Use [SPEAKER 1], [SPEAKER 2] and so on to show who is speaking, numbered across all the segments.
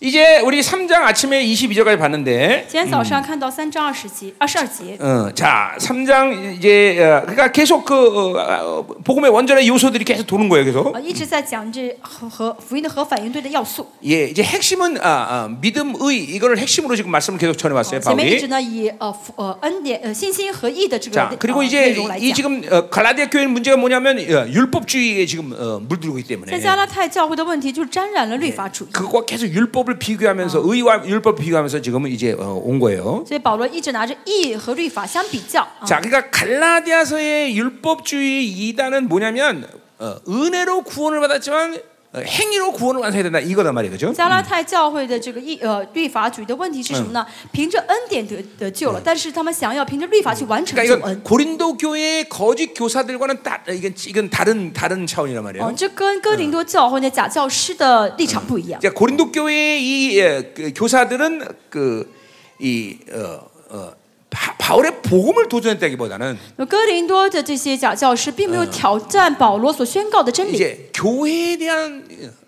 [SPEAKER 1] 이제 우리 3장 아침에 22절까지 봤는데
[SPEAKER 2] 今天早上看到三章二十节、二十二节，
[SPEAKER 1] 어, 자, 3장 이제 어, 그러니까 계속 그 어, 어, 복음의 원전의 요소들이 계속 도는 거예요. 계속.
[SPEAKER 2] 啊，一直在讲这和和福音的核反应堆的要素。
[SPEAKER 1] 예, 이제 핵심은 아, 아, 믿음의 이거를 핵심으로 지금 말씀을 계속 전해 왔어요,
[SPEAKER 2] 前面一直
[SPEAKER 1] 바울이.
[SPEAKER 2] 呢以呃福呃恩典呃信心合意的这个
[SPEAKER 1] 자,
[SPEAKER 2] 内
[SPEAKER 1] 그리고 어, 네,
[SPEAKER 2] 呃
[SPEAKER 1] 이제
[SPEAKER 2] 内容来
[SPEAKER 1] 이
[SPEAKER 2] 讲。
[SPEAKER 1] 지금 어, 갈라디아 교회의 문제가 뭐냐면 어, 율법주의에 지금 어, 물들고 있기
[SPEAKER 2] 在
[SPEAKER 1] 때문에
[SPEAKER 2] 加拉太教会的问题就是沾染了律法主义，
[SPEAKER 1] 그것과 계속 율법을 비교하면서 의와 율법 비교하면서 지금 이제 어, 온 거예요.
[SPEAKER 2] 所以保罗一直拿着义和律法相比较啊。
[SPEAKER 1] 자, 그러니까 갈라디아서의 율법주의 이단은 뭐냐면 어, 은혜로 구원을 받았지만 어, 행위로 구원을 완성해야 된다 이거단 말이에요, 그죠
[SPEAKER 2] 加拉太教会的这个义呃律法主义的问题是什么呢？凭着恩典得得救了，但是他们想要凭着律法去完成
[SPEAKER 1] 그러니까
[SPEAKER 2] 救
[SPEAKER 1] 이건
[SPEAKER 2] 恩。
[SPEAKER 1] 고린도 교회의 거짓 교사들과는 다 이건 이건 다른 다른 차원이란
[SPEAKER 2] 哦
[SPEAKER 1] 말이에요. ，
[SPEAKER 2] 这跟哥林多教会的假教师的立场不一样。
[SPEAKER 1] 그러니까 고린도 교회의 이 예, 그 교사들은 그이 어, 어, 바- 바울의 복음을 도전했다기보다는
[SPEAKER 2] 那哥林多的这些假教师并没有挑战保罗所宣告的真理，
[SPEAKER 1] 이제 교회에 대한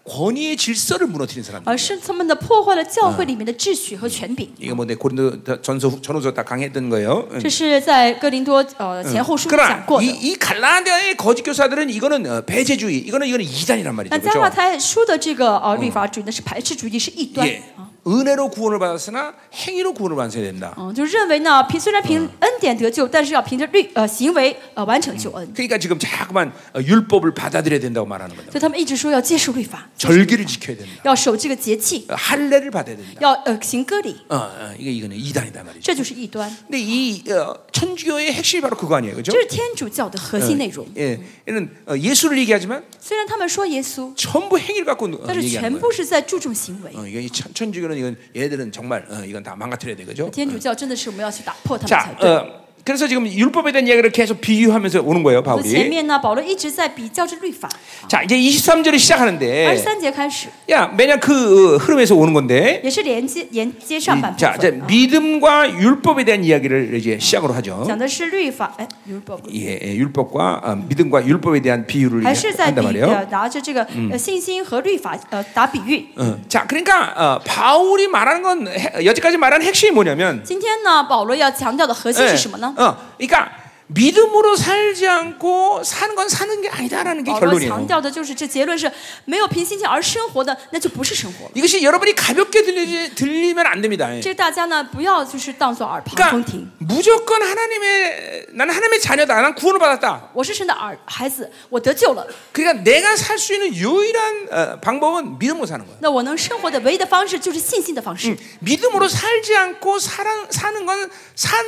[SPEAKER 1] 권위의 질서를 무너뜨린 사람들.
[SPEAKER 2] 而是他们的破坏了教会里面的秩序和权柄。
[SPEAKER 1] 이게 뭔데 뭐 고린도 전서 전후서 다 강했던 거예요. 응.
[SPEAKER 2] 这是在哥林多呃前后书里讲
[SPEAKER 1] 그러나
[SPEAKER 2] 过
[SPEAKER 1] 이,
[SPEAKER 2] 的。
[SPEAKER 1] 이 갈라디아의 거짓 교사들은 이거는 어, 배제주의, 이거는 이거는 이단이란
[SPEAKER 2] 那
[SPEAKER 1] 말이죠.
[SPEAKER 2] 加拉
[SPEAKER 1] 그렇죠?
[SPEAKER 2] 太书的这个呃律法主义呢是排斥主义，是异端。
[SPEAKER 1] 예. 은혜로 구원을 받았으나 행위로 구원을 받아야 된다.
[SPEAKER 2] 嗯，就认为呢，凭虽然凭恩典得救，但是要凭着律呃行为呃完成救恩，
[SPEAKER 1] 그러니까 지금 자꾸만 어, 율법을 받아들여야 된다고 말하는 거다.
[SPEAKER 2] 所以他们一直说要接受律法，
[SPEAKER 1] 嗯 절기를 지켜야 된다.
[SPEAKER 2] 要守这个节气，
[SPEAKER 1] 어, 할례를 받아야 된다.
[SPEAKER 2] 要呃行割礼，
[SPEAKER 1] 어, 어, 이게 이거는 이단이다 말이죠.
[SPEAKER 2] 这就是异端，
[SPEAKER 1] 근데 이 어, 천주교의 핵심이 바로 그거 아니에요, 그렇죠?
[SPEAKER 2] 这是天主教的核
[SPEAKER 1] 嗯
[SPEAKER 2] 心内容。
[SPEAKER 1] 예, 이는 어, 예수를 얘기하지만
[SPEAKER 2] 虽然他们说耶稣，
[SPEAKER 1] 전부 행위를 갖고 노- 어,
[SPEAKER 2] 但是
[SPEAKER 1] 얘기하는
[SPEAKER 2] 全
[SPEAKER 1] 거예요.
[SPEAKER 2] 部是在注重行为。
[SPEAKER 1] 어, 이게 이 천, 천주교는 이건 얘들은 정말 어, 이건 다 망가뜨려야 되죠.
[SPEAKER 2] 天主教真的是我们要去打破他们才
[SPEAKER 1] 자
[SPEAKER 2] 对。
[SPEAKER 1] 어, 그래서 지금 율법에 대한 이야기를 계속 비유하면서 오는 거예요,
[SPEAKER 2] 所以前
[SPEAKER 1] 바울이.
[SPEAKER 2] 面呢，保罗一直在比较着律法，
[SPEAKER 1] 자, 이제 23절이
[SPEAKER 2] 二
[SPEAKER 1] 시작하는데,
[SPEAKER 2] 十三节开始
[SPEAKER 1] 야 매년 그 어, 흐름에서 오는 건데,
[SPEAKER 2] 也是连接连接上半
[SPEAKER 1] 이,
[SPEAKER 2] 部
[SPEAKER 1] 자, 이제
[SPEAKER 2] 分啊，
[SPEAKER 1] 믿음과 율법에 대한 이야기를 이제 시작으로 하죠.
[SPEAKER 2] 讲的是律法，哎，有保罗
[SPEAKER 1] 예, 예, 율법과 어, 믿음과 율법에 대한 비유를
[SPEAKER 2] 还是在
[SPEAKER 1] 한단
[SPEAKER 2] 比呃
[SPEAKER 1] 말이에요.
[SPEAKER 2] 拿着这个呃信心和律法呃打比喻。
[SPEAKER 1] 어, 자, 그러니까 어, 바울이 말하는 건 해- 여태까지 말한 핵심이 뭐냐면,
[SPEAKER 2] 今天呢，保罗要强调的核心
[SPEAKER 1] 예,
[SPEAKER 2] 是什么呢？
[SPEAKER 1] 어, 그러니까 믿음으로 살지 않고 사는 건 사는 게 아니다라는 게
[SPEAKER 2] 保罗强
[SPEAKER 1] 결론이에요.
[SPEAKER 2] 调的就是这结论是没有凭信心而生活的，那就不是生活了。
[SPEAKER 1] 이것이 여러분이 가볍게 들리지, 들리면 안 됩니다. 예.
[SPEAKER 2] 这大家呢不要就是当做耳旁风
[SPEAKER 1] 그러니까
[SPEAKER 2] 听。
[SPEAKER 1] 무조건 하나님의 난 하나님의 자녀다. 난 구원을 받았다.
[SPEAKER 2] 我是神的儿孩子，我得救了。
[SPEAKER 1] 그러니까 내가 살 수 있는 유일한 어, 방법은 믿음으로 사는 거야.
[SPEAKER 2] 那我能生活的唯一的方式就是信心的方式。
[SPEAKER 1] 믿음으로 살지 않고 사랑, 사는 건 산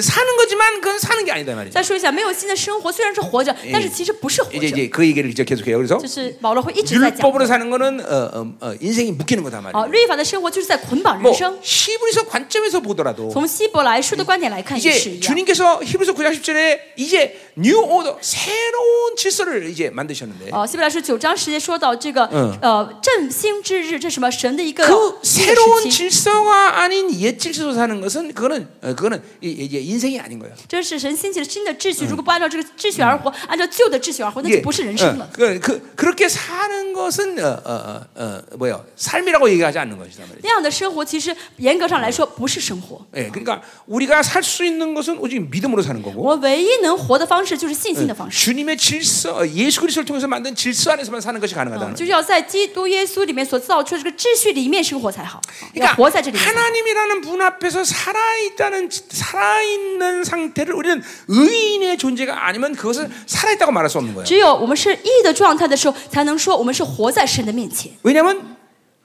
[SPEAKER 1] 사는 거지만 그건 사는 게 아니다 말이죠.
[SPEAKER 2] 再说一下，没有新的生活虽然是活着，但是其实不是活
[SPEAKER 1] 이제
[SPEAKER 2] 着。
[SPEAKER 1] 이제 그 얘기를 이제 계속해요. 그래서
[SPEAKER 2] 就是保罗会一直在讲，
[SPEAKER 1] 율법으로 사는 거는 어, 어, 어, 인생이 묶이는 거다
[SPEAKER 2] 好，
[SPEAKER 1] 말이에요.
[SPEAKER 2] 律法的生活就是在捆绑
[SPEAKER 1] 뭐
[SPEAKER 2] 人生。
[SPEAKER 1] 히브리서 관점에서 보더라도
[SPEAKER 2] 从希伯来书的观点来看也是
[SPEAKER 1] 이제
[SPEAKER 2] 一样。
[SPEAKER 1] 주님께서 히브리서 9장 10절에 이제 뉴 오더 새로운 질서를 이제 만드셨는데
[SPEAKER 2] 哦，希伯来书九章十节说到这个，
[SPEAKER 1] 嗯
[SPEAKER 2] 呃，振兴之日，这是什么神的一个
[SPEAKER 1] 그
[SPEAKER 2] 这
[SPEAKER 1] 새로운
[SPEAKER 2] 时期，
[SPEAKER 1] 질서가 아닌 옛 질서로 사는 것은 그거는 어, 그거는 이- 이제 인생이 아닌 거예요.
[SPEAKER 2] 这是神兴起的新的秩序。如果不按照这个秩序而活，按照旧的秩序而活，那就不是人生
[SPEAKER 1] 어,
[SPEAKER 2] 了。
[SPEAKER 1] 그, 그, 그렇게 사는 것은 어, 어, 어, 어, 뭐요 삶이라고 얘기하지 않는 것이다 말이죠.
[SPEAKER 2] 那样的生活其实严格上来说不是生活。
[SPEAKER 1] 예, 그러니까 우리가 살 수 있는 것은 오직 믿음으로 사는 거고
[SPEAKER 2] 我唯一能活的方式就是信心的方式，
[SPEAKER 1] 주님의 질서, 어, 예수 그리스도를 통해서 만든 질서 안에서만 사는 것이 가능하다는
[SPEAKER 2] 嗯，就
[SPEAKER 1] 거예요.
[SPEAKER 2] 是要在基督耶稣里面所造出的这个秩序里面生活才好，要
[SPEAKER 1] 그러니까
[SPEAKER 2] 活在这里面才好。
[SPEAKER 1] 하나님이라는 분 앞에서 살아 있다는 살아 있는 상태를 우리는 의인의 존재가 아니면 그것을 살아 있다고 말할 수 없는 거예요.
[SPEAKER 2] 只有我们是义的状态的时候，才能说我们是活在神的面前。
[SPEAKER 1] 왜냐하면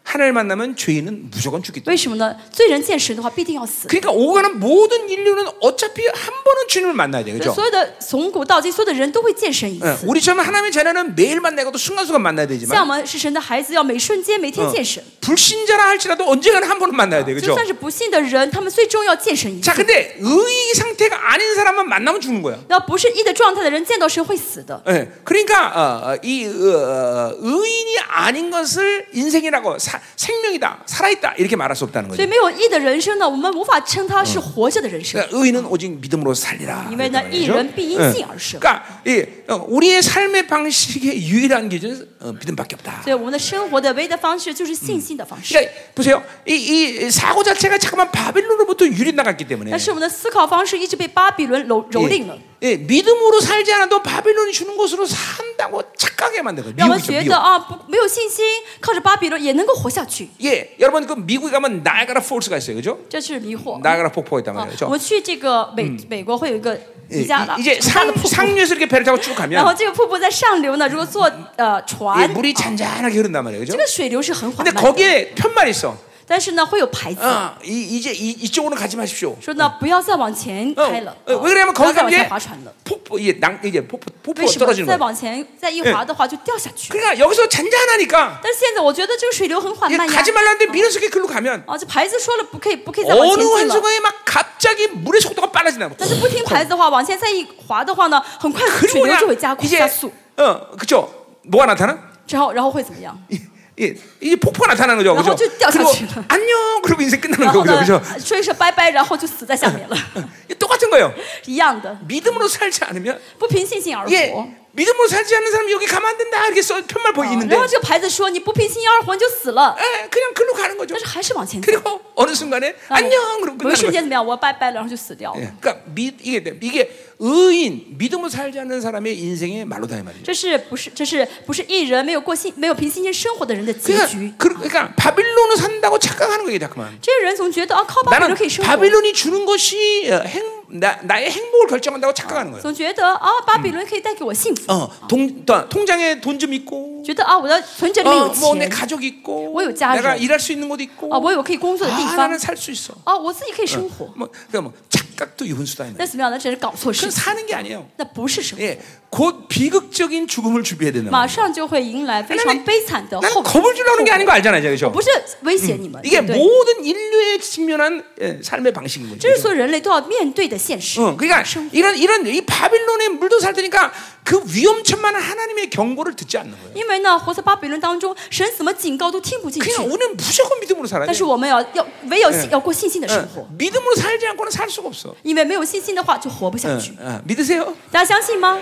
[SPEAKER 1] 하나님을 만나면 죄인은 무조건 죽기 때문에.
[SPEAKER 2] 为什么呢？罪人见神的话，必定要死。
[SPEAKER 1] 그러니까 오가는 모든 인류는 어차피 한 번은 주님을 만나야 돼요, 그렇죠?
[SPEAKER 2] 所有的从古到今，所有的人都会见神一
[SPEAKER 1] 예,
[SPEAKER 2] 次。
[SPEAKER 1] 우리처럼 하나님의 자녀는 매일 만나고도 순간순간 만나야
[SPEAKER 2] 像我
[SPEAKER 1] 되지만
[SPEAKER 2] 们是神的孩子，要每瞬间、每天
[SPEAKER 1] 어,
[SPEAKER 2] 见神。
[SPEAKER 1] 불신자라 할지라도 언젠가는 한 번은 만나야 돼요,
[SPEAKER 2] 就
[SPEAKER 1] 그렇죠?
[SPEAKER 2] 算是不信的人，他们最终要见神一
[SPEAKER 1] 자,
[SPEAKER 2] 次。
[SPEAKER 1] 근데 의의 상태가 아닌 사람만 만나면 죽는 거야.
[SPEAKER 2] 那不是义的状态的人，见到神会死的。
[SPEAKER 1] 예, 그러니까 어, 어, 이 어, 어, 의인이 아닌 것을 인생이라고 사, 사, 생명이다, 살아있다 이렇게 말할 수 없다는
[SPEAKER 2] 所以
[SPEAKER 1] 거죠.
[SPEAKER 2] 没有义的人生呢，我们无法称它是活着的人生，
[SPEAKER 1] 그러니까 의인은 오직 믿음으로 살리라.
[SPEAKER 2] 因为呢，义
[SPEAKER 1] 그렇단
[SPEAKER 2] 人
[SPEAKER 1] 말이죠.
[SPEAKER 2] 必因信而生。
[SPEAKER 1] 그러니까 이 어, 우리의 삶의 방식의 유일한 기준은 어, 믿음밖에 없다.
[SPEAKER 2] 所以我们的生活的唯一的方式就是信心的方式。
[SPEAKER 1] 그러니까 보세요. 이, 이 사고 자체가 잠깐만 바빌론으로부터 유리 나갔기 때문에
[SPEAKER 2] 但是我们的思考方式一直被巴比伦蹂蹂躏了，
[SPEAKER 1] 예, 믿음으로 살지 않아도 바빌론이 주는 것으로 산다고 착하게 만든 거예요.
[SPEAKER 2] 让我们
[SPEAKER 1] 미국이죠.
[SPEAKER 2] 觉得
[SPEAKER 1] 미국.
[SPEAKER 2] 啊，不没有信心，靠着巴比伦也能够活下去，
[SPEAKER 1] 예, 여러분 그 미국에 가면 나이아가라 폴스가 있어요, 그죠?
[SPEAKER 2] 这是迷惑。
[SPEAKER 1] 나이아가라 폭포가 있단
[SPEAKER 2] 啊
[SPEAKER 1] 말이에요, ， 그죠?
[SPEAKER 2] 我们去这个美美国嗯会有一个
[SPEAKER 1] 예,
[SPEAKER 2] 尼加拉
[SPEAKER 1] 어, 이- 이제
[SPEAKER 2] 很大的
[SPEAKER 1] 상
[SPEAKER 2] 瀑布，
[SPEAKER 1] 상류에서 이렇게 배를 타고 쭉
[SPEAKER 2] 然后
[SPEAKER 1] 가면
[SPEAKER 2] 这个瀑布在上流呢，如果坐呃
[SPEAKER 1] 예,
[SPEAKER 2] 船，
[SPEAKER 1] 물이
[SPEAKER 2] 啊
[SPEAKER 1] 잔잔하게 흐른단 말이에요,
[SPEAKER 2] 这
[SPEAKER 1] 그죠?
[SPEAKER 2] 个水流是很缓
[SPEAKER 1] 근데
[SPEAKER 2] 慢的，
[SPEAKER 1] 거기에 편말 네. 있어.
[SPEAKER 2] 但是呢会有牌子。
[SPEAKER 1] 어, 이, 이제 이, 이쪽으로 가지 마십시오.
[SPEAKER 2] 说呢，不要再往前
[SPEAKER 1] 어,
[SPEAKER 2] 开了，
[SPEAKER 1] 어,
[SPEAKER 2] 啊
[SPEAKER 1] 왜 그러냐면
[SPEAKER 2] 不要
[SPEAKER 1] 거기
[SPEAKER 2] 再
[SPEAKER 1] 가면
[SPEAKER 2] 往前
[SPEAKER 1] 이제
[SPEAKER 2] 划船了。
[SPEAKER 1] 폭포, 이게 낭, 이게 폭포,
[SPEAKER 2] 为
[SPEAKER 1] 폭포가
[SPEAKER 2] 什么
[SPEAKER 1] 떨어지는
[SPEAKER 2] 再
[SPEAKER 1] 거예요.
[SPEAKER 2] 往前再一划的话就掉下去了？
[SPEAKER 1] 그러니까 여기서 잔잔하니까
[SPEAKER 2] 但是现在我觉得这个水流很缓
[SPEAKER 1] 이게
[SPEAKER 2] 慢哦呀
[SPEAKER 1] 가지 。 말라는데 미련스럽게 글로 가면
[SPEAKER 2] 啊，这牌子说了不可以，不可以再往
[SPEAKER 1] 어느
[SPEAKER 2] 前进
[SPEAKER 1] 한
[SPEAKER 2] 了。
[SPEAKER 1] 순간에 막 갑자기 물의 속도가 빨라진다.
[SPEAKER 2] 但是不听牌子的话，往前再一划的话呢， 很快水
[SPEAKER 1] 그리고
[SPEAKER 2] 流就会加
[SPEAKER 1] 그냥
[SPEAKER 2] 快
[SPEAKER 1] 이제 아,
[SPEAKER 2] 加速，
[SPEAKER 1] 어, 그죠? 뭐가 나타나?
[SPEAKER 2] 之后然后会怎么样？
[SPEAKER 1] 이- 예, 이제 폭포가 나타나는 거죠.
[SPEAKER 2] 나머지
[SPEAKER 1] 그죠?
[SPEAKER 2] 뛰어가지
[SPEAKER 1] 그리고
[SPEAKER 2] 마.
[SPEAKER 1] 안녕 그러고 인생 끝나는
[SPEAKER 2] 然后
[SPEAKER 1] 거죠.
[SPEAKER 2] 呢
[SPEAKER 1] 그죠? ，
[SPEAKER 2] 说一声拜拜，然后就死在下面了，
[SPEAKER 1] 예, 똑같은 거예요.
[SPEAKER 2] 一样的，
[SPEAKER 1] 믿음으로 살지 않으면
[SPEAKER 2] 不凭信心而活。
[SPEAKER 1] 예, 믿음으로 살지 않는 사람 여기 가면 안 된다. 이렇게 써 편말 보이
[SPEAKER 2] 啊
[SPEAKER 1] 있는데
[SPEAKER 2] 然后这个牌子说你不凭信心而活你就死了，
[SPEAKER 1] 예, 그냥 글로 가는 거죠.
[SPEAKER 2] 但是还是往前走。
[SPEAKER 1] 그리고 어느 순간에
[SPEAKER 2] 然后
[SPEAKER 1] 안녕 그러고
[SPEAKER 2] 某一
[SPEAKER 1] 끝나는
[SPEAKER 2] 瞬
[SPEAKER 1] 거죠.
[SPEAKER 2] 间怎么样？我拜拜了，然后就死掉了。
[SPEAKER 1] 예, 그러니까 미, 이게 돼. 이게 의인 믿음으로 살지 않는 사람의 인생의 말로다 이 말이죠.
[SPEAKER 2] 这是不是这是不是艺人没有过信没有凭信心生活的人的结
[SPEAKER 1] 그러니까,
[SPEAKER 2] 局？
[SPEAKER 1] 그, 그러니까 바빌론을 산다고 착각하는 거예요, 잠깐만.
[SPEAKER 2] 这些人总觉得啊，靠巴比
[SPEAKER 1] 나는
[SPEAKER 2] 伦可以生活，
[SPEAKER 1] 바빌론이 주는 것이 어, 행, 나, 나의 행복을 결정한다고 착각하는 거예요.
[SPEAKER 2] 总觉得啊，巴比伦可以带给我幸福，
[SPEAKER 1] 어, 동, 또 통장에 돈 좀 있고,
[SPEAKER 2] 觉得啊，我的存折里面有
[SPEAKER 1] 어, 뭐내
[SPEAKER 2] 钱，
[SPEAKER 1] 가족 있고,
[SPEAKER 2] 뭐有家人.
[SPEAKER 1] 내가 일할 수 있는 곳 있고,
[SPEAKER 2] 啊，我有可以工作的地
[SPEAKER 1] 아,
[SPEAKER 2] 方
[SPEAKER 1] 나는 ，살 수 있어.
[SPEAKER 2] 啊，我自己可以生活。
[SPEAKER 1] 뭐 그러니까 뭐 착각도 유분수다 이 말이에요.
[SPEAKER 2] 那怎么样呢？这是搞错事
[SPEAKER 1] 그건
[SPEAKER 2] 情，
[SPEAKER 1] 사는 게 아니에요.
[SPEAKER 2] 那不是生活，
[SPEAKER 1] 예, 곧 비극적인 죽음을 준비해야 되는
[SPEAKER 2] 马
[SPEAKER 1] 거예요.
[SPEAKER 2] 上就会迎来非常悲惨的后
[SPEAKER 1] 난
[SPEAKER 2] 果。
[SPEAKER 1] 겁을 주려는 게 아닌 거 알잖아요, 그렇죠?
[SPEAKER 2] 不是威胁你们，
[SPEAKER 1] 이게
[SPEAKER 2] 嗯对不对
[SPEAKER 1] 모든 인류에 직면한 예, 삶의 방식인 거죠.
[SPEAKER 2] 这是所有人类都要面对的现实。
[SPEAKER 1] 응, 그러니까 이런 이런 이 바빌론의 물도 살 테니까 그 위험천만한 하나님의 경고를 듣지 않는 거예요.
[SPEAKER 2] 因为呢，活在巴比伦当中，神怎么警告都听不进去
[SPEAKER 1] 그냥 。 우리는 무조건 믿음으로 살아야
[SPEAKER 2] 但
[SPEAKER 1] 돼.
[SPEAKER 2] 是我们要要唯有信要过信心的生
[SPEAKER 1] 응,
[SPEAKER 2] 活，
[SPEAKER 1] 예. 믿음으로 살지 않고는 살 수가 없어.
[SPEAKER 2] 因为没有信心的话就活不下
[SPEAKER 1] 응,
[SPEAKER 2] 去。
[SPEAKER 1] 응, 믿으세요?
[SPEAKER 2] 大家相信吗？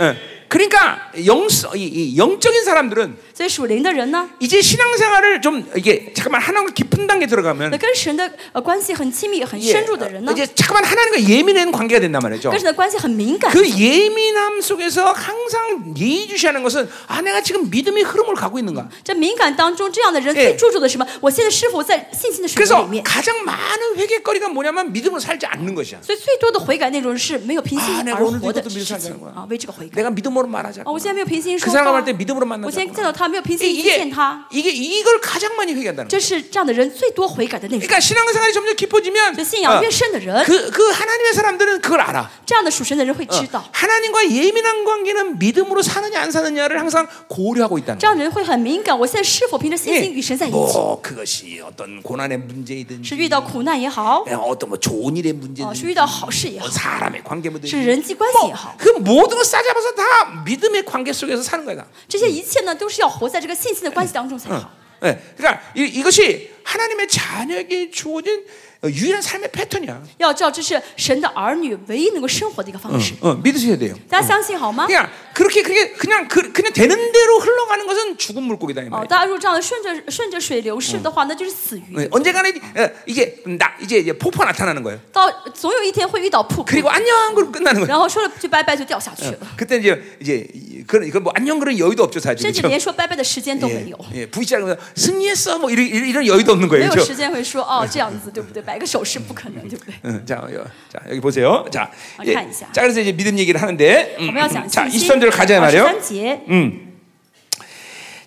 [SPEAKER 1] 응. 그러니까 영 이, 이 영적인 사람들은
[SPEAKER 2] 所以属灵的人呢，
[SPEAKER 1] 이제 신앙생활을 좀 이게 잠깐만 하나님 깊은 단계 들어가면
[SPEAKER 2] 那跟神的呃关系很亲密、很
[SPEAKER 1] 예,
[SPEAKER 2] 深入的人呢，
[SPEAKER 1] 이제 잠깐만 하나님과 예민한 관계가 된단 말이죠.
[SPEAKER 2] 跟神的关系很敏感。
[SPEAKER 1] 그 예민함 속에서 항상 예의주시하는 것은 아 내가 지금 믿음의 흐름을 가고 있는가.
[SPEAKER 2] 这敏感当中，这样的人
[SPEAKER 1] 예
[SPEAKER 2] 最注重的是什么？我现在哎是哦否在信心的水流里
[SPEAKER 1] 그래서
[SPEAKER 2] 面？
[SPEAKER 1] 가장 많은 회개거리가 뭐냐면 믿음으로 살지 않는 것이야.
[SPEAKER 2] 所以最多的悔改内容是没有凭
[SPEAKER 1] 啊
[SPEAKER 2] 信
[SPEAKER 1] 那
[SPEAKER 2] 心
[SPEAKER 1] 个
[SPEAKER 2] 而
[SPEAKER 1] 我
[SPEAKER 2] 活
[SPEAKER 1] 那个
[SPEAKER 2] 的
[SPEAKER 1] 都没有
[SPEAKER 2] 事
[SPEAKER 1] 看见
[SPEAKER 2] 情
[SPEAKER 1] 过
[SPEAKER 2] 啊，为这个悔改
[SPEAKER 1] 내가 믿음으로 말하자.
[SPEAKER 2] 啊！我现在没有凭信心
[SPEAKER 1] 그
[SPEAKER 2] 说话
[SPEAKER 1] 사람 할때 믿음으로
[SPEAKER 2] 我
[SPEAKER 1] 만나자.
[SPEAKER 2] 现在见到他没有凭信心见
[SPEAKER 1] 이게
[SPEAKER 2] 他，
[SPEAKER 1] 이게 이걸 가장 많이 회개한다는 거야.
[SPEAKER 2] 这是这样的人最多悔改的内容。
[SPEAKER 1] 그러니까 신앙생활이 점점 깊어지면
[SPEAKER 2] 这信仰越深的人，
[SPEAKER 1] 그그 하나님의 사람들은 그걸 알아.
[SPEAKER 2] 这样的属神的人会知
[SPEAKER 1] 啊
[SPEAKER 2] 道。
[SPEAKER 1] 하나님과 예민한 관계는 믿음으로 사느냐 안 사느냐를 항상 고려하고 있다는
[SPEAKER 2] 这
[SPEAKER 1] 거야.
[SPEAKER 2] 样的人会很敏感。我现在是否凭着信
[SPEAKER 1] 嗯
[SPEAKER 2] 心与神在一起？
[SPEAKER 1] 뭐 그것이 어떤 고난의
[SPEAKER 2] 是
[SPEAKER 1] 문제이든지
[SPEAKER 2] 遇到苦难也好，
[SPEAKER 1] 어떤 뭐 좋은 일의
[SPEAKER 2] 哦，
[SPEAKER 1] 문제든지
[SPEAKER 2] 是遇到好事也好
[SPEAKER 1] 어, ， 사람의 관계
[SPEAKER 2] 是
[SPEAKER 1] 문제든지
[SPEAKER 2] 人际关系也好，
[SPEAKER 1] 그 모든 걸 싸잡아서 다 믿음의 관계 속에서 사는 거다.
[SPEAKER 2] 这些一切呢，都是要活在这个信心的关系当中才好。
[SPEAKER 1] 예, 그러니까 이, 이것이 하나님의 자녀에게 주어진 어, 유일한 삶의 패턴이야.
[SPEAKER 2] 要知道，这是神的儿女唯一能够生活的一个方式。
[SPEAKER 1] 어, 믿으셔야 돼요.
[SPEAKER 2] 大家相信好吗？
[SPEAKER 1] 그냥 그렇게 그게 그냥 그, 그냥 되는 대로 흘러가는 것은 죽은 물고기다 이
[SPEAKER 2] 哦，
[SPEAKER 1] 말이야.
[SPEAKER 2] 大家如果这样的顺着顺着水流逝的话，那就是死鱼。
[SPEAKER 1] 예, 언젠가는 어, 이제 나 이제 이제 폭포 나타나는 거예요.
[SPEAKER 2] 到总有一天会遇到瀑布，
[SPEAKER 1] 그리고 안녕 그러고 끝나는 거예요.
[SPEAKER 2] 然后说了句拜拜就掉下去了，
[SPEAKER 1] 그때 이제 이제 이- 그런 이건 뭐 안녕 그런 여유도 없죠 사실.
[SPEAKER 2] 甚至
[SPEAKER 1] 그렇죠?
[SPEAKER 2] 连说拜拜的时间都没
[SPEAKER 1] 예,
[SPEAKER 2] 有。
[SPEAKER 1] 예, 부시자면서 승리했어 뭐 이런 이런 이런 여유도 없는
[SPEAKER 2] 没
[SPEAKER 1] 거예요.
[SPEAKER 2] 有
[SPEAKER 1] 그렇죠?
[SPEAKER 2] 时间会说哦这样子对不对？摆个手势不可能对不对？
[SPEAKER 1] 응, 어, 자, 여, 자 여기 보세요. 자,
[SPEAKER 2] 아,
[SPEAKER 1] 예,
[SPEAKER 2] 가이자.
[SPEAKER 1] 자 그래서 이제 믿음 얘기를 하는데,
[SPEAKER 2] 我
[SPEAKER 1] 음,
[SPEAKER 2] 们要讲
[SPEAKER 1] 음, 자,
[SPEAKER 2] 信心。
[SPEAKER 1] 23절 가자
[SPEAKER 2] 二十
[SPEAKER 1] 말이요.
[SPEAKER 2] 三节，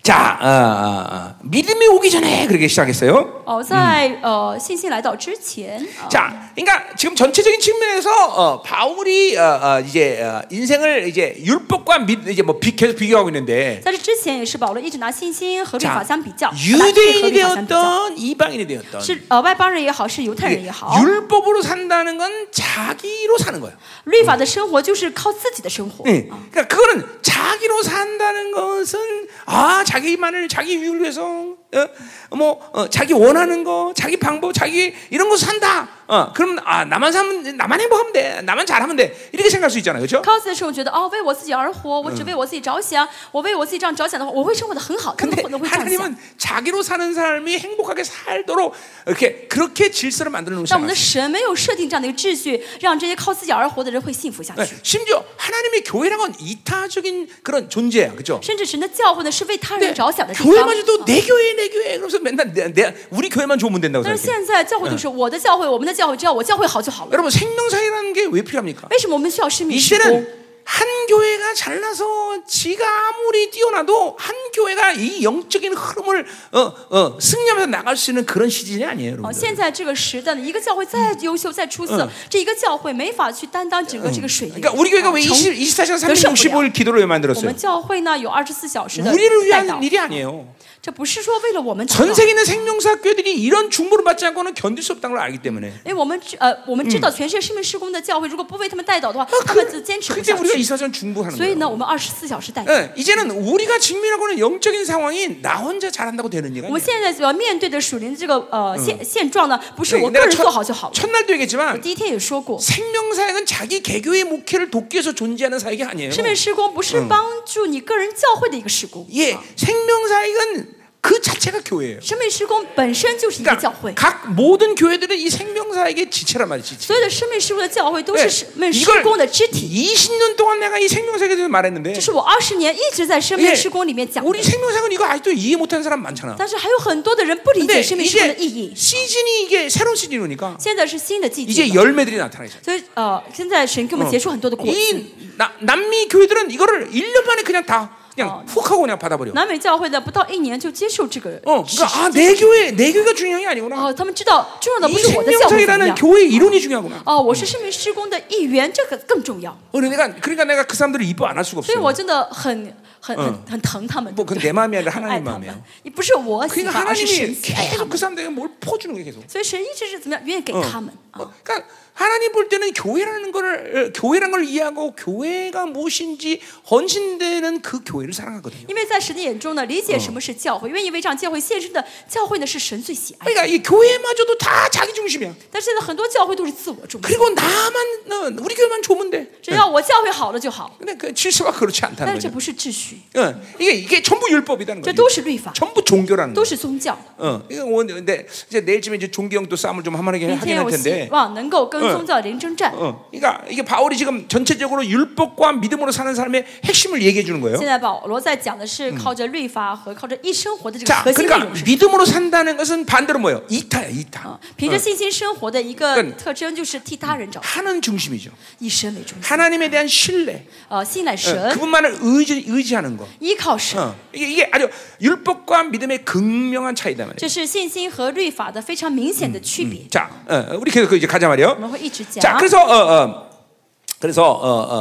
[SPEAKER 1] 자, 아, 아, 아, 믿음이 오기 전에 그렇게 시작했어요.
[SPEAKER 2] 哦，在呃信心来到之前，啊
[SPEAKER 1] 자, 그러니까 지금 전체적인 측면에서 어, 바울이 어, 어, 이제 어, 인생을 이제 율법과 믿, 이제 뭐 비, 계속 비교하고 있는데,
[SPEAKER 2] 在这之前也是保罗一直拿信心和律法
[SPEAKER 1] 자,
[SPEAKER 2] 相比较，把信心和
[SPEAKER 1] 유대인이
[SPEAKER 2] 律法相比较，
[SPEAKER 1] 되었던 이방인이 되었던
[SPEAKER 2] 是呃外邦人也好，是犹太人
[SPEAKER 1] 이게
[SPEAKER 2] 也好，
[SPEAKER 1] 율법으로 산다는 건 자기로 사는 거예요.
[SPEAKER 2] 律法的生活就是靠自己的生活。
[SPEAKER 1] 예, 그러니까 그거는 자기로 산다는 것은 아 자기만을 자기 유익을 위해서 어, 어, 뭐 어, 자기 원하는 거, 자기 방법, 자기 이런 거 산다. 어, 그럼 아 나만 살면 나만 행복하면 돼, 나만 잘하면 돼 이렇게 생각할 수 있잖아요, 그렇죠?
[SPEAKER 2] 靠自己的时候，我觉得哦，为我自己而
[SPEAKER 1] 嗯
[SPEAKER 2] 活，我只为我自己着想，我为我自己这样着想的话，我会生活的很好。他们
[SPEAKER 1] 근데
[SPEAKER 2] 可能会这样想。
[SPEAKER 1] 하나님은 자기로 사는 사람이 행복하게 살도록 이렇게 그렇게 질서를 만들어
[SPEAKER 2] 但我们
[SPEAKER 1] 놓으셨어요.
[SPEAKER 2] 的神没有设定这样的一个秩序，让这些靠自己而活的人会幸福下
[SPEAKER 1] 哎
[SPEAKER 2] 去。
[SPEAKER 1] 네, 심지어 하나님의 교회란 건 이타적인 그런 존재야, 그렇죠?
[SPEAKER 2] 甚至神的教会呢，是为他人
[SPEAKER 1] 근데
[SPEAKER 2] 着想的地方。
[SPEAKER 1] 교회마저도 내 교회 내 교회 그러면서 맨날 내, 내 우리 교회만 좋으면 된다고
[SPEAKER 2] 但是
[SPEAKER 1] 생각해.
[SPEAKER 2] 现在教会就是我的教会，我们的教会，只要我教会好就好了。
[SPEAKER 1] 여러분 생명사회라는 게 왜 필요합니까?
[SPEAKER 2] 为什么我们需要生命
[SPEAKER 1] 이
[SPEAKER 2] 施工？
[SPEAKER 1] 시대는 한 교회가 잘나서 지가 아무리 뛰어나도 한 교회가 이 영적인 흐름을 어, 어, 승리하면서 나갈 수 있는 그런 어, 시즌이 아니에요,
[SPEAKER 2] 哦，
[SPEAKER 1] 여러분.
[SPEAKER 2] 现在这个时代呢，一个教会再优秀、再出色，这一个教会没法去担当整个这个水平。
[SPEAKER 1] 嗯
[SPEAKER 2] 啊
[SPEAKER 1] 그러니까 우리 교회가 왜
[SPEAKER 2] 成
[SPEAKER 1] 20, 24시간
[SPEAKER 2] 열심히
[SPEAKER 1] 365일 기도를 왜
[SPEAKER 2] 我
[SPEAKER 1] 만들었어요?
[SPEAKER 2] 们教会呢有二十四小时的
[SPEAKER 1] 우리를
[SPEAKER 2] 代祷
[SPEAKER 1] 위한 ， 일이 아니에요.
[SPEAKER 2] 这不是说为了我们祷
[SPEAKER 1] 전
[SPEAKER 2] 告
[SPEAKER 1] 세계 있는 생명사 교회들이 이런 중보를 받지 않고는 견딜 수 없다는 걸 알기 때문에
[SPEAKER 2] 因为我们知呃，我们知道全世界生命施工的教会，如果不为他们代祷的话，他们就坚持不
[SPEAKER 1] 그때
[SPEAKER 2] 下
[SPEAKER 1] 우리가
[SPEAKER 2] 去。
[SPEAKER 1] 24시간 중보하는
[SPEAKER 2] 所以
[SPEAKER 1] 거예요.
[SPEAKER 2] 呢，我哎们二十四小时代祷。
[SPEAKER 1] 예, 이제는 우리가 직면하고는 영적인 상황이 나 혼자 잘한다고 되는 얘기가
[SPEAKER 2] 我们
[SPEAKER 1] 아니에요.
[SPEAKER 2] 现在所要面对的属灵这个呃现现状呢，不是
[SPEAKER 1] 네,
[SPEAKER 2] 我个
[SPEAKER 1] 내가
[SPEAKER 2] 人做
[SPEAKER 1] 첫,
[SPEAKER 2] 好就好了。
[SPEAKER 1] 첫날도 얘기했지만
[SPEAKER 2] 第一天也说过，
[SPEAKER 1] 생명사역은 자기 개교의 목회를 돕기 위해서 존재하는 사역이 아니에요.
[SPEAKER 2] 生命施工不是帮助你个人教会的一个施工，
[SPEAKER 1] 예, 생명사역은 그 자체가 교회예요.
[SPEAKER 2] 生命施工本身就是一个教
[SPEAKER 1] 그러니까
[SPEAKER 2] 会。
[SPEAKER 1] 각 모든 교회들은 이 생명사역의 지체란 말이지. 지체.
[SPEAKER 2] 所有的生命施工的教会都是
[SPEAKER 1] 예,
[SPEAKER 2] 生命施
[SPEAKER 1] 이걸
[SPEAKER 2] 工的肢体，
[SPEAKER 1] 20년 동안 내가 이 생명사역에 대해서 말했는데
[SPEAKER 2] 这是我二十年一直在生
[SPEAKER 1] 예,
[SPEAKER 2] 命施工里面讲的。
[SPEAKER 1] 우리 생명사역은 이거 아직도 이해 못하는 사람 많잖아.
[SPEAKER 2] 但是还有很多的人不理
[SPEAKER 1] 근데
[SPEAKER 2] 解生命施工的
[SPEAKER 1] 이제
[SPEAKER 2] 意义。
[SPEAKER 1] 시즌이 이게 새로운 시즌이 오니까
[SPEAKER 2] 现在是新的季
[SPEAKER 1] 이제
[SPEAKER 2] 节，
[SPEAKER 1] 열매들이 나타나기 시작.
[SPEAKER 2] 所以呃，现在神给我们结出很多的果子。
[SPEAKER 1] 이 나, 남미 교회들은 이거를 1년 만에 그냥 다 그냥 훅 하고 그냥 받아버려.
[SPEAKER 2] 南美教会呢，不到一年就接受这个，
[SPEAKER 1] 어, 그러니까 아, 내 교회, 내 교회가 중요한 게 아니구나.
[SPEAKER 2] 哦，他们知道重要的
[SPEAKER 1] 이
[SPEAKER 2] 不是我的教会怎么
[SPEAKER 1] 생명사이라는
[SPEAKER 2] 样，
[SPEAKER 1] 교회의 이론이 중요하구나.
[SPEAKER 2] 哦，我是生命施工的一员，这个更重要。
[SPEAKER 1] 어, 내가 그러니까 내가 그 사람들을 이뻐 안 할 수가
[SPEAKER 2] 所以
[SPEAKER 1] 없어요.
[SPEAKER 2] 我真的很很很很疼他们，
[SPEAKER 1] 뭐 그건 내 마음이 아니라
[SPEAKER 2] 爱
[SPEAKER 1] 하나님
[SPEAKER 2] 他们
[SPEAKER 1] 마음이에요. ，
[SPEAKER 2] 也不是我喜
[SPEAKER 1] 그러니까
[SPEAKER 2] 欢，而是神
[SPEAKER 1] 하나님이
[SPEAKER 2] 喜爱
[SPEAKER 1] 계속
[SPEAKER 2] 他们。
[SPEAKER 1] 그 사람들에게 뭘 퍼주는 게 계속.
[SPEAKER 2] 所以神一直是怎么样，愿意给他们啊。
[SPEAKER 1] 어, 그러니까 하나님 볼 때는 교회라는 거를 어, 교회라는 걸 이해하고 교회가 무엇인지 헌신되는 그 교회를 사랑하거든요.
[SPEAKER 2] 因为在神的眼中呢，理解什么是教会，愿意为这样教会献身的教会呢，是神最喜爱的。
[SPEAKER 1] 그러니까 이 교회마저도 다 자기 중심이야.
[SPEAKER 2] 但是现在很多教会都是自我中心，
[SPEAKER 1] 그리고 나만 어, 우리 교회만 좋으면 돼. 예.
[SPEAKER 2] 只要我教会好了就好。
[SPEAKER 1] 근데 그 질서가 그렇지
[SPEAKER 2] 但
[SPEAKER 1] 않다는
[SPEAKER 2] 是这
[SPEAKER 1] 거죠.
[SPEAKER 2] 不是秩序，
[SPEAKER 1] 어, 이게 이게 전부 율법이라는
[SPEAKER 2] 这
[SPEAKER 1] 거죠.
[SPEAKER 2] 都是律法，
[SPEAKER 1] 전부 종교라는
[SPEAKER 2] 都
[SPEAKER 1] 거.
[SPEAKER 2] 是宗教。
[SPEAKER 1] 어, 이거 오늘 근데 이제 내일쯤에 이제 종교형도 싸움을 좀 하면
[SPEAKER 2] 明
[SPEAKER 1] 하긴
[SPEAKER 2] 天
[SPEAKER 1] 할
[SPEAKER 2] 我希
[SPEAKER 1] 텐데.
[SPEAKER 2] 望能够跟宗教零征战。
[SPEAKER 1] 어, 그러니까 이게 바울이 지금 전체적으로 율법과 믿음으로 사는 삶의 핵심을 얘기해 주는 거예요.
[SPEAKER 2] 现在保罗在讲的是靠着律法和靠着一生活的嗯这个
[SPEAKER 1] 자,
[SPEAKER 2] 核心内
[SPEAKER 1] 그러니까
[SPEAKER 2] 容是什
[SPEAKER 1] 믿음으로 산다는 것은 반대로 뭐예요? 이타야, 이타.
[SPEAKER 2] 么？凭着信心生活的一个
[SPEAKER 1] 嗯
[SPEAKER 2] 特征就是替他人着想，
[SPEAKER 1] 하는 중심이죠.
[SPEAKER 2] 以神为中心，
[SPEAKER 1] 하나님에 대한 신뢰,
[SPEAKER 2] 呃，信赖
[SPEAKER 1] 어,
[SPEAKER 2] 神，
[SPEAKER 1] 그분만을 의지, 의지하는 거.
[SPEAKER 2] 依靠神。
[SPEAKER 1] 어, 이게, 이게 아주 율법과 믿음의 극명한 차이다
[SPEAKER 2] 这
[SPEAKER 1] 말이에요.
[SPEAKER 2] 是信心和律法的非常明显的区别。
[SPEAKER 1] 자, 어, 어, 우리 계속 이제 가자
[SPEAKER 2] 我
[SPEAKER 1] 말이요.
[SPEAKER 2] 们会一直
[SPEAKER 1] 자,
[SPEAKER 2] 讲。
[SPEAKER 1] 그래서 어, 어, 그래서 어, 어,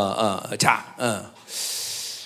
[SPEAKER 1] 어, 자, 어.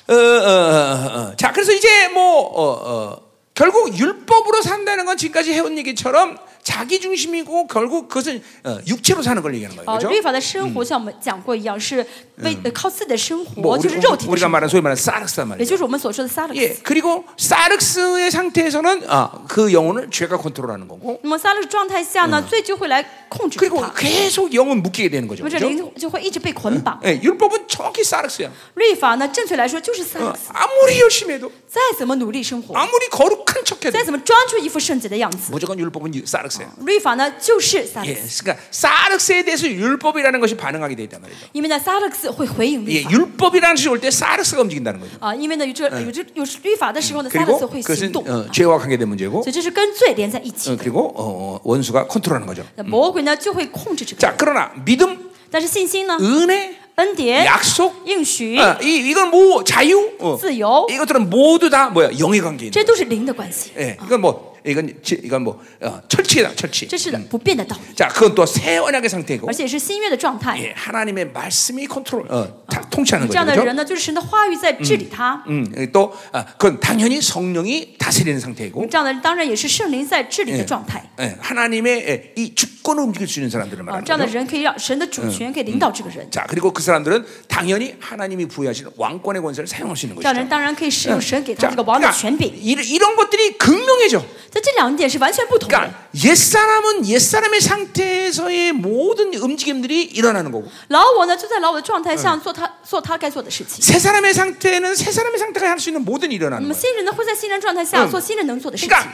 [SPEAKER 1] 어, 어, 어, 어, 어. 자, 그래서 이제 뭐 어, 어, 결국 율법으로 산다는 건 지금까지 해온 얘기처럼 자기 중심이고 결국 그것은 어, 육체로 사는 걸 얘기하는 거예요,
[SPEAKER 2] 哦，
[SPEAKER 1] 그렇죠?
[SPEAKER 2] 律法的生活像我们讲过一样，是为呃靠自己的生
[SPEAKER 1] 뭐
[SPEAKER 2] 活，就
[SPEAKER 1] 우리,
[SPEAKER 2] 是肉体的
[SPEAKER 1] 우리가
[SPEAKER 2] 生活，
[SPEAKER 1] 말하는 소위 말하는 사르스단
[SPEAKER 2] 也
[SPEAKER 1] 말이죠.
[SPEAKER 2] 就是我们所说的撒冷。
[SPEAKER 1] 예, 그리고 사르스의 상태에서는 아, 그 영혼을 죄가 컨트롤하는 거고,
[SPEAKER 2] 那么撒冷状态下呢，罪嗯就会来控制住
[SPEAKER 1] 그리고
[SPEAKER 2] 它，
[SPEAKER 1] 계속 영은 묶이게 되는 거죠.
[SPEAKER 2] 那么这
[SPEAKER 1] 아. 그렇죠?
[SPEAKER 2] 灵就会一直被捆绑。
[SPEAKER 1] 예, 율법은 정확히 사르스야.
[SPEAKER 2] 律法呢，正确来说就是撒
[SPEAKER 1] 어,
[SPEAKER 2] 冷，
[SPEAKER 1] 아무리 열심히 해도,
[SPEAKER 2] 再怎么努力生活，
[SPEAKER 1] 아무리 거룩한 척해도
[SPEAKER 2] 再怎么装出一副圣洁的样子，
[SPEAKER 1] 무조건 율법은 유- 사르스야.
[SPEAKER 2] 律法呢就是撒
[SPEAKER 1] 예,
[SPEAKER 2] 冷，
[SPEAKER 1] 그러니까 사르스에 대해서 율법이라는 것이 반응하게 돼 있단 말이죠.
[SPEAKER 2] 因为呢撒冷斯会回应
[SPEAKER 1] 예,
[SPEAKER 2] 律法
[SPEAKER 1] 율법이라는 것이 올 때 사르스가 움직인다는 거죠.
[SPEAKER 2] 啊，因为呢有这有这有律法的时候呢，撒冷
[SPEAKER 1] 그리고
[SPEAKER 2] 斯会行
[SPEAKER 1] 그것은
[SPEAKER 2] 动，
[SPEAKER 1] 어, 죄와 관계된 문제고,
[SPEAKER 2] 所以这是跟罪连在一起
[SPEAKER 1] 어,
[SPEAKER 2] 的。
[SPEAKER 1] 그리고 어, 어, 원수가 컨트롤하는 거죠.
[SPEAKER 2] 那魔鬼呢就会控制这个，
[SPEAKER 1] 자, 그러나 믿음,
[SPEAKER 2] 但是信心呢，
[SPEAKER 1] 嗯 은혜,
[SPEAKER 2] 恩
[SPEAKER 1] 네?
[SPEAKER 2] 典、
[SPEAKER 1] 약속,
[SPEAKER 2] 应许、
[SPEAKER 1] 어, 이 이건 뭐 자유, 어,
[SPEAKER 2] 自由，
[SPEAKER 1] 이것들은 모두 다 뭐야 영의 관계. 있는
[SPEAKER 2] 这都是灵的关系，
[SPEAKER 1] 예, 이건 뭐 이건 지- 이건 뭐 어, 철칙이다, 철칙. 음.
[SPEAKER 2] 这是不变的道理，
[SPEAKER 1] 자, 그건 또 새 언약의 상태고,
[SPEAKER 2] 而且是新约的状态。
[SPEAKER 1] 예, 하나님의 말씀이 컨트롤, 어, 다 통치하는
[SPEAKER 2] 这样
[SPEAKER 1] 거죠.
[SPEAKER 2] 的
[SPEAKER 1] 그렇죠?
[SPEAKER 2] 人呢，就是神的话语在治理他。
[SPEAKER 1] 음, 또 아, 그건 당연히 성령이 다스리는 상태이고 嗯 그렇죠.
[SPEAKER 2] 这样的人当然也是圣灵在治理的状态。
[SPEAKER 1] 예, 하나님의 예, 이 주, 주권을 움직일 수 있는 사람들을
[SPEAKER 2] 啊，
[SPEAKER 1] 말하는
[SPEAKER 2] 这样的
[SPEAKER 1] 거죠.
[SPEAKER 2] 人可以让神的主权可以领导这个人，
[SPEAKER 1] 자, 그리고 그 사람들은 당연히 하나님이 부여하신 왕권의 권세를 사용할 수 있는
[SPEAKER 2] 这样的人
[SPEAKER 1] 것이죠.
[SPEAKER 2] 当然可以使用神给他
[SPEAKER 1] 자,
[SPEAKER 2] 这个王的权
[SPEAKER 1] 그러니까
[SPEAKER 2] 柄。
[SPEAKER 1] 이- 이런 것들이 극명해져.
[SPEAKER 2] 在这两点是完全不同的。
[SPEAKER 1] 그러니까 옛 사람은 옛 사람의 상태에서의 모든 움직임들이 일어나는 거고
[SPEAKER 2] 老我呢，就在老我的状态下做他做他该做的事情。
[SPEAKER 1] 새 사람의 상태는 새 사람의 상태가 할 수 있는 모든 일이
[SPEAKER 2] 那
[SPEAKER 1] 일어나는
[SPEAKER 2] 么
[SPEAKER 1] 거예요.
[SPEAKER 2] 新人呢，会在新人状态下做新人能做的事情。
[SPEAKER 1] 그러니까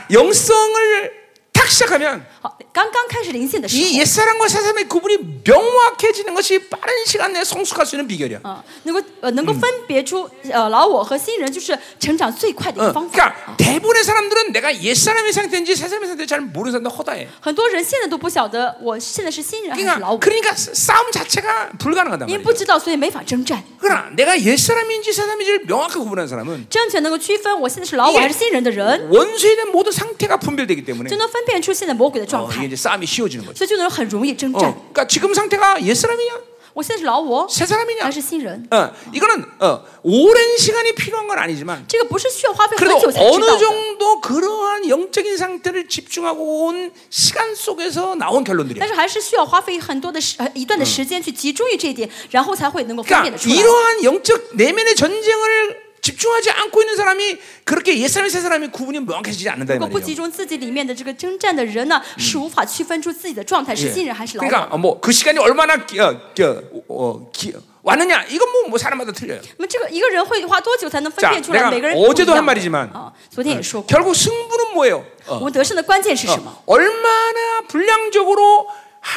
[SPEAKER 1] 영성을 탁 시작하면 어.
[SPEAKER 2] 好，刚刚开始灵性的时
[SPEAKER 1] 이 옛사람과 새 사람의 구분이 명확해지는 것이 빠른 시간 내에 성숙할 수 있는 비결이야.
[SPEAKER 2] 候，啊，能够呃能够分别出呃老我和新人，就是成长最快的一
[SPEAKER 1] 어,
[SPEAKER 2] 个方法。啊
[SPEAKER 1] 그러니까 대부분의 사람들은 내가 옛사람의 상태인지 새 사람의 상태인지 잘 모르는 사람들 허다해.
[SPEAKER 2] 很多人现在都不晓得我现在是新人还是老
[SPEAKER 1] 그러니까,
[SPEAKER 2] 我，
[SPEAKER 1] 그러니까 싸움 자체가 불가능하단
[SPEAKER 2] 因为
[SPEAKER 1] 말이야.
[SPEAKER 2] 不知道，所以没法征战。
[SPEAKER 1] 그러나 내가 옛사람인지 새 사람인지를 명확히 구분한 사람은
[SPEAKER 2] 正确能够区分我现在是老我还是新人的
[SPEAKER 1] 嗯
[SPEAKER 2] 人，
[SPEAKER 1] 원수에 대한 모든 상태가 분별되기 때문에
[SPEAKER 2] 就能分辨出现在魔鬼的
[SPEAKER 1] 어,
[SPEAKER 2] 状
[SPEAKER 1] 이게
[SPEAKER 2] 态，
[SPEAKER 1] 이제 싸움이 쉬워지는 거지.
[SPEAKER 2] 所以就能很容易征
[SPEAKER 1] 어,
[SPEAKER 2] 战。
[SPEAKER 1] 그러니까 지금 상태가 옛사람이냐
[SPEAKER 2] 我现在是老我
[SPEAKER 1] 새 사람이냐?
[SPEAKER 2] 还是新人？
[SPEAKER 1] 어, 이거는 어, 오랜 시간이 필요한 건 아니지만
[SPEAKER 2] 这个不是需要花费很
[SPEAKER 1] 그래도
[SPEAKER 2] 久才知道
[SPEAKER 1] 어느
[SPEAKER 2] 的。
[SPEAKER 1] 정도 그러한 영적인 상태를 집중하고 온 시간 속에서 나온
[SPEAKER 2] 但
[SPEAKER 1] 결론들이야.
[SPEAKER 2] 是还是需要花费很多的时呃一段的时间去集中于这一点，然后才会能够分辨
[SPEAKER 1] 그러니까
[SPEAKER 2] 的出来。
[SPEAKER 1] 이러한 영적 내면의 전쟁을 집중하지 않고 있는 사람이 그렇게 옛 사람이 새 사람이 구분이 명확해지지 않는다 이
[SPEAKER 2] 如果不集
[SPEAKER 1] 말이에요.
[SPEAKER 2] 中自己里面的这个征战的人呢，是无法区分出自己的状态嗯是
[SPEAKER 1] 예.
[SPEAKER 2] 新人还是老我。
[SPEAKER 1] 그러니까 뭐 그 시간이 얼마나 기, 어, 기, 어, 어, 기, 왔느냐 이건 뭐, 뭐 사람마다 틀려요.
[SPEAKER 2] 那么这个一个人会花多久才能分
[SPEAKER 1] 자
[SPEAKER 2] 辨出来？
[SPEAKER 1] 내가
[SPEAKER 2] 每个人
[SPEAKER 1] 어제도
[SPEAKER 2] 不一样
[SPEAKER 1] 한말이지만
[SPEAKER 2] 啊，昨天也说过，
[SPEAKER 1] 결국 승부는 뭐예요? 어,
[SPEAKER 2] 我们得胜的关键
[SPEAKER 1] 그렇죠,
[SPEAKER 2] 是什
[SPEAKER 1] 뭐.
[SPEAKER 2] 么？
[SPEAKER 1] 얼마나 분량적으로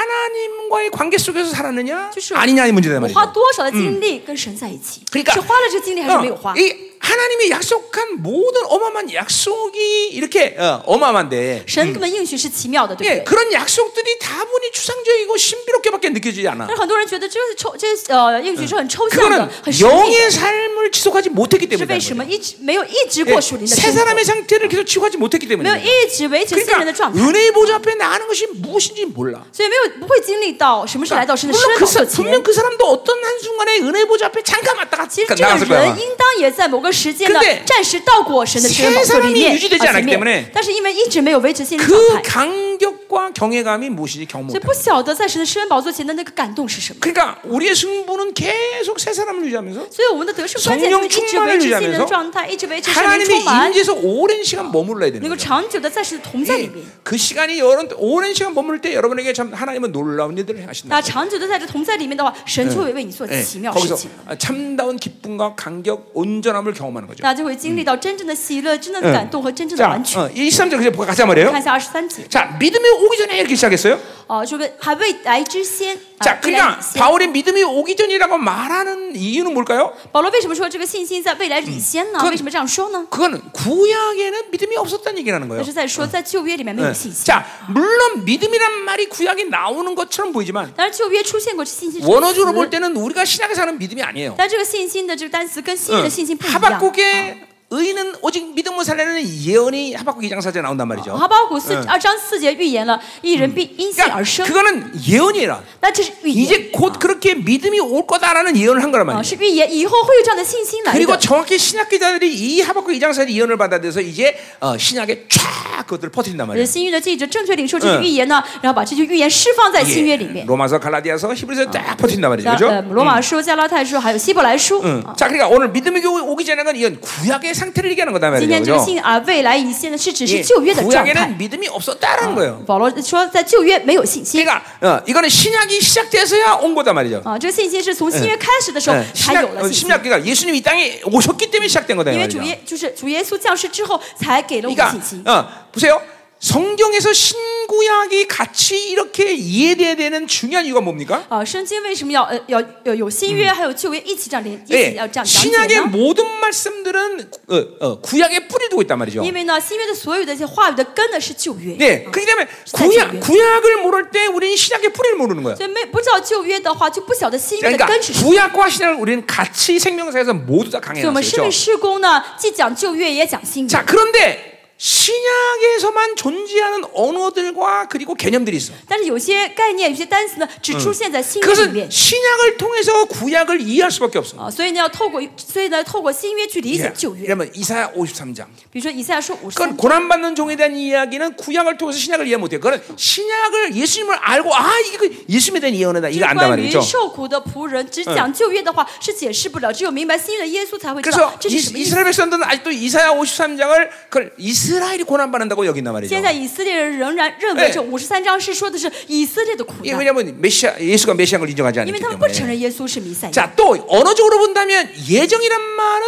[SPEAKER 1] 하나님과의 관계 속에서 살았느냐
[SPEAKER 2] 그렇죠.
[SPEAKER 1] 아니냐의 문제다
[SPEAKER 2] 我花
[SPEAKER 1] 말이죠.
[SPEAKER 2] 多少的精力跟神在一起？
[SPEAKER 1] 그러니까
[SPEAKER 2] 是花了这个精力还是没有花
[SPEAKER 1] 어, ？이 하나님이 약속한 모든 어마어마한 약속이 이렇게 어, 마어마한데
[SPEAKER 2] 神根本应许是奇妙的，对
[SPEAKER 1] 예,
[SPEAKER 2] 不对？
[SPEAKER 1] 그런 약속들이 다분히 추상적이고 신비롭게밖에 느껴지지 않아.
[SPEAKER 2] 但是很多人觉得这是抽，这是呃应许是很抽象的
[SPEAKER 1] 그거는 ，
[SPEAKER 2] 很神秘的，
[SPEAKER 1] 영의 삶을 지속하지 못했기
[SPEAKER 2] 是
[SPEAKER 1] 때문에.
[SPEAKER 2] 为
[SPEAKER 1] 그런
[SPEAKER 2] 什
[SPEAKER 1] 거예요.
[SPEAKER 2] 么一直没有一直
[SPEAKER 1] 예,
[SPEAKER 2] 过属灵的
[SPEAKER 1] 새
[SPEAKER 2] 生活？
[SPEAKER 1] 사람의 상태를 계속 지속하지 못했기
[SPEAKER 2] 没有
[SPEAKER 1] 때문에.
[SPEAKER 2] 一直维持新人的
[SPEAKER 1] 그러니까
[SPEAKER 2] 状态，
[SPEAKER 1] 은혜의 보좌 앞에 나가는 것이 무엇인지 몰라.
[SPEAKER 2] 所以没有不会经历到什么是来到神的
[SPEAKER 1] 물론 그
[SPEAKER 2] 施工
[SPEAKER 1] 사,
[SPEAKER 2] 的前。
[SPEAKER 1] 분명 그 사람도 어떤 한 순간에 은혜의 보좌 앞에 잠깐 왔다 갔
[SPEAKER 2] 其实这
[SPEAKER 1] 나갔을
[SPEAKER 2] 个
[SPEAKER 1] 거야.
[SPEAKER 2] 人应当也在某个时间呢
[SPEAKER 1] 근데，
[SPEAKER 2] 暂时到过神的施恩宝座里面
[SPEAKER 1] 세사람이유지되지않았기
[SPEAKER 2] 啊前面
[SPEAKER 1] 때문에
[SPEAKER 2] 但是因为一直没有维持新人状
[SPEAKER 1] 그
[SPEAKER 2] 态，
[SPEAKER 1] 간격과 경외감이 무엇인지 경험.
[SPEAKER 2] 所以不晓得在神的施恩宝座前的那个感动是什么。
[SPEAKER 1] 그러니까 우리의 승부는 계속 새 사람을 유지하면서
[SPEAKER 2] 所以我们的得胜关键
[SPEAKER 1] 성
[SPEAKER 2] 就是
[SPEAKER 1] 령
[SPEAKER 2] 一
[SPEAKER 1] 충만을
[SPEAKER 2] 直维持新人
[SPEAKER 1] 유지하면서
[SPEAKER 2] 的状态，一直维持圣灵
[SPEAKER 1] 하나님의
[SPEAKER 2] 充满，
[SPEAKER 1] 임재에서 오랜 시간 머물러야
[SPEAKER 2] 能
[SPEAKER 1] 되는
[SPEAKER 2] 够
[SPEAKER 1] 거죠.
[SPEAKER 2] 长久的在神的同在里面。
[SPEAKER 1] 예, 그 시간이 여러분 오랜 시간 머물 때 여러분에게 참 하나님은 놀라운 일들을
[SPEAKER 2] 那
[SPEAKER 1] 행하신다.
[SPEAKER 2] 长久的在这同在里面的话，神就会为你做
[SPEAKER 1] 예,
[SPEAKER 2] 奇妙事
[SPEAKER 1] 거기서
[SPEAKER 2] 情。
[SPEAKER 1] 아, 참다운 기쁨과 감격, 온전함을 경험하는 거죠.
[SPEAKER 2] 大家就会经历到真正的喜乐、真正的感动和真正的
[SPEAKER 1] 자,
[SPEAKER 2] 完全。
[SPEAKER 1] 어, 23절 이제 가자 말이에요.
[SPEAKER 2] 看一下二十三节。
[SPEAKER 1] 자, 믿음이 오기 전에 이렇게 시작했어요.
[SPEAKER 2] 哦，这个还未来之先，啊
[SPEAKER 1] 자,
[SPEAKER 2] 未来
[SPEAKER 1] 그러니까
[SPEAKER 2] 之先
[SPEAKER 1] 바울의 믿음이 오기 전이라고 말하는 이유는 뭘까요?
[SPEAKER 2] 保罗为什么说这个信心在未来以先呢？
[SPEAKER 1] 可
[SPEAKER 2] 为什么这样说呢？
[SPEAKER 1] 그거는 구약에는 믿음이 없었다는 얘기라는
[SPEAKER 2] 那
[SPEAKER 1] 거예요.
[SPEAKER 2] 是在说在旧约里面没
[SPEAKER 1] 예.
[SPEAKER 2] 有信心。
[SPEAKER 1] 자, 물론 믿음이란 말이 구약에 나오는 것처럼 보이지만
[SPEAKER 2] 当然旧约出现过信心这个词，
[SPEAKER 1] 원어적으로 볼 때는 우리가 신약에 사는 믿음이 아니에요.
[SPEAKER 2] 但这个信心的这个单词跟
[SPEAKER 1] 네.
[SPEAKER 2] 新
[SPEAKER 1] 嗯
[SPEAKER 2] 约的信心不一样。
[SPEAKER 1] 하박국의 의는 오직 믿음으로 살려는 예언이 어, 하박국 2장 4절에 나온단 말이죠.
[SPEAKER 2] 哈巴谷四二章四节预言了，一人必因信
[SPEAKER 1] 그러니까
[SPEAKER 2] 而生。
[SPEAKER 1] 그거는 예언이라. 아.
[SPEAKER 2] 那这是预言
[SPEAKER 1] 이제 곧 그렇게 믿음이 올 거다라는 예언을 한 거란
[SPEAKER 2] 啊，
[SPEAKER 1] 말이에요.
[SPEAKER 2] 是预言，以后会有这样的信心来
[SPEAKER 1] 그리고
[SPEAKER 2] 的。
[SPEAKER 1] 정확히 신약 기자들이 이 하박국 2장 4절 예언을 받아들여서 이제 어, 신약에 쫙 그것들을 퍼뜨린단
[SPEAKER 2] 呃
[SPEAKER 1] 말이에요.
[SPEAKER 2] 新约的记者正确领受这
[SPEAKER 1] 嗯
[SPEAKER 2] 些预言呢，然后把这些预言释放在新约里
[SPEAKER 1] 예,
[SPEAKER 2] 面。
[SPEAKER 1] 로마서 갈라디아서 히브리서 쫙 퍼뜨린단 말이죠.
[SPEAKER 2] 那呃，
[SPEAKER 1] 그렇죠?
[SPEAKER 2] 罗马书、加拉太书还有希伯来书。啊
[SPEAKER 1] 응. 자, 그러니까 오늘 믿음의 교회 오기 전에 건 이건 구약의 상태를 얘기하는 거다 말이죠.
[SPEAKER 2] 今天这个
[SPEAKER 1] 그죠?
[SPEAKER 2] 信啊，未来以现的是指
[SPEAKER 1] 예,
[SPEAKER 2] 是旧约的状态。
[SPEAKER 1] 구약에는 믿음이 없었다라는 거예요.
[SPEAKER 2] 保罗说，在旧约没有信心
[SPEAKER 1] 그러니까 어, 이거는 신약이 시작돼서야 온 거다 말이죠.
[SPEAKER 2] 啊，这个信心是从新约开始的时候
[SPEAKER 1] 예,
[SPEAKER 2] 才
[SPEAKER 1] 신약
[SPEAKER 2] 有了信心，
[SPEAKER 1] 신약기가 그러니까 예수님 이 땅에 오셨기 때문에 시작된 거다 이
[SPEAKER 2] 因为
[SPEAKER 1] 말이죠.
[SPEAKER 2] 主耶就是主耶稣降世之后才给了我们信心。
[SPEAKER 1] 그러니까 어, 보세요. 성경에서 신구약이 같이 이렇게 이해돼야 되는 중요한 이유가 뭡니까?
[SPEAKER 2] 啊，圣经为什么要呃要要有新约还有旧约一起这样连一
[SPEAKER 1] 예,
[SPEAKER 2] 起要这样讲解
[SPEAKER 1] 신약의
[SPEAKER 2] 呢？
[SPEAKER 1] 모든 말씀들은 어, 어, 구약에 뿌리 두고 있단 말이죠.
[SPEAKER 2] 因为呢，新约的所有的一些话语的根呢是旧约，
[SPEAKER 1] 네, 그렇기 때문에 구약, 구약을 모를 때 우리는 신약의 뿌리를 모르는 거예요.
[SPEAKER 2] 所以没不知道旧约的话，就不晓得新约的
[SPEAKER 1] 그러니까
[SPEAKER 2] 根是什么。
[SPEAKER 1] 구약과 신약을 우리는 같이 생명사에서 모두 다 그렇죠?
[SPEAKER 2] 所以我们生
[SPEAKER 1] 강해놨어요.
[SPEAKER 2] 命施工呢，既讲旧约也讲新约
[SPEAKER 1] 자, 。 그런데 신약에서만 존재하는 언어들과 그리고 개념들이 있어.
[SPEAKER 2] 但是有些概念、有些单词呢，只出现在
[SPEAKER 1] 嗯
[SPEAKER 2] 新约里
[SPEAKER 1] 그것은
[SPEAKER 2] 面
[SPEAKER 1] 신약을 통해서 구약을 이해할 수밖에 없어.
[SPEAKER 2] 啊，所以呢，要透过，所以呢，透过新约去理解
[SPEAKER 1] 예.
[SPEAKER 2] 旧约。
[SPEAKER 1] 그러면 이사야 53장.
[SPEAKER 2] 比如说以赛亚书五十三
[SPEAKER 1] 그건 ， 고난받는 종에 대한 이야기는 구약을 통해서 신약을 이해 못해. 그건 신약을 예수님을 알고 아 이게 그 예수님에 대한 예언이다.
[SPEAKER 2] 这
[SPEAKER 1] 이거
[SPEAKER 2] 是
[SPEAKER 1] 안다
[SPEAKER 2] 关于
[SPEAKER 1] 말이죠.
[SPEAKER 2] 受苦的仆人，只讲旧约的话是解释不了，只有明白新约的耶稣才会知道
[SPEAKER 1] 그래서
[SPEAKER 2] 这是什么
[SPEAKER 1] 이,
[SPEAKER 2] 意思。
[SPEAKER 1] 이스라엘 백성들은 아직도 이사야 53장을 그걸 이스라엘이 고난받는다고 여긴단 말이죠.
[SPEAKER 2] 现在以色列人仍然认
[SPEAKER 1] 哎
[SPEAKER 2] 为这五十三章是说的是以色列的苦
[SPEAKER 1] 이게
[SPEAKER 2] 难，
[SPEAKER 1] 예, 왜냐하면 메시아 예수가 메시아인 걸 인정하지
[SPEAKER 2] 因
[SPEAKER 1] 않기
[SPEAKER 2] 为他们不承
[SPEAKER 1] 때문에.
[SPEAKER 2] 认耶稣是弥赛亚。
[SPEAKER 1] 자, 또 언어적으로 본다면 예정이란 말은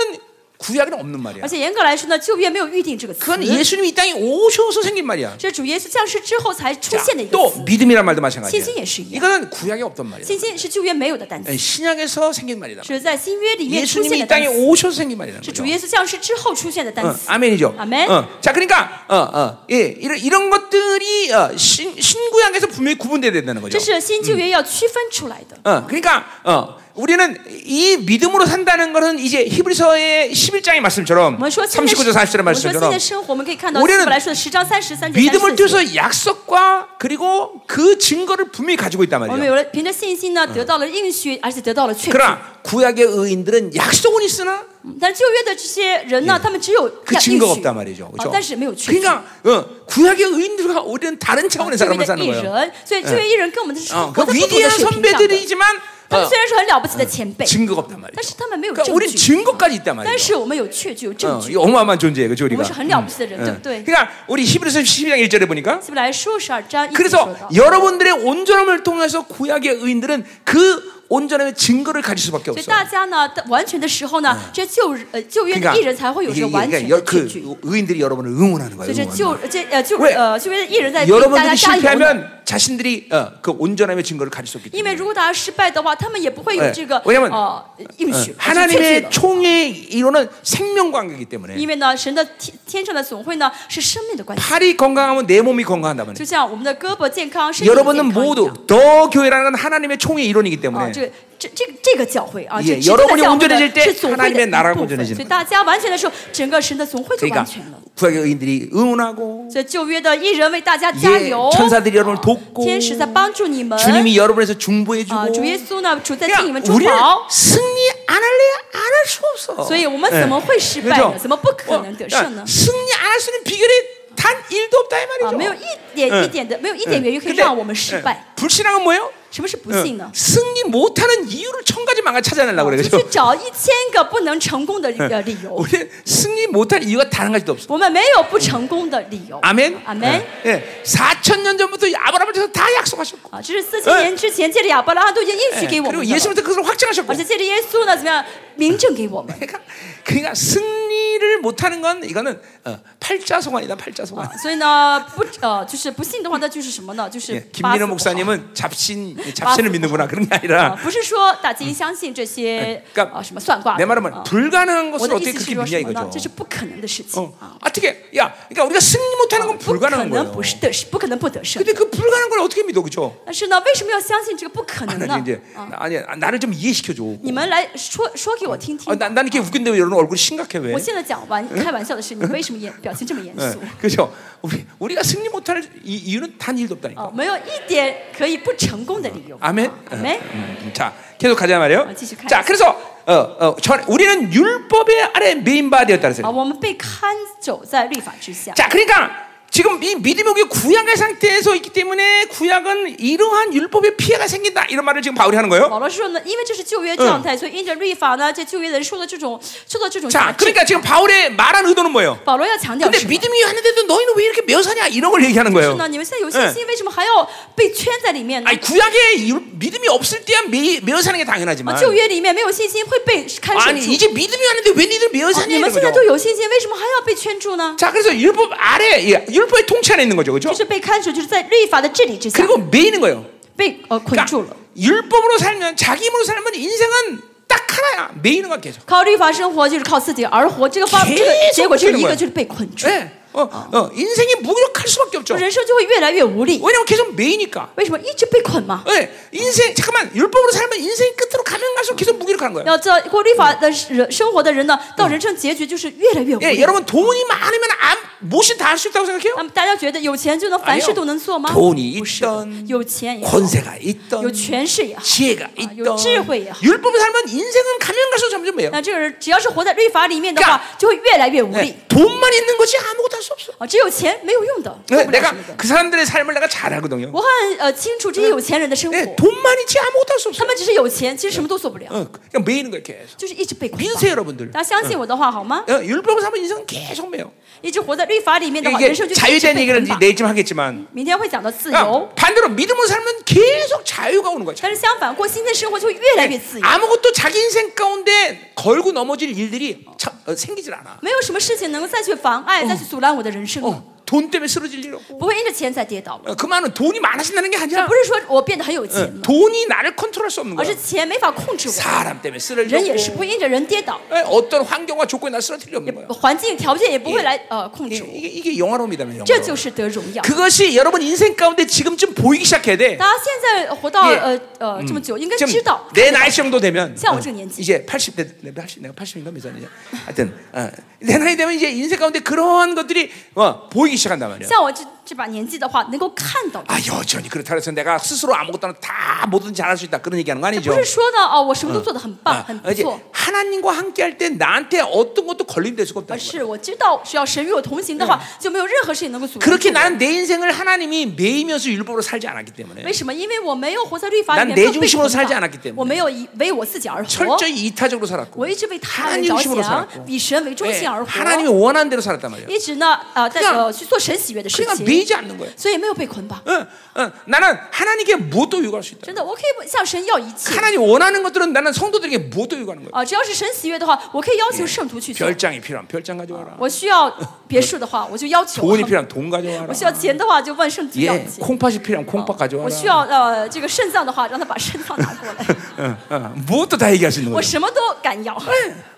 [SPEAKER 1] 구약에는 없는 말이야.
[SPEAKER 2] 而且严格来说呢，旧约没有预定这个词，
[SPEAKER 1] 그건 예수님이 이 땅에 오셔서 생긴 말이야.
[SPEAKER 2] 这是主耶稣降世之后才出
[SPEAKER 1] 자,
[SPEAKER 2] 现的一个
[SPEAKER 1] 또
[SPEAKER 2] 词。
[SPEAKER 1] 믿음이란 말도 마찬가지야.
[SPEAKER 2] 신신 예수.
[SPEAKER 1] 이거는 구약에 없던 말이야. 예,
[SPEAKER 2] 信心是旧约没有的单
[SPEAKER 1] 哎
[SPEAKER 2] 词，
[SPEAKER 1] 신약에서 생긴 말이다.
[SPEAKER 2] 是在新约里面出
[SPEAKER 1] 예수님이
[SPEAKER 2] 现
[SPEAKER 1] 이
[SPEAKER 2] 的单
[SPEAKER 1] 땅에
[SPEAKER 2] 词，
[SPEAKER 1] 오셔서 생긴 말이라는
[SPEAKER 2] 是
[SPEAKER 1] 거죠.
[SPEAKER 2] 主耶稣降世之后出现的单
[SPEAKER 1] 어,
[SPEAKER 2] 词。
[SPEAKER 1] 아멘이죠.
[SPEAKER 2] 아멘.
[SPEAKER 1] 어, 자, 그러니까 어, 어, 예, 이런, 이런 것들이 어, 신, 신구약에서 분명히 구분돼야 된다는 거죠.
[SPEAKER 2] 这是新旧约要区分出来的。
[SPEAKER 1] 어, 그러니까 어, 우리는 이 믿음으로 산다는 것은 이제 히브리서의 11장의
[SPEAKER 2] 我
[SPEAKER 1] 말씀처럼
[SPEAKER 2] 们说现在
[SPEAKER 1] 39절 40절의
[SPEAKER 2] 我们说现
[SPEAKER 1] 말씀처럼
[SPEAKER 2] 在生活，我们可以看到
[SPEAKER 1] 우리는
[SPEAKER 2] 希伯来说的十章三十三节三
[SPEAKER 1] 믿음을
[SPEAKER 2] 十四节。
[SPEAKER 1] 통해서 약속과 그리고 그 증거를 분명히 가지고 있단
[SPEAKER 2] 我们
[SPEAKER 1] 말이에요.
[SPEAKER 2] 有了凭着信心呢，得到了应许，而且得到了确据。
[SPEAKER 1] 그러나 구약의 의인들은 약속은 있으나
[SPEAKER 2] 嗯但是旧约的这些人呢，他们只有
[SPEAKER 1] 그
[SPEAKER 2] 要应
[SPEAKER 1] 증거가
[SPEAKER 2] 许，
[SPEAKER 1] 없단 말이죠.
[SPEAKER 2] 啊
[SPEAKER 1] 그렇죠?
[SPEAKER 2] 但是没有确据。
[SPEAKER 1] 그러니까 어, 구약의 의인들과 우리는 다른
[SPEAKER 2] 啊
[SPEAKER 1] 차원의
[SPEAKER 2] 旧
[SPEAKER 1] 사람을
[SPEAKER 2] 约的
[SPEAKER 1] 사는
[SPEAKER 2] 艺
[SPEAKER 1] 거예요.
[SPEAKER 2] 人，所以旧约艺人跟我们嗯的是
[SPEAKER 1] 그러니까 어,
[SPEAKER 2] 活
[SPEAKER 1] 그
[SPEAKER 2] 在不同的
[SPEAKER 1] 위대한
[SPEAKER 2] 水平上的。
[SPEAKER 1] 선배들이지만
[SPEAKER 2] 他
[SPEAKER 1] 어,
[SPEAKER 2] 们虽然是很了不起的前辈，
[SPEAKER 1] 증거가 없단 말이죠.
[SPEAKER 2] 但是他们没有
[SPEAKER 1] 그러니까
[SPEAKER 2] 证
[SPEAKER 1] 우린
[SPEAKER 2] 据。
[SPEAKER 1] 증거까지 있단
[SPEAKER 2] 但
[SPEAKER 1] 말이죠.
[SPEAKER 2] 是我们有确据，有证
[SPEAKER 1] 어,
[SPEAKER 2] 据。
[SPEAKER 1] 이 어마어마한 존재예요, 그죠 우리가.
[SPEAKER 2] 我们是很了不起的人，对
[SPEAKER 1] 응.
[SPEAKER 2] 不对？
[SPEAKER 1] 그러니까 우리 히브리서 12장 1절에 보니까
[SPEAKER 2] 希伯来书十二章一节说
[SPEAKER 1] 그래서
[SPEAKER 2] 到，
[SPEAKER 1] 여러분들의 온전함을 통해서 구약의 의인들은 그 온전함의 증거를 가질 수밖에
[SPEAKER 2] 所以
[SPEAKER 1] 없어요.
[SPEAKER 2] 大家呢，完全的时候呢，这旧呃旧约的
[SPEAKER 1] 그러니까
[SPEAKER 2] 艺人才会有这
[SPEAKER 1] 이게-
[SPEAKER 2] 个
[SPEAKER 1] 이게-
[SPEAKER 2] 完
[SPEAKER 1] 그러니까
[SPEAKER 2] 全
[SPEAKER 1] 여-
[SPEAKER 2] 的
[SPEAKER 1] 그
[SPEAKER 2] 证据。
[SPEAKER 1] 의인들이 여러분을 응원하는
[SPEAKER 2] 所
[SPEAKER 1] 거예요.
[SPEAKER 2] 以这
[SPEAKER 1] 응원하는
[SPEAKER 2] 旧
[SPEAKER 1] 거예요.
[SPEAKER 2] 这呃旧
[SPEAKER 1] 왜
[SPEAKER 2] 呃旧约的艺人在为大家
[SPEAKER 1] 여러분들이
[SPEAKER 2] 加油呢。
[SPEAKER 1] 실패하면 자신들이 어, 그 온전함의 증거를 가질 수 없기
[SPEAKER 2] 因为
[SPEAKER 1] 때문에
[SPEAKER 2] 如果大家失败的话，他们也不会
[SPEAKER 1] 예
[SPEAKER 2] 有这个
[SPEAKER 1] 왜냐면
[SPEAKER 2] 呃应许
[SPEAKER 1] 어,
[SPEAKER 2] 是确据
[SPEAKER 1] 하나님의
[SPEAKER 2] 的。
[SPEAKER 1] 총의 이론은 생명 관계이기 때문에
[SPEAKER 2] 因为呢，神的天天上的总会呢是生命的 关系，
[SPEAKER 1] 팔이 건강하면 내 몸이 건강한다
[SPEAKER 2] 就
[SPEAKER 1] 말이에요.
[SPEAKER 2] 像我们的胳膊健康，身体健康
[SPEAKER 1] 여러분은
[SPEAKER 2] 一样
[SPEAKER 1] 모두 더 교회라는 건 하나님의 총의 이론이기
[SPEAKER 2] 啊，
[SPEAKER 1] 때문에
[SPEAKER 2] 这个这这个这个教会啊，
[SPEAKER 1] 예
[SPEAKER 2] 这这个
[SPEAKER 1] 여러분이
[SPEAKER 2] 教会
[SPEAKER 1] 온전해질때
[SPEAKER 2] 呢是总会
[SPEAKER 1] 하나님의
[SPEAKER 2] 的
[SPEAKER 1] 나라가
[SPEAKER 2] 一部分，
[SPEAKER 1] 온전해지는
[SPEAKER 2] 所以大家完全的时候，整个神的总会就完
[SPEAKER 1] 그러니까
[SPEAKER 2] 全了。
[SPEAKER 1] 구약의 의인들이 응원하고
[SPEAKER 2] 所以旧约的一人为大家加
[SPEAKER 1] 예,
[SPEAKER 2] 油，
[SPEAKER 1] 천사들이 여러분을 돕고
[SPEAKER 2] 天使在帮助你们
[SPEAKER 1] 주님이 여러분에서
[SPEAKER 2] 啊，
[SPEAKER 1] 어, 중보해주고
[SPEAKER 2] 主耶稣呢主在替你们
[SPEAKER 1] 그러니까
[SPEAKER 2] 祝
[SPEAKER 1] 우리는
[SPEAKER 2] 福，
[SPEAKER 1] 승리 안 할래야 안 할 수가 없어 예.
[SPEAKER 2] 所以我们怎么会失败呢？
[SPEAKER 1] 그렇죠?
[SPEAKER 2] 怎么不可
[SPEAKER 1] 어,
[SPEAKER 2] 能得
[SPEAKER 1] 야,
[SPEAKER 2] 胜呢？
[SPEAKER 1] 승리 안 할 수 있는 비결이 단 1도 없다 이
[SPEAKER 2] 啊，
[SPEAKER 1] 말이죠
[SPEAKER 2] 没有一点一点的，没有一点原因可以
[SPEAKER 1] 근데,
[SPEAKER 2] 让我们失
[SPEAKER 1] 예,
[SPEAKER 2] 败。
[SPEAKER 1] 불신앙은 뭐예요?
[SPEAKER 2] 什么是不
[SPEAKER 1] 어,
[SPEAKER 2] 信呢？
[SPEAKER 1] 승리 못하는 이유를 천 가지 망을 찾아내려고
[SPEAKER 2] 就
[SPEAKER 1] 그래
[SPEAKER 2] 去
[SPEAKER 1] 그렇죠?
[SPEAKER 2] 找一千个不能成功的呃理由，
[SPEAKER 1] 우리 승리 못할 이유가 단 한 가지도 없어
[SPEAKER 2] 我们没有不成功的理由。
[SPEAKER 1] 아멘.
[SPEAKER 2] 嗯阿门。
[SPEAKER 1] 예. 4천 년 전부터 아브라함을 통해서 다 약속하셨고.
[SPEAKER 2] 啊，这是四千年之前借着亚伯拉罕都已经应
[SPEAKER 1] 예.
[SPEAKER 2] 许哎给我
[SPEAKER 1] 그리고
[SPEAKER 2] 们的了
[SPEAKER 1] 예수님부터 그것을 확증하셨고.
[SPEAKER 2] 而且借着耶稣呢，怎么样明证给我们？
[SPEAKER 1] 그러니까, 그러니까 승리를 못하는 건 이거는 어, 팔자성환이다 팔자성환.
[SPEAKER 2] 啊所以呢，不呃，就是不信的话，那就是什么呢？就是
[SPEAKER 1] 예.
[SPEAKER 2] 八
[SPEAKER 1] 김민호
[SPEAKER 2] 字不好
[SPEAKER 1] 목사님은 잡신
[SPEAKER 2] 빠스-
[SPEAKER 1] 잡신을 믿는구나 그런 게
[SPEAKER 2] 啊
[SPEAKER 1] 아니라 ，
[SPEAKER 2] 不是说大家相信这些
[SPEAKER 1] 그러니까
[SPEAKER 2] 啊什么算卦
[SPEAKER 1] 내
[SPEAKER 2] 的。
[SPEAKER 1] 말은 뭐야.
[SPEAKER 2] 啊
[SPEAKER 1] 불가능한
[SPEAKER 2] 我
[SPEAKER 1] 것을
[SPEAKER 2] 的意
[SPEAKER 1] 어떻게
[SPEAKER 2] 思
[SPEAKER 1] 그렇게
[SPEAKER 2] 是说
[SPEAKER 1] 믿냐
[SPEAKER 2] 什么呢
[SPEAKER 1] 이거죠. ？
[SPEAKER 2] 这是不可能的事情
[SPEAKER 1] 어.
[SPEAKER 2] 啊，
[SPEAKER 1] 어떻게 야, 그러니까 우리가 승리 못하는 건
[SPEAKER 2] 不可
[SPEAKER 1] 불가능한
[SPEAKER 2] 能
[SPEAKER 1] 거예요.
[SPEAKER 2] 不是得是不可能不得胜。
[SPEAKER 1] 근데 그 불가능한 걸 어떻게 믿어, 그죠?
[SPEAKER 2] 但是呢，为什么要相信这个不可能
[SPEAKER 1] 나는
[SPEAKER 2] 呢
[SPEAKER 1] 이제 ？
[SPEAKER 2] 啊，
[SPEAKER 1] 아니 나를 좀 어. 이해시켜 줘.
[SPEAKER 2] 你们来说说给我听听
[SPEAKER 1] 아, 。난 나는 이렇게 웃긴데 왜 이런 얼굴이 심각해 왜?
[SPEAKER 2] 我现在讲完开玩笑的事，你为什么严表情这么严肃？
[SPEAKER 1] 그렇죠. 우리 우리가 승리 못할 이- 이유는 단 일도 없다니까.
[SPEAKER 2] 哦，没有一点可以不成功的理由。啊
[SPEAKER 1] 아멘.
[SPEAKER 2] 嗯阿门。
[SPEAKER 1] 음, 자, 계속 가자 말이에요.
[SPEAKER 2] 어, 지식하겠습니다.
[SPEAKER 1] 자, 그래서 어, 어, 전, 우리는 율법의 아래 메인 바디였다
[SPEAKER 2] 啊，
[SPEAKER 1] 그랬어요.
[SPEAKER 2] 我们被看走在律法之下。
[SPEAKER 1] 자, 그러니까 지금 이 믿음이 구약의 상태에서 있기 때문에 구약은 이러한 율법의 피해가 생긴다 이런 말을 지금 바울이 하는 거예요.
[SPEAKER 2] 保罗说呢，因为这是旧约状态，所以因着律法呢，这旧约人受了这种受到这种
[SPEAKER 1] 자,
[SPEAKER 2] 辖
[SPEAKER 1] 그러니까
[SPEAKER 2] 制。
[SPEAKER 1] 지금 바울의 말한 의도는 뭐예요?
[SPEAKER 2] 保罗要强调
[SPEAKER 1] 근데
[SPEAKER 2] 什么？
[SPEAKER 1] 믿음이 하는데도 너희는 왜 이렇게 묘사냐 이런 걸 얘기하는
[SPEAKER 2] 是
[SPEAKER 1] 거예요.
[SPEAKER 2] 呢，你们现在有信心，为什么还要被圈在里面呢
[SPEAKER 1] 아니 ？ 구약에 율- 믿음이 없을 때야 매- 묘사하는 게
[SPEAKER 2] 啊
[SPEAKER 1] 아, 당연하지만
[SPEAKER 2] 旧约里面没有信心会被看守
[SPEAKER 1] 아니
[SPEAKER 2] 住。
[SPEAKER 1] 이제 믿음이 왔는데 왜 니들
[SPEAKER 2] 아
[SPEAKER 1] 묘사냐
[SPEAKER 2] 你们
[SPEAKER 1] 이런
[SPEAKER 2] 现在都
[SPEAKER 1] 거죠.
[SPEAKER 2] 有信心，为什么还要被圈住呢？
[SPEAKER 1] 자, 그래서 율법 아래 예, 율법의 통치 안에 있는 거죠, 그렇죠?
[SPEAKER 2] 就是被看守，就是在律法的治理之下
[SPEAKER 1] 그리고 매이는 거예요.
[SPEAKER 2] 被呃困住了
[SPEAKER 1] 그러니까 。 율법으로 살면 자기 힘으로 살면 인생은 딱 하나야. 매이는 거 계속.
[SPEAKER 2] 靠律法生活就是靠自己而活，这个方
[SPEAKER 1] 계속
[SPEAKER 2] 这个结果就是
[SPEAKER 1] 困
[SPEAKER 2] 一
[SPEAKER 1] 住了哎
[SPEAKER 2] 个就是被困住。
[SPEAKER 1] 예. 어, 어, 인생이 무기력할 수밖에 없죠.
[SPEAKER 2] 人生就会越来越无力。
[SPEAKER 1] 왜냐면 계속 매이니까.
[SPEAKER 2] 为什么一直被捆嘛？
[SPEAKER 1] 예, 인생 잠깐만 율법으로 살면 인생 끝으로 가면 갈수록 계속 무기력한 거예요.
[SPEAKER 2] 要知道过律法的人生活的人呢，到人生结局就是越来越无
[SPEAKER 1] 예,
[SPEAKER 2] 力。
[SPEAKER 1] 여러분 돈이 많으면 안, 무엇이 다 할 수 있다고 생각해요?
[SPEAKER 2] 那么大家觉得有钱就能
[SPEAKER 1] 哎
[SPEAKER 2] 凡事都能做吗？
[SPEAKER 1] 아니요돈이있던
[SPEAKER 2] 不是的，有钱也好，
[SPEAKER 1] 권세가
[SPEAKER 2] 有
[SPEAKER 1] 있던
[SPEAKER 2] 权势也好，
[SPEAKER 1] 지혜가
[SPEAKER 2] 아,
[SPEAKER 1] 있던
[SPEAKER 2] 지혜가.
[SPEAKER 1] 율법으로 살면 인생은 가면 갈수록 점점 매요.
[SPEAKER 2] 那这个人只要是活在律法里面的话，就会越来越无力
[SPEAKER 1] 예, 돈만 있는 것이 아무것도 할 수 없어.
[SPEAKER 2] 啊！只有钱没有用的，
[SPEAKER 1] 예,
[SPEAKER 2] 做不了什
[SPEAKER 1] 내가
[SPEAKER 2] 么的。
[SPEAKER 1] 그 사람들의 삶을 내가 잘 알거든요.
[SPEAKER 2] 我很呃清楚这些有钱人的生
[SPEAKER 1] 예,
[SPEAKER 2] 活，
[SPEAKER 1] 돈만 있지 아무것도 할 수
[SPEAKER 2] 他
[SPEAKER 1] 없어.
[SPEAKER 2] 们只是有钱，其实什么都做不了，
[SPEAKER 1] 어, 그냥 매이는 거예요 계속.
[SPEAKER 2] 就是一直被捆
[SPEAKER 1] 믿으세요
[SPEAKER 2] 绑。
[SPEAKER 1] 여러분들.
[SPEAKER 2] 大家相信我的话好吗？
[SPEAKER 1] 어, 율법으로 살면 인생은 계속 매요.
[SPEAKER 2] 一直活在律法里面的话，人
[SPEAKER 1] 그러니까 이게
[SPEAKER 2] 生就一直
[SPEAKER 1] 자유된
[SPEAKER 2] 被
[SPEAKER 1] 얘기를
[SPEAKER 2] 捆绑。
[SPEAKER 1] 내지만 하겠지만
[SPEAKER 2] 明天会讲到自
[SPEAKER 1] 아,
[SPEAKER 2] 由，
[SPEAKER 1] 반대로 믿음으로 살면 계속 자유가 오는 거죠.
[SPEAKER 2] 但是相反，过新的生活就会越来
[SPEAKER 1] 네.
[SPEAKER 2] 越自由。
[SPEAKER 1] 아무것도 자기 인생 가운데 걸고 넘어질 일들이 참, 어, 생기질 않아.
[SPEAKER 2] 没有什么事情能够再去妨碍、再去阻拦我的人生了，
[SPEAKER 1] 어, 돈 때문에 쓰러질 일 없고.
[SPEAKER 2] 不会因着钱才跌倒了。
[SPEAKER 1] 어, 그 말은 돈이 많아진다는 게 아니라
[SPEAKER 2] 不是说我变得很有
[SPEAKER 1] 어,
[SPEAKER 2] 钱了，
[SPEAKER 1] 돈이 나를 컨트롤할 수 없는
[SPEAKER 2] 而是
[SPEAKER 1] 거야.
[SPEAKER 2] 钱没法控制我。
[SPEAKER 1] 사람 때문에 쓰러질
[SPEAKER 2] 人也是
[SPEAKER 1] 없고
[SPEAKER 2] 不会因着人跌倒，
[SPEAKER 1] 어, 어떤 환경과 조건이 나 쓰러뜨릴 리 없는 거야.
[SPEAKER 2] 环境条件也不会来呃控
[SPEAKER 1] 이-
[SPEAKER 2] 制我。
[SPEAKER 1] 이게, 이게 영화로움이다면
[SPEAKER 2] 这
[SPEAKER 1] 영화로.
[SPEAKER 2] 就是得荣耀。
[SPEAKER 1] 그것이 여러분 인생 가운데 지금쯤 보이기 시작해야 돼.
[SPEAKER 2] 大家现在活到
[SPEAKER 1] 예
[SPEAKER 2] 呃
[SPEAKER 1] 嗯
[SPEAKER 2] 呃这么久，应该知道
[SPEAKER 1] 내 나이 정도 되면
[SPEAKER 2] 자, 어쩌면 연지.
[SPEAKER 1] 이제 80대 내 80, 내가 80인가 몇 살이냐 하여튼 어, 내 나이 되면 이제 인생 가운데 그러한 것들이 어, 보이기 시작한단 말이야
[SPEAKER 2] 像我这这把年纪的话，能够看到。
[SPEAKER 1] 아 여전히 그렇다 그래서 내가 스스로 아무것도 안 해도 다 뭐든 잘할 수 있다 그런 얘기하는 거
[SPEAKER 2] 不
[SPEAKER 1] 아니죠
[SPEAKER 2] 是说呢，哦，我什么都做得很棒、
[SPEAKER 1] 아,
[SPEAKER 2] 很不
[SPEAKER 1] 이제
[SPEAKER 2] 错，
[SPEAKER 1] 하나님과 함께 할 때 나한테 어떤 것도 걸림될 수가 없다
[SPEAKER 2] 而是我知道，只要神与我同行的话，就没有任何事情能够阻拦
[SPEAKER 1] 嗯 그렇게
[SPEAKER 2] 住我。
[SPEAKER 1] 나는 내 인생을 하나님이 매이면서 율법으로 살지 않았기 때문에
[SPEAKER 2] 为什么？因为我没有活在律法里面，
[SPEAKER 1] 난내
[SPEAKER 2] 没有被捆
[SPEAKER 1] 중심으로살지않았기때문
[SPEAKER 2] 绑
[SPEAKER 1] 에
[SPEAKER 2] 我没有以为我自己而活，
[SPEAKER 1] 철저히 이타적으로 살았고
[SPEAKER 2] 我一直为他人
[SPEAKER 1] 하나님
[SPEAKER 2] 着
[SPEAKER 1] 중심으로
[SPEAKER 2] 想，
[SPEAKER 1] 살았고
[SPEAKER 2] 以神为中
[SPEAKER 1] 예,
[SPEAKER 2] 心而活，
[SPEAKER 1] 하나님이 원하는 대로 살았단 말이야
[SPEAKER 2] 一直呢，呃，在
[SPEAKER 1] 그냥
[SPEAKER 2] 呃去做神喜悦的事
[SPEAKER 1] 예, 그러니까
[SPEAKER 2] 情，
[SPEAKER 1] 매이지 않는 거예요
[SPEAKER 2] 所以没有被捆绑。
[SPEAKER 1] 응, 응. 나는 하나님께 무엇도 요구할 수 있다
[SPEAKER 2] 真的，我可以向神要一切，
[SPEAKER 1] 하나님 원하는 것들은 나는 성도들에게 모두 요구하는 거예요.
[SPEAKER 2] 啊，只要是神喜悦的话，我可以要求圣徒去做。
[SPEAKER 1] 별장이 필요하면 별장 가져와라.
[SPEAKER 2] 我需要别墅的话，我就要求；
[SPEAKER 1] 돈이 필요하면 돈 가져와라.
[SPEAKER 2] 我需要钱的话，就问圣徒要
[SPEAKER 1] 예,
[SPEAKER 2] 钱；
[SPEAKER 1] 콩팥이 필요하면 콩팥
[SPEAKER 2] 我
[SPEAKER 1] 가져와라.
[SPEAKER 2] 需要呃这个肾脏的话，让他把肾脏拿 过来。
[SPEAKER 1] 응, 응. 어, 무엇도 다 얘기할 수 있는
[SPEAKER 2] 我
[SPEAKER 1] 거예요.
[SPEAKER 2] 什么都敢要，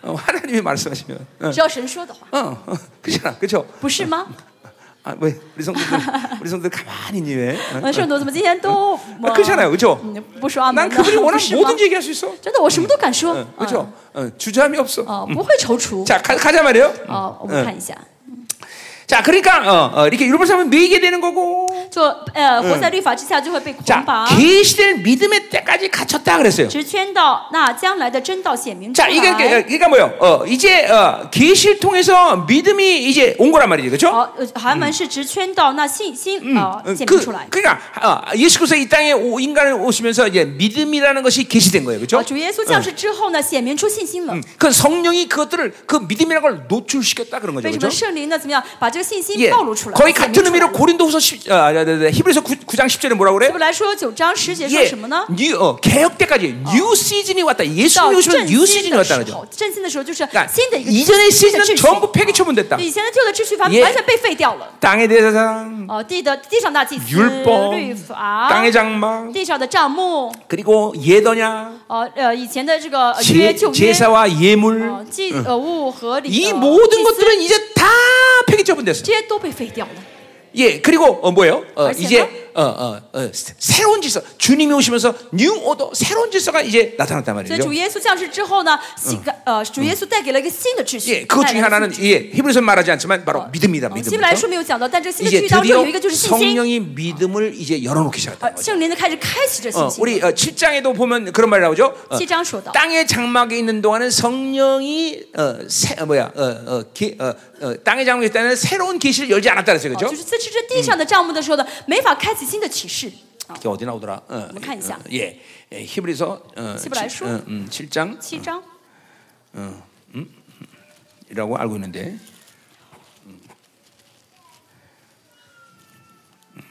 [SPEAKER 1] 어, 하나님이 말씀하시면. 응,
[SPEAKER 2] 只要神说的话，
[SPEAKER 1] 어, 어, 그렇잖아, 그렇죠?
[SPEAKER 2] 不是吗？
[SPEAKER 1] 아, 왜 우리 성도들, 우리 성도들 가만히 있니 왜? 어? 응?
[SPEAKER 2] 嗯，圣徒怎么今天都
[SPEAKER 1] 아
[SPEAKER 2] 呃
[SPEAKER 1] 그렇잖아요, 그렇죠?
[SPEAKER 2] 嗯，不说阿
[SPEAKER 1] 난
[SPEAKER 2] 门呢
[SPEAKER 1] 그들이
[SPEAKER 2] 不
[SPEAKER 1] 원하는
[SPEAKER 2] 是吗？
[SPEAKER 1] 뭐든지 얘기할 수 있어.
[SPEAKER 2] 真的，我什么都敢说，
[SPEAKER 1] 응,
[SPEAKER 2] 啊
[SPEAKER 1] 그렇죠? 응, 주저함이 없어.
[SPEAKER 2] 啊，不会踌躇。
[SPEAKER 1] 자 가, 어, 가자 말이에요.
[SPEAKER 2] 啊，我们看一下，
[SPEAKER 1] 자, 그러니까 어, 어, 이렇게 율법 사면 매이게 되는 거고.
[SPEAKER 2] 就呃，活在律法之下就会被捆
[SPEAKER 1] 자,
[SPEAKER 2] 绑，
[SPEAKER 1] 계시될 믿음의 때까지 갇혔다 그랬어요.
[SPEAKER 2] 直圈到那将来的真道显明出
[SPEAKER 1] 자, 이게
[SPEAKER 2] 来。
[SPEAKER 1] 그러니까 뭐요? 어, 이제 어, 계시를 통해서 믿음이 이제 온 거란 말이지, 그렇죠?
[SPEAKER 2] 好，呃韩文是直圈到那信心啊显明
[SPEAKER 1] 그
[SPEAKER 2] 出来。
[SPEAKER 1] 그러니까 어, 예수 그리스도 이 땅에 오, 인간을 오시면서 이제 믿음이라는 것이 계시된 거예요,
[SPEAKER 2] 啊，
[SPEAKER 1] 그렇죠?
[SPEAKER 2] 主耶稣降世之后呢，显明出信心了。
[SPEAKER 1] 그 성령이 그것들을 그 믿음이라는 걸 노출시켰다 그런 거죠,
[SPEAKER 2] 为什么
[SPEAKER 1] 그렇죠?
[SPEAKER 2] 圣灵呢？怎么样把这个信
[SPEAKER 1] 예,
[SPEAKER 2] 心暴露出来？
[SPEAKER 1] 거의
[SPEAKER 2] 显
[SPEAKER 1] 같은
[SPEAKER 2] 明出来
[SPEAKER 1] 의미로 고린도후서 10, 아, 아, 아, 아, 히브리서 9, 9장 10절에 뭐라고
[SPEAKER 2] 对
[SPEAKER 1] 그래요?
[SPEAKER 2] 我来说九章十节说
[SPEAKER 1] 예,
[SPEAKER 2] 什么呢？
[SPEAKER 1] 뉴, 어, 개혁 때까지 뉴 시즌이 왔다.
[SPEAKER 2] 到
[SPEAKER 1] 예수님이
[SPEAKER 2] 振
[SPEAKER 1] 오시면 뉴 어. 시즌이
[SPEAKER 2] 兴的
[SPEAKER 1] 왔다는
[SPEAKER 2] 时
[SPEAKER 1] 거죠.
[SPEAKER 2] 候，振兴的时候就是
[SPEAKER 1] 그러니까
[SPEAKER 2] 新的一个新
[SPEAKER 1] 이전의
[SPEAKER 2] 的
[SPEAKER 1] 시즌은
[SPEAKER 2] 秩序
[SPEAKER 1] 전부 폐기 처분됐다.
[SPEAKER 2] 对以前的旧的秩序完
[SPEAKER 1] 예
[SPEAKER 2] 完全被废掉了。
[SPEAKER 1] 땅에 대해서
[SPEAKER 2] 哦，地的地上大祭司、
[SPEAKER 1] 율법,
[SPEAKER 2] 律法
[SPEAKER 1] 땅의 ， 장막,
[SPEAKER 2] 地上的账目，
[SPEAKER 1] 그리고 예더냐,
[SPEAKER 2] 呃呃，以前的这个呃约
[SPEAKER 1] 제,
[SPEAKER 2] 旧约，
[SPEAKER 1] 제사와 예물
[SPEAKER 2] 呃祭呃物和礼，
[SPEAKER 1] 이
[SPEAKER 2] 呃
[SPEAKER 1] 모든
[SPEAKER 2] 祭司
[SPEAKER 1] 것들은 이제 다 폐기 처분됐어요.
[SPEAKER 2] 这些都被废掉了。
[SPEAKER 1] 예, 그리고 어, 뭐예요? 어,
[SPEAKER 2] 알겠어요?
[SPEAKER 1] 이제 어, 어, 어, 새- 새로운 질서, 주님이 오시면서 뉴 오더, 새로운 질서가 이제 나타났단
[SPEAKER 2] 所以主
[SPEAKER 1] 말이죠.
[SPEAKER 2] 耶稣降世之后呢，新
[SPEAKER 1] 嗯
[SPEAKER 2] 呃主耶稣带给了一个新的秩
[SPEAKER 1] 예,
[SPEAKER 2] 序。
[SPEAKER 1] 그것
[SPEAKER 2] 带
[SPEAKER 1] 중에
[SPEAKER 2] 来了
[SPEAKER 1] 하나는
[SPEAKER 2] 新的秩序
[SPEAKER 1] 예, 히브리서 말하지 않지만 바로
[SPEAKER 2] 哦
[SPEAKER 1] 믿음이다,
[SPEAKER 2] 哦
[SPEAKER 1] 믿음.
[SPEAKER 2] 希伯来书没有讲到，但这个新的秩
[SPEAKER 1] 이제
[SPEAKER 2] 序当
[SPEAKER 1] 드디어
[SPEAKER 2] 中有一个就是信心，
[SPEAKER 1] 성령이 믿음을 이제 열어놓기 시작했다.
[SPEAKER 2] 呃，圣灵呢开始开启这
[SPEAKER 1] 어,
[SPEAKER 2] 信心。
[SPEAKER 1] 우리 어, 7장에도 보면 그런 말이 나오죠. 어,
[SPEAKER 2] 七章说到，
[SPEAKER 1] 땅의 장막에 있는 동안은 성령이 어, 새, 어, 뭐야 어, 어, 기, 어, 어, 땅의 장막에 있다는 건 새로운 계시를 열지 않았다 그랬어요,
[SPEAKER 2] 啊就
[SPEAKER 1] 그렇죠?
[SPEAKER 2] 是在吃这地上的账目的时候呢，没法开启新的启示。啊，
[SPEAKER 1] 이게 어디 나오더라? 어,
[SPEAKER 2] 한번 칸이자.
[SPEAKER 1] 어, 예, 예, 히브리서 어,
[SPEAKER 2] 히브리서?
[SPEAKER 1] 칠- 어, 음, 7장이라고
[SPEAKER 2] 七章，
[SPEAKER 1] 알고 있는데 음.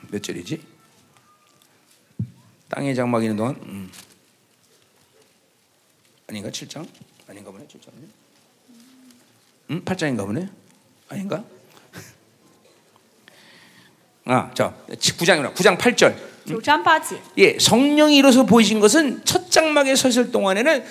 [SPEAKER 1] 몇 절이지? 땅의 장막에 있는 동안 음. 아닌가 7장? 아닌가 보네 7장. 음, 8장인가 보네. 아닌가? 아, 자, 9장이구나. 9장 8절.
[SPEAKER 2] 九章八节，
[SPEAKER 1] 예, 성령이 이로써 보이신 것은 첫 장막에 서있을 동안에는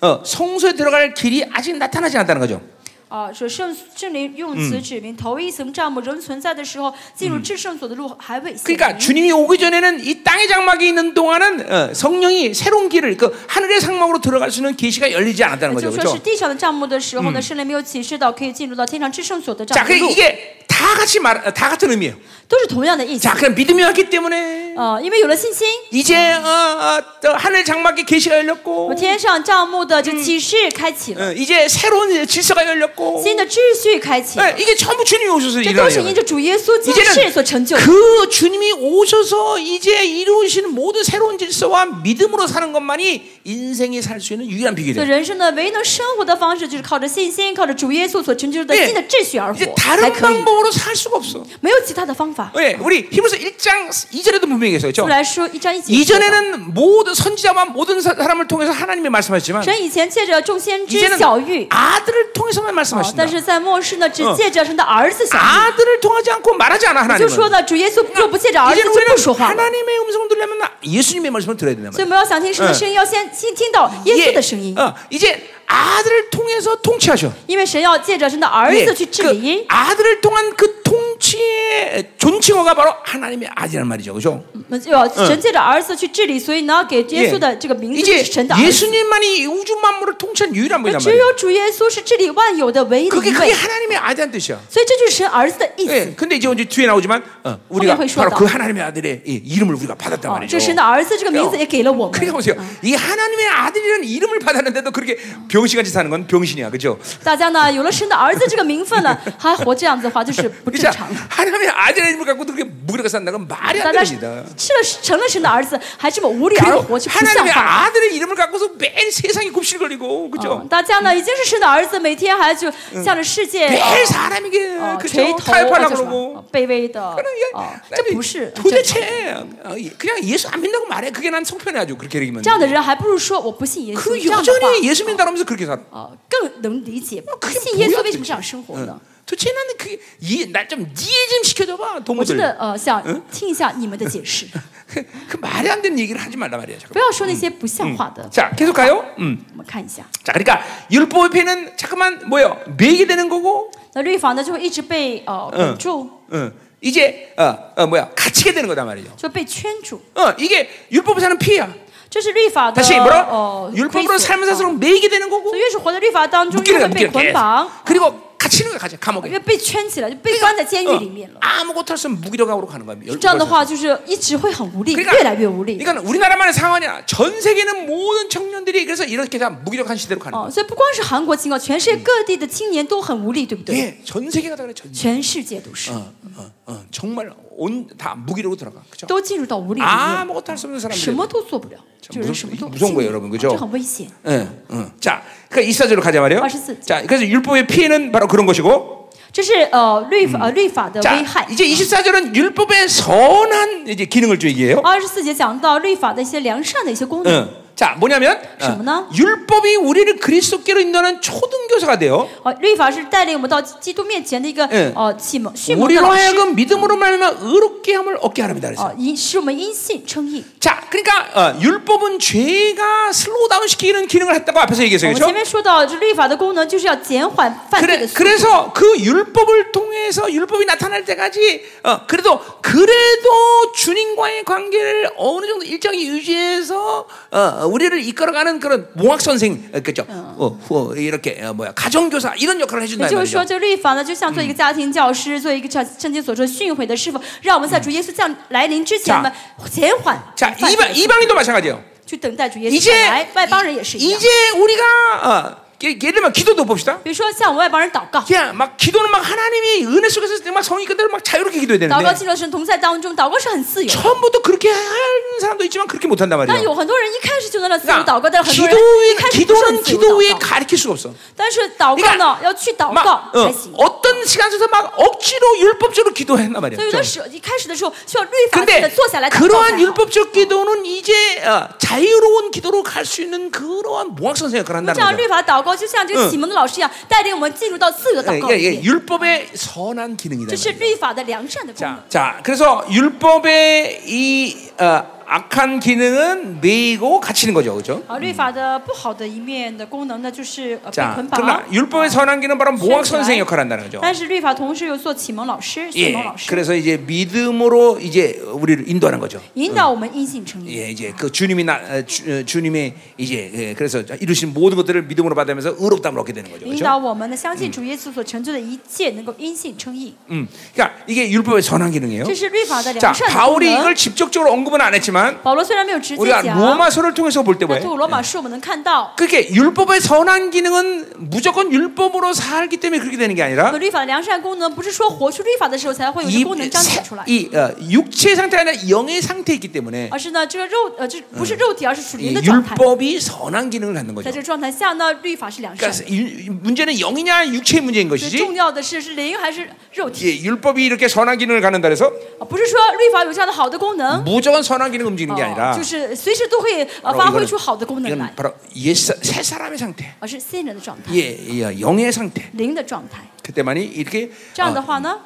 [SPEAKER 1] 어, 성소에 들어갈 길이 아직 나타나지 않았다는 거죠.
[SPEAKER 2] 啊，说圣圣灵
[SPEAKER 1] 嗯
[SPEAKER 2] 用此指明头一层帐幕仍存在的时候，进入至圣所的路还未显
[SPEAKER 1] 그러니까
[SPEAKER 2] 明。
[SPEAKER 1] 주님이 오기 전에는 이 땅의 장막이 있는 동안은 어, 성령이 새로운 길을 그 하늘의 장막으로 들어갈 수 있는 계시가 열리지 않았다는
[SPEAKER 2] 就
[SPEAKER 1] 거죠.
[SPEAKER 2] 说是
[SPEAKER 1] 그렇죠?
[SPEAKER 2] 嗯地上的帐幕的时候呢，圣灵没有启示到可以进入到天上至圣所的
[SPEAKER 1] 자,
[SPEAKER 2] 帐幕
[SPEAKER 1] 그
[SPEAKER 2] 路，
[SPEAKER 1] 이게 다 같이 말, 다 같은 의미예요.
[SPEAKER 2] 都是同样的意思
[SPEAKER 1] 자, 。 그냥 믿음이 왔기 때문에
[SPEAKER 2] 呃，因为有了信心，
[SPEAKER 1] 이제 어, 어, 또 하늘 장막의 계시가
[SPEAKER 2] 我
[SPEAKER 1] 열렸고
[SPEAKER 2] 天上帐幕的就启示开启了，
[SPEAKER 1] 어, 이제 새로운 질서가 열렸고
[SPEAKER 2] 新的秩序开启
[SPEAKER 1] 네,
[SPEAKER 2] 了，
[SPEAKER 1] 이게 전부 주님이 오셔서
[SPEAKER 2] 这都是
[SPEAKER 1] 일어나요.
[SPEAKER 2] 因着主耶稣降世所成
[SPEAKER 1] 이제는
[SPEAKER 2] 就的。
[SPEAKER 1] 그 주님이 오셔서 이제 이루시는 모든 새로운 질서와 믿음으로 사는 것만이 인생이 살 수 있는 유일한 비결이에요.
[SPEAKER 2] 所以人生呢，唯一能生活的方式就是靠着信心，靠着主耶稣所成就的新的秩序而活
[SPEAKER 1] 이제 ，
[SPEAKER 2] 才
[SPEAKER 1] 다른
[SPEAKER 2] 可以。
[SPEAKER 1] 방법으로 살 수가 없어.
[SPEAKER 2] 没有其他的方法。
[SPEAKER 1] 예, 우리 히브리서 1장 2절에도 분명히 했어요.
[SPEAKER 2] 不
[SPEAKER 1] 그렇죠?
[SPEAKER 2] 来说一章一节。
[SPEAKER 1] 이전에는 모든 선지자와 모든 사- 사람을 통해서 하나님이 말씀하시지만
[SPEAKER 2] 神以前借着众先知
[SPEAKER 1] 이제는
[SPEAKER 2] 小玉，
[SPEAKER 1] 아들을 통해서만
[SPEAKER 2] 哦但
[SPEAKER 1] 말씀하신다.
[SPEAKER 2] 是嗯在末世呢，只借着神的儿子小玉。
[SPEAKER 1] 아들을 통하지 않고 말하지 않아
[SPEAKER 2] 就
[SPEAKER 1] 하나님은.
[SPEAKER 2] 说呢，主耶稣若不借着儿子
[SPEAKER 1] 이제는
[SPEAKER 2] 就不说
[SPEAKER 1] 우리는
[SPEAKER 2] 话了。
[SPEAKER 1] 하나님의 음성을 들으려면 나- 예수님의 말씀을 들어야 된다
[SPEAKER 2] 所
[SPEAKER 1] 말이야.
[SPEAKER 2] 以我们要想听神的声音，要先先听到嗯耶呃稣
[SPEAKER 1] 예,
[SPEAKER 2] 的声音，
[SPEAKER 1] 어, 이제 아들을 통해서 통치하셔.
[SPEAKER 2] 因为神要借着神的儿
[SPEAKER 1] 예,
[SPEAKER 2] 子去治
[SPEAKER 1] 그
[SPEAKER 2] 理。
[SPEAKER 1] 아들을 통한 그 통치의 존칭어가 바로 하나님의 아들이란 말이죠, 그렇죠?
[SPEAKER 2] 嗯就要神借着儿子去治理，所以呢，给耶稣的这个名字就
[SPEAKER 1] 예. 이제
[SPEAKER 2] 是神的儿子。
[SPEAKER 1] 예수님만이 이 우주 만물을 통치한 유일한 분이란
[SPEAKER 2] 只
[SPEAKER 1] 말이에요.
[SPEAKER 2] 有主耶稣是治理万有的唯一的
[SPEAKER 1] 그게
[SPEAKER 2] 一
[SPEAKER 1] 그게
[SPEAKER 2] 位，
[SPEAKER 1] 하나님의 아들이란 뜻이야.
[SPEAKER 2] 所以这就是神儿子的意
[SPEAKER 1] 예,
[SPEAKER 2] 思。
[SPEAKER 1] 근데 이제 이제 뒤에 나오지만 어, 우리가
[SPEAKER 2] 성경에
[SPEAKER 1] 바로
[SPEAKER 2] 회수하다.
[SPEAKER 1] 그 하나님의 아들의 이 이름을 우리가 받았단
[SPEAKER 2] 啊，这
[SPEAKER 1] 말이죠. 어.
[SPEAKER 2] 神的儿子这个名字也给了我
[SPEAKER 1] 그러니까
[SPEAKER 2] 们。
[SPEAKER 1] 보세요. 이 하나님의 아들이라는 이름을 받았는데도 그렇게 병신같이 사는 건 병신이야, 그렇죠?
[SPEAKER 2] 大家呢有了神的儿子这个名分 了，还活这样子的话，就是不正
[SPEAKER 1] 그러니까
[SPEAKER 2] 常了。
[SPEAKER 1] 하나님의 아들이라는 이름을 갖고 그렇게 무리가 산다는 건 말이
[SPEAKER 2] 大
[SPEAKER 1] 안
[SPEAKER 2] 家
[SPEAKER 1] 됩니다.
[SPEAKER 2] 吃了成了神的儿子，还这么无理而
[SPEAKER 1] 그리고
[SPEAKER 2] 活，就不像
[SPEAKER 1] 하나님의
[SPEAKER 2] 话。
[SPEAKER 1] 아들의 이름을 갖고서 매일 세상에 굽실거리고
[SPEAKER 2] 啊
[SPEAKER 1] 그죠?
[SPEAKER 2] 大家呢已经是神的儿子，每天还就
[SPEAKER 1] 嗯
[SPEAKER 2] 向着世界
[SPEAKER 1] 매일 사람에게
[SPEAKER 2] 啊垂
[SPEAKER 1] 그죠?
[SPEAKER 2] 头啊，叫
[SPEAKER 1] 타협하려고
[SPEAKER 2] 什么啊
[SPEAKER 1] 그러고
[SPEAKER 2] 卑微的啊
[SPEAKER 1] 그냥 이게 ，
[SPEAKER 2] 这
[SPEAKER 1] 나는
[SPEAKER 2] 不是正常。
[SPEAKER 1] 도대체 어, 그냥 예수 안 믿는다고 말해 그게 난 속편해 아주 그렇게 얘기면
[SPEAKER 2] 这样的人还不如说我不信耶稣，
[SPEAKER 1] 그
[SPEAKER 2] 这样的
[SPEAKER 1] 여전히
[SPEAKER 2] 话
[SPEAKER 1] 예수 믿는다면서 그렇게 어. 살아
[SPEAKER 2] 啊更能理解
[SPEAKER 1] 可以
[SPEAKER 2] 信耶
[SPEAKER 1] 不
[SPEAKER 2] 稣
[SPEAKER 1] 要嗯
[SPEAKER 2] 为什
[SPEAKER 1] 这
[SPEAKER 2] 么这样生活呢？
[SPEAKER 1] 도대체 나는 그게 이나좀 이해 좀 시켜줘봐
[SPEAKER 2] 我真
[SPEAKER 1] 동무들
[SPEAKER 2] 的呃想
[SPEAKER 1] 嗯
[SPEAKER 2] 听一下你们的解释，
[SPEAKER 1] 그, 그 말이 안 되는 얘기를 하지 말란 말이야 잠깐만.
[SPEAKER 2] 不要说那些不像话的。
[SPEAKER 1] 자 계속 가요 음.
[SPEAKER 2] 我们看一下，
[SPEAKER 1] 자 그러니까 율법의 피는 잠깐만 뭐예요 매게 되는 거고
[SPEAKER 2] 那律法呢就会一直被呃
[SPEAKER 1] 嗯
[SPEAKER 2] 捆住，
[SPEAKER 1] 어, 이제 어, 어, 뭐야 갇히게 되는 거단 말이죠
[SPEAKER 2] 就被圈住，
[SPEAKER 1] 어, 이게 율법으로 사는 피야.
[SPEAKER 2] 这是律法的
[SPEAKER 1] 다시 뭐라?
[SPEAKER 2] 呃亏
[SPEAKER 1] 율법으로
[SPEAKER 2] 损。
[SPEAKER 1] 살면
[SPEAKER 2] 啊
[SPEAKER 1] 살수록 매이게 되는 거고
[SPEAKER 2] 所以越是活在律法当中，越
[SPEAKER 1] 묶이는 거야,
[SPEAKER 2] 会被
[SPEAKER 1] 묶이는
[SPEAKER 2] 捆
[SPEAKER 1] 거야.
[SPEAKER 2] 绑
[SPEAKER 1] 계속. ， 그리고 갇히는 거야, 가지 감옥에.
[SPEAKER 2] 越被圈起来，就被关在监狱里面了
[SPEAKER 1] 어, 。 아무것도 할 수 없는 무기력함으로 가는 거야.
[SPEAKER 2] 这样的
[SPEAKER 1] 율법으로
[SPEAKER 2] 话，就是一直会很无力，
[SPEAKER 1] 그러니까,
[SPEAKER 2] 越来越无力。
[SPEAKER 1] 그러니까 우리나라만의 상황이야. 전 세계는 모든 청년들이 그래서 이렇게 다 무기력한 시대로 가는
[SPEAKER 2] 哦，
[SPEAKER 1] 거야.
[SPEAKER 2] 所以不光是韩国情况，全世界各地的青年都很无力，对不对？
[SPEAKER 1] 예, 전 세계가 다 그래. 전 세계.
[SPEAKER 2] 全世界都是，
[SPEAKER 1] 어, 어, 어, 정말 온 다 무기력으로 들어가. 그죠?
[SPEAKER 2] 都进入到无力里面，
[SPEAKER 1] 아무것도 할 수 없는
[SPEAKER 2] 什
[SPEAKER 1] 사람들.
[SPEAKER 2] 么都做不了，啊这人什么都哎
[SPEAKER 1] 무서운거예요여러분그죠
[SPEAKER 2] 这很危险。
[SPEAKER 1] 응, 응. 예, 자, 그러니까 이사절로 가자 말이요.
[SPEAKER 2] 맛있어.
[SPEAKER 1] 자, 그래서 율법의 피해는 바로 그런 것이고.
[SPEAKER 2] 这是呃律法呃律法的
[SPEAKER 1] 자,
[SPEAKER 2] 危害。
[SPEAKER 1] 이제 24절은 율법의 선한 이제 기능을 좀 얘기해요.
[SPEAKER 2] 二十四节讲到律法的一些良善的一些功能。
[SPEAKER 1] 응. 자, 뭐냐면
[SPEAKER 2] 잠깐만요.
[SPEAKER 1] 어, 율법이 우리를 그리스도께로 인도하는 초등 교사가 돼요.
[SPEAKER 2] 哦，律法是带领我们到基督面前的一个
[SPEAKER 1] 嗯
[SPEAKER 2] 呃启蒙训蒙的
[SPEAKER 1] 우리로
[SPEAKER 2] 老师，
[SPEAKER 1] 하여금 믿음으로 말미암아 의롭게 함을 얻게 하랍니다. 그래서.
[SPEAKER 2] 哦，因使我们因信称义。
[SPEAKER 1] 자, 그러니까 어, 율법은 죄가 슬로우다운 시키는 기능을 했다고 앞에서 얘기했어요.
[SPEAKER 2] 我前
[SPEAKER 1] 그렇죠?
[SPEAKER 2] 面说到，这律法的功能就是要减缓犯罪
[SPEAKER 1] 그래,
[SPEAKER 2] 的速度。
[SPEAKER 1] 그래서 그 율법을 통해서 율법이 나타날 때까지 어, 그래도 그래도 주님과의 관계를 어느 정도 일정히 유지해서 어, 우리를 이끌어가는 그런 몽학 선생 그죠? 어, 어, 이렇게 어, 뭐야 가정 교사 이런 역할을 해준다
[SPEAKER 2] 也
[SPEAKER 1] 이
[SPEAKER 2] 就是说，
[SPEAKER 1] 말이죠.
[SPEAKER 2] 这个律法呢，就像做一个家庭教师，做一个像圣经所说训诲的师傅，让我们在主耶稣降来临之前呢，减缓
[SPEAKER 1] 자,
[SPEAKER 2] 犯罪
[SPEAKER 1] 이방
[SPEAKER 2] 的速度
[SPEAKER 1] 이방인도 마찬가지예요.
[SPEAKER 2] 去等待主耶稣降
[SPEAKER 1] 이제
[SPEAKER 2] 来。外邦人也是一样。
[SPEAKER 1] 이제 우리가 어, 예- 예를 들면 기도도 봅시다.
[SPEAKER 2] 比如说，像我们外邦人祷告，
[SPEAKER 1] 그냥 막 기도는 막 하나님이 은혜 속에서 막 성의 그대로 막 자유롭게 기도해야
[SPEAKER 2] 祷告
[SPEAKER 1] 되는데
[SPEAKER 2] 进入神同在当中，祷告是很自由。
[SPEAKER 1] 처음부터 그렇게 한 사람도 있지만 그렇게 못한단
[SPEAKER 2] 但
[SPEAKER 1] 말이에요.
[SPEAKER 2] 有很多人一开始就能让自由祷告，
[SPEAKER 1] 그러니까
[SPEAKER 2] 但是很
[SPEAKER 1] 기도
[SPEAKER 2] 多人
[SPEAKER 1] 후에
[SPEAKER 2] 一开始不是
[SPEAKER 1] 기도는
[SPEAKER 2] 很自由
[SPEAKER 1] 기도 후에
[SPEAKER 2] 祷告。
[SPEAKER 1] 가르칠 수가 없어.
[SPEAKER 2] 但是祷告呢，要去祷告
[SPEAKER 1] 막
[SPEAKER 2] 才
[SPEAKER 1] 어,
[SPEAKER 2] 行。
[SPEAKER 1] 어떤 시간 속에서 막 억지로 율법적으로 기도했나
[SPEAKER 2] 所以
[SPEAKER 1] 말이야.
[SPEAKER 2] 有的
[SPEAKER 1] 그렇죠?
[SPEAKER 2] 时候一开始的时候需要律法性的
[SPEAKER 1] 근데
[SPEAKER 2] 坐下来祷告才
[SPEAKER 1] 그러한
[SPEAKER 2] 好。
[SPEAKER 1] 율법적 기도는 이제 어, 자유로운 기도로 갈 수 있는 그러한 모학선 생각을
[SPEAKER 2] 这
[SPEAKER 1] 한다는
[SPEAKER 2] 样
[SPEAKER 1] 거죠.
[SPEAKER 2] 律法祷告就像这个启蒙的老师一样，带领我们进入到自由的
[SPEAKER 1] 예,
[SPEAKER 2] 祷告里
[SPEAKER 1] 예, 예, 。
[SPEAKER 2] 面
[SPEAKER 1] 율법의 선한 기능이다.
[SPEAKER 2] 这是律法的良善的功
[SPEAKER 1] 자,
[SPEAKER 2] 能。
[SPEAKER 1] 자, 그래서 율법의 이 어, 악한 기능은 매이고 갇히는 거죠, 그렇죠?
[SPEAKER 2] 而啊律法的不好的一面的功能呢，就是呃被
[SPEAKER 1] 자,
[SPEAKER 2] 捆绑
[SPEAKER 1] 네, 그러나 。 율법의 선한 기는 바로 모학 선생
[SPEAKER 2] 선지자의-
[SPEAKER 1] 역할을 한다는 거죠.
[SPEAKER 2] 但是律法同时又做启蒙老师、启
[SPEAKER 1] 예,
[SPEAKER 2] 蒙老师，
[SPEAKER 1] 그래서 이제 믿음으로 이제 우리를 인도하는 거죠.
[SPEAKER 2] 引导嗯我们因信称义。
[SPEAKER 1] 예, 이제 그 주님이 나 어, 주, 어, 주님의 이제 예, 그래서 이루신 모든 것들을 믿음으로 받으면서 의롭다함을 얻게 되는 거죠.
[SPEAKER 2] 引
[SPEAKER 1] 그렇죠?
[SPEAKER 2] 导我们呢，相信主耶稣所成就的一切，能够因信称义，
[SPEAKER 1] 음, 그러니까 이게 율법의 선한 기능이에요.
[SPEAKER 2] 嗯这是律法的
[SPEAKER 1] 자,
[SPEAKER 2] 良善的功
[SPEAKER 1] 바울이
[SPEAKER 2] 能
[SPEAKER 1] 이걸 。 직접적으로 언급은 안 했지만
[SPEAKER 2] 保罗虽然没有直接
[SPEAKER 1] 우리가
[SPEAKER 2] 讲，
[SPEAKER 1] 로마서를 통해서 볼 때
[SPEAKER 2] 但
[SPEAKER 1] 뭐예요?
[SPEAKER 2] 透过罗马书我们能看到，
[SPEAKER 1] 그게 율법의 선한 기능은 무조건 율법으로 살기 때문에 그렇게 되는 게
[SPEAKER 2] 那
[SPEAKER 1] 아니라
[SPEAKER 2] 么律法的良善功能，不是说活出律法的时候才会有这
[SPEAKER 1] 이
[SPEAKER 2] 个功能彰显出来，
[SPEAKER 1] 이, 어, 육체의 상태가 아니라 영의 상태이기 때문에
[SPEAKER 2] 而是呢，这个肉呃，这不是肉体，而是属灵
[SPEAKER 1] 이
[SPEAKER 2] 的状态。
[SPEAKER 1] 율법이 선한 기능을 갖는
[SPEAKER 2] 在
[SPEAKER 1] 거죠.
[SPEAKER 2] 这个状态下呢，律法是良善的。
[SPEAKER 1] 그러니까 이- 이 문제는 영이냐 육체의 문제인
[SPEAKER 2] 所以重
[SPEAKER 1] 것이지.
[SPEAKER 2] 要的是是灵还是肉体，
[SPEAKER 1] 예, 율법이 이렇게 선한 기능을 갖는다 해서
[SPEAKER 2] 啊不是说律法有这样的好的功能，
[SPEAKER 1] 무조건 선한 기능을 움직이는 게
[SPEAKER 2] 哦
[SPEAKER 1] 아니라
[SPEAKER 2] 就是随时都会呃
[SPEAKER 1] 바로
[SPEAKER 2] 发挥
[SPEAKER 1] 이거는-
[SPEAKER 2] 出好的功能来
[SPEAKER 1] 이건 ， 바로 옛사- 새 사람의 상태.
[SPEAKER 2] 而是新人的状态，
[SPEAKER 1] 예, 예, 영의 상태.
[SPEAKER 2] 灵的状态。
[SPEAKER 1] 그때만이 이렇게
[SPEAKER 2] 这样
[SPEAKER 1] 어,
[SPEAKER 2] 的话呢，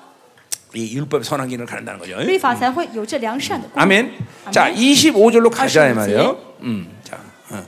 [SPEAKER 1] 이 율법 선한 기능을 갖는다는 거죠.
[SPEAKER 2] 律法才会有这良善的功能。
[SPEAKER 1] 아멘.
[SPEAKER 2] 아멘.
[SPEAKER 1] 자, 25절로 가자 이
[SPEAKER 2] 가시죠,
[SPEAKER 1] 말이에요. 음, 자, 어.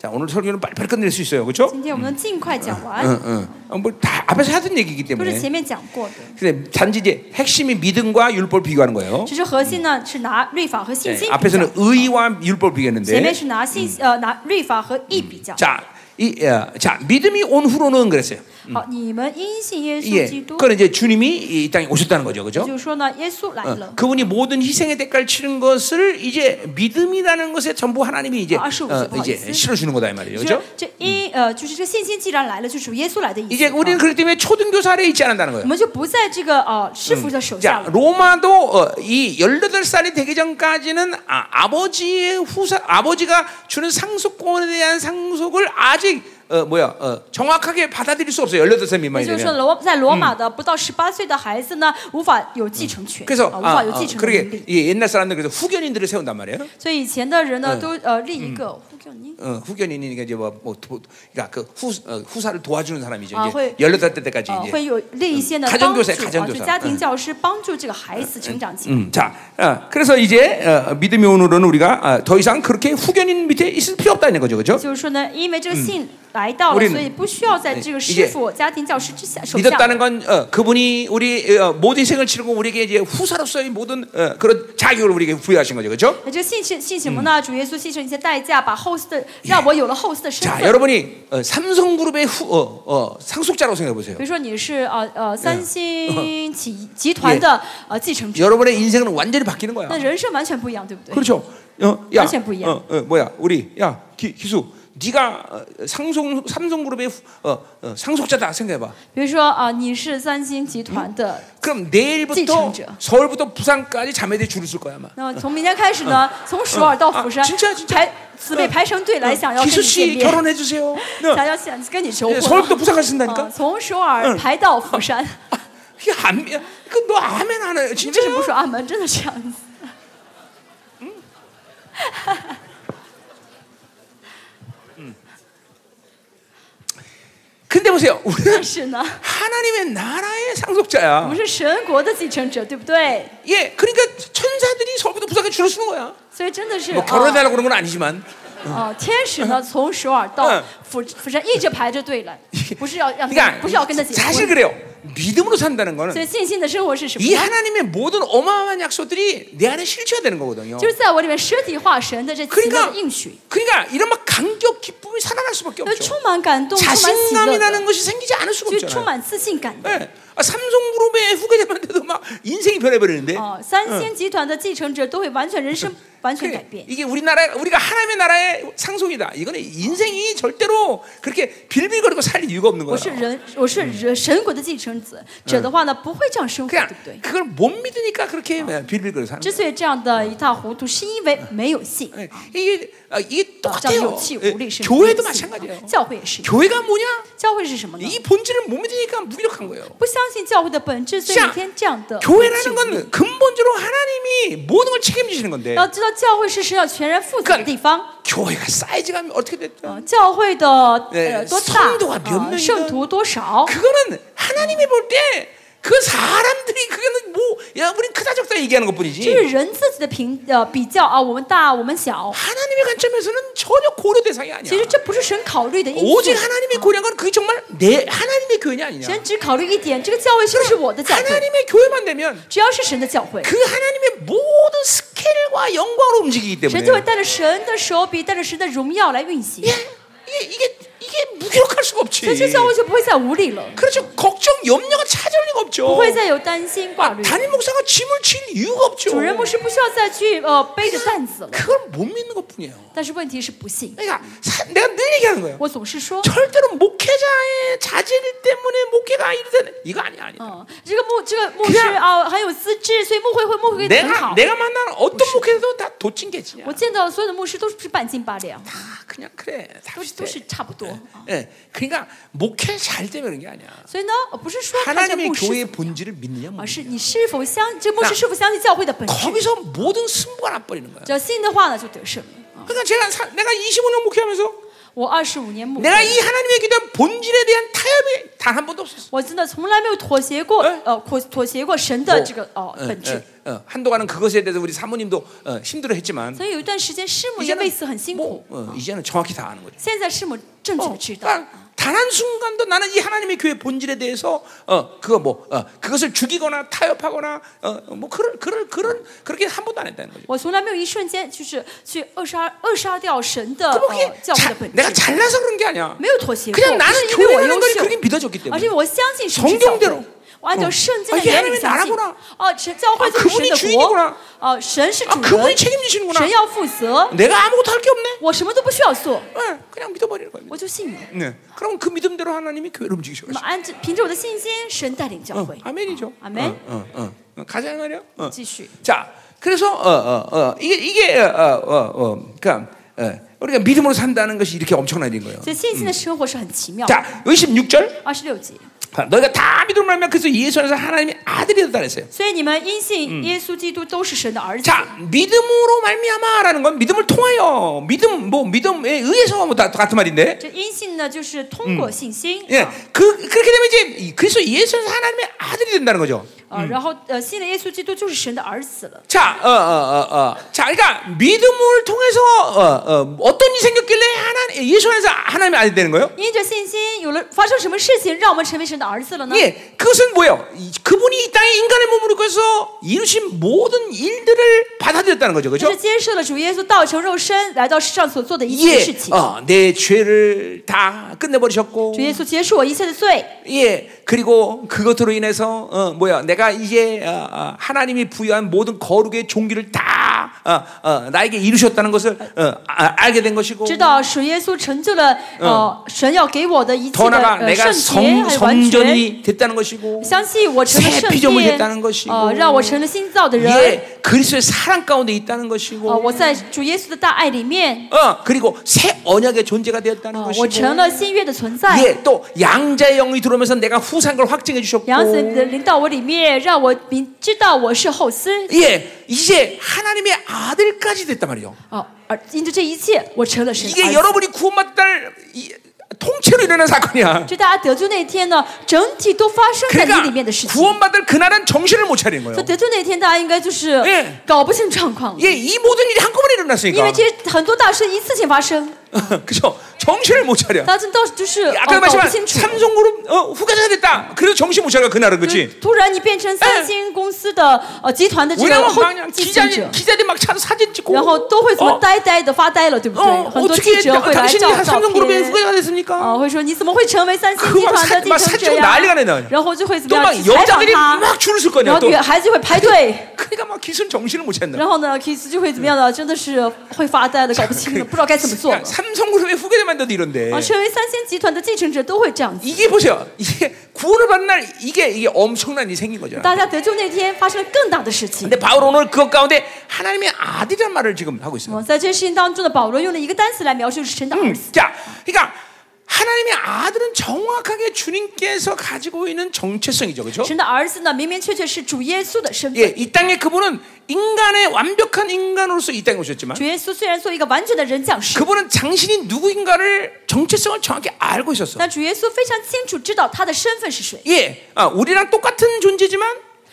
[SPEAKER 1] 자 오늘 설교는 빨리빨리 끝낼 수 있어요, 그렇죠?
[SPEAKER 2] 今天我们能尽快讲完，
[SPEAKER 1] 응, 응. 어, 뭐다 앞에서 하던 얘기이기
[SPEAKER 2] 都是前
[SPEAKER 1] 때문에.
[SPEAKER 2] 面讲过的。
[SPEAKER 1] 근데 단지 이제 핵심이 믿음과 율법을 비교하는 거예요.
[SPEAKER 2] 其实核心呢是拿律法和信
[SPEAKER 1] 네,
[SPEAKER 2] 心比较
[SPEAKER 1] 앞에서는 ， 의와 율법을
[SPEAKER 2] 前面
[SPEAKER 1] 비교했는데,
[SPEAKER 2] 是拿信呃拿律法和义比较。
[SPEAKER 1] 자, 이, 어, 자, 믿음이 온 후로는 그랬어요.
[SPEAKER 2] 好，你们因信嗯耶
[SPEAKER 1] 예,
[SPEAKER 2] 稣基督，
[SPEAKER 1] 그건 이제 주님이 이 땅에 오셨다는 거죠, 그렇죠?
[SPEAKER 2] 就是说呢，耶稣来
[SPEAKER 1] 어,
[SPEAKER 2] 了。
[SPEAKER 1] 그분이 모든 희생의 대가를 치른 것을 이제 믿음이라는 것에 전부 하나님이 이제
[SPEAKER 2] 아, 아쉬워,
[SPEAKER 1] 어,
[SPEAKER 2] 아쉬워,
[SPEAKER 1] 이제
[SPEAKER 2] 아쉬워.
[SPEAKER 1] 실어 주는 거다 이 말이에요.
[SPEAKER 2] 就是
[SPEAKER 1] 그렇죠?
[SPEAKER 2] 这一呃，就是这个信心既然来了，就属耶稣来的意
[SPEAKER 1] 이제
[SPEAKER 2] 思。
[SPEAKER 1] 우리는
[SPEAKER 2] 啊
[SPEAKER 1] 그렇기 때문에 초등교 사례에 있지 않는다는
[SPEAKER 2] 我
[SPEAKER 1] 거예요.
[SPEAKER 2] 们就不在这个呃师傅的手下
[SPEAKER 1] 자,
[SPEAKER 2] 了。
[SPEAKER 1] 로마도 어, 이 18살이 되기 전까지는 아, 버지의 후사 아버지가 주는 상속권에 대한 상속을 아직 어, 뭐야? 어, 정확하게 받아들일 수 없어요. 18살
[SPEAKER 2] 也
[SPEAKER 1] 미만이
[SPEAKER 2] 就是说，
[SPEAKER 1] 되면.
[SPEAKER 2] 罗在罗马的不到十八岁的孩子呢，无法有继承权，
[SPEAKER 1] 그래서
[SPEAKER 2] 啊无
[SPEAKER 1] 아,
[SPEAKER 2] 法有
[SPEAKER 1] 어,
[SPEAKER 2] 继承的能
[SPEAKER 1] 그러게
[SPEAKER 2] 力。
[SPEAKER 1] 예, 옛날 사람들 그래서 후견인들을 세운단 말이에요.
[SPEAKER 2] 所以以前的人呢，都呃立一个护教尼
[SPEAKER 1] 어, 후견인이니까 이제 뭐, 뭐 도, 그러니까 그 후, 어, 후사를 도와주는 사람이죠.
[SPEAKER 2] 아,
[SPEAKER 1] 이제
[SPEAKER 2] 회-
[SPEAKER 1] 18살 때까지
[SPEAKER 2] 呃，
[SPEAKER 1] 이제
[SPEAKER 2] 会有立一些呢
[SPEAKER 1] 가정
[SPEAKER 2] 帮助
[SPEAKER 1] 교사
[SPEAKER 2] 啊，嗯
[SPEAKER 1] 가정교사
[SPEAKER 2] 就家庭教师帮助这个孩子成长起来。
[SPEAKER 1] 음, 자, 어, 그래서 이제 어, 믿음이 오늘은 우리가 어, 더 이상 그렇게 후견인 밑에 있을 필요 없다는 거죠, 그렇죠?
[SPEAKER 2] 就是说呢，因为这个信来到
[SPEAKER 1] 우리
[SPEAKER 2] 了，
[SPEAKER 1] 는
[SPEAKER 2] 所以不需要在这个师傅、家庭教师之下手下。
[SPEAKER 1] 믿었다는 건 어, 그분이 우리 어, 모든 생을 치르고 우리에게 이제 후사로서의 모든 어, 그런 자격을 우리에게 부여하신 거죠, 그렇죠?
[SPEAKER 2] 那这信是信什么呢？主耶稣牺牲一些代价，把后世的让我有了后世的身
[SPEAKER 1] 자,
[SPEAKER 2] 份。
[SPEAKER 1] 여러분이 어, 삼성그룹의 후, 어, 어, 상속자라고 생각해 보세요.
[SPEAKER 2] 比如说你是呃
[SPEAKER 1] 嗯
[SPEAKER 2] 呃三星集集团的呃继承者，
[SPEAKER 1] 여러분의 인생은 완전히 바뀌는 거야.
[SPEAKER 2] 那人生完全不一样，对不对？
[SPEAKER 1] 그렇죠. 어, 야,
[SPEAKER 2] 훨씬 부위야.
[SPEAKER 1] 어, 어, 뭐야, 우리 야 기, 기수, 네가 어, 상송 삼성그룹의 후- 어, 어, 상속자다 생각해봐.
[SPEAKER 2] 比如说啊、你是三星集团的，
[SPEAKER 1] 그럼 내일부터
[SPEAKER 2] 지청자.
[SPEAKER 1] 서울부터 부산까지 자매들이 줄을 쓸 거야 아마.
[SPEAKER 2] 那么从明天开始呢，从首尔到釜山
[SPEAKER 1] 嗯啊진짜진짜
[SPEAKER 2] 排姊
[SPEAKER 1] 嗯
[SPEAKER 2] 妹排成队来想要跟
[SPEAKER 1] 기수
[SPEAKER 2] 你见
[SPEAKER 1] 씨
[SPEAKER 2] 面，
[SPEAKER 1] 결혼해 주세요.
[SPEAKER 2] 想
[SPEAKER 1] 嗯
[SPEAKER 2] 要想跟你求
[SPEAKER 1] 네,
[SPEAKER 2] 婚。
[SPEAKER 1] 서울부터 부산까지
[SPEAKER 2] 啊
[SPEAKER 1] 쓴다니까.
[SPEAKER 2] 从首
[SPEAKER 1] 嗯
[SPEAKER 2] 尔排到釜
[SPEAKER 1] 啊
[SPEAKER 2] 山，
[SPEAKER 1] 아, 이게 안, 그너 아멘 안 해요
[SPEAKER 2] 你为什么
[SPEAKER 1] 진짜요?
[SPEAKER 2] 不说阿门？真的这样子，
[SPEAKER 1] 근데 보세요, 우리는
[SPEAKER 2] 但是呢，
[SPEAKER 1] 하나님의 나라의
[SPEAKER 2] 我
[SPEAKER 1] 상속자야.
[SPEAKER 2] 们是神国的继承者，对不对？
[SPEAKER 1] 예, 그러니까 천사들이 서울부터 부산까지 줄을 쓰는 거야.
[SPEAKER 2] 所以真的是
[SPEAKER 1] 뭐
[SPEAKER 2] 啊
[SPEAKER 1] 결혼해달라고 그런 건 아니지만
[SPEAKER 2] 啊，天使呢从首尔到
[SPEAKER 1] 嗯
[SPEAKER 2] 釜釜山一直排着队来，不是要让他
[SPEAKER 1] 그러니까
[SPEAKER 2] 不是要跟他结
[SPEAKER 1] 사실
[SPEAKER 2] 婚。
[SPEAKER 1] 그래요. 믿음으로 산다는 거는
[SPEAKER 2] 所以信心的生活是什么
[SPEAKER 1] 이
[SPEAKER 2] 呢？
[SPEAKER 1] 하나님의 모든 어마어마한 약속들이 내 안에 실체화되는 거거든요.
[SPEAKER 2] 就是在我里面实体化神的这奇妙的应许，
[SPEAKER 1] 그러니까 이런 막 강력 기쁨이 살아날 수밖에
[SPEAKER 2] 那
[SPEAKER 1] 없죠.
[SPEAKER 2] 充满感动，充
[SPEAKER 1] 啊
[SPEAKER 2] 满喜乐的
[SPEAKER 1] 자신감이라는 ， 것이 생기지 않을 수가
[SPEAKER 2] 就是充
[SPEAKER 1] 없잖아요.
[SPEAKER 2] 满自信感的。
[SPEAKER 1] 네. 아, 삼성그룹의 후계자한테도 막 인생이 변해버리는데
[SPEAKER 2] 哦，三星集团的继承者都会完全人生完全改
[SPEAKER 1] 그래,
[SPEAKER 2] 变。
[SPEAKER 1] 이게 우리나라 우리가 하나님의 나라의 상속이다. 이거는 인생이 절대로 그렇게 빌빌거리고 살 이유가 없는
[SPEAKER 2] 我是
[SPEAKER 1] 거예요.
[SPEAKER 2] 人，我是人神国的继承者者的话呢，不会这样生活，对
[SPEAKER 1] 그냥
[SPEAKER 2] 不对？
[SPEAKER 1] 그걸 못 믿으니까 그렇게 빌빌거리고 사는
[SPEAKER 2] 之
[SPEAKER 1] 거예요.
[SPEAKER 2] 所以这样的一塌糊涂，是因为没有信，
[SPEAKER 1] 예, 이게 아, 이게
[SPEAKER 2] 叫
[SPEAKER 1] 똑같아요.
[SPEAKER 2] 有气
[SPEAKER 1] 예,
[SPEAKER 2] 无力是没有
[SPEAKER 1] 교회도
[SPEAKER 2] 信
[SPEAKER 1] 마찬가지예요.
[SPEAKER 2] 教会也是一样，
[SPEAKER 1] 교회가 뭐냐?
[SPEAKER 2] 教会是什么呢？
[SPEAKER 1] 이 본질을 못 믿으니까 무기력한 거예요.
[SPEAKER 2] 不相信教会的本质，所以
[SPEAKER 1] 자
[SPEAKER 2] 每天这样的。
[SPEAKER 1] 교회라는 건 근본적으로 하나님이 모든 걸 책임지시는 건데
[SPEAKER 2] 要知道教会是神要全然负责的地方。
[SPEAKER 1] 교회가 사이즈가 어떻게 됐든
[SPEAKER 2] 呃，教会的
[SPEAKER 1] 네
[SPEAKER 2] 呃多
[SPEAKER 1] 성도가몇
[SPEAKER 2] 大，啊
[SPEAKER 1] 명이든
[SPEAKER 2] 呃圣徒多少，
[SPEAKER 1] 그거는 하나님이 볼 때 그 사람들이 그게는 뭐, 야, 우린 크다 적다 얘기하는 것
[SPEAKER 2] 这是
[SPEAKER 1] 뿐이지.
[SPEAKER 2] 人自己的评呃比较啊，我们大我们小，
[SPEAKER 1] 하나님의 관점에서는 전혀 고려 대상이
[SPEAKER 2] 其实
[SPEAKER 1] 아니야.
[SPEAKER 2] 这不是神考虑的因
[SPEAKER 1] 오직
[SPEAKER 2] 素。
[SPEAKER 1] 하나님이 고려한 건 그게 정말 내 하나님의 교회냐 아니냐.
[SPEAKER 2] 神只考虑一点，这个教会是不是我的教会？
[SPEAKER 1] 하나님의 교회만 되면
[SPEAKER 2] 只要是神的教会，
[SPEAKER 1] 그 하나님의 모든 스케일과 영광으로 움직이기
[SPEAKER 2] 神就会
[SPEAKER 1] 때문에
[SPEAKER 2] 带着神的手笔，带着神的荣耀来运行，
[SPEAKER 1] 이게 이게 이게, 이게 무기력할 수가
[SPEAKER 2] 所以
[SPEAKER 1] 없지.
[SPEAKER 2] 这教会就不会再无力了，
[SPEAKER 1] 그렇죠. 걱정 염려가 찾을 리가
[SPEAKER 2] 不
[SPEAKER 1] 없죠.
[SPEAKER 2] 会再有担心挂虑。
[SPEAKER 1] 단임 목사가 짐을 질 이유가 없죠.
[SPEAKER 2] 主人牧师不需要再去呃背着担子了，
[SPEAKER 1] 그걸 못 믿는 것뿐이에요.
[SPEAKER 2] 但是问题是不信。
[SPEAKER 1] 그러니까 사- 내가 늘 얘기하는 거예요.
[SPEAKER 2] 我总是说，
[SPEAKER 1] 절대로 목회자의 자질 때문에 목회가 이러다 이거 아니야 아니야.
[SPEAKER 2] 嗯，这个牧这个牧师
[SPEAKER 1] 그냥
[SPEAKER 2] 啊很有资质，所以牧会会牧会给得很
[SPEAKER 1] 내가
[SPEAKER 2] 好。
[SPEAKER 1] 내가 만난 어떤 목회자도 뭐 다 도찐개지냐.
[SPEAKER 2] 我见到所有的牧师都是半斤八两，
[SPEAKER 1] 다 그냥 그래. 다
[SPEAKER 2] 都是都
[SPEAKER 1] 비슷해.
[SPEAKER 2] 是差不多。
[SPEAKER 1] 예, 그러니까 목회 잘 되면 그런 게 아니야.
[SPEAKER 2] 所以呢，呃不是说看这个
[SPEAKER 1] 하나님의
[SPEAKER 2] 牧师，
[SPEAKER 1] 교회의 본질을 믿느냐
[SPEAKER 2] 而
[SPEAKER 1] 뭐.
[SPEAKER 2] 是你是否相这牧师是否相信教会的本质。
[SPEAKER 1] 거기서 모든 승부가 나버리는 거야.
[SPEAKER 2] 只要信的话呢，就得胜了。
[SPEAKER 1] 그러니까 제가 사- 내가 25년 목회하면서
[SPEAKER 2] 我二十五年牧会，
[SPEAKER 1] 내가 이 하나님의 기도한 본질에 대한 타협이 단 한 번도 없었어.
[SPEAKER 2] 我真的从来没有妥协过，
[SPEAKER 1] 哎
[SPEAKER 2] 呃，妥妥协过神的这个哦
[SPEAKER 1] 어,
[SPEAKER 2] 本质。
[SPEAKER 1] 어, 어, 한동안은 그것에 대해서 우리 사모님도 어, 힘들어했지만
[SPEAKER 2] 所以有一段时间，师母因为此很辛苦
[SPEAKER 1] 뭐, ， 어, 이제는 정확히 다 아는 거죠.
[SPEAKER 2] 现在师母正确
[SPEAKER 1] 어,
[SPEAKER 2] 的知道。
[SPEAKER 1] 그러니까 단 한 순간도 나는 이 하나님의 교회 본질에 대해서 어, 그거 뭐 어, 그것을 죽이거나 타협하거나 어, 뭐 그럴 그럴 그런 그렇게 한 번도 안 했다는 거죠.
[SPEAKER 2] 我从来没有一瞬间就是去扼杀扼杀掉神的
[SPEAKER 1] 그, 뭐
[SPEAKER 2] 呃
[SPEAKER 1] 그게
[SPEAKER 2] 教会
[SPEAKER 1] 자-
[SPEAKER 2] 的本
[SPEAKER 1] 내가
[SPEAKER 2] 质，
[SPEAKER 1] 잘나서 그런 게 아니야.
[SPEAKER 2] 没有妥协过，不
[SPEAKER 1] 그냥
[SPEAKER 2] 是
[SPEAKER 1] 나는
[SPEAKER 2] 因为我
[SPEAKER 1] 교회라는
[SPEAKER 2] 优
[SPEAKER 1] 걸
[SPEAKER 2] 秀
[SPEAKER 1] 그렇게 ， 믿어줬기
[SPEAKER 2] 而是
[SPEAKER 1] 때문에
[SPEAKER 2] 因为我相信神
[SPEAKER 1] 성경대로
[SPEAKER 2] 是教会我按照圣经
[SPEAKER 1] 아
[SPEAKER 2] 的原理
[SPEAKER 1] 하나님의
[SPEAKER 2] 相信
[SPEAKER 1] 나라구나. ，
[SPEAKER 2] 哦，神教会
[SPEAKER 1] 아
[SPEAKER 2] 就是
[SPEAKER 1] 그분이
[SPEAKER 2] 神的国
[SPEAKER 1] 주인이구나 ，
[SPEAKER 2] 哦，神是
[SPEAKER 1] 아
[SPEAKER 2] 主
[SPEAKER 1] 그분이
[SPEAKER 2] 人，
[SPEAKER 1] 책임지시는구나.
[SPEAKER 2] 神要负责，
[SPEAKER 1] 내가 아무것도 할 게 없네.
[SPEAKER 2] 我什么都不需要做，
[SPEAKER 1] 예, 그냥 믿어버리는 거예요.
[SPEAKER 2] 我就信你。
[SPEAKER 1] 네. 그럼 그 믿음대로 하나님이 교회를
[SPEAKER 2] 那么
[SPEAKER 1] 움직이셔가지고.
[SPEAKER 2] 按着凭着我的信心，神带领
[SPEAKER 1] 嗯
[SPEAKER 2] 教会，
[SPEAKER 1] 어, 아멘이죠.
[SPEAKER 2] 아멘.
[SPEAKER 1] 어, 어, 어. 가자 말이야. 어.
[SPEAKER 2] 继续。
[SPEAKER 1] 자, 그래서 어, 어, 어, 이게 이게 어, 어, 어, 어, 그러니까 어, 우리가 믿음으로 산다는 것이 이렇게 엄청난 일인 거예요.
[SPEAKER 2] 所以信心的生活是很奇妙的。
[SPEAKER 1] 자, 26절. 아,
[SPEAKER 2] 二十六节，
[SPEAKER 1] 너희가 다 믿음을 말면 그래서 예수 안에서 하나님의 아들이었다 그랬어요.
[SPEAKER 2] 所以你们因信耶稣基督都是神的儿子。
[SPEAKER 1] 자, 믿음으로 말미암아라는 건 믿음을 통하여 믿음 뭐 믿음에 의해서 뭐 다 같은 말인데.
[SPEAKER 2] 这因信呢，就是通过信心，
[SPEAKER 1] 예, 그 그렇게 되면 이제 이- 그래서 예수는 하나님의 아들이 된다는 거죠.
[SPEAKER 2] 啊，然后呃，信了耶稣基督就是神的儿子了。
[SPEAKER 1] 자, 어, 어, 어, 어. 자, 그러니까 믿음을 통해서 어, 어, 어떤 일이 생겼길래 하나 예수 안에서 하나님의 아들이 되는 거예요?
[SPEAKER 2] 因着信心，有了发生什么事情，让我们成为神的儿子了呢？
[SPEAKER 1] 예, 그것은 뭐예요? 이- 그분이 이 땅에 인간의 몸으로 해서 이루신 모든 일들을 받아들였다는 거죠,
[SPEAKER 2] 就
[SPEAKER 1] 그렇죠?
[SPEAKER 2] 是接受了主耶稣道成肉身来到世上所做的一切
[SPEAKER 1] 예,
[SPEAKER 2] 事情。
[SPEAKER 1] 어, 내 죄를 다 끝내버리셨고,
[SPEAKER 2] 主耶稣结束我一切的罪，
[SPEAKER 1] 예, 그리고 그것으로 인해서 어, 뭐야, 내가 이제 어, 어, 하나님이 부여한 모든 거룩의 종기를 다 어, 어, 나에게 이루셨다는 것을 어, 아, 알게 된 것이고,
[SPEAKER 2] 知道主耶稣成就了呃神要给我的一
[SPEAKER 1] 더
[SPEAKER 2] 切的
[SPEAKER 1] 나가
[SPEAKER 2] 呃
[SPEAKER 1] 내가
[SPEAKER 2] 圣洁
[SPEAKER 1] 성
[SPEAKER 2] 还有完全。
[SPEAKER 1] 성전이 됐다는 것이고,
[SPEAKER 2] 相信我成了
[SPEAKER 1] 새
[SPEAKER 2] 圣
[SPEAKER 1] 피조물이됐
[SPEAKER 2] 殿
[SPEAKER 1] 다는것이고 ，
[SPEAKER 2] 呃，让我成了新造的人，
[SPEAKER 1] 예, 아, 그리스도의 사랑 가운데 있다는
[SPEAKER 2] 呃，
[SPEAKER 1] 것이고,
[SPEAKER 2] 我在主耶稣的大爱里面，
[SPEAKER 1] 어, 그리고 새 언약의 존재가 되었다는
[SPEAKER 2] 呃，我
[SPEAKER 1] 것이고,
[SPEAKER 2] 成了新约的存在。
[SPEAKER 1] 예, 또 양자의 영이 들어오면서 내가 후산 걸 확증해
[SPEAKER 2] 杨子
[SPEAKER 1] 주셨고,
[SPEAKER 2] 的领导我里面，让我明知道我是后嗣
[SPEAKER 1] 예, 이제 하나님의 아들까지 됐단 말이에요.
[SPEAKER 2] 哦，而因着这一切，我成了神的
[SPEAKER 1] 이게
[SPEAKER 2] 儿子。
[SPEAKER 1] 여러분이 구원받을 이- 통째로 일어난 사건이야.
[SPEAKER 2] 就大家得救那天呢，整体都发生在你里面
[SPEAKER 1] 그러니까
[SPEAKER 2] 的事情。
[SPEAKER 1] 구원받을 그날은 정신을 못 차리는
[SPEAKER 2] 所
[SPEAKER 1] 거예요.
[SPEAKER 2] 以得救那天，大家应该就是
[SPEAKER 1] 예
[SPEAKER 2] 搞不清状况了，
[SPEAKER 1] 예, 이 모든 일이 한꺼번에
[SPEAKER 2] 因为
[SPEAKER 1] 일어났으니까,
[SPEAKER 2] 这些很多大事一次性发生，
[SPEAKER 1] 그죠? 정신을 못 차려.
[SPEAKER 2] 大家到时就是、哦、
[SPEAKER 1] 아까 그
[SPEAKER 2] 搞不
[SPEAKER 1] 말씀한
[SPEAKER 2] 清楚。
[SPEAKER 1] 삼성그룹 어, 후계자가 됐다. 그래서 정신 못 차려 그날은
[SPEAKER 2] 就是
[SPEAKER 1] 그렇지.
[SPEAKER 2] 突然你变成三星公司的呃集团的这个
[SPEAKER 1] 왜냐면
[SPEAKER 2] 后
[SPEAKER 1] 그냥
[SPEAKER 2] 继承者
[SPEAKER 1] 기자들 ， 기자들 막 차, 사진 찍고
[SPEAKER 2] 然后都会怎么
[SPEAKER 1] 어,
[SPEAKER 2] 呆呆的发呆了，对不
[SPEAKER 1] 어,
[SPEAKER 2] 对？很多记
[SPEAKER 1] 어떻게
[SPEAKER 2] 者会来
[SPEAKER 1] 당신이
[SPEAKER 2] 照照
[SPEAKER 1] 삼성그룹의
[SPEAKER 2] 片。
[SPEAKER 1] 후계자가 됐습니까?
[SPEAKER 2] 啊，会说你怎么会成为三星
[SPEAKER 1] 그막
[SPEAKER 2] 集团
[SPEAKER 1] 사
[SPEAKER 2] 的继
[SPEAKER 1] 막
[SPEAKER 2] 承
[SPEAKER 1] 사적으로
[SPEAKER 2] 者呀
[SPEAKER 1] 난리가나요 ？
[SPEAKER 2] 然后就会怎么
[SPEAKER 1] 또
[SPEAKER 2] 样去
[SPEAKER 1] 막
[SPEAKER 2] 采访
[SPEAKER 1] 여자들이
[SPEAKER 2] 他？
[SPEAKER 1] 막 줄을 설 거냐
[SPEAKER 2] 然后
[SPEAKER 1] 또
[SPEAKER 2] 女孩子就会排队，
[SPEAKER 1] 그러니까 막 기술 정신을 못
[SPEAKER 2] 然
[SPEAKER 1] 찼나
[SPEAKER 2] 后呢，Kiss 就会怎么样呢？真的是会发呆的，搞不 清了，不知道该怎么做了
[SPEAKER 1] 그러니까 。 삼성그룹의 후계자만 돼도 이런데
[SPEAKER 2] 啊，成为三星集团的继承者都会这样子。
[SPEAKER 1] 이게 보세요 이게 구원을 받는 날 이게 이게 엄청난 일이 생긴 거잖아
[SPEAKER 2] 大家得救那天发生了更大的事情
[SPEAKER 1] 근데 。 바울 오늘 그것 가운데 하나님의 아들이란 말을 지금 하고
[SPEAKER 2] 我
[SPEAKER 1] 있어요
[SPEAKER 2] 在这事情当中的保罗用了一个单词来描述神的儿
[SPEAKER 1] 음,
[SPEAKER 2] 子。
[SPEAKER 1] 자 그러니까 하나님의 아들은 정확하게 주님께서 가지고 있는 정체성이죠, 그렇죠?
[SPEAKER 2] 神的儿子呢，明明确确是主嗯耶稣的身
[SPEAKER 1] 예,
[SPEAKER 2] 份。
[SPEAKER 1] 이 땅에 그분은 인간의 완벽한 인간으로서 이 땅에 오셨지만
[SPEAKER 2] 主耶稣虽然做一个完整的人讲师，
[SPEAKER 1] 그분은 당신이 누구인가를 정체성을 정확히 알고 있었어.
[SPEAKER 2] 但主耶稣非常清楚知道他的身份是谁。
[SPEAKER 1] 예, 아, 우리랑 똑같은 존재지만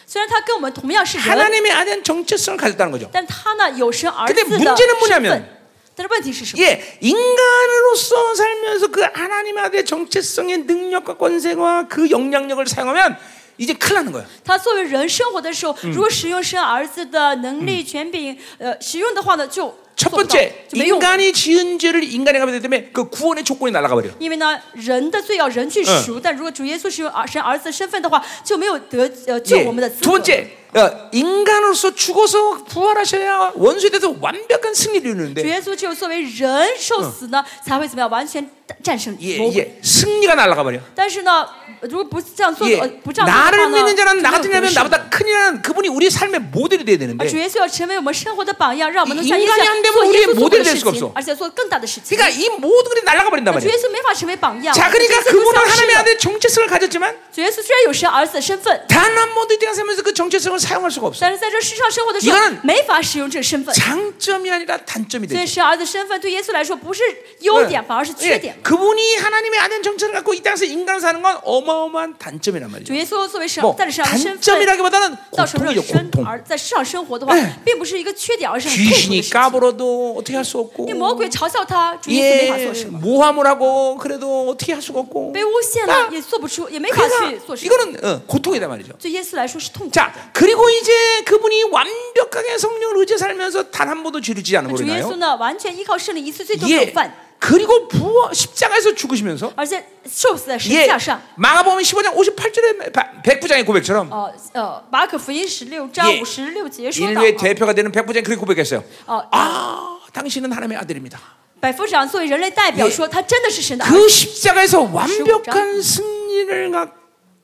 [SPEAKER 2] 虽然他跟我们同样是人，
[SPEAKER 1] 하나님의 아는 정체성을 가졌다는 거죠.
[SPEAKER 2] 但他呢有神儿子
[SPEAKER 1] 근데
[SPEAKER 2] 的
[SPEAKER 1] 문제는뭐냐
[SPEAKER 2] 身
[SPEAKER 1] 면
[SPEAKER 2] 份。但是问题是什么？
[SPEAKER 1] 예, 인간으로서 살면서 그 하나님 아들의 정체성의 능력과 권세와 그 영향력을 사용하면 이제 큰일 나는 거야.
[SPEAKER 2] 他作为人生活的时候，如果使用神儿子的能力、权柄，呃，使用的话呢，就
[SPEAKER 1] 첫
[SPEAKER 2] 做嗯不到
[SPEAKER 1] 번째, ，
[SPEAKER 2] 就没用。
[SPEAKER 1] 인간이 지은 죄를 인간이 가면 되기 때문에 그 구원의 조건이 날아가 버려.
[SPEAKER 2] 因为呢，人的罪要人去赎，但如果主耶稣使用儿神儿子的身份的话，就没有得呃救
[SPEAKER 1] 예,
[SPEAKER 2] 我们的资
[SPEAKER 1] 두
[SPEAKER 2] 格。
[SPEAKER 1] 번째, 어, 인간으로서 죽어서 부활하셔야 원수에 대해서 완벽한 승리를
[SPEAKER 2] 主
[SPEAKER 1] 이루는데
[SPEAKER 2] 耶稣只有作为人受死呢，才会怎么样完全战胜
[SPEAKER 1] 예,
[SPEAKER 2] 魔鬼。
[SPEAKER 1] 예, 승리가 날아가 버려.
[SPEAKER 2] 但是呢，如果不这样做，
[SPEAKER 1] 예,
[SPEAKER 2] 呃不这样做的话
[SPEAKER 1] 나를
[SPEAKER 2] 呢，
[SPEAKER 1] 믿는
[SPEAKER 2] 就
[SPEAKER 1] 자는
[SPEAKER 2] 没
[SPEAKER 1] 나
[SPEAKER 2] 有
[SPEAKER 1] 같은
[SPEAKER 2] 得
[SPEAKER 1] 자면
[SPEAKER 2] 胜。
[SPEAKER 1] 나보다 큰이라는 그분이 우리의 삶의 모델이 돼야
[SPEAKER 2] 而啊主
[SPEAKER 1] 되는데
[SPEAKER 2] 耶稣要成为我们生活的榜样，让我们能像耶
[SPEAKER 1] 이인간이안
[SPEAKER 2] 稣
[SPEAKER 1] 되면
[SPEAKER 2] 做耶稣
[SPEAKER 1] 우리의모
[SPEAKER 2] 做
[SPEAKER 1] 델이
[SPEAKER 2] 的
[SPEAKER 1] 될
[SPEAKER 2] 事
[SPEAKER 1] 수가없어
[SPEAKER 2] 情，而且做更大的事情。
[SPEAKER 1] 그러니까 이 모든 것이 날아가 버린단
[SPEAKER 2] 主
[SPEAKER 1] 말이야.
[SPEAKER 2] 耶稣没法成为榜样，
[SPEAKER 1] 자,
[SPEAKER 2] 我们的
[SPEAKER 1] 그러니까
[SPEAKER 2] 基督徒
[SPEAKER 1] 그분은
[SPEAKER 2] 消失
[SPEAKER 1] 하나님의
[SPEAKER 2] 了
[SPEAKER 1] 아들의 정체성을 가졌지만
[SPEAKER 2] 主耶稣虽然有神儿子的身份，
[SPEAKER 1] 단 한 번도 이 땅에 살면서 그 정체성을 사용할 수가 없어.
[SPEAKER 2] 但是在这世上生活的时
[SPEAKER 1] 이
[SPEAKER 2] 候
[SPEAKER 1] 거는 ，
[SPEAKER 2] 没法使用这个身份。
[SPEAKER 1] 장점이 아니라 단점이
[SPEAKER 2] 所以
[SPEAKER 1] 되죠.
[SPEAKER 2] 神儿子身份对耶稣来说不是优点，
[SPEAKER 1] 네.
[SPEAKER 2] 反而是缺点
[SPEAKER 1] 예, 。 그분이 하나님의 아들 정체를 갖고 이 땅에서 인간 사는 건 어마어마한 단점이란
[SPEAKER 2] 主
[SPEAKER 1] 말이죠.
[SPEAKER 2] 耶稣作为神
[SPEAKER 1] 뭐
[SPEAKER 2] 在这世上的身份，
[SPEAKER 1] 단점이라기보다는
[SPEAKER 2] 造成了
[SPEAKER 1] 고통이죠.
[SPEAKER 2] 生
[SPEAKER 1] 고통.
[SPEAKER 2] 而在世上生活的话
[SPEAKER 1] 네 ，
[SPEAKER 2] 并不是一个缺点，而是很痛苦的事
[SPEAKER 1] 귀신이
[SPEAKER 2] 情。
[SPEAKER 1] 까불어도 어떻게 할 수
[SPEAKER 2] 因为魔
[SPEAKER 1] 없고
[SPEAKER 2] 鬼嘲笑他，主耶稣没法做
[SPEAKER 1] 예,
[SPEAKER 2] 什么，
[SPEAKER 1] 모함을 하고 그래도 어떻게 할 수가 없고
[SPEAKER 2] 被诬陷
[SPEAKER 1] 아
[SPEAKER 2] 了也做不出，也没法去
[SPEAKER 1] 그러니까
[SPEAKER 2] 做什么。
[SPEAKER 1] 이거는 어, 고통이다 말이죠.
[SPEAKER 2] 对耶稣来说是痛苦的。
[SPEAKER 1] 자, 그리고 이제 그분이 완벽하게 성령을 의지 살면서 단 한 번도 죄를 지지 않은
[SPEAKER 2] 主耶稣
[SPEAKER 1] 거잖아요.
[SPEAKER 2] 呢，完全依靠圣灵，一次罪都没有
[SPEAKER 1] 예.
[SPEAKER 2] 犯，
[SPEAKER 1] 그리고 부어 십자가에서 죽으시면서
[SPEAKER 2] 而且受死在十字
[SPEAKER 1] 예.
[SPEAKER 2] 架上。
[SPEAKER 1] 마가복음 15장 58절에 백부장의 고백처럼
[SPEAKER 2] 呃呃，马可福音十六章
[SPEAKER 1] 예
[SPEAKER 2] 五十六节说到，啊
[SPEAKER 1] 인류의 대표가 되는 백부장이 그렇게 고백했어요.
[SPEAKER 2] 哦、呃，
[SPEAKER 1] 아, 당신은 하나님의 아들입니다.
[SPEAKER 2] 百夫长作为人类代表
[SPEAKER 1] 예
[SPEAKER 2] 说，他真的是神的儿子。
[SPEAKER 1] 그 십자가에서 완벽한 승리를 가-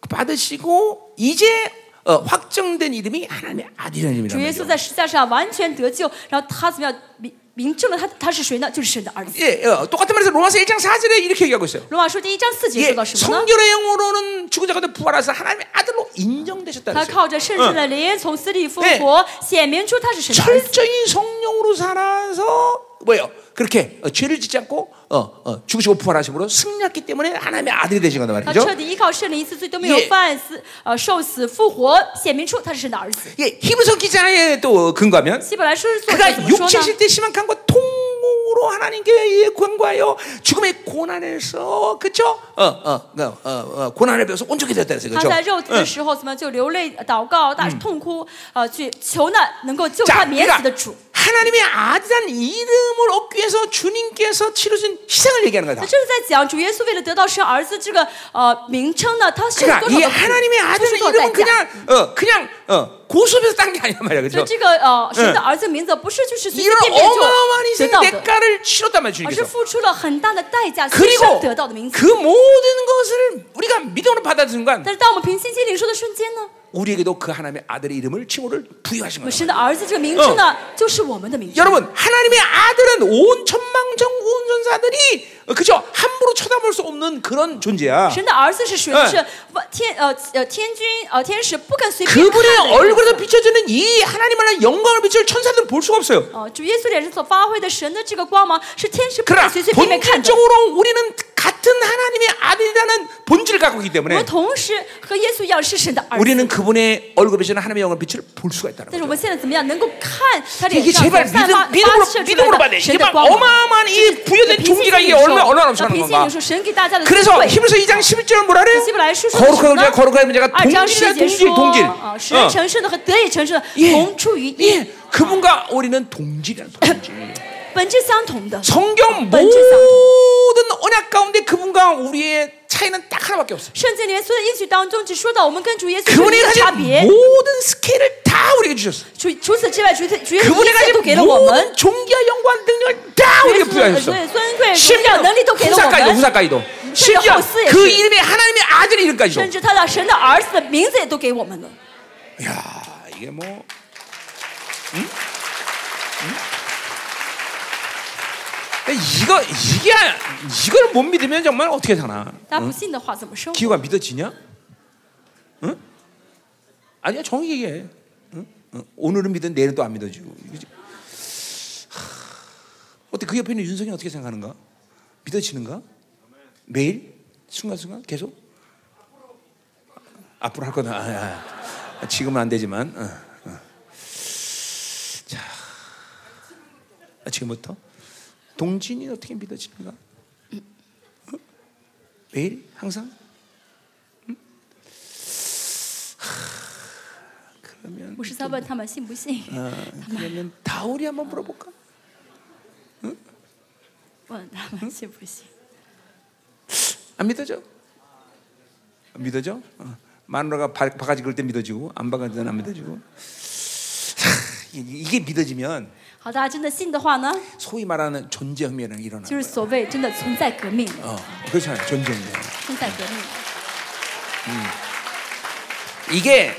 [SPEAKER 1] 받으시고 이제 어, 확정된 이름이 하나님의 아들이라는
[SPEAKER 2] 主耶稣
[SPEAKER 1] 이름이라는
[SPEAKER 2] 在
[SPEAKER 1] 거죠.
[SPEAKER 2] 十字架上完全得救，然后他怎么样明明证了他他是谁呢？就是神的儿子。
[SPEAKER 1] 예, 어, 똑같은 말에서 로마서 1장 4절에 이렇게 얘기하고 있어요.
[SPEAKER 2] 罗马书第一章四节
[SPEAKER 1] 예,
[SPEAKER 2] 说到什么呢？
[SPEAKER 1] 성결의 영으로는 죽은 자 가운데 부활하사 하나님의 아들로 인정되셨다
[SPEAKER 2] 他
[SPEAKER 1] 그랬어요.
[SPEAKER 2] 靠着圣神的灵从死里复
[SPEAKER 1] 예
[SPEAKER 2] 活，显明出他是神的儿子。
[SPEAKER 1] 철저히 성령으로 살아서 뭐예요? 그렇게 어, 죄를 짓지 않고 어, 어, 죽으시고 부활하심으로 승리했기 때문에 하나님의 아들이 되신 거다
[SPEAKER 2] 他
[SPEAKER 1] 말이죠.
[SPEAKER 2] 彻底依靠圣灵，一次罪都没有
[SPEAKER 1] 예
[SPEAKER 2] 犯，死呃受死复活，显明出他是神的儿子。
[SPEAKER 1] 예, 히브리서 기자에 또 근거하면
[SPEAKER 2] 希伯来书作者怎
[SPEAKER 1] 네, 그렇죠. 그가
[SPEAKER 2] 么说呢
[SPEAKER 1] 육체실 ？때 심한 간과 통으로 하나님께 권과하여 죽음의 고난에서 그쵸? 어, 어, 어, 어, 어, 고난을 배워서 온전히 되었다 그랬어요.
[SPEAKER 2] 他
[SPEAKER 1] 그쵸?
[SPEAKER 2] 在肉体的时候，怎么样就流泪、祷告、大痛哭，呃，去求那能够救
[SPEAKER 1] 자,
[SPEAKER 2] 他免死的
[SPEAKER 1] 그러니까
[SPEAKER 2] 主。
[SPEAKER 1] 하나님의 아들한 이름을 얻기 위해서 주님께서 치르신 희생을 얘기하는
[SPEAKER 2] 那
[SPEAKER 1] 거다.
[SPEAKER 2] 这是在讲主耶稣为了得到神儿子这个呃名称呢，他是啊
[SPEAKER 1] 그러니까
[SPEAKER 2] 多
[SPEAKER 1] 이
[SPEAKER 2] 少的
[SPEAKER 1] 하나님의
[SPEAKER 2] 苦，付
[SPEAKER 1] 아들은
[SPEAKER 2] 出多少代
[SPEAKER 1] 이름은
[SPEAKER 2] 价？
[SPEAKER 1] 그냥 어, 그냥 어, 고수에서 딴 게 아니란 말이야,
[SPEAKER 2] 所以
[SPEAKER 1] 그렇죠?
[SPEAKER 2] 这个呃，神的儿子名字不是就是随随
[SPEAKER 1] 이런
[SPEAKER 2] 便便
[SPEAKER 1] 어마어마한 아,
[SPEAKER 2] 就得
[SPEAKER 1] 희생
[SPEAKER 2] 到的，
[SPEAKER 1] 대가를 치렀단 말이야,
[SPEAKER 2] 而是
[SPEAKER 1] 주님께서.
[SPEAKER 2] 付出了很大的代价，牺牲
[SPEAKER 1] 그리고
[SPEAKER 2] 得到的名字。
[SPEAKER 1] 그 모든 것을 우리가 믿음으로 받아들인 순간
[SPEAKER 2] 但是当我们凭信心领受的瞬间呢，
[SPEAKER 1] 우리에게도 그 하나님의 아들의 이름을 칭호를 부여하신
[SPEAKER 2] 我们
[SPEAKER 1] 거예요.
[SPEAKER 2] 神的儿子这个名称呢，就是我们的名称。
[SPEAKER 1] 여러분 하나님의 아들은 온 천망 전군 전사들이 어, 그죠 함부로 쳐다볼 수 없는 그런 존재야.
[SPEAKER 2] 神的儿子是谁
[SPEAKER 1] 嗯？
[SPEAKER 2] 是天呃呃天君呃天使不啊敢随便看
[SPEAKER 1] 그분의
[SPEAKER 2] 的人。
[SPEAKER 1] 얼굴에서 비춰지는 이 하나님을 위한 영광을 비출 천사들은 볼 수가 없어요.
[SPEAKER 2] 哦，主耶稣脸上所发挥的神的这个光芒，是啊天使不敢
[SPEAKER 1] 그러나
[SPEAKER 2] 随随便便看的。
[SPEAKER 1] 본질적으로 우리는 같은 하나님의 아들이라는 본질을 갖고 있기
[SPEAKER 2] 我
[SPEAKER 1] 때문에
[SPEAKER 2] 们同时和耶稣一样是神的儿子，
[SPEAKER 1] 우리는 그분의 얼굴에 비치는 하나님의 영광 빛을 볼 수가 있다는
[SPEAKER 2] 但是
[SPEAKER 1] 거죠.
[SPEAKER 2] 我们现在怎么样能够看他脸
[SPEAKER 1] 이게
[SPEAKER 2] 上所
[SPEAKER 1] 제발
[SPEAKER 2] 散发
[SPEAKER 1] 믿음,
[SPEAKER 2] 发
[SPEAKER 1] 믿음으로
[SPEAKER 2] 射出
[SPEAKER 1] 믿음으로
[SPEAKER 2] 来
[SPEAKER 1] 받아야 돼.
[SPEAKER 2] 的
[SPEAKER 1] 이
[SPEAKER 2] 神的光芒？
[SPEAKER 1] 어마어마한 이
[SPEAKER 2] 那
[SPEAKER 1] 부여된
[SPEAKER 2] 凭信心
[SPEAKER 1] 종기가
[SPEAKER 2] 领
[SPEAKER 1] 이게
[SPEAKER 2] 受，
[SPEAKER 1] 얼마 얼마나
[SPEAKER 2] 那
[SPEAKER 1] 넘쳐나는
[SPEAKER 2] 凭信
[SPEAKER 1] 건가?
[SPEAKER 2] 领受神给大家的智
[SPEAKER 1] 그래서
[SPEAKER 2] 慧。
[SPEAKER 1] 히브리서 2장 11절은 뭐라 그래요?
[SPEAKER 2] 希伯来书说什
[SPEAKER 1] 거룩한 자의 거룩한
[SPEAKER 2] 么呢
[SPEAKER 1] 자가
[SPEAKER 2] 二章
[SPEAKER 1] 동질이라
[SPEAKER 2] 十节
[SPEAKER 1] 동질
[SPEAKER 2] 说
[SPEAKER 1] 동질 ，
[SPEAKER 2] 啊，使人
[SPEAKER 1] 어.
[SPEAKER 2] 成圣的和得以成圣的
[SPEAKER 1] 예.
[SPEAKER 2] 同出于一
[SPEAKER 1] 예. ， 그분과 우리는 동질이란 동질
[SPEAKER 2] 本质相同的。
[SPEAKER 1] 성경
[SPEAKER 2] 번째
[SPEAKER 1] 모든 언약 가운데 그분과 우리의 차이는 딱 하나밖에 없어요
[SPEAKER 2] 圣经里面所有的应许当中，只说到我们跟主耶稣有
[SPEAKER 1] 그분이
[SPEAKER 2] 一个差
[SPEAKER 1] 가진
[SPEAKER 2] 别。
[SPEAKER 1] 모든 스케일을 다 우리에게 주셨어
[SPEAKER 2] 除除此之外，主主耶稣一
[SPEAKER 1] 그분이
[SPEAKER 2] 切都给了
[SPEAKER 1] 가진
[SPEAKER 2] 我们
[SPEAKER 1] 모든 ， 종기와 영광 능력을 다
[SPEAKER 2] 主耶
[SPEAKER 1] 우리에게
[SPEAKER 2] 稣的所
[SPEAKER 1] 부여하셨어
[SPEAKER 2] 以尊贵、荣耀、
[SPEAKER 1] 심지어
[SPEAKER 2] 能力都给了我
[SPEAKER 1] 후사까지도
[SPEAKER 2] 们，
[SPEAKER 1] 후사까지도
[SPEAKER 2] 음,
[SPEAKER 1] 심지어
[SPEAKER 2] 호스의
[SPEAKER 1] 그
[SPEAKER 2] 시-
[SPEAKER 1] 이름에 하나님의 아들 이름까지도
[SPEAKER 2] 甚至他的神的儿子的名字也都给我们了。
[SPEAKER 1] 야 이게 뭐 응? 응? 이거 이게 아니- 이걸 못 믿으면 정말 어떻게 사나?
[SPEAKER 2] 大家不信的话怎么生活？
[SPEAKER 1] 기호가 믿어지냐? 응? 아니야 정확히 얘기해. 응? 응. 오늘은 믿은 내일은 또 안 믿어지고. 이거지. 하, 어때 그 옆에 있는 윤석이 어떻게 생각하는가? 믿어지는가? 매일 순간순간 계속 앞으로 할 거다. 아, 아, 아. 지금은 안 되지만. 어, 어. 자, 아, 지금부터 동진이 어떻게 믿어지는가? 응? 매일 항상 그러면
[SPEAKER 2] 我是在问他们信不信？
[SPEAKER 1] 어, 그러면 다울이 한번 물어볼까?
[SPEAKER 2] 问他们信不信？
[SPEAKER 1] 안 믿어져? 안 믿어져? 어. 마누라가 바, 바가지 그럴 때 믿어지고 안 바가지 는안 믿어지고 이- 이게 믿어지면
[SPEAKER 2] 好，大家真的信的话呢，
[SPEAKER 1] 소위 말하는 존재 혁명이 일어나는
[SPEAKER 2] 就是
[SPEAKER 1] 거예요.
[SPEAKER 2] 所谓真的存在革命的，
[SPEAKER 1] 어, 그렇잖아요. 존재 혁명.
[SPEAKER 2] 存在革命。
[SPEAKER 1] 이게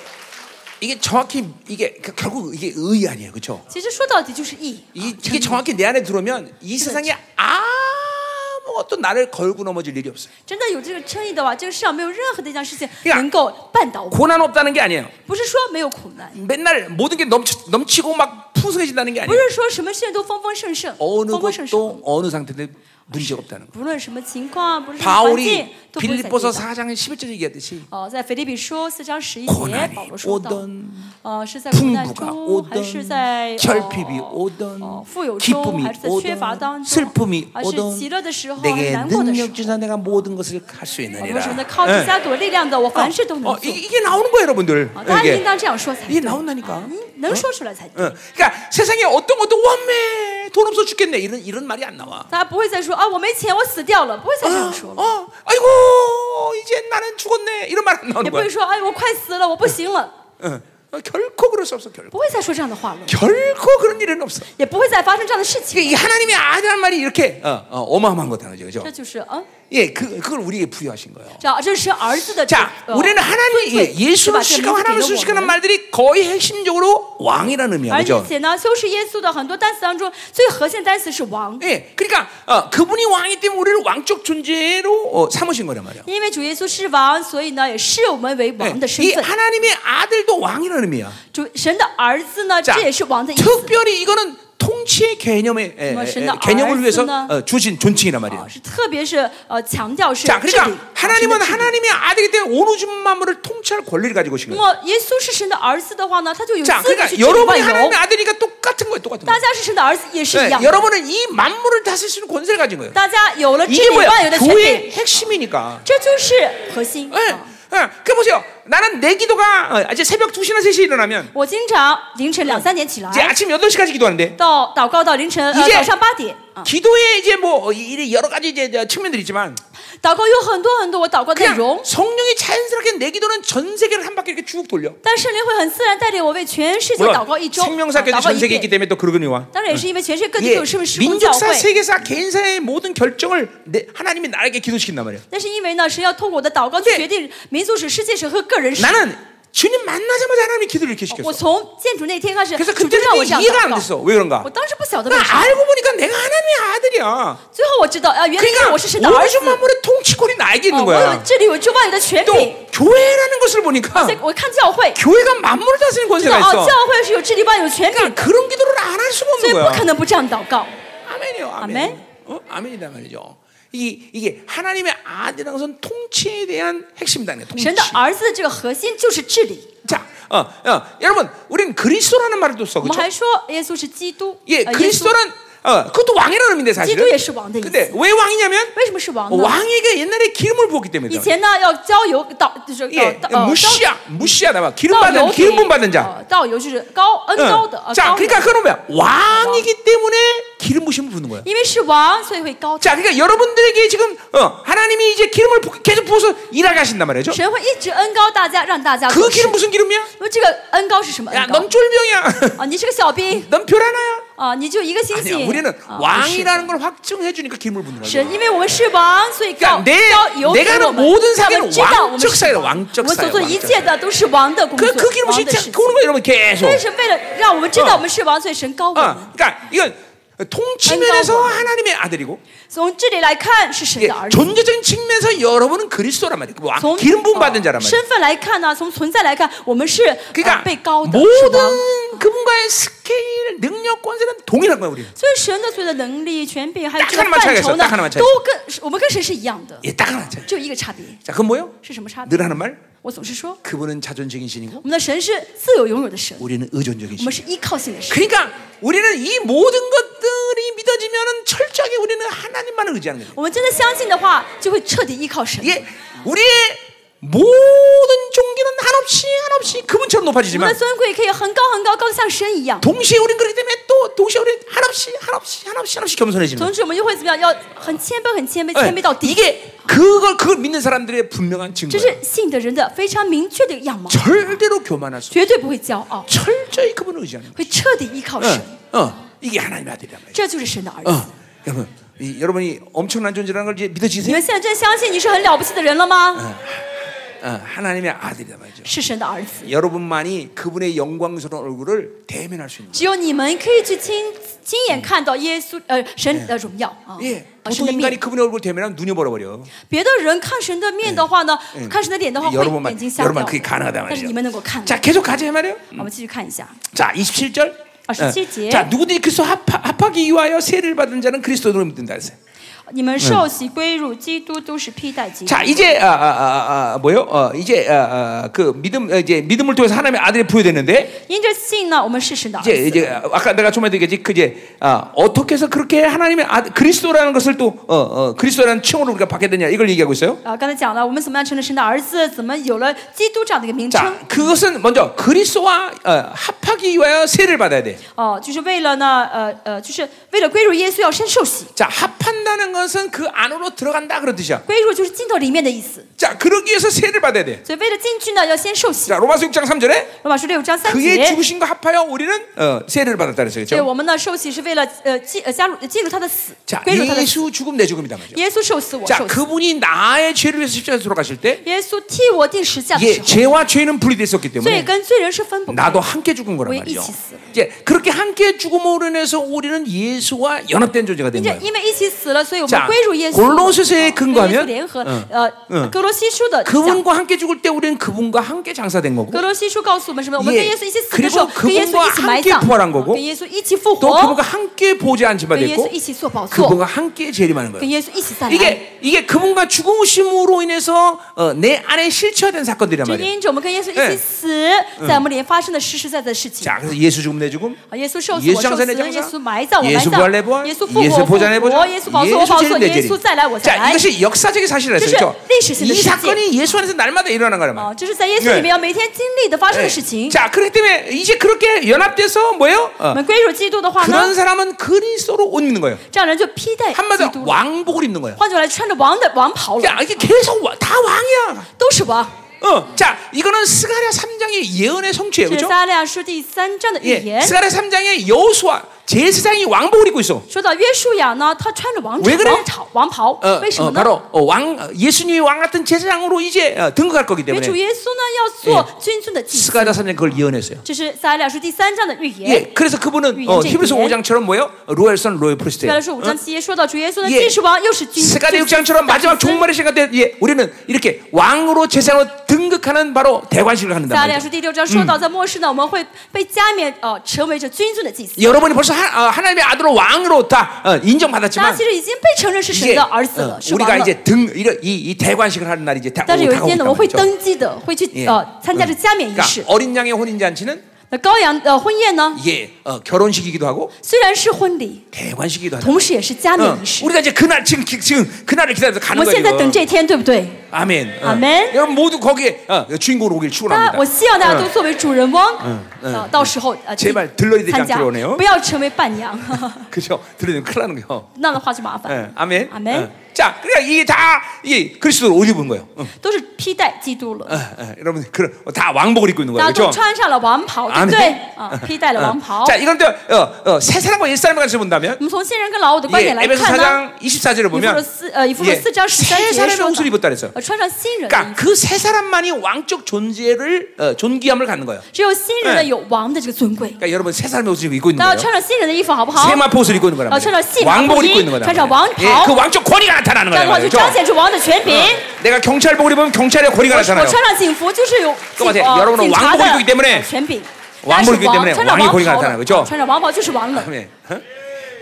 [SPEAKER 1] 이게 정확히 이게 그- 결국 이게 의의 아니에요, 그렇죠?
[SPEAKER 2] 其实说到底就是义，
[SPEAKER 1] 이, 이게 정확히 내 안에 들어오면 이 세상에 아무것도 나를 걸고 넘어질 일이 없어요.
[SPEAKER 2] 真的有这个称义的话，这个世上没有任何的一件事情
[SPEAKER 1] 呀
[SPEAKER 2] 能够绊倒我。
[SPEAKER 1] 고난 없다는 게 아니에요.
[SPEAKER 2] 不是说没有苦难，
[SPEAKER 1] 맨날 모든 게 넘치, 넘치고 막 풍성해진다는 게
[SPEAKER 2] 不
[SPEAKER 1] 아니에요.
[SPEAKER 2] 是说什么事情都风丰盛盛，
[SPEAKER 1] 어느
[SPEAKER 2] 风丰盛盛。
[SPEAKER 1] 것도 어느 상태든 문제 없다는 거.
[SPEAKER 2] 不论什么情况，不论什么环境
[SPEAKER 1] 바울이 ，
[SPEAKER 2] 都不会
[SPEAKER 1] 음,
[SPEAKER 2] 在
[SPEAKER 1] 빌립보서
[SPEAKER 2] 跌倒
[SPEAKER 1] 4장 11절 얘기했듯이
[SPEAKER 2] 哦，在腓立比书四章十一
[SPEAKER 1] 苦
[SPEAKER 2] 节
[SPEAKER 1] 难，이
[SPEAKER 2] 保罗说到
[SPEAKER 1] 오던 ，
[SPEAKER 2] 呃，是在苦难
[SPEAKER 1] 풍부가
[SPEAKER 2] 中，还是
[SPEAKER 1] 오던
[SPEAKER 2] 在
[SPEAKER 1] 결핍이
[SPEAKER 2] 呃
[SPEAKER 1] 어, 오던
[SPEAKER 2] 哦富有中，
[SPEAKER 1] 기쁨이
[SPEAKER 2] 还是在缺乏
[SPEAKER 1] 오던
[SPEAKER 2] 当中，
[SPEAKER 1] 슬픔이
[SPEAKER 2] 还是
[SPEAKER 1] 오던
[SPEAKER 2] 喜乐的时候，还
[SPEAKER 1] 내게
[SPEAKER 2] 是难过的时候
[SPEAKER 1] 능력 ， 주사 내가 모든 것을 할 수
[SPEAKER 2] 我们
[SPEAKER 1] 있느니라 예.
[SPEAKER 2] 什么的靠着加给我力量的，我凡事都
[SPEAKER 1] 어,
[SPEAKER 2] 能
[SPEAKER 1] 이,
[SPEAKER 2] 做。
[SPEAKER 1] 이게 나오는 거예요 여러분들
[SPEAKER 2] 啊，大家应
[SPEAKER 1] 이게,
[SPEAKER 2] 当这样说才
[SPEAKER 1] 이게
[SPEAKER 2] 对，
[SPEAKER 1] 나온다니까
[SPEAKER 2] 嗯能说出来才
[SPEAKER 1] 어,
[SPEAKER 2] 对。
[SPEAKER 1] 그러니까 세상에 어떤 것도 완매 돈 없어 죽겠네 이런 이런 말이 안 나와
[SPEAKER 2] 大家不会再说啊，我没钱，我死掉了，不会再这样说了，
[SPEAKER 1] 어, 아이고 이제 나는 죽었네 이런 말 안
[SPEAKER 2] 也
[SPEAKER 1] 나오는
[SPEAKER 2] 不
[SPEAKER 1] 거야
[SPEAKER 2] 会说哎，我快死了，我不行了，
[SPEAKER 1] 어, 어, 결코 그럴 수 없어 결코
[SPEAKER 2] 不会再说这样的话了，
[SPEAKER 1] 결코 그런 일은 없어
[SPEAKER 2] 也不会再发生这样的事情。
[SPEAKER 1] 그러니까 이게 하나님이 아니란 말이 이렇게 어, 어, 어마어마한 거다는 거죠
[SPEAKER 2] 这
[SPEAKER 1] 그죠?
[SPEAKER 2] 就是啊，
[SPEAKER 1] 예, 그, 그걸 우리에게 부여하신 거예요
[SPEAKER 2] 这这是儿子的这
[SPEAKER 1] 자,
[SPEAKER 2] 呃
[SPEAKER 1] 우리는 하나님
[SPEAKER 2] 尊贵
[SPEAKER 1] 예, 예수를
[SPEAKER 2] 是吧
[SPEAKER 1] 수식하고
[SPEAKER 2] 这名
[SPEAKER 1] 하나님을
[SPEAKER 2] 字给了我
[SPEAKER 1] 수식하는
[SPEAKER 2] 们
[SPEAKER 1] 말들이 거의 핵심적으로 왕이라는
[SPEAKER 2] 而
[SPEAKER 1] 의미야. 죠
[SPEAKER 2] 且呢，修饰耶稣的很多单词当中，最核心的单词是王，
[SPEAKER 1] 예, 그러니까 어, 그분이 왕이기 때문에 우리를 왕적 존재로 어, 삼으신 거란 말이야.
[SPEAKER 2] 因为主耶稣是王，所以呢，也视我们为
[SPEAKER 1] 예,
[SPEAKER 2] 王的身
[SPEAKER 1] 이
[SPEAKER 2] 份。
[SPEAKER 1] 하나님의 아들도 왕이라는 의미야.
[SPEAKER 2] 主神的儿子呢，
[SPEAKER 1] 자
[SPEAKER 2] 这也是王的意思，
[SPEAKER 1] 특별히 이거는 통치의 개념의 예,
[SPEAKER 2] 정말
[SPEAKER 1] 예,
[SPEAKER 2] 신의
[SPEAKER 1] 예, 개념을 위해서
[SPEAKER 2] 말씀은-
[SPEAKER 1] 어, 주신 존칭이란 말이야.
[SPEAKER 2] 啊是特别是呃强调是
[SPEAKER 1] 자,
[SPEAKER 2] 治理
[SPEAKER 1] 그러니까 。 하나님은
[SPEAKER 2] 神的治理
[SPEAKER 1] 하나님의 아들이기 때문에 온 우주 만물을 통치할 권리를 가지고 오신
[SPEAKER 2] 那
[SPEAKER 1] 거야.
[SPEAKER 2] 么耶稣是神的儿子的话呢，他就有
[SPEAKER 1] 자,
[SPEAKER 2] 资格
[SPEAKER 1] 그러니까
[SPEAKER 2] 去治理万
[SPEAKER 1] 여러분이
[SPEAKER 2] 有
[SPEAKER 1] 하나님의 。 아들이니까 똑같은 거예요, 똑같은
[SPEAKER 2] 大
[SPEAKER 1] 거.
[SPEAKER 2] 家是神的儿子，也是一
[SPEAKER 1] 예,
[SPEAKER 2] 样的。
[SPEAKER 1] 여러분은 이 만물을 다스릴 수 있는 권세를 가진 거예요.
[SPEAKER 2] 大家有了治
[SPEAKER 1] 이게
[SPEAKER 2] 理
[SPEAKER 1] 뭐야?
[SPEAKER 2] 万有的权
[SPEAKER 1] 교회의
[SPEAKER 2] 柄，
[SPEAKER 1] 핵심이니까.
[SPEAKER 2] 这就是核心。
[SPEAKER 1] 예.
[SPEAKER 2] 啊
[SPEAKER 1] 예. 그 보세요. 나는 내 기도가 어, 이제 새벽 2시나 3시에 일어나면
[SPEAKER 2] 我经常凌晨两三点起来
[SPEAKER 1] 이제 ， 아침 8시까지 기도하는데
[SPEAKER 2] 到祷告到凌晨
[SPEAKER 1] 이제
[SPEAKER 2] 呃早上八点啊，
[SPEAKER 1] 기도에 이제 뭐 어, 이- 여러 가지 이제 이제 측면들이 있지만
[SPEAKER 2] 祷告有很多很多我祷告内
[SPEAKER 1] 그냥
[SPEAKER 2] 容，
[SPEAKER 1] 성령이 자연스럽게 내 기도는 전 세계를 한 바퀴 이렇게 쭉 돌려.
[SPEAKER 2] 但圣灵会很自然带领我为全世界祷告一周，啊
[SPEAKER 1] 생명사교도
[SPEAKER 2] 祷告
[SPEAKER 1] 전
[SPEAKER 2] 一
[SPEAKER 1] 세계 있기
[SPEAKER 2] 遍。
[SPEAKER 1] 때문에 또 그러거니 와.
[SPEAKER 2] 当然也是因为全世界各地
[SPEAKER 1] 예,
[SPEAKER 2] 都有圣施工教
[SPEAKER 1] 민족사,
[SPEAKER 2] 会，
[SPEAKER 1] 세계사, 개인사의 모든 결정을 내, 하나님이 나에게 기도시킨단 말이야.
[SPEAKER 2] 但是因为呢，神要透过我的祷告去
[SPEAKER 1] 네
[SPEAKER 2] 决定民族史、世界史和个人史。
[SPEAKER 1] 나는 주님 만나자마자 하나님이 기도를 이렇게
[SPEAKER 2] 我
[SPEAKER 1] 시켰어. 뭐
[SPEAKER 2] 从建主那天开始，
[SPEAKER 1] 그래서
[SPEAKER 2] 主就
[SPEAKER 1] 그때는
[SPEAKER 2] 让我这样
[SPEAKER 1] 이해가 안
[SPEAKER 2] 祷告
[SPEAKER 1] 됐어. 。왜 그런가?
[SPEAKER 2] 我当时不啊晓得为什
[SPEAKER 1] 나
[SPEAKER 2] 么，
[SPEAKER 1] 알고 보니까 내가 하나님의 아들이야.
[SPEAKER 2] 最后我知道啊，原来我是神的
[SPEAKER 1] 그러니까
[SPEAKER 2] 儿
[SPEAKER 1] 우주
[SPEAKER 2] 子。
[SPEAKER 1] 만물의 통치권이 나에게
[SPEAKER 2] 哦
[SPEAKER 1] 있는
[SPEAKER 2] 我有
[SPEAKER 1] 거야.
[SPEAKER 2] 这里有这万有的权柄，
[SPEAKER 1] 또 교회라는 것을 보니까
[SPEAKER 2] 这我看教会，
[SPEAKER 1] 교회가 만물을 다스리는
[SPEAKER 2] 知道
[SPEAKER 1] 권세가
[SPEAKER 2] 哦，
[SPEAKER 1] 어, 있어.
[SPEAKER 2] 教会是有治理万有权柄，
[SPEAKER 1] 그러니까 그런 기도를 안 할 수가
[SPEAKER 2] 所
[SPEAKER 1] 없는
[SPEAKER 2] 以不可
[SPEAKER 1] 거야.
[SPEAKER 2] 能不这样祷告。
[SPEAKER 1] 아멘이요. 아멘.
[SPEAKER 2] 아멘.
[SPEAKER 1] 어? 아멘이다 말이죠. 이 이게 하나님의 아들이라는 것은 통치에 대한 핵심이다. 아. 이게 통치.
[SPEAKER 2] 神的儿子的这个核心就是治理。
[SPEAKER 1] 자, 어, 어, 여러분, 우리는 그리스도라는 말을 또 써.
[SPEAKER 2] 我们
[SPEAKER 1] 그렇죠?
[SPEAKER 2] 还说耶稣是基督，
[SPEAKER 1] 예,
[SPEAKER 2] 呃耶稣
[SPEAKER 1] 그리스도는 어, 그것도 왕이라는 의미인데 사실은.
[SPEAKER 2] 기도의 시 왕의
[SPEAKER 1] 근데 왜 왕이냐면
[SPEAKER 2] 为什么是王呢？
[SPEAKER 1] 왕에게 옛날에 기름을 부었기
[SPEAKER 2] 以
[SPEAKER 1] 때문이다.
[SPEAKER 2] 前呢要浇油倒就是呃
[SPEAKER 1] 예,
[SPEAKER 2] 倒呃
[SPEAKER 1] 무시야, 무시하다 봐. 기름
[SPEAKER 2] 倒倒油
[SPEAKER 1] 받은
[SPEAKER 2] 给
[SPEAKER 1] 기름 어, 부음 받은 자.
[SPEAKER 2] 呃倒油就是高恩
[SPEAKER 1] 응.
[SPEAKER 2] 高的呃
[SPEAKER 1] 자,
[SPEAKER 2] 高的
[SPEAKER 1] 그러니까 그건 뭐야? 왕이기 때문에 기름 부심을 부는 거야.
[SPEAKER 2] 因为是王，所以会高。
[SPEAKER 1] 자, 그러니까 여러분들에게 지금 어, 하나님이 이제 기름을 부- 계속 부어서 일하게 하신단 말이죠.
[SPEAKER 2] 神会一直恩高大家，让大家
[SPEAKER 1] 그렇죠. 그
[SPEAKER 2] 做事
[SPEAKER 1] 기름 。 무슨 기름이야?
[SPEAKER 2] 那么这个恩高是什么
[SPEAKER 1] 야,
[SPEAKER 2] 恩高
[SPEAKER 1] 넌 쫄병이야.
[SPEAKER 2] 啊？你是个小兵
[SPEAKER 1] 넌 별하나야.
[SPEAKER 2] 啊，你就一个星
[SPEAKER 1] 아니야,
[SPEAKER 2] 星。
[SPEAKER 1] 우리는
[SPEAKER 2] 啊不是
[SPEAKER 1] 왕이라는 걸 확증해 주니까 기름을 부는
[SPEAKER 2] 神，
[SPEAKER 1] 거야.
[SPEAKER 2] 因为我们是王，所以高
[SPEAKER 1] 그러니까 내
[SPEAKER 2] 高油给
[SPEAKER 1] 내가
[SPEAKER 2] 我
[SPEAKER 1] 하는
[SPEAKER 2] 们，
[SPEAKER 1] 모든
[SPEAKER 2] 他们
[SPEAKER 1] 사역은
[SPEAKER 2] 知道我们
[SPEAKER 1] 왕적
[SPEAKER 2] 是
[SPEAKER 1] 사역,
[SPEAKER 2] 王。我
[SPEAKER 1] 왕적
[SPEAKER 2] 们所
[SPEAKER 1] 사역.
[SPEAKER 2] 做一
[SPEAKER 1] 왕적
[SPEAKER 2] 切
[SPEAKER 1] 사역.
[SPEAKER 2] 的都是王的工作，
[SPEAKER 1] 그, 그 기름이
[SPEAKER 2] 王的
[SPEAKER 1] 진짜
[SPEAKER 2] 事情。
[SPEAKER 1] 오는 거야, 여러분 계속.
[SPEAKER 2] 嗯但是为了让我们知道我们是王，所以神高我
[SPEAKER 1] 어,
[SPEAKER 2] 们。
[SPEAKER 1] 그러니까 이건 통 측면에서 하나님의 아들이고
[SPEAKER 2] 从这里来看是神
[SPEAKER 1] 예,
[SPEAKER 2] 的儿子。
[SPEAKER 1] 존재적인 측면에서 여러분은 그리스도란 말이에요. 와,
[SPEAKER 2] 从
[SPEAKER 1] 기름 부음 받은
[SPEAKER 2] 呃
[SPEAKER 1] 자란 말이에요.
[SPEAKER 2] 身份来看呢，从存在来看，我们是、呃
[SPEAKER 1] 그러니까
[SPEAKER 2] 被高的，是王。
[SPEAKER 1] 모든 그분과의 스케일, 능력, 권세는 동일한 거예요, 우리는.
[SPEAKER 2] 所以神的所有的能力、权柄，还有
[SPEAKER 1] 딱
[SPEAKER 2] 这个
[SPEAKER 1] 하나만차이가 있어
[SPEAKER 2] 范畴
[SPEAKER 1] 딱
[SPEAKER 2] 呢
[SPEAKER 1] 하나만차이 ，
[SPEAKER 2] 都跟我们跟神是一样的，
[SPEAKER 1] 예, 딱 하나 차이.
[SPEAKER 2] 只有一个差别，
[SPEAKER 1] 자, 그건 뭐예요?
[SPEAKER 2] 是什么差别
[SPEAKER 1] 늘 ？ 하는 말.
[SPEAKER 2] 我总是说，
[SPEAKER 1] 그분은 자존적인 신이고
[SPEAKER 2] 我们的神是自由拥有的神，
[SPEAKER 1] 우리는 의존적인
[SPEAKER 2] 我们
[SPEAKER 1] 뭐 신.
[SPEAKER 2] 是依靠性的神。
[SPEAKER 1] 그러니까 우리는 이 모든 것들이 믿어지면은 철저하게 우리는 하나님만을 의지하는 거예요.
[SPEAKER 2] 我们真的相信的话，就会彻底依靠神。
[SPEAKER 1] 이게 우리의 모든 종기는 한없이 한없이 그분처럼
[SPEAKER 2] 我们
[SPEAKER 1] 높아지지만
[SPEAKER 2] 的尊贵可以很高很高，高得像神一样。
[SPEAKER 1] 동시에 우린 그렇기 때문에 또 동시에 우린 한없이 한없이 한없이 한없이 겸손해지는 거예요.
[SPEAKER 2] 同时，我们就会怎么样？要很谦卑，很谦卑，
[SPEAKER 1] 예,
[SPEAKER 2] 谦卑到底。
[SPEAKER 1] 이게 그걸 그걸 믿는 사람들의 분명한
[SPEAKER 2] 这
[SPEAKER 1] 증거예요.
[SPEAKER 2] 是信的人的非常明确的一个样貌，
[SPEAKER 1] 절대로 교만할 수 없어요.
[SPEAKER 2] 绝对不会骄傲，
[SPEAKER 1] 철저히 그분을 의지하는
[SPEAKER 2] 会彻底依靠神。
[SPEAKER 1] 거예요. 어, 어, 이게 하나님의 아들이란 말이에요.
[SPEAKER 2] 这就是神的儿子。
[SPEAKER 1] 어, 여러분, 이, 여러분이 엄청난 존재라는 걸 이제
[SPEAKER 2] 你
[SPEAKER 1] 믿어지세요?
[SPEAKER 2] 们现在真的相信你是很了不起的人了吗？
[SPEAKER 1] 어, 하나님의 아들이란 말이죠.
[SPEAKER 2] 是神的儿子，
[SPEAKER 1] 여러분만이 그분의 영광스러운 얼굴을 대면할 수 있는.
[SPEAKER 2] 只有你们可以去亲亲眼看到耶稣呃神的荣耀啊
[SPEAKER 1] 거예요. 예, ，
[SPEAKER 2] 啊神
[SPEAKER 1] 보통
[SPEAKER 2] 的
[SPEAKER 1] 인간이
[SPEAKER 2] 面。
[SPEAKER 1] 그분의 얼굴 대면하면 눈이 멀어버려.
[SPEAKER 2] 别的人看神的面的话呢，看神的脸的话会
[SPEAKER 1] 여러분만
[SPEAKER 2] 眼睛瞎掉
[SPEAKER 1] 여러분만 ， 그게 가능하다
[SPEAKER 2] 但是你们能够
[SPEAKER 1] 말이죠.
[SPEAKER 2] 看到。
[SPEAKER 1] 자 계속 가자 이 말이에요.
[SPEAKER 2] 我们继续看一下，
[SPEAKER 1] 자 27절. 예.
[SPEAKER 2] 27 절.
[SPEAKER 1] 자 누구든지 그리스도 합하, 합하기 위하여 세를 받은 자는 그리스도로 믿는다 했어요.
[SPEAKER 2] 你们受洗归入基督都是披戴基督。
[SPEAKER 1] 자 이제 아, 아, 아, 아, 뭐요? 어, 이제 아, 아, 그 믿음 어, 이제 믿음을 통해서 하나님의 아들이 부여되는데
[SPEAKER 2] 因着信呢，我们是神的儿
[SPEAKER 1] 이제
[SPEAKER 2] 子。
[SPEAKER 1] 이제 아까 내가 좀만 얘기했지 그 이제 아, 어떻게 해서 그렇게 하나님의 아, 그리스도라는 것을 또 어, 어, 그리스도라는 칭호를 우리가 받게 되냐 이걸 얘기하고 있어요.
[SPEAKER 2] 啊，刚才讲了，我们怎么样成了神的儿子，怎么有了基督这样的一个名称
[SPEAKER 1] 자 ？ 그것은 먼저 그리스도와 어, 합하기 위하여 세를 받아야 돼.
[SPEAKER 2] 哦，就是为了呢，呃呃，就是为了归入耶稣要先受洗，
[SPEAKER 1] 자 합한다는 것은 그 안으로 들어간다 그런 뜻이야.
[SPEAKER 2] 归入就是进到里面的意思。
[SPEAKER 1] 자 그러기 위해서 세를 받아야 돼.
[SPEAKER 2] 所以为了进去呢，要先受洗。
[SPEAKER 1] 자 로마서 6장 3절에
[SPEAKER 2] 罗马书六章三
[SPEAKER 1] 그의
[SPEAKER 2] 节，
[SPEAKER 1] 죽으신 거 합하여 우리는 어, 세를 받았다 그랬어요.
[SPEAKER 2] 对
[SPEAKER 1] 그렇죠?
[SPEAKER 2] 我们呢受洗是为了呃进呃加入进入他的死
[SPEAKER 1] 자 ，
[SPEAKER 2] 归入他的死。
[SPEAKER 1] 예수 죽음 내 죽음이다 말이죠.
[SPEAKER 2] 耶稣受死，我
[SPEAKER 1] 자
[SPEAKER 2] 受
[SPEAKER 1] 네,
[SPEAKER 2] 死。
[SPEAKER 1] 그분이 나의 죄를 위해서 십자가에 돌아가실 때
[SPEAKER 2] 耶稣替我定十字架的
[SPEAKER 1] 예,
[SPEAKER 2] 时候，
[SPEAKER 1] 죄와 죄는 분리됐었기
[SPEAKER 2] 罪
[SPEAKER 1] 때문에
[SPEAKER 2] 跟罪人是分不开
[SPEAKER 1] 나도
[SPEAKER 2] 的。
[SPEAKER 1] 함께 죽은 거란
[SPEAKER 2] 우리
[SPEAKER 1] 말이죠.
[SPEAKER 2] 이치 있어.
[SPEAKER 1] 이제 그렇게 함께 죽음으로 인해서 우리는 예수와 연합된 존재가 된
[SPEAKER 2] 因为
[SPEAKER 1] 거예요.
[SPEAKER 2] 因为一起死了，所以我
[SPEAKER 1] 자
[SPEAKER 2] 们归入耶稣。
[SPEAKER 1] 골로새서에근거하면
[SPEAKER 2] 跟耶稣联合，呃，哥罗西书的讲
[SPEAKER 1] 그분과 함께 죽을 때 우리는 그분과 함께 장사된 거고
[SPEAKER 2] 格罗西书告诉我们什么？我们跟耶稣一起死的时候，
[SPEAKER 1] 그리고
[SPEAKER 2] 跟耶稣一起埋葬
[SPEAKER 1] 그분과함께부활한거고 ，
[SPEAKER 2] 跟耶稣一起复
[SPEAKER 1] 또
[SPEAKER 2] 活
[SPEAKER 1] 그분과 ， 함께 보좌 앉히바
[SPEAKER 2] 跟耶稣
[SPEAKER 1] 됐고 그
[SPEAKER 2] 一起做宝座，
[SPEAKER 1] 그분과 함께 재림하는
[SPEAKER 2] 跟
[SPEAKER 1] 거예요.
[SPEAKER 2] 耶稣一起再来。
[SPEAKER 1] 이게 이게 그분과 죽으심으로 인해서 어, 내 안에 실체화된 사건들이란
[SPEAKER 2] 就
[SPEAKER 1] 말이에요.
[SPEAKER 2] 因着我们跟耶稣一起死，在我们里面发生的实实在在的事情。
[SPEAKER 1] 자, 그래서 예수 죽음 내 죽음,
[SPEAKER 2] 啊，耶稣受死，
[SPEAKER 1] 예수
[SPEAKER 2] 我受
[SPEAKER 1] 장사
[SPEAKER 2] 死；
[SPEAKER 1] 내 장사,
[SPEAKER 2] 耶稣埋葬，我埋
[SPEAKER 1] 예수
[SPEAKER 2] 葬；
[SPEAKER 1] 부활 내 부활,
[SPEAKER 2] 耶稣复活，我
[SPEAKER 1] 예수
[SPEAKER 2] 复
[SPEAKER 1] 보좌 내
[SPEAKER 2] 活；
[SPEAKER 1] 보좌,
[SPEAKER 2] 耶稣保存，我保
[SPEAKER 1] 재림
[SPEAKER 2] 存；
[SPEAKER 1] 내
[SPEAKER 2] 耶
[SPEAKER 1] 재림.
[SPEAKER 2] 稣再来，我再
[SPEAKER 1] 자,
[SPEAKER 2] 来。
[SPEAKER 1] 이것이 역사적인 사실이라
[SPEAKER 2] 그것이
[SPEAKER 1] 했어요, 그렇죠?
[SPEAKER 2] 历史性的
[SPEAKER 1] 이
[SPEAKER 2] 事件.
[SPEAKER 1] 사건이 예수 안에서 날마다 일어나는 거란 말이에요.
[SPEAKER 2] 啊，这是在耶稣里面要每天经历的发生
[SPEAKER 1] 예.
[SPEAKER 2] 的事情。
[SPEAKER 1] 자, 그렇기 때문에 이제 그렇게 연합돼서 뭐예요? 어,
[SPEAKER 2] 我们归属基督的话呢
[SPEAKER 1] 그런 ， 사람은 그리스도로 옷 입는 거예요.
[SPEAKER 2] 这样人就披戴基
[SPEAKER 1] 한마디로
[SPEAKER 2] 督了。
[SPEAKER 1] 왕복을 입는 거예요.
[SPEAKER 2] 换句话来，穿着王的王袍了，
[SPEAKER 1] 야, 이게 계속 와- 다 왕이야.
[SPEAKER 2] 都是王。
[SPEAKER 1] 어, 자, 이거는 스가랴 3장의 예언의 성취예요,
[SPEAKER 2] 这是
[SPEAKER 1] 그렇죠?
[SPEAKER 2] 撒利亚书第三章的预
[SPEAKER 1] 예,
[SPEAKER 2] 言。
[SPEAKER 1] 스가랴 3장의 여호수아 제사장이 왕복을 입고 있어.
[SPEAKER 2] 说到约书亚呢，他穿着王
[SPEAKER 1] 왜
[SPEAKER 2] 朝
[SPEAKER 1] 그래요
[SPEAKER 2] 王朝王袍，
[SPEAKER 1] 어,
[SPEAKER 2] 为什
[SPEAKER 1] 어,
[SPEAKER 2] 么呢？
[SPEAKER 1] 바로 어, 왕 어, 예수님이 왕 같은 제사장으로 이제 어, 등극할 거기
[SPEAKER 2] 为主
[SPEAKER 1] 때문에
[SPEAKER 2] 耶稣呢要做君尊的祭司，
[SPEAKER 1] 스가랴 3장 그걸 예언했어요.
[SPEAKER 2] 这是撒利亚书第三章的预言。
[SPEAKER 1] 예, 그래서 그분은
[SPEAKER 2] 예,
[SPEAKER 1] 어,
[SPEAKER 2] 예.
[SPEAKER 1] 히브리서 5장처럼 뭐예요? 로열선 로열
[SPEAKER 2] 撒利亚
[SPEAKER 1] 프리스트예요.
[SPEAKER 2] 书五章七节说到主耶稣呢，
[SPEAKER 1] 예
[SPEAKER 2] 既是王又是君。
[SPEAKER 1] 스가랴
[SPEAKER 2] 君
[SPEAKER 1] 6장처럼 마지막
[SPEAKER 2] 君
[SPEAKER 1] 종말의 시간 때 예, 우리는 이렇게 왕으로 제사장으로 등극하는 바로 대관식을 하는단
[SPEAKER 2] 撒利亚
[SPEAKER 1] 말이에요.
[SPEAKER 2] 书第六章说到，在末世呢，我们会被加冕，呃，成为这君尊的祭司。
[SPEAKER 1] 여러분이 벌써 하, 나님의 아들로 왕으로 다 어,
[SPEAKER 2] 大家
[SPEAKER 1] 인정받았지만
[SPEAKER 2] 其实已经被承认是神
[SPEAKER 1] 이제
[SPEAKER 2] 的儿子
[SPEAKER 1] 어,
[SPEAKER 2] 了，是王
[SPEAKER 1] 우리가
[SPEAKER 2] 了。
[SPEAKER 1] 이제 등 이런 이, 이 대관식을 하는 날이 이제 다
[SPEAKER 2] 但是有
[SPEAKER 1] 오고
[SPEAKER 2] 一
[SPEAKER 1] 가고
[SPEAKER 2] 天呢，
[SPEAKER 1] 있단
[SPEAKER 2] 我们会
[SPEAKER 1] 말이죠.
[SPEAKER 2] 登基的，会去
[SPEAKER 1] 예.
[SPEAKER 2] 呃参加这加冕仪
[SPEAKER 1] 그러니까
[SPEAKER 2] 式。
[SPEAKER 1] 어린 양의 혼인 잔치는
[SPEAKER 2] 那羔羊呃婚宴呢，
[SPEAKER 1] 이게 어, 결혼식이기도 하고
[SPEAKER 2] 虽然是婚礼，
[SPEAKER 1] 대관식이기도 하고
[SPEAKER 2] 同时也是加冕
[SPEAKER 1] 어,
[SPEAKER 2] 仪式。
[SPEAKER 1] 우리가 이제 그날 지금 기- 지금 그날을 기다려서
[SPEAKER 2] 我
[SPEAKER 1] 가는
[SPEAKER 2] 们现在等
[SPEAKER 1] 거예요.
[SPEAKER 2] 这天，对不对？
[SPEAKER 1] 아멘. 어.
[SPEAKER 2] 아멘.
[SPEAKER 1] 여러분 모두 거기에 어, 주인공으로 오길
[SPEAKER 2] 大家，我
[SPEAKER 1] 축원합니다.
[SPEAKER 2] 希望大家都作为主人翁，啊，到时候呃，
[SPEAKER 1] 제발들러리되지않
[SPEAKER 2] 参加
[SPEAKER 1] 기로오네요 ，
[SPEAKER 2] 不要成为伴娘，
[SPEAKER 1] 그죠? 들으면 큰일 나는 거요. 어.
[SPEAKER 2] 那样的话就麻烦
[SPEAKER 1] 예, 。 아멘.
[SPEAKER 2] 아멘.
[SPEAKER 1] 어. 자, 그러니까 이게 다 이게 그리스도를 옷 입은 거예요. 어,
[SPEAKER 2] 都是披戴基督了，
[SPEAKER 1] 어, 어, 여러분, 그런 다 왕복을 입고 있는
[SPEAKER 2] 大
[SPEAKER 1] 거예요,
[SPEAKER 2] 家都
[SPEAKER 1] 그렇죠?
[SPEAKER 2] 穿上了王袍，
[SPEAKER 1] 안
[SPEAKER 2] 对
[SPEAKER 1] 해. 어,
[SPEAKER 2] 啊，披戴了王袍。
[SPEAKER 1] 자, 이건 또 어, 어, 새 사람과 옛 사람을 가지고 본다면
[SPEAKER 2] 我们从新人跟老我的观
[SPEAKER 1] 예,
[SPEAKER 2] 点来
[SPEAKER 1] 에베소
[SPEAKER 2] 看呢，
[SPEAKER 1] 4장 24절을
[SPEAKER 2] 以弗所
[SPEAKER 1] 보면
[SPEAKER 2] 四呃以弗所
[SPEAKER 1] 예,
[SPEAKER 2] 四章十三
[SPEAKER 1] 새
[SPEAKER 2] 节
[SPEAKER 1] 사람의
[SPEAKER 2] 说
[SPEAKER 1] 옷을
[SPEAKER 2] 的，
[SPEAKER 1] 입었다 그랬어.
[SPEAKER 2] 呃，穿上新人的衣
[SPEAKER 1] 그러니까
[SPEAKER 2] 服，
[SPEAKER 1] 그 새 사람만이 왕적 존재를 어, 존귀함을 갖는 거예요.
[SPEAKER 2] 只有新人的
[SPEAKER 1] 예
[SPEAKER 2] 有王的这个尊贵。
[SPEAKER 1] 그러니까 여러분 새 사람의 옷을 입고 있는
[SPEAKER 2] 那要
[SPEAKER 1] 거예요.
[SPEAKER 2] 穿上新人的衣服好不好？
[SPEAKER 1] 세마포 옷을 입고 있는 거란
[SPEAKER 2] 어,
[SPEAKER 1] 말이에요.
[SPEAKER 2] 저런 씨마포
[SPEAKER 1] 왕복을
[SPEAKER 2] 옷이
[SPEAKER 1] 입고 있는 거란
[SPEAKER 2] 저런
[SPEAKER 1] 말이에요.
[SPEAKER 2] 왕袍.
[SPEAKER 1] 그 왕적 권위가 나타나는
[SPEAKER 2] 这样
[SPEAKER 1] 거란
[SPEAKER 2] 的话
[SPEAKER 1] 말이죠.
[SPEAKER 2] 就
[SPEAKER 1] 어,
[SPEAKER 2] 彰显出王的权柄。
[SPEAKER 1] 내가 경찰복을 입으면 경찰의 권위가
[SPEAKER 2] 我我
[SPEAKER 1] 나타나요.
[SPEAKER 2] 嗯穿上警服就是有
[SPEAKER 1] 똑같아요
[SPEAKER 2] 警呃
[SPEAKER 1] 여러분은
[SPEAKER 2] 警察
[SPEAKER 1] 왕복을입고있기때문에
[SPEAKER 2] 的权柄。
[SPEAKER 1] 왕
[SPEAKER 2] 但
[SPEAKER 1] 복을
[SPEAKER 2] 是
[SPEAKER 1] 입고있기때문에
[SPEAKER 2] 王穿着
[SPEAKER 1] 왕의권위가나타나는거
[SPEAKER 2] 袍
[SPEAKER 1] 죠
[SPEAKER 2] 的，嗯穿着王袍就是王了。
[SPEAKER 1] 네. 어?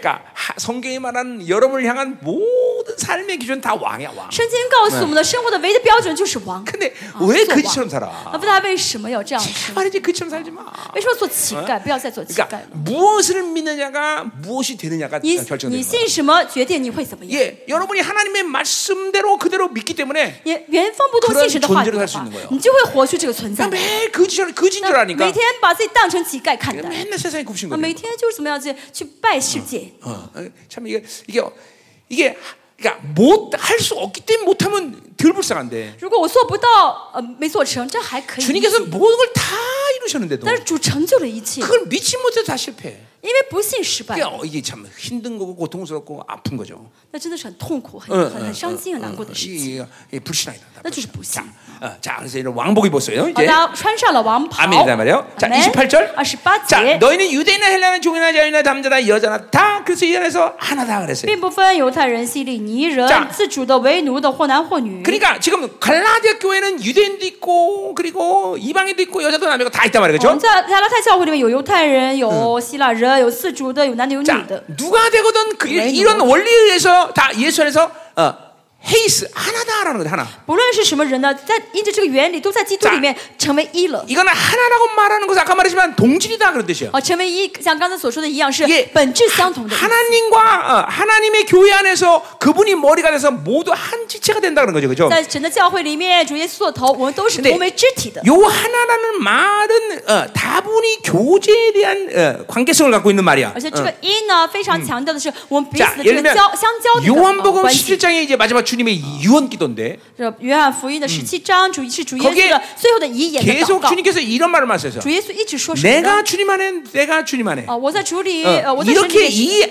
[SPEAKER 1] 그러니까 하- 성경이 말한 여러분을 향한 모든 삶의 기준 다 왕이야 왕.
[SPEAKER 2] 圣经告诉我们的生活的唯一的标准就是王。
[SPEAKER 1] 근데
[SPEAKER 2] 啊
[SPEAKER 1] 왜
[SPEAKER 2] 做
[SPEAKER 1] 그처럼
[SPEAKER 2] 王
[SPEAKER 1] 살아?
[SPEAKER 2] 啊，不大为什么要这样 生？
[SPEAKER 1] 말이지 그처럼 살지 마.
[SPEAKER 2] 为什么做乞丐？不要再做乞丐
[SPEAKER 1] 그러니까
[SPEAKER 2] 了。
[SPEAKER 1] 무엇을 믿느냐가 무엇이 되느냐가
[SPEAKER 2] 你
[SPEAKER 1] 결정되는
[SPEAKER 2] 你
[SPEAKER 1] 거야.
[SPEAKER 2] 信什么，决定你会怎么样。
[SPEAKER 1] 예, 여러분이 하나님의 말씀대로 그대로 믿기 때문에
[SPEAKER 2] 也原封不动信神的话
[SPEAKER 1] 그런존재로살
[SPEAKER 2] 语的
[SPEAKER 1] 수
[SPEAKER 2] 话
[SPEAKER 1] 있는거예요 ，
[SPEAKER 2] 你就会活出这个存在
[SPEAKER 1] 그냥 。매일 거짓을 거짓인 줄
[SPEAKER 2] 那
[SPEAKER 1] 아니까
[SPEAKER 2] 每天把自己当成乞丐看
[SPEAKER 1] 그냥
[SPEAKER 2] 待，
[SPEAKER 1] 맨날 세상에 굽신
[SPEAKER 2] 啊，嗯
[SPEAKER 1] 거예요.
[SPEAKER 2] 每天就是怎么样去去拜世界。
[SPEAKER 1] 어, 어, 참 이게 이게 이게 하- 그러니까 못 할 수 없기 때문에 못하면 덜 불쌍한데
[SPEAKER 2] 如果我做不到，呃，没做成，这还可以理解。
[SPEAKER 1] 주님께서 모든 걸 다 이루셨는데도
[SPEAKER 2] 但是主成就了一切，
[SPEAKER 1] 그걸 믿지 못해서 다 실패.
[SPEAKER 2] 因为不信失败，
[SPEAKER 1] 그러니까 어, 이게 참 힘든 거고 고통스럽고 아픈 거죠.
[SPEAKER 2] 那真的是很痛苦、很
[SPEAKER 1] 응,
[SPEAKER 2] 很
[SPEAKER 1] 응,
[SPEAKER 2] 很伤心、很难过的
[SPEAKER 1] 응,
[SPEAKER 2] 事
[SPEAKER 1] 이-
[SPEAKER 2] 情。
[SPEAKER 1] 이- 이 불신앙이다. 다
[SPEAKER 2] 那就是
[SPEAKER 1] 불신앙.
[SPEAKER 2] 不信。
[SPEAKER 1] 자, 어, 자, 그래서 이런 왕복 입었어요.
[SPEAKER 2] 好
[SPEAKER 1] 이제
[SPEAKER 2] 的，穿上了王袍。
[SPEAKER 1] 아멘이다 말이요. 자,
[SPEAKER 2] 阿门
[SPEAKER 1] 28절.
[SPEAKER 2] 28
[SPEAKER 1] 자,
[SPEAKER 2] 节，
[SPEAKER 1] 너희는 유대인이나 헬라나 종이나 자유나 남자나 여자나 다 그래서 이 안에서 하나다 그랬어요.
[SPEAKER 2] 并不分犹太人、希利尼人
[SPEAKER 1] 자 、
[SPEAKER 2] 自主的、为奴的、或男或女。
[SPEAKER 1] 그러니까 지금 갈라디아 교회는 유대인도 있고 그리고 이방인도 있고 여자도 남자도 다 있단
[SPEAKER 2] 我们
[SPEAKER 1] 말이죠.
[SPEAKER 2] 在嗯加拉太教会里面有犹太人、有希腊人、有自主的、有男的、有女
[SPEAKER 1] 자,
[SPEAKER 2] 的。
[SPEAKER 1] 누가 되거든 그 이- 이런 원리에 의해서 다 예수 안에서 어, 헤이스 하나다라는 거죠 하나.
[SPEAKER 2] 不论是什么人呢，在因着这个原理，都在基督里面成为一了。
[SPEAKER 1] 이거는 하나라고 말하는 것은 아까 말했지만 동질이다 그런 뜻이에요.
[SPEAKER 2] 哦，成为一，像刚才所说的一样，是
[SPEAKER 1] 예
[SPEAKER 2] 本质相同的。
[SPEAKER 1] 하나님과 어, 하나님의 교회 안에서 그분이 머리가 돼서 모두 한 지체가 된다 그런 거죠, 그죠?
[SPEAKER 2] 在神的教会里面，主耶稣做头，我们都是
[SPEAKER 1] 근데
[SPEAKER 2] 同为肢体的。
[SPEAKER 1] 요 하나라는 말은 어, 다분히 교제에 대한 어, 관계성을 갖고 있는 말이야.
[SPEAKER 2] 而且
[SPEAKER 1] 어.
[SPEAKER 2] 这个一呢，非常强调的是我们彼
[SPEAKER 1] 자,
[SPEAKER 2] 此的这
[SPEAKER 1] 예를
[SPEAKER 2] 个
[SPEAKER 1] 들면
[SPEAKER 2] 交相交的这个呃
[SPEAKER 1] 요한복음
[SPEAKER 2] 关系。
[SPEAKER 1] 17장에 이제 마지막 주님의 유언 기도인데
[SPEAKER 2] 这嗯约翰福音的十七章，主是主耶
[SPEAKER 1] 거기에
[SPEAKER 2] 稣的最后的遗言的祷
[SPEAKER 1] 계속
[SPEAKER 2] 告。
[SPEAKER 1] 주님께서 이런 말을 하셨어요.
[SPEAKER 2] 主耶稣一直说什么呢？
[SPEAKER 1] 내가 주님 안에 내가 주님 안에
[SPEAKER 2] 啊，我在主里，
[SPEAKER 1] 어,
[SPEAKER 2] 呃，我在神里
[SPEAKER 1] 이렇게
[SPEAKER 2] 面，
[SPEAKER 1] 이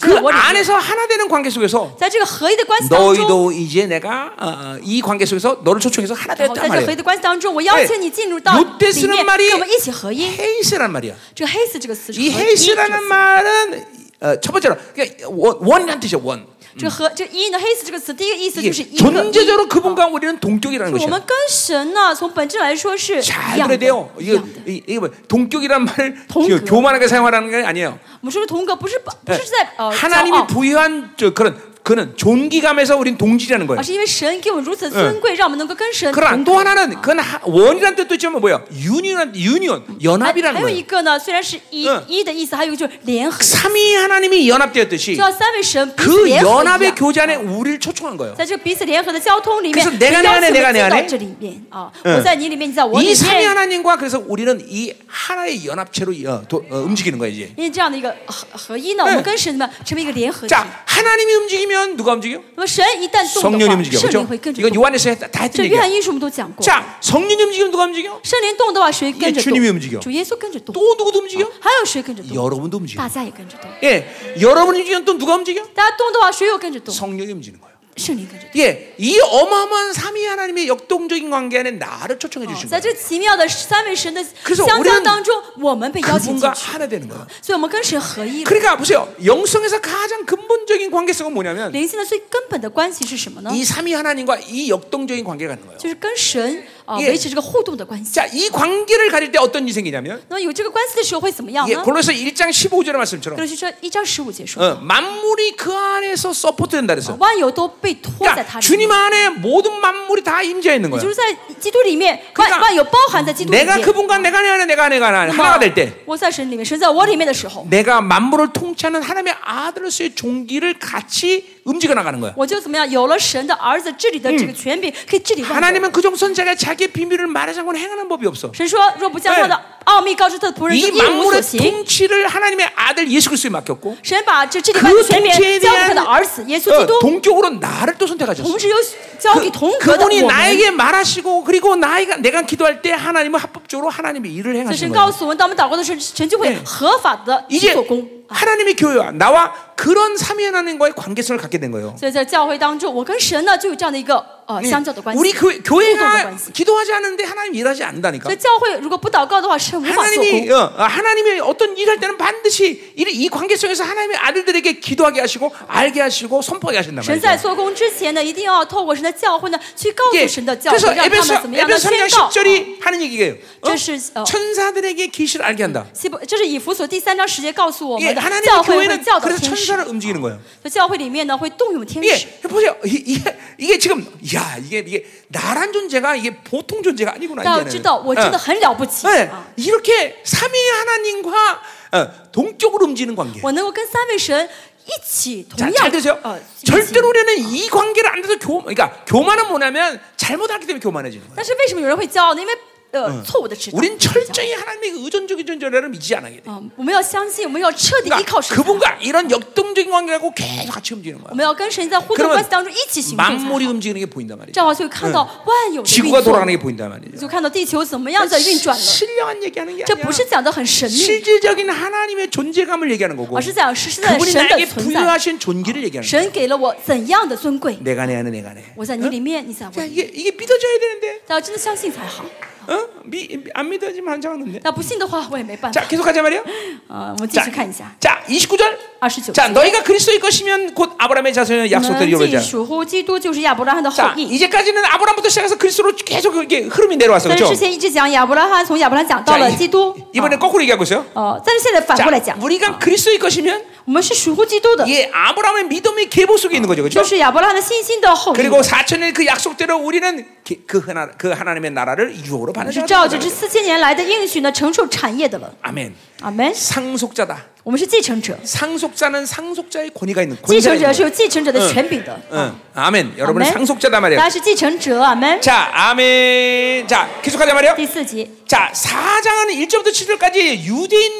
[SPEAKER 1] 그
[SPEAKER 2] 원리죠.
[SPEAKER 1] 안에서 하나 되는 관계 속에서
[SPEAKER 2] 在这个合一的关系当中，
[SPEAKER 1] 너희도 이제 내가 어, 어, 이 관계 속에서 너를 초청해서 하나
[SPEAKER 2] 然后呃在
[SPEAKER 1] 되었단
[SPEAKER 2] 这合一
[SPEAKER 1] 말이에요.
[SPEAKER 2] 的关系当中，我邀
[SPEAKER 1] 예
[SPEAKER 2] 请你进入到
[SPEAKER 1] 요때
[SPEAKER 2] 里
[SPEAKER 1] 쓰는
[SPEAKER 2] 面，
[SPEAKER 1] 말이
[SPEAKER 2] 跟我们一起合一。
[SPEAKER 1] 헤이스란 말이야.
[SPEAKER 2] 这个黑死这个词是合一，
[SPEAKER 1] 이
[SPEAKER 2] 这个
[SPEAKER 1] 헤이스라는
[SPEAKER 2] 词
[SPEAKER 1] 말은 어, 첫 번째로 그러니까 원, 원이란 뜻이야 원.
[SPEAKER 2] 这个和这个一呢，黑死这个词，第一个意思
[SPEAKER 1] 이게
[SPEAKER 2] 就是一个一。
[SPEAKER 1] 존재적으로 그분과 우리는 동격이라는
[SPEAKER 2] 我
[SPEAKER 1] 것이야.
[SPEAKER 2] 们跟神呢，从本质来说是一
[SPEAKER 1] 잘 들어야
[SPEAKER 2] 样的。
[SPEAKER 1] 돼요.
[SPEAKER 2] 一
[SPEAKER 1] 이거
[SPEAKER 2] 样的
[SPEAKER 1] 이- 이거 뭐 동격이란 어, 말을
[SPEAKER 2] 동격.
[SPEAKER 1] 교- 교만하게 사용하라는 게 아니에요.
[SPEAKER 2] 我们说的同格不是不不是在呃骄
[SPEAKER 1] 하나님이
[SPEAKER 2] 傲，
[SPEAKER 1] 부여한 저 그런 그런 존귀감에서 우린 동질이라는 거예요.
[SPEAKER 2] 而是因为神给我们如此尊贵，让我们能够跟神同
[SPEAKER 1] 그러나
[SPEAKER 2] 格
[SPEAKER 1] 또 하나는 그건 하- 원이란 뜻도 있지만 뭐예요? 유니언 유니언
[SPEAKER 2] 还
[SPEAKER 1] 아, 연합이라는
[SPEAKER 2] 还有一
[SPEAKER 1] 거예요.
[SPEAKER 2] 个呢，虽然是一
[SPEAKER 1] 嗯
[SPEAKER 2] 一的意思，还有一个就是联合，就
[SPEAKER 1] 삼위 하나님이 연합되었듯이
[SPEAKER 2] 要三位神彼此
[SPEAKER 1] 그
[SPEAKER 2] 联合一
[SPEAKER 1] 연합의
[SPEAKER 2] 样。
[SPEAKER 1] 교제 안에 우리를 초청한 거예요.
[SPEAKER 2] 在这彼此联合的交通里
[SPEAKER 1] 그래서
[SPEAKER 2] 面，
[SPEAKER 1] 내가내
[SPEAKER 2] 邀
[SPEAKER 1] 안에
[SPEAKER 2] 请
[SPEAKER 1] 내가내
[SPEAKER 2] 我进到
[SPEAKER 1] 안에
[SPEAKER 2] 这里面啊！我在你里面，你在我里
[SPEAKER 1] 이 삼위
[SPEAKER 2] 面，
[SPEAKER 1] 하나님과 그래서 우리는 이 하나의 연합체로 어, 도- 어, 움직이는 거예요 이제.
[SPEAKER 2] 因为这样的一个合合一呢，我们跟神呢成为一个联合体。
[SPEAKER 1] 자 하나님이 움직이면 누가 움직여?
[SPEAKER 2] 那么神一旦动的
[SPEAKER 1] 성령이
[SPEAKER 2] 话，
[SPEAKER 1] 움직여
[SPEAKER 2] 圣灵
[SPEAKER 1] 그렇죠?
[SPEAKER 2] 会跟着
[SPEAKER 1] 이건
[SPEAKER 2] 动。
[SPEAKER 1] 요한에서 다, 다 했던
[SPEAKER 2] 这约
[SPEAKER 1] 얘기야.
[SPEAKER 2] 翰一书我们都讲过，
[SPEAKER 1] 자 성령이 움직이면 누가 움직여?
[SPEAKER 2] 圣灵动的话，谁跟着
[SPEAKER 1] 주님이움직여
[SPEAKER 2] 动？主耶稣跟着动，
[SPEAKER 1] 또 누구도 움직여?
[SPEAKER 2] 还有谁跟着动？
[SPEAKER 1] 아, 여러분도
[SPEAKER 2] 大
[SPEAKER 1] 움직여.
[SPEAKER 2] 家也跟着动。
[SPEAKER 1] 예, 여러분 움직이면 또 누가 움직여?
[SPEAKER 2] 大家动的话，谁又跟着动？
[SPEAKER 1] 성령이 움직이는 거예요.
[SPEAKER 2] 圣灵跟着动。
[SPEAKER 1] 예, 이 어마어마한 삼위 하나님의 역동적인 관계 안에 나를 초청해 주신
[SPEAKER 2] 在
[SPEAKER 1] 거예요.
[SPEAKER 2] 这奇妙的三位神的
[SPEAKER 1] 그래서
[SPEAKER 2] 相交
[SPEAKER 1] 우리는
[SPEAKER 2] 当中，我们被邀请进
[SPEAKER 1] 그분과
[SPEAKER 2] 去，
[SPEAKER 1] 하나 되는 거예요.
[SPEAKER 2] 所以我们跟神合一了。
[SPEAKER 1] 그러니까 보세요. 영성에서 가장 근본적인 관계성은 뭐냐면
[SPEAKER 2] 灵性的最根本的关系是什么呢？
[SPEAKER 1] 이 삼위 하나님과 이 역동적인 관계가 있는 거예요.
[SPEAKER 2] 就是跟神啊、
[SPEAKER 1] 예
[SPEAKER 2] 维持这个互动的关系。
[SPEAKER 1] 자, 이 관계를 가질 때 어떤 일이 생기냐면
[SPEAKER 2] 那么有这个关系的时候会怎么样
[SPEAKER 1] 예,
[SPEAKER 2] 呢？
[SPEAKER 1] 골로새 嗯 1장 15절의 말씀처럼
[SPEAKER 2] 格西说一章十五节说，
[SPEAKER 1] 어, 만물이 그 안에서 서포트된다 그랬어요.
[SPEAKER 2] 万有都被拖在
[SPEAKER 1] 그러니까
[SPEAKER 2] 他里面
[SPEAKER 1] 주님 ， 안에 모든 만물이 다 임재해 있는
[SPEAKER 2] 也就
[SPEAKER 1] 거예요.
[SPEAKER 2] 是在基督里面，万
[SPEAKER 1] 그러니까
[SPEAKER 2] 万有包含在基督里
[SPEAKER 1] 내가
[SPEAKER 2] 面。
[SPEAKER 1] 그분과 내가 내 안에 내가 내가 안에
[SPEAKER 2] 那么
[SPEAKER 1] 하나가 될 때嗯
[SPEAKER 2] 我在神里面，神在我里面的时候，
[SPEAKER 1] 내가 만물을 통치하는 하나님의 아들로서의 종기를 같이 움직여 나가는 거야.
[SPEAKER 2] 我就怎么样，有了神的儿子治理的这个权柄，可以治理万
[SPEAKER 1] 嗯
[SPEAKER 2] 有。
[SPEAKER 1] 하나님은 그 종선자가 자기의 비밀을 말하자고는 행하는 법이 없어.
[SPEAKER 2] 神说，若不将他的奥秘告知他的仆人，
[SPEAKER 1] 哎 이
[SPEAKER 2] 就一无所
[SPEAKER 1] 만물의
[SPEAKER 2] 行。
[SPEAKER 1] 통치를 하나님의 아들 예수 그리스도에 맡겼고
[SPEAKER 2] 神把这治理万有
[SPEAKER 1] 그
[SPEAKER 2] 权柄
[SPEAKER 1] 통치에
[SPEAKER 2] 交
[SPEAKER 1] 대한
[SPEAKER 2] 给他的儿子耶稣基
[SPEAKER 1] 어,
[SPEAKER 2] 督，
[SPEAKER 1] 동격으로 나를 또 선택하셨어.
[SPEAKER 2] 同时又交给同格的
[SPEAKER 1] 그분이
[SPEAKER 2] 我们。
[SPEAKER 1] 나에게 말하시고 그리고 나이가 내가 기도할 때 하나님은 합법적으로 하나님의 일을
[SPEAKER 2] 所以神
[SPEAKER 1] 행하시는
[SPEAKER 2] 告
[SPEAKER 1] 거예요.
[SPEAKER 2] 诉我们，当我们祷告的时候，神就会
[SPEAKER 1] 네
[SPEAKER 2] 合法的去
[SPEAKER 1] 이제
[SPEAKER 2] 做工。
[SPEAKER 1] 하나님의 교회와 나와 그런 삼위한 하나님과의 관계성을 갖게 된 거예요.
[SPEAKER 2] 所以在教会当中，我跟神呢就有这样的一个呃
[SPEAKER 1] 네.
[SPEAKER 2] 相交的关系，
[SPEAKER 1] 우리
[SPEAKER 2] 互动
[SPEAKER 1] 교회,
[SPEAKER 2] 的
[SPEAKER 1] 교회가
[SPEAKER 2] 关系。
[SPEAKER 1] 기도하지 않는데 하나님 일하지
[SPEAKER 2] 所
[SPEAKER 1] 않는다니까.
[SPEAKER 2] 以教会如果不祷告的话，神无法做
[SPEAKER 1] 하나님이
[SPEAKER 2] 工。
[SPEAKER 1] 어, 어, 하나님이 어떤 일할 때는 반드시 이, 이 관계성에서 하나님의 아들들에게 기도하게 하시고 알게 하시고 선포하게 하신단
[SPEAKER 2] 神
[SPEAKER 1] 말이죠.
[SPEAKER 2] 在做工之前呢，一定要透过神的教会呢，去告
[SPEAKER 1] 예,
[SPEAKER 2] 诉神的教会，
[SPEAKER 1] 그래서
[SPEAKER 2] 让他
[SPEAKER 1] 에베소
[SPEAKER 2] 们怎么样的
[SPEAKER 1] 에베소
[SPEAKER 2] 宣
[SPEAKER 1] 3장
[SPEAKER 2] 告。
[SPEAKER 1] 10절이 하는 얘기예요. 어? 음.
[SPEAKER 2] 这是呃，
[SPEAKER 1] 천사들에게 계시를 알게 한다.
[SPEAKER 2] 希伯这是以弗所第三章十节告诉我
[SPEAKER 1] 예,
[SPEAKER 2] 们的，
[SPEAKER 1] 하나님의
[SPEAKER 2] 教会会
[SPEAKER 1] 교회는
[SPEAKER 2] 教导
[SPEAKER 1] 그래서
[SPEAKER 2] 天使
[SPEAKER 1] 천사를 ， 움직이는 거예요.
[SPEAKER 2] 所以教会里面呢会动用天使。
[SPEAKER 1] 예, 보세요. 이- 이게 이게 지금 야 이게 이게 나란 존재가 이게 보통 존재가 아니구나.
[SPEAKER 2] 要
[SPEAKER 1] 이제는.
[SPEAKER 2] 知道，我
[SPEAKER 1] 어.
[SPEAKER 2] 真的很了不起
[SPEAKER 1] 예,
[SPEAKER 2] 啊！
[SPEAKER 1] 이렇게 삼위 하나님과 어, 동적으로 움직이는 관계.
[SPEAKER 2] 我能够跟三位神一起，
[SPEAKER 1] 자,
[SPEAKER 2] 同样
[SPEAKER 1] 잘 되세요.
[SPEAKER 2] 呃，一起
[SPEAKER 1] 절대로 우리는 이 관계를 안 돼서 교, 그러니까 교만은 뭐냐면 잘못하기 때문에 교만해지는 거예요.
[SPEAKER 2] 但是为什么有人会骄傲呢？因为呃，错误的指导。
[SPEAKER 1] 우린 철저히 하나님의 의존적인 존재라는 믿지 않아야 돼.
[SPEAKER 2] 啊、我们要相信，我们要彻底依
[SPEAKER 1] 그러니까
[SPEAKER 2] 靠神才好，
[SPEAKER 1] 그분과 이런 역동적인 관계라고 계속 같이 움직이는
[SPEAKER 2] 我
[SPEAKER 1] 거야.
[SPEAKER 2] 们要跟神在互动
[SPEAKER 1] 그러면
[SPEAKER 2] 关系当中一起行动才好
[SPEAKER 1] 만물이 움직이는 게 보인단
[SPEAKER 2] 这
[SPEAKER 1] 말이죠.
[SPEAKER 2] 样的话就会看到万有的运
[SPEAKER 1] 지구가
[SPEAKER 2] 作，
[SPEAKER 1] 돌아가는 게 보인단 말이죠.
[SPEAKER 2] 就看到地球怎么样在运转了。
[SPEAKER 1] 신령한 얘기하는 게
[SPEAKER 2] 这
[SPEAKER 1] 아니야.
[SPEAKER 2] 不是讲的很神秘，
[SPEAKER 1] 실질적인 하나님의 존재감을 얘기하는 거고
[SPEAKER 2] 而是讲实实在在
[SPEAKER 1] 그분이
[SPEAKER 2] 神
[SPEAKER 1] 나에게
[SPEAKER 2] 的存
[SPEAKER 1] 어,
[SPEAKER 2] 在。
[SPEAKER 1] 부여하신 존귀를 얘기하는 거야.
[SPEAKER 2] 神给了我怎样的尊贵？
[SPEAKER 1] 내가 내 안에 내가 내.
[SPEAKER 2] 我在你里面，嗯你在我
[SPEAKER 1] 자
[SPEAKER 2] 里面。
[SPEAKER 1] 이게 이게 믿어져야 되는데
[SPEAKER 2] 但要真的相信才好，
[SPEAKER 1] 어? 미, 안 믿어지면 안 장는데.
[SPEAKER 2] 那不信的话我也没办法
[SPEAKER 1] 자 。 계속 가자 말이요.
[SPEAKER 2] 呃，我们继
[SPEAKER 1] 자,
[SPEAKER 2] 续看一下
[SPEAKER 1] 자 29절.
[SPEAKER 2] 二十九。
[SPEAKER 1] 자 너희가 그리스도의 것이면 곧 아브라함의 자손의
[SPEAKER 2] 我
[SPEAKER 1] 약속대로
[SPEAKER 2] 们既
[SPEAKER 1] 이루어지자.
[SPEAKER 2] 属乎基督，就是亚伯拉罕的后
[SPEAKER 1] 자
[SPEAKER 2] 裔。
[SPEAKER 1] 이제까지는 아브라함부터 시작해서 그리스도로 계속 이렇게 흐름이 내려왔어
[SPEAKER 2] 但是
[SPEAKER 1] 그렇죠?
[SPEAKER 2] 之前一直讲亚伯拉罕，从亚伯拉罕讲到
[SPEAKER 1] 자,
[SPEAKER 2] 了基
[SPEAKER 1] 이-
[SPEAKER 2] 督。
[SPEAKER 1] 이번에
[SPEAKER 2] 啊
[SPEAKER 1] 거꾸로 얘기하고 있어요. 아,
[SPEAKER 2] 哦，但是现在反
[SPEAKER 1] 자,
[SPEAKER 2] 过来讲，
[SPEAKER 1] 우리가 그리스도의 것이면
[SPEAKER 2] 我们是属乎基督的，
[SPEAKER 1] 예 아브라함의 믿음의 계보 속에 있는 거죠,
[SPEAKER 2] 就
[SPEAKER 1] 그렇죠?
[SPEAKER 2] 是亚伯拉罕的信心的后裔。
[SPEAKER 1] 그리고 4천년 그 약속대로 우리는 기- 그 하나 그 하나님의 나라를 유혹으로
[SPEAKER 2] 是照着
[SPEAKER 1] 받는다.
[SPEAKER 2] 这四千年来的应许呢，承受产业的了。
[SPEAKER 1] 아멘.
[SPEAKER 2] 阿门。
[SPEAKER 1] 상속자다.
[SPEAKER 2] 我们是继承者，
[SPEAKER 1] 상속자는 상속자의 권위가 있는
[SPEAKER 2] 继
[SPEAKER 1] 권세가
[SPEAKER 2] 承
[SPEAKER 1] 있는
[SPEAKER 2] 者是
[SPEAKER 1] 거예요.
[SPEAKER 2] 有继承者的嗯权柄的。
[SPEAKER 1] 응. 어. 아멘. 여러분은
[SPEAKER 2] 아멘.
[SPEAKER 1] 상속자다 말이에요.
[SPEAKER 2] 大家是继承者，阿门。
[SPEAKER 1] 자, 아멘. 자, 계속하자 말이요.
[SPEAKER 2] 第四集，
[SPEAKER 1] 자, 4장은 1절부터 7절까지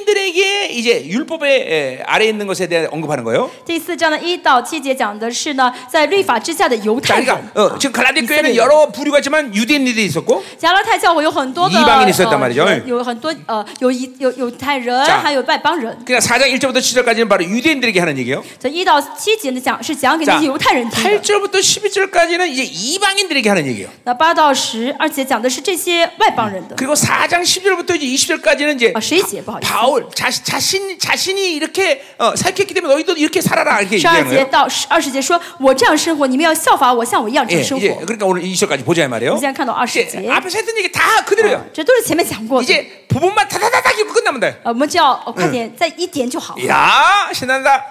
[SPEAKER 1] 유대인들에게 이제 율법의 에, 아래에 있는 것에 대해 언급하는 거예요.
[SPEAKER 2] 第四章的一到七节讲的是呢，在律法之下的犹
[SPEAKER 1] 자,
[SPEAKER 2] 太人
[SPEAKER 1] 그러니까 。 어, 지금 갈라디
[SPEAKER 2] 以色列
[SPEAKER 1] 교회는
[SPEAKER 2] 人
[SPEAKER 1] 여러 부류가 있지만 유대인들이 있었고
[SPEAKER 2] 加拉太教会有很多的
[SPEAKER 1] 이방인이있었단말이죠
[SPEAKER 2] 呃有有很多呃有一有有犹太人，
[SPEAKER 1] 자
[SPEAKER 2] 还有外邦人。
[SPEAKER 1] 그러니까 4장 1절부터 7절까지는 바로 유대인들에게 하는 얘기예요.
[SPEAKER 2] 这一到七节呢讲是讲给那
[SPEAKER 1] 자,
[SPEAKER 2] 些犹太人听的，
[SPEAKER 1] 8절부터 11절까지는 이제 이방인들에게 하는 얘기예요.
[SPEAKER 2] 那八到十二节讲的是这些外邦人的
[SPEAKER 1] 그리고 4장 10절부터 이제 20절까지는 이제
[SPEAKER 2] 啊，十一节
[SPEAKER 1] 아,
[SPEAKER 2] 不好意思，
[SPEAKER 1] 바울 자, 자신 자신이 이렇게 어, 살켰기 때문에 너희도 이렇게 살아라 이렇게
[SPEAKER 2] 十二
[SPEAKER 1] 얘기하는
[SPEAKER 2] 节
[SPEAKER 1] 거예요.
[SPEAKER 2] 到十二十节说，我这样生活，你们要效法我，像我一样这
[SPEAKER 1] 예,
[SPEAKER 2] 样生活
[SPEAKER 1] 이제 。 그러니까 오늘 20절까지 보자 이 말이에요.
[SPEAKER 2] 我们现在看到二十
[SPEAKER 1] 이제
[SPEAKER 2] 节，
[SPEAKER 1] 앞에서 했던 얘기 다 그대로예요.
[SPEAKER 2] 这都是前面讲
[SPEAKER 1] 어,
[SPEAKER 2] 过的。
[SPEAKER 1] 이제 부분만 다다다닥 이고 끝나면 돼.
[SPEAKER 2] 呃，我们只要呃快点再一点就好。
[SPEAKER 1] 야 신난다.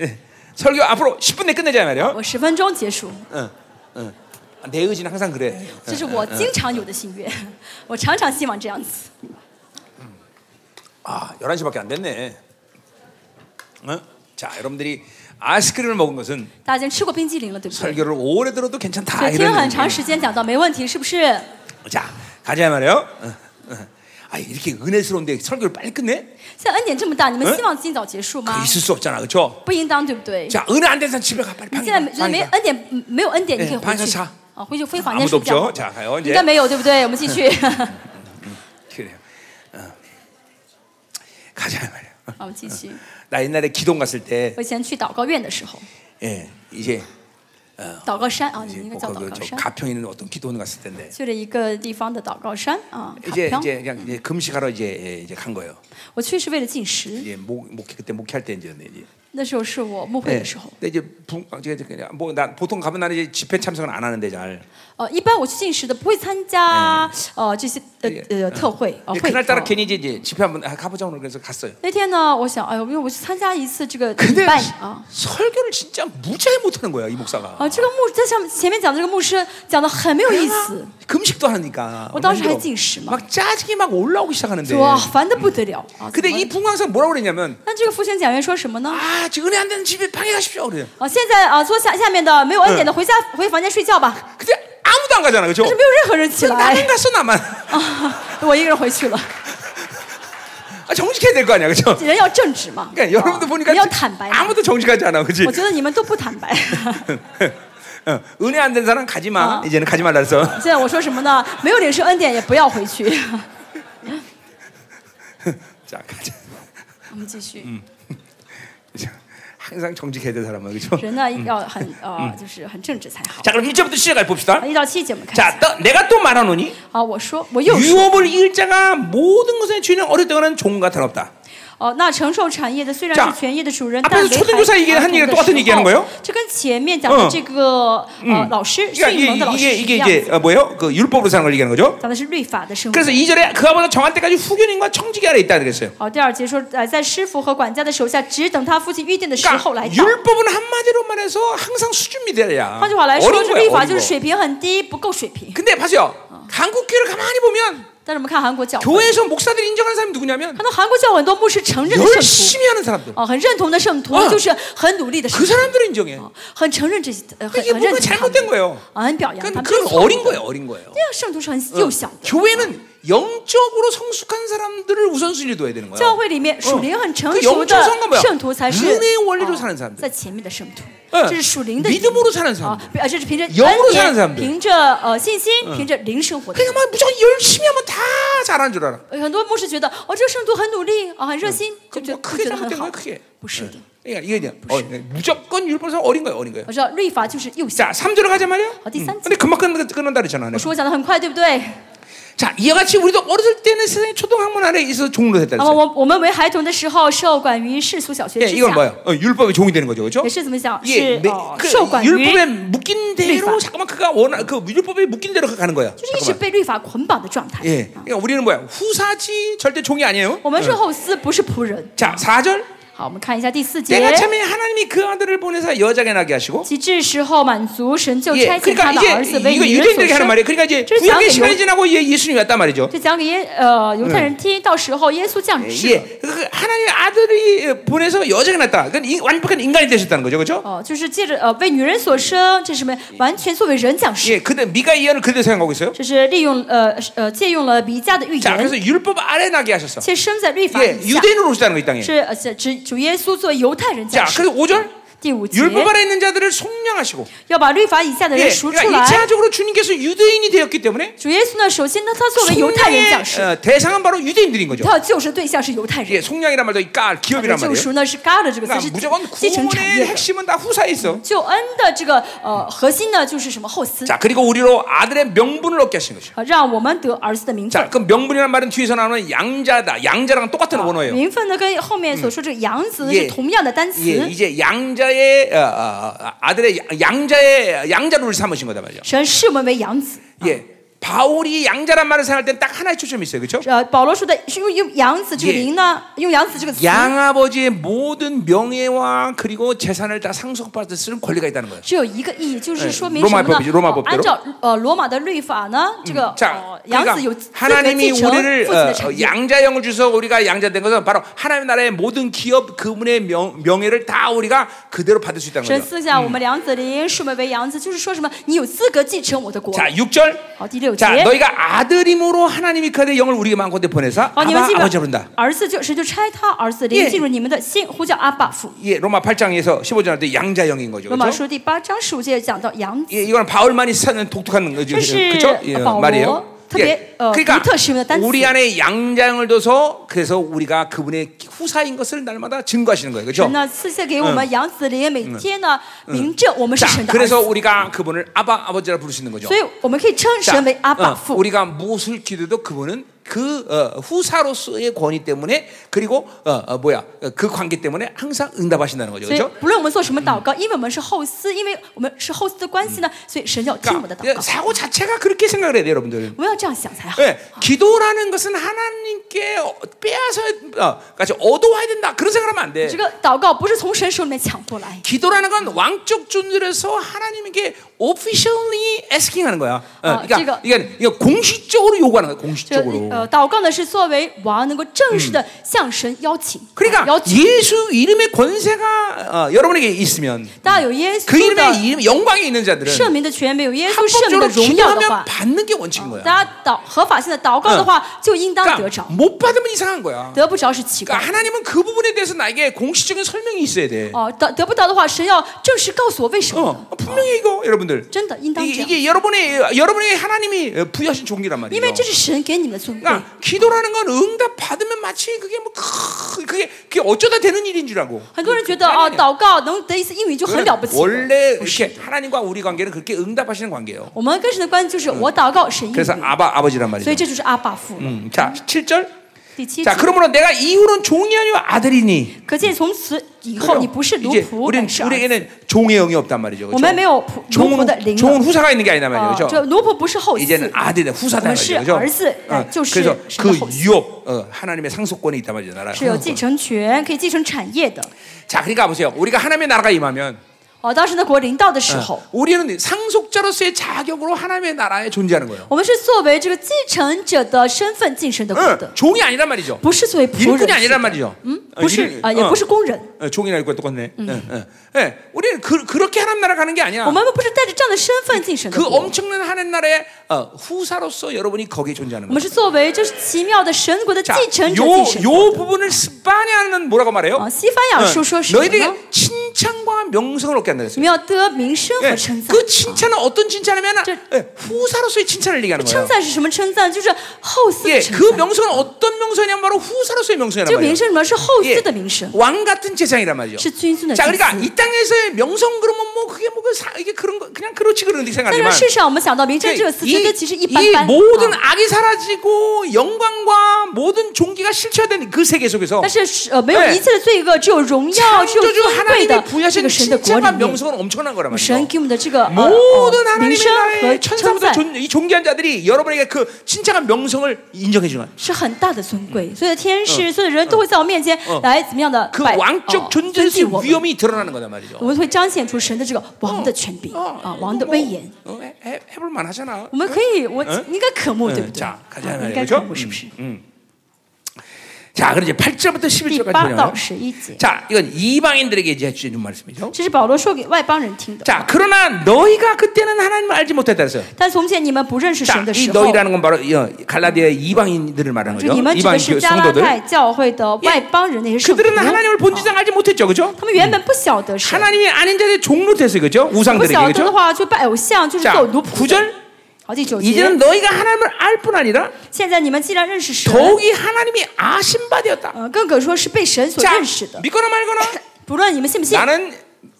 [SPEAKER 1] 예. 설교 앞으로 10분 내 끝내자 이 말이에요.
[SPEAKER 2] 我十分钟结束，
[SPEAKER 1] 내 의지는 항상 그래.
[SPEAKER 2] 这是我经常有的心愿， 我常常希望这样子。
[SPEAKER 1] 아 11시밖에 안 됐네. 어? 자 여러분들이 아이스크림을 먹은 것은
[SPEAKER 2] 大家已经吃过冰激凌了，对不对？
[SPEAKER 1] 설교를 오래 들어도 괜찮다
[SPEAKER 2] 对，听
[SPEAKER 1] 이런
[SPEAKER 2] 很长
[SPEAKER 1] 느낌.
[SPEAKER 2] 时间讲到没问题，是不是？
[SPEAKER 1] 자 가자 이 말이에요. 어, 어. 아 이렇게 은혜스러운데 설교를 빨리 끝내?
[SPEAKER 2] 现在恩典这么大，
[SPEAKER 1] 嗯
[SPEAKER 2] 你们希望尽早结束
[SPEAKER 1] 그
[SPEAKER 2] 吗？
[SPEAKER 1] 있을 수 없잖아, 그렇죠?
[SPEAKER 2] 不应当，对不对？
[SPEAKER 1] 자, 은혜 안 돼서 집에 가 빨리
[SPEAKER 2] 你现在没
[SPEAKER 1] 방에
[SPEAKER 2] 觉得
[SPEAKER 1] 가.
[SPEAKER 2] 没恩典，嗯没有恩典，你可以
[SPEAKER 1] 哎潘
[SPEAKER 2] 回
[SPEAKER 1] 莎
[SPEAKER 2] 去
[SPEAKER 1] 莎
[SPEAKER 2] 啊，回去回房间
[SPEAKER 1] 아무도
[SPEAKER 2] 睡觉
[SPEAKER 1] 없죠. 。 자, 가요
[SPEAKER 2] 应
[SPEAKER 1] 이제.
[SPEAKER 2] 该没有，对不对？我们继续，
[SPEAKER 1] 그래요. 어. 가자 말이야. 어.
[SPEAKER 2] 我们继续。
[SPEAKER 1] 나 옛날에 기동 갔을 때,
[SPEAKER 2] 我以前去祷告院的时候，
[SPEAKER 1] 예, 이제
[SPEAKER 2] 祷告山啊，你
[SPEAKER 1] 이제
[SPEAKER 2] 们应该
[SPEAKER 1] 뭐
[SPEAKER 2] 叫祷
[SPEAKER 1] 그- 그-
[SPEAKER 2] 告
[SPEAKER 1] 저
[SPEAKER 2] 山，
[SPEAKER 1] 가평에 있는 어떤 기도원 갔을 텐데,
[SPEAKER 2] 去了一个地方的祷告山啊，卡
[SPEAKER 1] 이제
[SPEAKER 2] 평。
[SPEAKER 1] 이제 그냥 이제 금식하러 이제 예, 이제 간 거예요.
[SPEAKER 2] 我去是为了进食，
[SPEAKER 1] 이제 목, 목 그때 목회할 때 이제 이제.
[SPEAKER 2] 那时候是我牧会
[SPEAKER 1] 예.
[SPEAKER 2] 的时候。
[SPEAKER 1] 근데 이제 부, 어, 이제 그냥 뭐나 보통 가면 나는 이제 집회 참석은 안 하는데 잘.
[SPEAKER 2] 呃，一般我去进食的，不会参加呃这些呃呃特会啊
[SPEAKER 1] 이제
[SPEAKER 2] 会。
[SPEAKER 1] 아, 그날 따라
[SPEAKER 2] 啊
[SPEAKER 1] 괜히 이제, 이제 집회 한번 아, 가보자 오늘 그래서 갔어요.
[SPEAKER 2] 那天呢，我想，哎呦，因为我去参加一次这个
[SPEAKER 1] 근데
[SPEAKER 2] 礼拜
[SPEAKER 1] 아.
[SPEAKER 2] 啊。
[SPEAKER 1] 설교를 진짜 무지하게 못하는 거야 이 목사가.
[SPEAKER 2] 啊，这个牧在上前面讲的这个牧师讲的很没有意思，
[SPEAKER 1] 금식도 하니까.
[SPEAKER 2] 어, 당시
[SPEAKER 1] 힘들어.
[SPEAKER 2] 하이징时嘛.
[SPEAKER 1] 막 짜증이 막 올라오기 시작하는데.
[SPEAKER 2] 哇，烦的不得了啊！
[SPEAKER 1] 근데
[SPEAKER 2] 怎么
[SPEAKER 1] 이 분광상 뭐라고 그랬냐면
[SPEAKER 2] 但这个复兴讲员说什么呢？
[SPEAKER 1] 아 지금 은혜 안 되는 집에 방에 가십시오 그래요.
[SPEAKER 2] 啊，现在啊，坐下下面的没有恩典的，回家回房间睡觉吧。
[SPEAKER 1] 근데 아무도 안 가잖아 그죠?
[SPEAKER 2] 但是没有任何人起
[SPEAKER 1] 나만
[SPEAKER 2] 来
[SPEAKER 1] 갔어 나만.
[SPEAKER 2] 啊，我一个人回去了。
[SPEAKER 1] 아, 정직해야 될 거 아니야 그죠?
[SPEAKER 2] 人要正直嘛，
[SPEAKER 1] 그러니까
[SPEAKER 2] 啊
[SPEAKER 1] 여러분들 보니까
[SPEAKER 2] 人要坦白嘛。
[SPEAKER 1] 어, 아무도 정직하지 않아 그지?
[SPEAKER 2] 我觉得你们都不坦白。
[SPEAKER 1] 어, 은혜 안 된 사람 가지 마.
[SPEAKER 2] 아.
[SPEAKER 1] 이제는 가지 말라 그랬어.
[SPEAKER 2] 现在我说什么呢？没有领受恩典也不要回去。
[SPEAKER 1] 자 가자.
[SPEAKER 2] 我们继续，
[SPEAKER 1] 자, 항상 정직해야 될 사람은 그죠?
[SPEAKER 2] 人呢要很呃，就是很正直才好。
[SPEAKER 1] 자 그럼 1절부터 시작해 봅시다.
[SPEAKER 2] 一到七节我们看一
[SPEAKER 1] 자
[SPEAKER 2] 下。
[SPEAKER 1] 또, 내가 또 말하노니
[SPEAKER 2] 好，我说我又说，
[SPEAKER 1] 유업을 잃을 자가 모든 것에 주인은 어릴 때는 종과 다름없다.
[SPEAKER 2] 哦，那承受产业的虽然
[SPEAKER 1] 자
[SPEAKER 2] 啊是权业的主人
[SPEAKER 1] 앞에서，
[SPEAKER 2] 但为
[SPEAKER 1] 초등교사얘기한얘기를똑같은얘기하는거예요
[SPEAKER 2] 候，这跟前面讲的这个呃老师
[SPEAKER 1] 그러니까
[SPEAKER 2] 训蒙的老
[SPEAKER 1] 이게
[SPEAKER 2] 师
[SPEAKER 1] 이게,
[SPEAKER 2] 是
[SPEAKER 1] 이게
[SPEAKER 2] 嗯一样
[SPEAKER 1] 이제
[SPEAKER 2] 的，
[SPEAKER 1] 어, 뭐예요? 그 율법으로 사는 걸 얘기하는 거죠.
[SPEAKER 2] 讲的是律法的生活。
[SPEAKER 1] 그래서 2절에 그아버지 정한 때까지 후견인과 청지기 아래 있다 그랬어요.
[SPEAKER 2] 好，第二节说，呃，在师傅和管家的手下，只等他父亲预定的时候
[SPEAKER 1] 그러니까
[SPEAKER 2] 来到。
[SPEAKER 1] 율법은 한마디로 말해서 항상 수준이 돼야.
[SPEAKER 2] 换句话来说，
[SPEAKER 1] 어린
[SPEAKER 2] 这
[SPEAKER 1] 거야,
[SPEAKER 2] 律法
[SPEAKER 1] 어린
[SPEAKER 2] 就是
[SPEAKER 1] 거.
[SPEAKER 2] 水平很低，不够水平。
[SPEAKER 1] 근데 봐세요. 한국 교회를 가만히 보면
[SPEAKER 2] 但是我们看韩国教会，
[SPEAKER 1] 교회에서 목사들이 인정하는 사람이 누구냐면
[SPEAKER 2] 看到韩国教会很多牧师承认的圣徒，
[SPEAKER 1] 열심히 하는 사람들.
[SPEAKER 2] 哦，很认同的圣徒
[SPEAKER 1] 嗯，
[SPEAKER 2] 就是很努力的圣
[SPEAKER 1] 그
[SPEAKER 2] 徒，
[SPEAKER 1] 사람들을 인정해.
[SPEAKER 2] 哦很承认这些，呃很
[SPEAKER 1] 그러니까 이게
[SPEAKER 2] 很认
[SPEAKER 1] 뭔가
[SPEAKER 2] 同他
[SPEAKER 1] 잘못된
[SPEAKER 2] 们，
[SPEAKER 1] 거예요.
[SPEAKER 2] 啊，很表扬他
[SPEAKER 1] 그건,
[SPEAKER 2] 们。这是
[SPEAKER 1] 그건
[SPEAKER 2] 错误
[SPEAKER 1] 어린
[SPEAKER 2] 的
[SPEAKER 1] 거예요, 어린 거예요. 어.
[SPEAKER 2] 这样圣徒是很幼小的。
[SPEAKER 1] 교회는 영적으로 성숙한 사람들을 우선순위로 둬야 되는
[SPEAKER 2] 教
[SPEAKER 1] 거예요.
[SPEAKER 2] 会里面属灵很成
[SPEAKER 1] 그
[SPEAKER 2] 熟
[SPEAKER 1] 영적성과뭐야
[SPEAKER 2] 的圣徒才是哦
[SPEAKER 1] 은혜의원리로사는사람들
[SPEAKER 2] 在前面的圣徒，
[SPEAKER 1] 예.
[SPEAKER 2] 这是属灵的
[SPEAKER 1] 믿음으로 사는
[SPEAKER 2] 啊
[SPEAKER 1] 사람들. ，
[SPEAKER 2] 啊，这是凭着
[SPEAKER 1] 영으로사는
[SPEAKER 2] 恩
[SPEAKER 1] 사람들
[SPEAKER 2] 典，凭着呃信心，凭着灵生活的人。
[SPEAKER 1] 그러니까 막 무조건 열심히 하면 다 잘하는 줄 알아.
[SPEAKER 2] 呃很多牧师觉得哦，这个圣徒很努力啊，很热心，就
[SPEAKER 1] 그
[SPEAKER 2] 觉
[SPEAKER 1] 뭐
[SPEAKER 2] 得就
[SPEAKER 1] 크게
[SPEAKER 2] 觉得很
[SPEAKER 1] 잘못된 거야, 。
[SPEAKER 2] 好
[SPEAKER 1] 크게.
[SPEAKER 2] 不是的，
[SPEAKER 1] 그러니까 이게 그냥 어, 무조건 율법상 어린 거예요, 어린 거예요.
[SPEAKER 2] 我知道律法就是幼小。
[SPEAKER 1] 자, 3절로 어, 가자 말이야.
[SPEAKER 2] 어디 삼 절?
[SPEAKER 1] 근데 금방 끊는 끊는다 그랬잖아.
[SPEAKER 2] 我说我讲的很快，对不对？
[SPEAKER 1] 자, 이와 같이 우리도 어렸을 때는 세상의 초등학문 아래 있어서 종로 됐다
[SPEAKER 2] 那
[SPEAKER 1] 그랬어요.
[SPEAKER 2] 么我我们为孩童的时候，受管于世俗小学
[SPEAKER 1] 예,
[SPEAKER 2] 之
[SPEAKER 1] 이건
[SPEAKER 2] 下，
[SPEAKER 1] 뭐야? 어, 율법의 종이 되는 거죠, 그렇죠?
[SPEAKER 2] 也是怎么讲？
[SPEAKER 1] 예,
[SPEAKER 2] 是
[SPEAKER 1] 매-
[SPEAKER 2] 哦
[SPEAKER 1] 그
[SPEAKER 2] 受管于，
[SPEAKER 1] 율법에 묶인 대로
[SPEAKER 2] 律法。
[SPEAKER 1] 잠깐만 그가 원하 그 율법에 묶인 대로 가는 거야.
[SPEAKER 2] 就是一直
[SPEAKER 1] 잠깐만.
[SPEAKER 2] 被律法捆绑的状态。
[SPEAKER 1] 예.
[SPEAKER 2] 啊
[SPEAKER 1] 그러니까 우리는 뭐야? 후사지 절대 종이 아니에요.
[SPEAKER 2] 我们是后嗣，不是仆人。
[SPEAKER 1] 자, 4절.
[SPEAKER 2] 好，我们看一下第四节。
[SPEAKER 1] 내가 참에 하나님이 그 아들을 보내사 여자게 나게 하시고
[SPEAKER 2] 极致时候满足，神就
[SPEAKER 1] 예,
[SPEAKER 2] 差遣
[SPEAKER 1] 그러니까
[SPEAKER 2] 他的
[SPEAKER 1] 이게
[SPEAKER 2] 儿子为
[SPEAKER 1] 이거
[SPEAKER 2] 女人所
[SPEAKER 1] 유대인들에게 하는
[SPEAKER 2] 生。
[SPEAKER 1] 말이에요. 그러니까 이제
[SPEAKER 2] 这是
[SPEAKER 1] 구약의
[SPEAKER 2] 讲给
[SPEAKER 1] 시간이
[SPEAKER 2] 犹，
[SPEAKER 1] 지나고 이제 예수님이 왔단 말이죠.
[SPEAKER 2] 这讲给耶呃犹太人听，到时候耶稣降世
[SPEAKER 1] 예,
[SPEAKER 2] 了。
[SPEAKER 1] 그 하나님의 아들이 보내서 여자가 났다. 그건 이- 완벽한 인간이 되셨다는 거죠, 그렇죠?
[SPEAKER 2] 哦，就是借着呃为女人所生，这是什么？完全作为人讲事，
[SPEAKER 1] 예, 그대 미가 이언을 그대로 사용하고 있어요.
[SPEAKER 2] 这是利用呃呃借用了弥迦的预
[SPEAKER 1] 자,
[SPEAKER 2] 言，
[SPEAKER 1] 그래서 율법 아래 나게 하셨어.
[SPEAKER 2] 且生在律法
[SPEAKER 1] 예,
[SPEAKER 2] 以下，
[SPEAKER 1] 유대인으로 오시다는 거이 땅에.
[SPEAKER 2] 是呃是指主耶稣作为犹太人
[SPEAKER 1] 자,
[SPEAKER 2] 讲事。
[SPEAKER 1] 그래서 5절
[SPEAKER 2] 第五节，
[SPEAKER 1] 율법 아래 있는 자들을 속량하시고
[SPEAKER 2] 要把律法以下的
[SPEAKER 1] 예,
[SPEAKER 2] 人赎出
[SPEAKER 1] 그러니까
[SPEAKER 2] 来。
[SPEAKER 1] 일차적으로 주님께서 유대인이 되었기 때문에
[SPEAKER 2] 主耶稣呢，首先呢，他作为犹太人
[SPEAKER 1] 속량의
[SPEAKER 2] 讲事，
[SPEAKER 1] 어, 대상은 바로 유대인들인 거죠.
[SPEAKER 2] 他的救赎对象是犹太
[SPEAKER 1] 예,
[SPEAKER 2] 人。
[SPEAKER 1] 속량이란 말도 이 깔,
[SPEAKER 2] 他
[SPEAKER 1] 기업이란
[SPEAKER 2] 的救
[SPEAKER 1] 말이에요.
[SPEAKER 2] 赎呢是 God 的这个词，
[SPEAKER 1] 그러니까
[SPEAKER 2] 是
[SPEAKER 1] 무조건
[SPEAKER 2] 继承产
[SPEAKER 1] 구원의
[SPEAKER 2] 业的。
[SPEAKER 1] 핵심은 다 후사에 있어.
[SPEAKER 2] 救恩的这个呃核心呢，就是什么后嗣
[SPEAKER 1] 자, 그리고 우리로 아들의 명분을 얻게 하신 거죠.
[SPEAKER 2] 啊，让我们得儿子的名分。
[SPEAKER 1] 자, 그 명분이란 말은 뒤에서 나오는 양자다. 양자랑
[SPEAKER 2] 아,
[SPEAKER 1] 똑같은 원어예요.
[SPEAKER 2] 名分呢，跟后面所说这个养子
[SPEAKER 1] 예
[SPEAKER 2] 是同样的单词。
[SPEAKER 1] 예, 이제 양자의 어, 어, 어, 아들의 야- 양자의 양자로를 삼으신 거다 말이죠.
[SPEAKER 2] 神视我们为养子。
[SPEAKER 1] 예. 바울이 양자란 말을 사용할 땐 딱 하나의 초점이 있어요. 그렇죠?
[SPEAKER 2] 呃，保罗说的是用用养子这个
[SPEAKER 1] 예
[SPEAKER 2] 名呢，用养子这个词，
[SPEAKER 1] 양아버지의 모든 명예와 그리고 재산을 다 상속받을 수 있는 권리가 있다는 거예요.
[SPEAKER 2] 只有一个意义，就是说明
[SPEAKER 1] 로마
[SPEAKER 2] 什么呢
[SPEAKER 1] 법이죠로마？
[SPEAKER 2] 哦
[SPEAKER 1] 법대로
[SPEAKER 2] 按照呃罗马的律法呢，这个
[SPEAKER 1] 자,
[SPEAKER 2] 呃养
[SPEAKER 1] 그러니까
[SPEAKER 2] 子有资格继
[SPEAKER 1] 하나님이
[SPEAKER 2] 承父
[SPEAKER 1] 우리를
[SPEAKER 2] 亲的
[SPEAKER 1] 어,
[SPEAKER 2] 产
[SPEAKER 1] 어,
[SPEAKER 2] 业。
[SPEAKER 1] 양자형을 주셔서 우리가 양자된 것은 바로 하나님 의 나라의 모든 기업 그분의 명, 명예를 다 우리가 그대로 받을 수 있다는
[SPEAKER 2] 神
[SPEAKER 1] 거죠.
[SPEAKER 2] 赐下我们两子灵，视我们为养子，就是说什么？你有资格继承我的国。
[SPEAKER 1] 자, 6절.
[SPEAKER 2] 好，第六节。
[SPEAKER 1] 자, 너희가 아들임으로 하나님이 그의 영을 우리에게 마음껏 보내사
[SPEAKER 2] 哦好，你们
[SPEAKER 1] 아바
[SPEAKER 2] 记
[SPEAKER 1] 아버지
[SPEAKER 2] 住
[SPEAKER 1] 부른다. ，
[SPEAKER 2] 儿子就神就差他儿子
[SPEAKER 1] 예
[SPEAKER 2] 灵进入你们的心，呼叫阿爸父。
[SPEAKER 1] 예, 로마 8장에서 15절 때 양자형인 거죠.
[SPEAKER 2] 罗马
[SPEAKER 1] 그렇죠?
[SPEAKER 2] 书第八章十五节讲到养子，
[SPEAKER 1] 예, 이건 바울만이 쓰는 독특한 거죠.
[SPEAKER 2] 这是
[SPEAKER 1] 그렇죠? 예,
[SPEAKER 2] 保
[SPEAKER 1] 말이에요.
[SPEAKER 2] 罗特别
[SPEAKER 1] 예,
[SPEAKER 2] 呃独
[SPEAKER 1] 그러니까
[SPEAKER 2] 特使用的单词。
[SPEAKER 1] 우리 안에 양자형을 둬서 그래서 우리가 그분의 후사인 것을 날마다 증거하시는 거예요. 그렇죠?
[SPEAKER 2] 神呢赐下给我们养子灵，每天呢明证我们是
[SPEAKER 1] 자,
[SPEAKER 2] 神的儿
[SPEAKER 1] 그래서
[SPEAKER 2] 子，
[SPEAKER 1] 우리가 그분을 아바 아버지라 부를 수 있는 거죠.
[SPEAKER 2] 所以我们可以称
[SPEAKER 1] 자,
[SPEAKER 2] 神为阿爸
[SPEAKER 1] 어,
[SPEAKER 2] 父。
[SPEAKER 1] 우리가 무엇을 기도도 그분은 그 어, 후사로서의 권위 때문에 그리고 어, 어, 뭐야 어, 그 관계 때문에 항상 응답하신다는 거죠,
[SPEAKER 2] 所以
[SPEAKER 1] 그렇죠?
[SPEAKER 2] 不论我们做什么祷告，因为我们是后嗣，因为我们是后嗣的关系呢，所以神要听我们的
[SPEAKER 1] 그러니까
[SPEAKER 2] 祷告。
[SPEAKER 1] 사고 자체가 그렇게 생각을 해야 돼요, 여러분들.
[SPEAKER 2] 我们要这样想才好。
[SPEAKER 1] 예, 기도라는 것은 하나님께 어, 빼앗아, 어, 같이 얻어와야 된다. 그런 생각하면 안 돼.
[SPEAKER 2] 这个祷告不是从神手里面抢过来。
[SPEAKER 1] 기도라는 건 왕적 존들에서 하나님에게 officially asking 하는 거야. 어,
[SPEAKER 2] 아,
[SPEAKER 1] 그러니까,
[SPEAKER 2] 지금- 어,
[SPEAKER 1] 이게, 이게 공식적으로 요구하는 거야,
[SPEAKER 2] 这
[SPEAKER 1] 공식적으로.
[SPEAKER 2] 呃，祷告呢是作为王能够正式的向神邀请，
[SPEAKER 1] 그러니까
[SPEAKER 2] 邀请
[SPEAKER 1] 예수 이름의 권세가 어, 여러분에게 있으면
[SPEAKER 2] 大家有耶
[SPEAKER 1] 그
[SPEAKER 2] 稣
[SPEAKER 1] 이름의
[SPEAKER 2] 的
[SPEAKER 1] 이름, 영광이 있는 자들은
[SPEAKER 2] 圣名的权柄，有耶稣圣名的
[SPEAKER 1] 합법적으로
[SPEAKER 2] 荣耀的
[SPEAKER 1] 기도하면 어,
[SPEAKER 2] 话，
[SPEAKER 1] 받는 게 원칙인 거야.
[SPEAKER 2] 大家祷和合法性的祷告的话，就应当得
[SPEAKER 1] 그러니까
[SPEAKER 2] 着。
[SPEAKER 1] 못 받으면 이상한 거야.
[SPEAKER 2] 得不着是奇怪
[SPEAKER 1] 그러니까 。 하나님은 그 부분에 대해서 나에게 공식적인 설명이 있어야 돼.
[SPEAKER 2] 哦，得得不到的话，神要正式告诉我为什么呢
[SPEAKER 1] 어, 분명히 이거 여러분들.
[SPEAKER 2] 真的应当这
[SPEAKER 1] 이게,
[SPEAKER 2] 样，
[SPEAKER 1] 이게 여러분의 여러분의 하나님이 어, 부여하신 종기란
[SPEAKER 2] 因为
[SPEAKER 1] 말이에요.
[SPEAKER 2] 这是神给你们的尊贵。
[SPEAKER 1] 그러니까 기도라는 건 응답 받으면 마치 그게 뭐 크- 그게 그게 어쩌다 되는 아, 일인 줄 알고. 그
[SPEAKER 2] 很多人觉得啊，祷告能得一次应允就很了不起。
[SPEAKER 1] 원래 이렇게 하나님과 우리 관계는 그렇게 응답하시는 관계예요.
[SPEAKER 2] 我们跟神的关系嗯就是嗯我祷告，神应
[SPEAKER 1] 그래서
[SPEAKER 2] 允，
[SPEAKER 1] 아바 아버지란
[SPEAKER 2] 所
[SPEAKER 1] 말이죠.
[SPEAKER 2] 以这就是阿爸父。
[SPEAKER 1] 음, 자, 7절.
[SPEAKER 2] 第七节
[SPEAKER 1] 자 ， 그러므로 내가 이후로는 종이 아니요 아들이니.
[SPEAKER 2] 可见从此以后
[SPEAKER 1] 그죠?
[SPEAKER 2] 你不是奴
[SPEAKER 1] 이제
[SPEAKER 2] 仆，
[SPEAKER 1] 우리는
[SPEAKER 2] 乃是儿子
[SPEAKER 1] 우리에게는 종의 영이 없단 말이죠.
[SPEAKER 2] 我们没
[SPEAKER 1] 그렇죠?
[SPEAKER 2] 有仆奴仆的
[SPEAKER 1] 종은
[SPEAKER 2] 灵
[SPEAKER 1] 종은
[SPEAKER 2] 了。
[SPEAKER 1] 후사가 있는 게 아니란
[SPEAKER 2] 啊，
[SPEAKER 1] 말이에요.
[SPEAKER 2] 这
[SPEAKER 1] 그렇죠?
[SPEAKER 2] 奴仆不是后嗣，
[SPEAKER 1] 이제는 아들의 후사다
[SPEAKER 2] 我们是
[SPEAKER 1] 말이죠. 그죠?
[SPEAKER 2] 儿子，
[SPEAKER 1] 어,
[SPEAKER 2] 乃就是神
[SPEAKER 1] 그래서
[SPEAKER 2] 的
[SPEAKER 1] 그
[SPEAKER 2] 后嗣，
[SPEAKER 1] 유업 어, 하나님의 상속권이 있단 말이죠. 나라.
[SPEAKER 2] 是有继承权，可以继承产业的。
[SPEAKER 1] 자, 그러니까 보세요. 우리가 하나님의 나라가 임하면 어,
[SPEAKER 2] 哦，当时的国临到的时候，
[SPEAKER 1] 우리는 상속자로서의 자격으로 하나님의 나라에 존재하는 거예요.
[SPEAKER 2] 我们是作为这个继承者的身份晋升的国
[SPEAKER 1] 응,
[SPEAKER 2] 的，
[SPEAKER 1] 종이 아니란 말이죠.
[SPEAKER 2] 不是作为仆
[SPEAKER 1] 일꾼이
[SPEAKER 2] 人，
[SPEAKER 1] 아니란 말이죠. 어,
[SPEAKER 2] 不是啊，也不是工人。
[SPEAKER 1] 종이라는 것 똑같네. 아, 예, 응, 응. 예, 우리는 그, 그렇게 하나님 나라 가는 게 아니야.
[SPEAKER 2] 我们不是带着这样的身份进神的
[SPEAKER 1] 그
[SPEAKER 2] 国，
[SPEAKER 1] 엄청난 하나님 나라의 어, 후사로서 여러분이 거기에 존재하는
[SPEAKER 2] 我
[SPEAKER 1] 거예요.
[SPEAKER 2] 们是作为这是奇妙的神国的继
[SPEAKER 1] 자,
[SPEAKER 2] 承者进神
[SPEAKER 1] 요,
[SPEAKER 2] 国
[SPEAKER 1] 요
[SPEAKER 2] 的。
[SPEAKER 1] 부분을 스파냐는 뭐라고 말해요? 예.
[SPEAKER 2] 啊，西番
[SPEAKER 1] 아,
[SPEAKER 2] 雅书说什么呢？
[SPEAKER 1] 너희들이 칭찬과 명성을 얻게 한다 그랬어요.
[SPEAKER 2] 你们要得名声和
[SPEAKER 1] 예,
[SPEAKER 2] 称赞。
[SPEAKER 1] 그 칭찬은 어떤 칭찬이냐면
[SPEAKER 2] 저-
[SPEAKER 1] 예, 후사로서의 칭찬을 얘기하는
[SPEAKER 2] 称
[SPEAKER 1] 거예요.
[SPEAKER 2] 赞是什么称赞？就是后嗣
[SPEAKER 1] 예,
[SPEAKER 2] 的称
[SPEAKER 1] 그
[SPEAKER 2] 赞。
[SPEAKER 1] 명성은 어떤 명성이냐면 바로 후사로서의
[SPEAKER 2] 这
[SPEAKER 1] 명성이란
[SPEAKER 2] 个名
[SPEAKER 1] 말이에요.
[SPEAKER 2] 声什么是后嗣
[SPEAKER 1] 예,
[SPEAKER 2] 的名声？
[SPEAKER 1] 왕 같은 재상이란 말이죠.
[SPEAKER 2] 是君尊的祭
[SPEAKER 1] 자,
[SPEAKER 2] 司。
[SPEAKER 1] 그러니까 이 땅에서의 명성 그러면 뭐 그게 뭐그 사- 이게 그런 거 그냥 그렇지 그런데
[SPEAKER 2] 但是
[SPEAKER 1] 생각하지만 그러니까
[SPEAKER 2] 事实上，我们想到名声这个词，觉得其实哎一般
[SPEAKER 1] 이
[SPEAKER 2] 般。
[SPEAKER 1] 모든
[SPEAKER 2] 啊
[SPEAKER 1] 악이 사라지고 영광과 모든 종기가 실체화된 그 세계 속에서
[SPEAKER 2] 但是呃，没有
[SPEAKER 1] 예
[SPEAKER 2] 一切的罪恶，只有荣耀，只有
[SPEAKER 1] 창조주
[SPEAKER 2] 尊贵的
[SPEAKER 1] 하나님이
[SPEAKER 2] 这
[SPEAKER 1] 부여하신
[SPEAKER 2] 个神的国
[SPEAKER 1] 칭찬과
[SPEAKER 2] 里面。
[SPEAKER 1] 명성은 엄청난 거란
[SPEAKER 2] 神
[SPEAKER 1] 말이죠. 아,
[SPEAKER 2] 给我们的这个呃
[SPEAKER 1] 모든
[SPEAKER 2] 呃名
[SPEAKER 1] 하나님의
[SPEAKER 2] 声和
[SPEAKER 1] 나라의
[SPEAKER 2] 称
[SPEAKER 1] 천사보다
[SPEAKER 2] 赞，
[SPEAKER 1] 존, 이 존귀한 자들이 여러분에게 그 칭찬과 명성을 인정해 주는 거예요.
[SPEAKER 2] 是很大的尊贵，所有的天使、所有的人都会在我面前来怎么样的
[SPEAKER 1] 그
[SPEAKER 2] 拜
[SPEAKER 1] 왕적
[SPEAKER 2] 哦尊敬
[SPEAKER 1] 존재의
[SPEAKER 2] 我们，
[SPEAKER 1] 위험이 드러나는 거단 말이죠.
[SPEAKER 2] 我们会彰显出神的这个王的权柄啊，王的威严。
[SPEAKER 1] 어, 해, 해, 해볼 만하잖아.
[SPEAKER 2] 我们可以，我
[SPEAKER 1] 嗯
[SPEAKER 2] 应该渴慕，对不
[SPEAKER 1] 응,
[SPEAKER 2] 对？
[SPEAKER 1] 자,
[SPEAKER 2] 啊
[SPEAKER 1] 가자
[SPEAKER 2] 应该渴
[SPEAKER 1] 말이죠.
[SPEAKER 2] 慕，是不是？
[SPEAKER 1] 자, 그럼 이제 8절부터
[SPEAKER 2] 第
[SPEAKER 1] 11절까지
[SPEAKER 2] 八到
[SPEAKER 1] 보면
[SPEAKER 2] 十一节，
[SPEAKER 1] 자, 이건 이방인들에게 이제 주는 말씀이죠.
[SPEAKER 2] 这是保罗说给外邦人听的。
[SPEAKER 1] 자, 그러나 너희가 그때는 하나님을 알지 못했다 그랬어요.
[SPEAKER 2] 但从前你们不认识
[SPEAKER 1] 자,
[SPEAKER 2] 神的
[SPEAKER 1] 이
[SPEAKER 2] 时候，
[SPEAKER 1] 너희라는 건 바로 이, 어, 갈라디아 이방인들을 말하는
[SPEAKER 2] 就
[SPEAKER 1] 거죠.
[SPEAKER 2] 你们指的
[SPEAKER 1] 이방인
[SPEAKER 2] 是
[SPEAKER 1] 교-
[SPEAKER 2] 加拉
[SPEAKER 1] 성도들.
[SPEAKER 2] 太教会的外邦人嗯那些圣徒，
[SPEAKER 1] 그들은 하나님을 본지상 알지 못했죠, 그죠?
[SPEAKER 2] 他们原本不晓得神，
[SPEAKER 1] 하나님이 아닌 자들의 종로 됐어요, 그죠?
[SPEAKER 2] 不
[SPEAKER 1] 우상들에게
[SPEAKER 2] 晓得的
[SPEAKER 1] 그죠?
[SPEAKER 2] 话就拜偶像，就是
[SPEAKER 1] 자,
[SPEAKER 2] 做奴仆的。
[SPEAKER 1] 9절
[SPEAKER 2] 好，第九节
[SPEAKER 1] 이제는 ， 너희가 하나님을 알 뿐 아니라
[SPEAKER 2] 现在你们既然认识神，
[SPEAKER 1] 더욱이 하나님이 아신 바 되었다.
[SPEAKER 2] 呃，更可说是被神所
[SPEAKER 1] 자,
[SPEAKER 2] 认识的。
[SPEAKER 1] 믿거나 말거나
[SPEAKER 2] 不论你们信不信，
[SPEAKER 1] 나는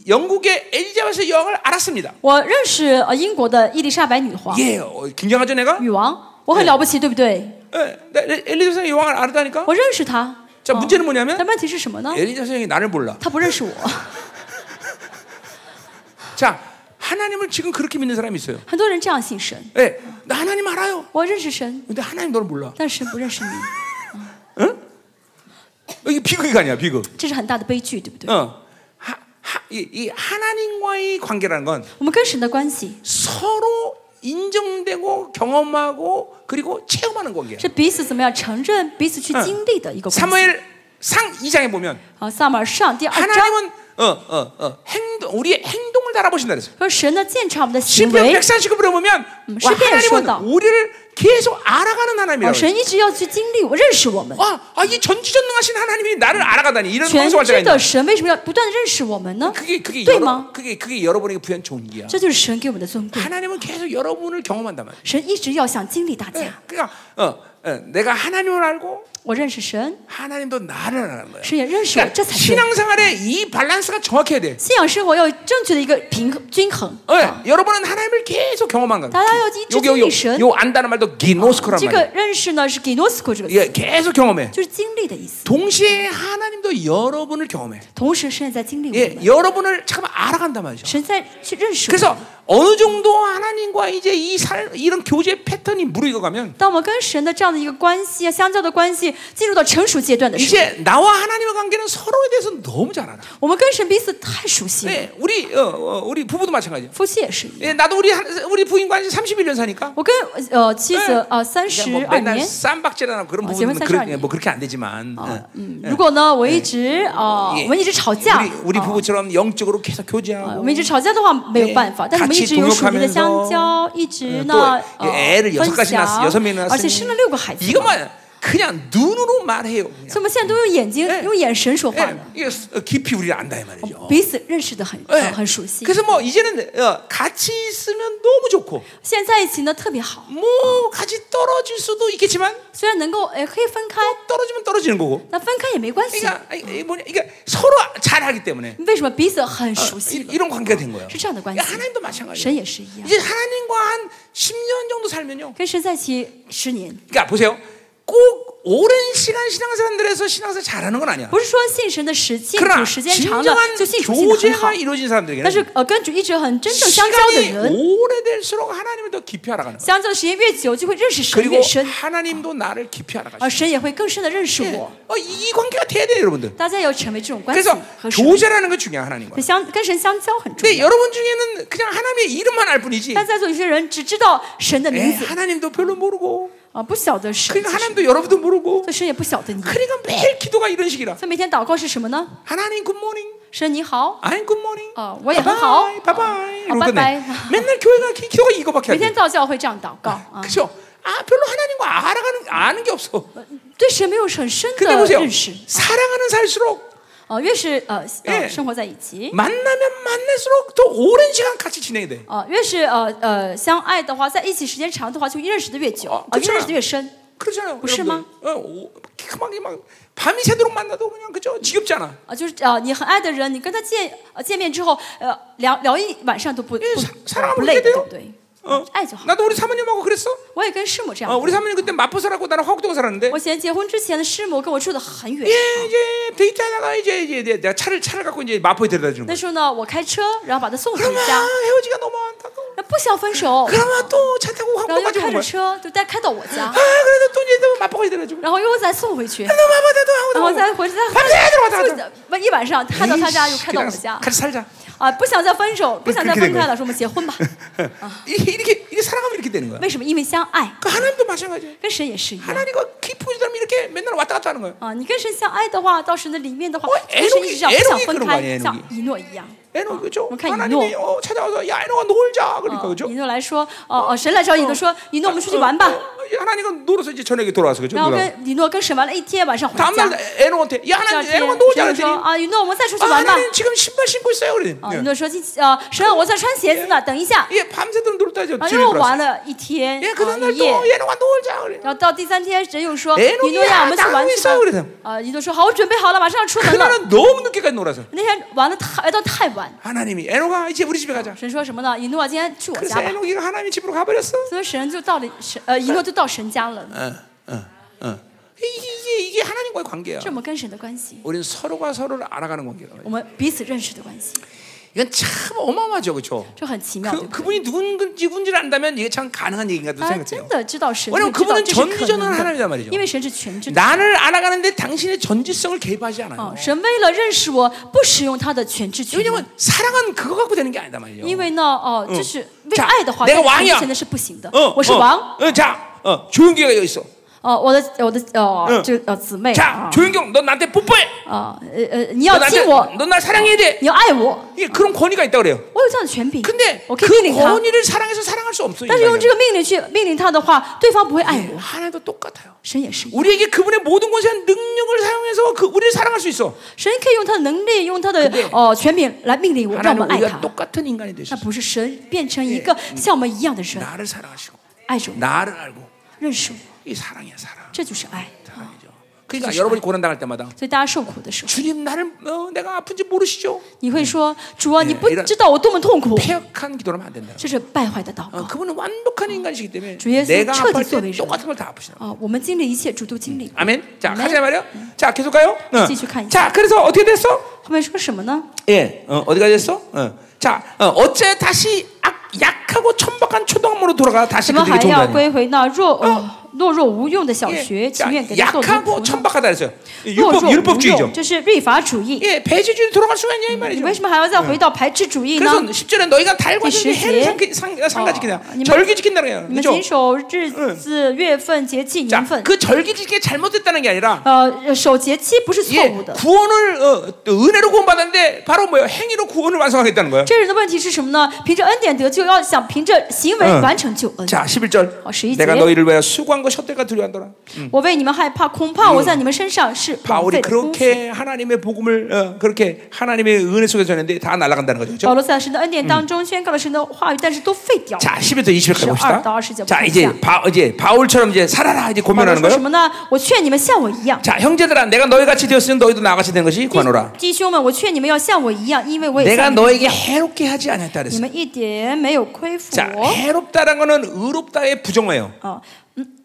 [SPEAKER 1] 영국의 엘리자베스 여왕을 알았습니다.
[SPEAKER 2] 我认识呃英国的伊丽莎白女皇
[SPEAKER 1] 예, 어, 긴장하죠 내가?
[SPEAKER 2] 女王，我很了不起，对啊不对？
[SPEAKER 1] 예, 나 엘- 엘리자베스 여왕을 알았다니까.
[SPEAKER 2] 我认识她。
[SPEAKER 1] 어? 자,
[SPEAKER 2] 啊
[SPEAKER 1] 문제는 뭐냐면
[SPEAKER 2] 但问题是什么呢？
[SPEAKER 1] 엘리자베스 여왕이 나를 몰라.
[SPEAKER 2] 她不认识我。
[SPEAKER 1] 자, 하나님을 지금 그렇게 믿는 사람이 있어요.
[SPEAKER 2] 很多人这样信神，
[SPEAKER 1] 예, 나 하나님 알아요.
[SPEAKER 2] 我认识神，
[SPEAKER 1] 근데 하나님 너를 몰라.
[SPEAKER 2] 但神不认识你，
[SPEAKER 1] 어, 이게 비극이 아니야, 비극.
[SPEAKER 2] 这是很大的悲剧，对不对？
[SPEAKER 1] 어. 하, 하, 이, 이 하나님과의 관계라는 건
[SPEAKER 2] 我们跟神的关系
[SPEAKER 1] 서로 인정되고 경험하고 그리고 체험하는 관계야.
[SPEAKER 2] 是彼此怎么样承认、彼此去经历的一个关系。
[SPEAKER 1] 사무엘 상 2장에 보면
[SPEAKER 2] 啊，萨母尔上第二章
[SPEAKER 1] 하나님은 어, 어, 어, 행동, 우리의 행동을 달아보신다 그랬어요.
[SPEAKER 2] 说神呢鉴察我们的行
[SPEAKER 1] 시편
[SPEAKER 2] 为，
[SPEAKER 1] 139편을 보면
[SPEAKER 2] 음,
[SPEAKER 1] 와,
[SPEAKER 2] 시편에
[SPEAKER 1] 하나님은
[SPEAKER 2] 써있다.
[SPEAKER 1] 우리를 계속 알아가는
[SPEAKER 2] 啊，
[SPEAKER 1] 하나님이라고.
[SPEAKER 2] 神一直要去经历我、认识我们。
[SPEAKER 1] 아, 아, 이 전지전능하신 하나님이 나를 알아가다니 이런
[SPEAKER 2] 全
[SPEAKER 1] 방송할 때가
[SPEAKER 2] 知
[SPEAKER 1] 있나?
[SPEAKER 2] 的神为什么要不断的认识我们呢？
[SPEAKER 1] 그게 그게
[SPEAKER 2] 对
[SPEAKER 1] 여러,
[SPEAKER 2] 吗？
[SPEAKER 1] 그게 그게 여러분에게 부여한 존귀야.
[SPEAKER 2] 这就是神给我们的尊贵。
[SPEAKER 1] 하나님은 계속 여러분을 경험한단 말이야.
[SPEAKER 2] 神一直要想经历大
[SPEAKER 1] 예,
[SPEAKER 2] 家。
[SPEAKER 1] 그러니까 어, 어, 내가 하나님을 알고
[SPEAKER 2] 我认识神，
[SPEAKER 1] 하나님도 나를 아는 거야.
[SPEAKER 2] 神也认识我，
[SPEAKER 1] 그러니까
[SPEAKER 2] 这才对。
[SPEAKER 1] 신앙생활에 이 밸런스가 정확해야 돼.
[SPEAKER 2] 信仰生活要有正确的一个平衡均衡。
[SPEAKER 1] 어, 여러분은 하나님을 계속 경험한 거야.
[SPEAKER 2] 다다요, 이
[SPEAKER 1] 요게 요, 요,
[SPEAKER 2] 진리신.
[SPEAKER 1] 요 안다는 말도 기노스코란
[SPEAKER 2] 这
[SPEAKER 1] 말이야.
[SPEAKER 2] 个认识呢是 ginosko 这个词，
[SPEAKER 1] 예, 계속 경험해.
[SPEAKER 2] 就是经历的意思。
[SPEAKER 1] 동시에 하나님도 여러분을 경험해.
[SPEAKER 2] 同时，神也在经历我
[SPEAKER 1] 예,
[SPEAKER 2] 们，
[SPEAKER 1] 여러분을 잠깐 알아간단 말이죠.
[SPEAKER 2] 神在去认识我们。
[SPEAKER 1] 그래서 어느 정도 하나님과 이제 이 살, 이런 교제 패턴이 무르익어가면
[SPEAKER 2] 当我们跟神的这样的一个关系啊，相交的关系去进入到成熟阶段的时候，
[SPEAKER 1] 이제 나와 하나님의 관계는 서로에 대해서 너무 잘 알아.
[SPEAKER 2] 我们跟神彼此太熟悉了。
[SPEAKER 1] 네, 우리 어, 어, 우리 부부도 마찬가지야.
[SPEAKER 2] 夫妻也是一样，
[SPEAKER 1] 예, 나도 우리 한- 우리 부인과 31년 사니까
[SPEAKER 2] 我跟呃妻子
[SPEAKER 1] 네
[SPEAKER 2] 呃三
[SPEAKER 1] 그러니까
[SPEAKER 2] 十
[SPEAKER 1] 뭐
[SPEAKER 2] 二
[SPEAKER 1] 맨날
[SPEAKER 2] 年。
[SPEAKER 1] 쌈박질하나 그런
[SPEAKER 2] 아, 어,
[SPEAKER 1] 부분은
[SPEAKER 2] 재밌는
[SPEAKER 1] 그런-
[SPEAKER 2] 사람이에요. 어,
[SPEAKER 1] 뭐 그렇게 안 되지만 예.
[SPEAKER 2] 嗯，如果呢，我一直啊、呃
[SPEAKER 1] 예.
[SPEAKER 2] 我们一直吵架，
[SPEAKER 1] 우리, 우리
[SPEAKER 2] 啊
[SPEAKER 1] 부부처럼 영적으로 계속
[SPEAKER 2] 呃
[SPEAKER 1] 교제하고
[SPEAKER 2] 我们一直吵架的话没有办法，但是我们一直有属灵的香蕉，一直呢
[SPEAKER 1] 또 예,
[SPEAKER 2] 呃
[SPEAKER 1] 呃 애를 여섯
[SPEAKER 2] 分
[SPEAKER 1] 가지
[SPEAKER 2] 享
[SPEAKER 1] 낳았어 ， 여섯 명이 어, 낳았어
[SPEAKER 2] 而且生了六个孩子，所
[SPEAKER 1] 이것만 그냥 눈으로 말해요 그냥.
[SPEAKER 2] 以我们现在都用眼睛
[SPEAKER 1] 예
[SPEAKER 2] 用眼神说话
[SPEAKER 1] 예,
[SPEAKER 2] 的，
[SPEAKER 1] 이게 스- 어, 깊이 우리를 안다 이 말이죠
[SPEAKER 2] 彼此认识的很
[SPEAKER 1] 예.
[SPEAKER 2] 呃很熟悉。
[SPEAKER 1] 그래서 뭐 이제는 어, 같이 있으면 너무 좋고
[SPEAKER 2] 现在在一起呢特别好，
[SPEAKER 1] 뭐 같이 떨어질 수도 있겠지만
[SPEAKER 2] 虽然能够哎可以分开，
[SPEAKER 1] 떨어지면 떨어지는 거고
[SPEAKER 2] 那分开也没关系。
[SPEAKER 1] 그러니까 이- 이 뭐냐 이게 서로 잘 알기 때문에 어,
[SPEAKER 2] 为什么彼此很熟
[SPEAKER 1] 이,
[SPEAKER 2] 悉了？
[SPEAKER 1] 이런 관계가 된 거예요
[SPEAKER 2] 是这样的关
[SPEAKER 1] 그러니까
[SPEAKER 2] 系，
[SPEAKER 1] 하나님도 마찬가지예요
[SPEAKER 2] 神也是一样，
[SPEAKER 1] 이제 하나님과 한 10년 정도 살면요.
[SPEAKER 2] 跟神在一起十年，
[SPEAKER 1] 그러니까 보세요. 꼭 오랜 시간 신앙생활들에서 신앙생활 잘하는 건 아니야.
[SPEAKER 2] 不是说信神的时间主
[SPEAKER 1] 그러나
[SPEAKER 2] 时间长了
[SPEAKER 1] 진정한
[SPEAKER 2] 就信主信的很好
[SPEAKER 1] 교제가 ， 이루어진
[SPEAKER 2] 但是
[SPEAKER 1] 사람들에게는
[SPEAKER 2] 呃跟主一直很真正相交的
[SPEAKER 1] 시간이
[SPEAKER 2] 人，
[SPEAKER 1] 오래될수록 하나님을 더 깊이 알아가는 거야.
[SPEAKER 2] 相交的时间越久，就会认识神
[SPEAKER 1] 그리고
[SPEAKER 2] 越深，
[SPEAKER 1] 하나님도 나를 깊이 알아가시는
[SPEAKER 2] 而神也会更深的认识
[SPEAKER 1] 거야.
[SPEAKER 2] 我。
[SPEAKER 1] 어, 이 관계가 돼야 돼요, 여러분들.
[SPEAKER 2] 大家要成为这种关系
[SPEAKER 1] 그래서
[SPEAKER 2] 和神，
[SPEAKER 1] 교제라는 게 중요해, 하나님과.
[SPEAKER 2] 对相跟神相交很重
[SPEAKER 1] 근데
[SPEAKER 2] 要。
[SPEAKER 1] 여러분 중에는 그냥 하나님의 이름만 알 뿐이지.
[SPEAKER 2] 但在座有些人只知道神的
[SPEAKER 1] 에,
[SPEAKER 2] 名字
[SPEAKER 1] 하나님도 별로 모르고.
[SPEAKER 2] 啊，不晓得神，
[SPEAKER 1] 그러니까
[SPEAKER 2] 其实
[SPEAKER 1] 하나님도 여러분도 모르고.
[SPEAKER 2] 所以神也不晓得你。所
[SPEAKER 1] 그러니까 매일 기도가 이런 식이라.
[SPEAKER 2] 以每天祷告是什么呢？
[SPEAKER 1] 하나님 굿모닝.
[SPEAKER 2] 神你好，
[SPEAKER 1] 아이 굿모닝.
[SPEAKER 2] 어, 왜 한가오?
[SPEAKER 1] 바이바이.
[SPEAKER 2] 어,
[SPEAKER 1] 이러고 끝내.
[SPEAKER 2] 바이바이.
[SPEAKER 1] 맨날 교회가 기- 기도가 이거밖에 안
[SPEAKER 2] 每天
[SPEAKER 1] 돼.
[SPEAKER 2] 到教会这样祷告啊，
[SPEAKER 1] 그죠? 아 별로 하나님과 알아가는 아는 게 없어.
[SPEAKER 2] 对神没有很深
[SPEAKER 1] 근데
[SPEAKER 2] 的
[SPEAKER 1] 보세요.
[SPEAKER 2] 认识
[SPEAKER 1] 사랑하는 살수록
[SPEAKER 2] 啊，越是呃
[SPEAKER 1] 예
[SPEAKER 2] 呃生活在一起
[SPEAKER 1] 만나면 만날수록 더 오랜 시간 같이 지내야 돼.
[SPEAKER 2] 啊，越是呃呃相爱的话，在一起时间长的话，就认识的越久
[SPEAKER 1] 哦
[SPEAKER 2] 啊，
[SPEAKER 1] 그렇
[SPEAKER 2] 越
[SPEAKER 1] 잖아
[SPEAKER 2] 认识的越深。
[SPEAKER 1] 그렇잖아요.
[SPEAKER 2] 무슨
[SPEAKER 1] 여러분들. 어, 오, 그만이 막 밤이 새도록 만나도 그냥 그죠? 지겹잖아.
[SPEAKER 2] 啊，就是啊，你很爱的人，你跟他见呃见面之后，呃，聊聊一晚上都不不
[SPEAKER 1] 사사랑하면
[SPEAKER 2] 不累
[SPEAKER 1] 그렇게
[SPEAKER 2] 的，对
[SPEAKER 1] 돼요
[SPEAKER 2] 不对？
[SPEAKER 1] 어.
[SPEAKER 2] 爱就好。
[SPEAKER 1] 나도 우리 사모님하고 그랬어.
[SPEAKER 2] 啊我也跟师母这
[SPEAKER 1] 어,
[SPEAKER 2] 样，
[SPEAKER 1] 우리 사모님 그때 마포 살았고 나는 화곡동 살았는데.
[SPEAKER 2] 我以前结婚之前的师母跟我住的很远。
[SPEAKER 1] 예, 이제 데이트하다가 이제 이제 내가 차를 차를 갖고 이제 마포에 데려다 주는
[SPEAKER 2] 那
[SPEAKER 1] 거야.
[SPEAKER 2] 时候呢，我开车，然后把她送回
[SPEAKER 1] 그러면
[SPEAKER 2] 家，
[SPEAKER 1] 헤어지가 너무 안타까워.
[SPEAKER 2] 那不想分 手，
[SPEAKER 1] 그러면 또 차 타고
[SPEAKER 2] 然后又
[SPEAKER 1] 한국까지
[SPEAKER 2] 开
[SPEAKER 1] 온
[SPEAKER 2] 着
[SPEAKER 1] 거야.
[SPEAKER 2] 车就带开到我家
[SPEAKER 1] 아, ， 그래도 또 이제 또 맛보고 이래가지고.
[SPEAKER 2] 然后又再送回 去，
[SPEAKER 1] 너무 아무데도
[SPEAKER 2] 然
[SPEAKER 1] 하고
[SPEAKER 2] 后再回去再
[SPEAKER 1] 밤새도록
[SPEAKER 2] 送一晚上开到他家又开到我
[SPEAKER 1] 같이
[SPEAKER 2] 家，
[SPEAKER 1] 같이 살자.
[SPEAKER 2] 啊，不想再分手，不 想再分开了，说我们结 婚吧。
[SPEAKER 1] 이렇게 이렇게, 이렇게 살아가면 이렇게 되는 거야.
[SPEAKER 2] 为什么？因为相爱，
[SPEAKER 1] 그 하나님도 마찬가지야.
[SPEAKER 2] 跟神也是一样。
[SPEAKER 1] 하나님과 깊은 사람이 이렇게 맨날 왔다 갔다 하는 거야.
[SPEAKER 2] 啊，你跟神相爱的话，到神的里面的话，
[SPEAKER 1] 哦
[SPEAKER 2] 跟神一直这样
[SPEAKER 1] 哎
[SPEAKER 2] 不想
[SPEAKER 1] 哎
[SPEAKER 2] 分
[SPEAKER 1] 哎哎
[SPEAKER 2] 开，像以诺一样。
[SPEAKER 1] 에노 예, 어, 그죠?
[SPEAKER 2] 뭐 그냥
[SPEAKER 1] 하나님이
[SPEAKER 2] 이노.
[SPEAKER 1] 어, 찾아와서 야 에노가 놀자 그러니까
[SPEAKER 2] 啊
[SPEAKER 1] 그죠?
[SPEAKER 2] 以诺来说，哦哦，神来找以诺说，以诺，我们出去玩吧
[SPEAKER 1] 어, 。 어, 하나님과 놀아서 이제 저녁에 돌아와서 그죠?
[SPEAKER 2] 然后
[SPEAKER 1] 놀아.
[SPEAKER 2] 跟以诺跟神玩了一天，晚上回家。
[SPEAKER 1] 다음날 에노한테 야
[SPEAKER 2] 第二
[SPEAKER 1] 하나님
[SPEAKER 2] 天，
[SPEAKER 1] 에노가 놀자
[SPEAKER 2] 神
[SPEAKER 1] 그랬더니
[SPEAKER 2] 说啊，以诺，我们再出去
[SPEAKER 1] 아,
[SPEAKER 2] 玩吧。
[SPEAKER 1] 하나님 지금 신발 신고 있어요 그래.
[SPEAKER 2] 啊，以诺说，今呃，神，我在穿鞋子呢，等一下。
[SPEAKER 1] 예, 밤새도록 놀다 이제
[SPEAKER 2] 啊，
[SPEAKER 1] 집에
[SPEAKER 2] 又
[SPEAKER 1] 돌아왔어.
[SPEAKER 2] 玩了一天，
[SPEAKER 1] 예, 어, 그
[SPEAKER 2] 啊
[SPEAKER 1] 다음날
[SPEAKER 2] 一夜
[SPEAKER 1] 또 。 얘네가 놀자 그래.
[SPEAKER 2] 然后到第三天，神又说，
[SPEAKER 1] 哎
[SPEAKER 2] 以诺呀，我们去玩去吧
[SPEAKER 1] 打个比赛。
[SPEAKER 2] 啊，以诺说好，我准备好了，马上要出门了。
[SPEAKER 1] 그날은 너무 늦게까지 놀아서
[SPEAKER 2] 那天玩的太玩到太晚，
[SPEAKER 1] 하나님이 에노가 이제 우리 집에 가자.
[SPEAKER 2] 神说什么呢？以诺啊，今天去我
[SPEAKER 1] 그래서
[SPEAKER 2] 家吧。
[SPEAKER 1] 에노기가 하나님 집으로 가버렸어.
[SPEAKER 2] 所以神就到了神，呃，一诺就到神家了。
[SPEAKER 1] 어, 어, 어. 이게 이게, 이게 하나님과의 관계야.
[SPEAKER 2] 这我们跟神的关系，
[SPEAKER 1] 우리는 서로가 서로를 알아가는 관계다.
[SPEAKER 2] 我们彼此认识的关系，
[SPEAKER 1] 이건 참 어마어마하죠, 그렇죠?
[SPEAKER 2] 这很奇妙，对
[SPEAKER 1] 그
[SPEAKER 2] 不对？
[SPEAKER 1] 그분이 누군지를 안다면 이게 참 가능한 얘기인가도
[SPEAKER 2] 他真
[SPEAKER 1] 생각해요.
[SPEAKER 2] 的知道神，
[SPEAKER 1] 왜냐면
[SPEAKER 2] 就知道
[SPEAKER 1] 그분은
[SPEAKER 2] 这是可
[SPEAKER 1] 전지전능한하나님이란
[SPEAKER 2] 能
[SPEAKER 1] 말이
[SPEAKER 2] 的
[SPEAKER 1] 죠 ，
[SPEAKER 2] 因为神是全知的。
[SPEAKER 1] 나를 알아가는데 당신의 전지성을 개입하지 않아요.
[SPEAKER 2] 啊，神为了认识我，不使用他的全知全能，
[SPEAKER 1] 왜냐면 사랑은 그거 갖고 되는 게 아니다 말이에요.
[SPEAKER 2] 因为呢，哦，就是为
[SPEAKER 1] 자
[SPEAKER 2] 爱的话，
[SPEAKER 1] 내가
[SPEAKER 2] 跟
[SPEAKER 1] 왕이야
[SPEAKER 2] 神真的是不行的。我是王，
[SPEAKER 1] 어, 자, 어, 조은기가 여기 있어.
[SPEAKER 2] 哦，我的我的
[SPEAKER 1] 嗯
[SPEAKER 2] 哦，就呃姊妹
[SPEAKER 1] 자,
[SPEAKER 2] 啊，
[SPEAKER 1] 조윤경, 너 나한테 뽀뽀해.
[SPEAKER 2] 啊呃呃，你
[SPEAKER 1] 너
[SPEAKER 2] 要亲
[SPEAKER 1] 나한테,
[SPEAKER 2] 我，
[SPEAKER 1] 너 날 사랑해야 돼.
[SPEAKER 2] 你要爱我，
[SPEAKER 1] 이게 그런 권위가 있다 그래요.
[SPEAKER 2] 我有这样的权柄
[SPEAKER 1] 근데 ，
[SPEAKER 2] 我
[SPEAKER 1] 그
[SPEAKER 2] 可以命令他。
[SPEAKER 1] 권위를 사랑해서 사랑할 수 없어요.
[SPEAKER 2] 但是用这
[SPEAKER 1] 인간이요. 예,
[SPEAKER 2] 个命令去命令他的话，对方不会爱我。
[SPEAKER 1] 하나도 똑같아요.
[SPEAKER 2] 神也是一样，
[SPEAKER 1] 우리에게 그분의 모든 권세와 능력을 사용해서 그 우리를 사랑할 수 있어.
[SPEAKER 2] 神可以用他的能力，用他的
[SPEAKER 1] 근데
[SPEAKER 2] 哦权柄来命令我，让我嗯
[SPEAKER 1] 하나님
[SPEAKER 2] 们爱
[SPEAKER 1] 우리가
[SPEAKER 2] 他。
[SPEAKER 1] 똑같은 인간이 되셔.
[SPEAKER 2] 那不是神变成一个像我们一样的神，
[SPEAKER 1] 나를 사랑하시고
[SPEAKER 2] 爱着我，
[SPEAKER 1] 나를 알고
[SPEAKER 2] 认识我，
[SPEAKER 1] 이 사랑이야 사랑.
[SPEAKER 2] 这就是爱。
[SPEAKER 1] 사랑이죠. 그러니까 여러분이 고난 당할 때마다
[SPEAKER 2] 所以大家受苦的时候，
[SPEAKER 1] 주님 나를 어, 내가 아픈지 모르시죠?
[SPEAKER 2] 你会说：“主啊，你不
[SPEAKER 1] 이런
[SPEAKER 2] 知道我多么痛苦。
[SPEAKER 1] 폐역한 기도를 하면 안 된다. ”
[SPEAKER 2] 这是败坏的祷
[SPEAKER 1] 어,
[SPEAKER 2] 告
[SPEAKER 1] 그분은 완벽한 인간이시기 때문에
[SPEAKER 2] 아. 주 예수는
[SPEAKER 1] 내가 아플 때
[SPEAKER 2] 처지수업이죠.
[SPEAKER 1] 똑같은 걸 다 아프시나.
[SPEAKER 2] 啊！我们经历一切，主都经历。
[SPEAKER 1] 아멘. 자,
[SPEAKER 2] 아멘.
[SPEAKER 1] 가자 말이요. 자, 계속 가요. 어.
[SPEAKER 2] 네. 지지 칸.
[SPEAKER 1] 자, 그래서 어떻게 됐어?
[SPEAKER 2] 后面说什么呢？
[SPEAKER 1] 예, 어, 어디가 됐어? 어. 자, 어, 어째 다시 악, 약하고 천박한 초동으로 돌아가 다시
[SPEAKER 2] 我们
[SPEAKER 1] 그들에게
[SPEAKER 2] 还要
[SPEAKER 1] 종다니.
[SPEAKER 2] 归回那弱、
[SPEAKER 1] 哦
[SPEAKER 2] 哦、懦弱无用的小
[SPEAKER 1] 예,
[SPEAKER 2] 学，情
[SPEAKER 1] 자,
[SPEAKER 2] 愿给他做奴仆
[SPEAKER 1] 약하고
[SPEAKER 2] 呢？
[SPEAKER 1] 천박하다 그랬어요.
[SPEAKER 2] 懦
[SPEAKER 1] 율법
[SPEAKER 2] 弱无
[SPEAKER 1] 율법주의죠.
[SPEAKER 2] 用，这是律法主义。
[SPEAKER 1] 예, 배제주의 돌아갈 수가 있냐 이
[SPEAKER 2] 你
[SPEAKER 1] 말이죠.
[SPEAKER 2] 为什么还要再回到排斥主义呢？
[SPEAKER 1] 그래서 10절에 너희가 달과
[SPEAKER 2] 뭐 이
[SPEAKER 1] 전에
[SPEAKER 2] 시제.
[SPEAKER 1] 해를 삼키- 상- 상가 지키냐.
[SPEAKER 2] 어, 아니면-
[SPEAKER 1] 절기 지킨다는 거예요.
[SPEAKER 2] 你们嗯
[SPEAKER 1] 그죠?
[SPEAKER 2] 谨守日子、月份、节气、
[SPEAKER 1] 자,
[SPEAKER 2] 年份。
[SPEAKER 1] 그 절기 지키는 게 잘못됐다는 게 아니라
[SPEAKER 2] 呃，守节期不是错
[SPEAKER 1] 예,
[SPEAKER 2] 误的。
[SPEAKER 1] 구원을 어, 은혜로 구원받았는데 바로 뭐예요? 행위로 구원을 완성하겠다는 거예요.
[SPEAKER 2] 这人的问题是什么呢？凭着恩典得救，要想凭着行为
[SPEAKER 1] 嗯
[SPEAKER 2] 完成救恩。
[SPEAKER 1] 자, 11절.
[SPEAKER 2] 어, 11
[SPEAKER 1] 내가
[SPEAKER 2] 절.
[SPEAKER 1] 너희를 위하여 수고한 것 셔대가 두려워한더라.
[SPEAKER 2] 我为你们害怕，恐怕我在你们身上是枉费
[SPEAKER 1] 바울이
[SPEAKER 2] 嗯的功夫。
[SPEAKER 1] 그렇게 하나님의 복음을 어, 그렇게 하나님의 은혜 속에서 전했는데 다 날아간다는 거죠. 그렇죠? 그죠?
[SPEAKER 2] 保罗在神的恩典当中宣告了神的话语，但是都废掉了。
[SPEAKER 1] 자, 11절 20절까지 아, 봅시다.
[SPEAKER 2] 12절20 절
[SPEAKER 1] 자, 이제 바 이제 바울처럼 이제 살아라 이제
[SPEAKER 2] 保罗
[SPEAKER 1] 고면하는
[SPEAKER 2] 说什
[SPEAKER 1] 거예요.
[SPEAKER 2] 么呢？我劝你们像我一样，
[SPEAKER 1] 자, 형제들아 내가 너희 같이 되었으니 너희도 나같이 된 것이 구하노라.
[SPEAKER 2] 弟兄们，我劝你们要像我一样，因为我也
[SPEAKER 1] 내가
[SPEAKER 2] 像你们
[SPEAKER 1] 너에게 해롭게 뭐? 하지 않았다
[SPEAKER 2] 你
[SPEAKER 1] 그랬어.
[SPEAKER 2] 们一点没有亏负
[SPEAKER 1] 자,
[SPEAKER 2] 我。
[SPEAKER 1] 해롭다라는 거는 의롭다의 부정어예요.
[SPEAKER 2] 哦，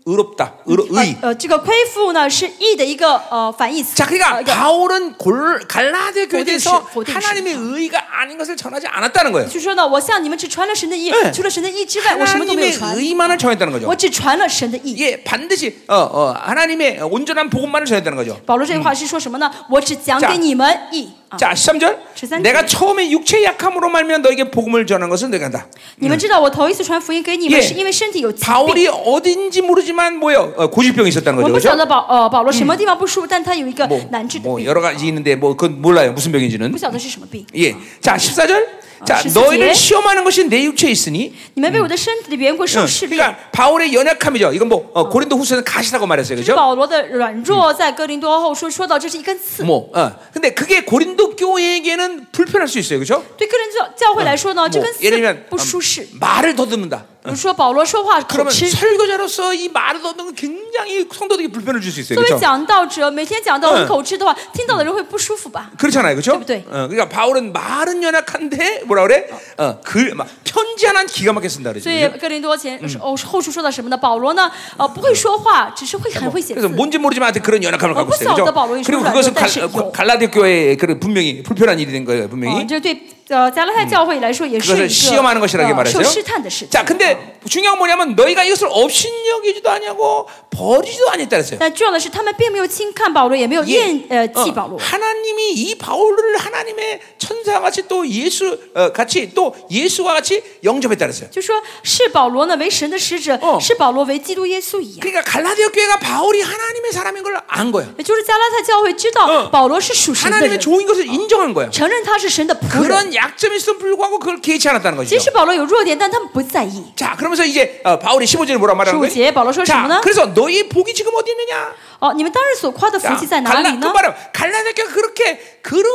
[SPEAKER 1] 의롭다, 의로,
[SPEAKER 2] 呃
[SPEAKER 1] 의.
[SPEAKER 2] 呃，这个亏负呢是义的一个呃反义词。
[SPEAKER 1] 자,
[SPEAKER 2] 呃
[SPEAKER 1] 그러니까
[SPEAKER 2] 一个
[SPEAKER 1] 바울은 골, 갈라디아 교회에서
[SPEAKER 2] 고등식, 고등식.
[SPEAKER 1] 하나님의 의가 아닌 것을 전하지 않았다는 거예요.
[SPEAKER 2] 就说呢，我向你们只传了神的义
[SPEAKER 1] 哎，
[SPEAKER 2] 除了神的义之外，我什么都没
[SPEAKER 1] 하나님의
[SPEAKER 2] 有传，
[SPEAKER 1] 의만을 전했다는 거죠.
[SPEAKER 2] 我只传了神的义。
[SPEAKER 1] 예, 반드시 어, 어, 하나님의 온전한 복음만을 전했다는 거죠.
[SPEAKER 2] 保罗这句话是说什么呢？我只讲
[SPEAKER 1] 자
[SPEAKER 2] 给你们义啊。
[SPEAKER 1] 자, 13절.
[SPEAKER 2] 주산지.
[SPEAKER 1] 내가 처음에 육체의 약함으로 말미암아 너에게 복음을 전한 것은 내가 한다.
[SPEAKER 2] 你们知道，我头一次传福音给你们，
[SPEAKER 1] 예
[SPEAKER 2] 是因为身体有疾病。
[SPEAKER 1] 바울이 어딘지 모르지만 뭐예요? 어, 고질병이 있었다는
[SPEAKER 2] 我
[SPEAKER 1] 거죠.
[SPEAKER 2] 不晓
[SPEAKER 1] 그렇죠?
[SPEAKER 2] 得保呃保罗什么地方不舒服，但他有一个
[SPEAKER 1] 뭐,
[SPEAKER 2] 难治的
[SPEAKER 1] 뭐
[SPEAKER 2] 病，
[SPEAKER 1] 여러 가지 있는데 뭐 그건 몰라요. 무슨 병인지는.
[SPEAKER 2] 不晓得是什么病。
[SPEAKER 1] 예. 자, 어, 14절. 자,
[SPEAKER 2] 14
[SPEAKER 1] 너희를
[SPEAKER 2] 절.
[SPEAKER 1] 시험하는 것이 내 육체에 있으니.
[SPEAKER 2] 你们为我的身体的缘故
[SPEAKER 1] 응,
[SPEAKER 2] 受试炼，
[SPEAKER 1] 그러니까 바울의 연약함이죠. 이건 뭐 어, 고린도 후서는 가시라고 말했어요.
[SPEAKER 2] 这是
[SPEAKER 1] 그죠?
[SPEAKER 2] 保罗的软弱，在哥林多后书说到这是一根刺。
[SPEAKER 1] 뭐. 어. 근데 그게 고린도 교회에게는 불편할 수 있어요. 그죠?
[SPEAKER 2] 对个人教教会来说呢，这
[SPEAKER 1] 뭐,
[SPEAKER 2] 根
[SPEAKER 1] 예를
[SPEAKER 2] 刺
[SPEAKER 1] 들면
[SPEAKER 2] 不舒适。
[SPEAKER 1] 말을 더듬는다.
[SPEAKER 2] 比如说保罗说话口
[SPEAKER 1] 그러면
[SPEAKER 2] 嗯吃，
[SPEAKER 1] 설교자로서 이 말을 더듬는 건 굉장히 성도들에게 불편을 줄 수 있어요. 그렇죠?
[SPEAKER 2] 作为
[SPEAKER 1] 그죠?
[SPEAKER 2] 讲道者，每天讲道
[SPEAKER 1] 嗯
[SPEAKER 2] 你口吃的话，听到的人会不舒服吧？
[SPEAKER 1] 그렇잖아요, 그렇죠?
[SPEAKER 2] 네, 네.
[SPEAKER 1] 어, 그러니까 바울은 말은 연약한데 뭐라 그래? 어, 글, 막 편지 하나 는 기가 막히게 쓴다 그러죠.
[SPEAKER 2] 所以哥林多前哦后书说到什么呢？保罗呢，呃，不会说话，只是会很会写
[SPEAKER 1] 그래서
[SPEAKER 2] 字。
[SPEAKER 1] 뭔지 모르지만 하여튼 그런 연약함을 갖고
[SPEAKER 2] 어,
[SPEAKER 1] 있어요,
[SPEAKER 2] 벌써
[SPEAKER 1] 그렇죠?
[SPEAKER 2] 바울이
[SPEAKER 1] 그리고
[SPEAKER 2] 정말
[SPEAKER 1] 그것은 갈,
[SPEAKER 2] 다시
[SPEAKER 1] 어,
[SPEAKER 2] 요.
[SPEAKER 1] 갈라디아 교회의 그런 분명히 불편한 일이 된 거예요,
[SPEAKER 2] 啊，
[SPEAKER 1] 분명히.
[SPEAKER 2] 这对呃加拉太教会来说也是一
[SPEAKER 1] 그것을
[SPEAKER 2] 个
[SPEAKER 1] 시험하는 것이라고
[SPEAKER 2] 呃受
[SPEAKER 1] 말했어요.
[SPEAKER 2] 试探的事情
[SPEAKER 1] 자, 。 근데 중요한 뭐냐면 너희가 이것을 업신여기지도 아니하고 버리지도 아니했다 그랬어요.
[SPEAKER 2] 但重要的是，他们并没有轻看保罗，也没有
[SPEAKER 1] 예.
[SPEAKER 2] 厌呃弃
[SPEAKER 1] 어,
[SPEAKER 2] 保罗。
[SPEAKER 1] 하나님이 이 바울을 하나님의 천사같이 또 예수 어, 같이 또 예수와 같이 영접했다 그랬어요.
[SPEAKER 2] 就说视保罗呢为神的使者
[SPEAKER 1] 어 ，
[SPEAKER 2] 视保罗为基督耶稣一样。
[SPEAKER 1] 그러니까 갈라디아 교회가 바울이 하나님의 사람인 걸 안 거예요.
[SPEAKER 2] 也就是加拉太教会知
[SPEAKER 1] 어
[SPEAKER 2] 道保罗是属神的
[SPEAKER 1] 하나님의
[SPEAKER 2] 人，
[SPEAKER 1] 종인 것을 인정한 거예요.
[SPEAKER 2] 承认他是神的仆人。
[SPEAKER 1] 그런 약점이 있음 불구하고 그걸 개의치 않았다는
[SPEAKER 2] 即
[SPEAKER 1] 거죠.
[SPEAKER 2] 使保罗有弱点，但他们不在意。
[SPEAKER 1] 자, 그러면서 이제 어, 바울이 15절에 뭐라 말하는
[SPEAKER 2] 15
[SPEAKER 1] 거예요?
[SPEAKER 2] 절에 바울说什
[SPEAKER 1] 자,
[SPEAKER 2] 么呢?
[SPEAKER 1] 그래서 너희 복이 지금 어디 있느냐?
[SPEAKER 2] 哦，你们当日所夸的福
[SPEAKER 1] 자,
[SPEAKER 2] 气在哪
[SPEAKER 1] 갈라, 그
[SPEAKER 2] 里呢？
[SPEAKER 1] 말은 갈라디아 교회가 그렇게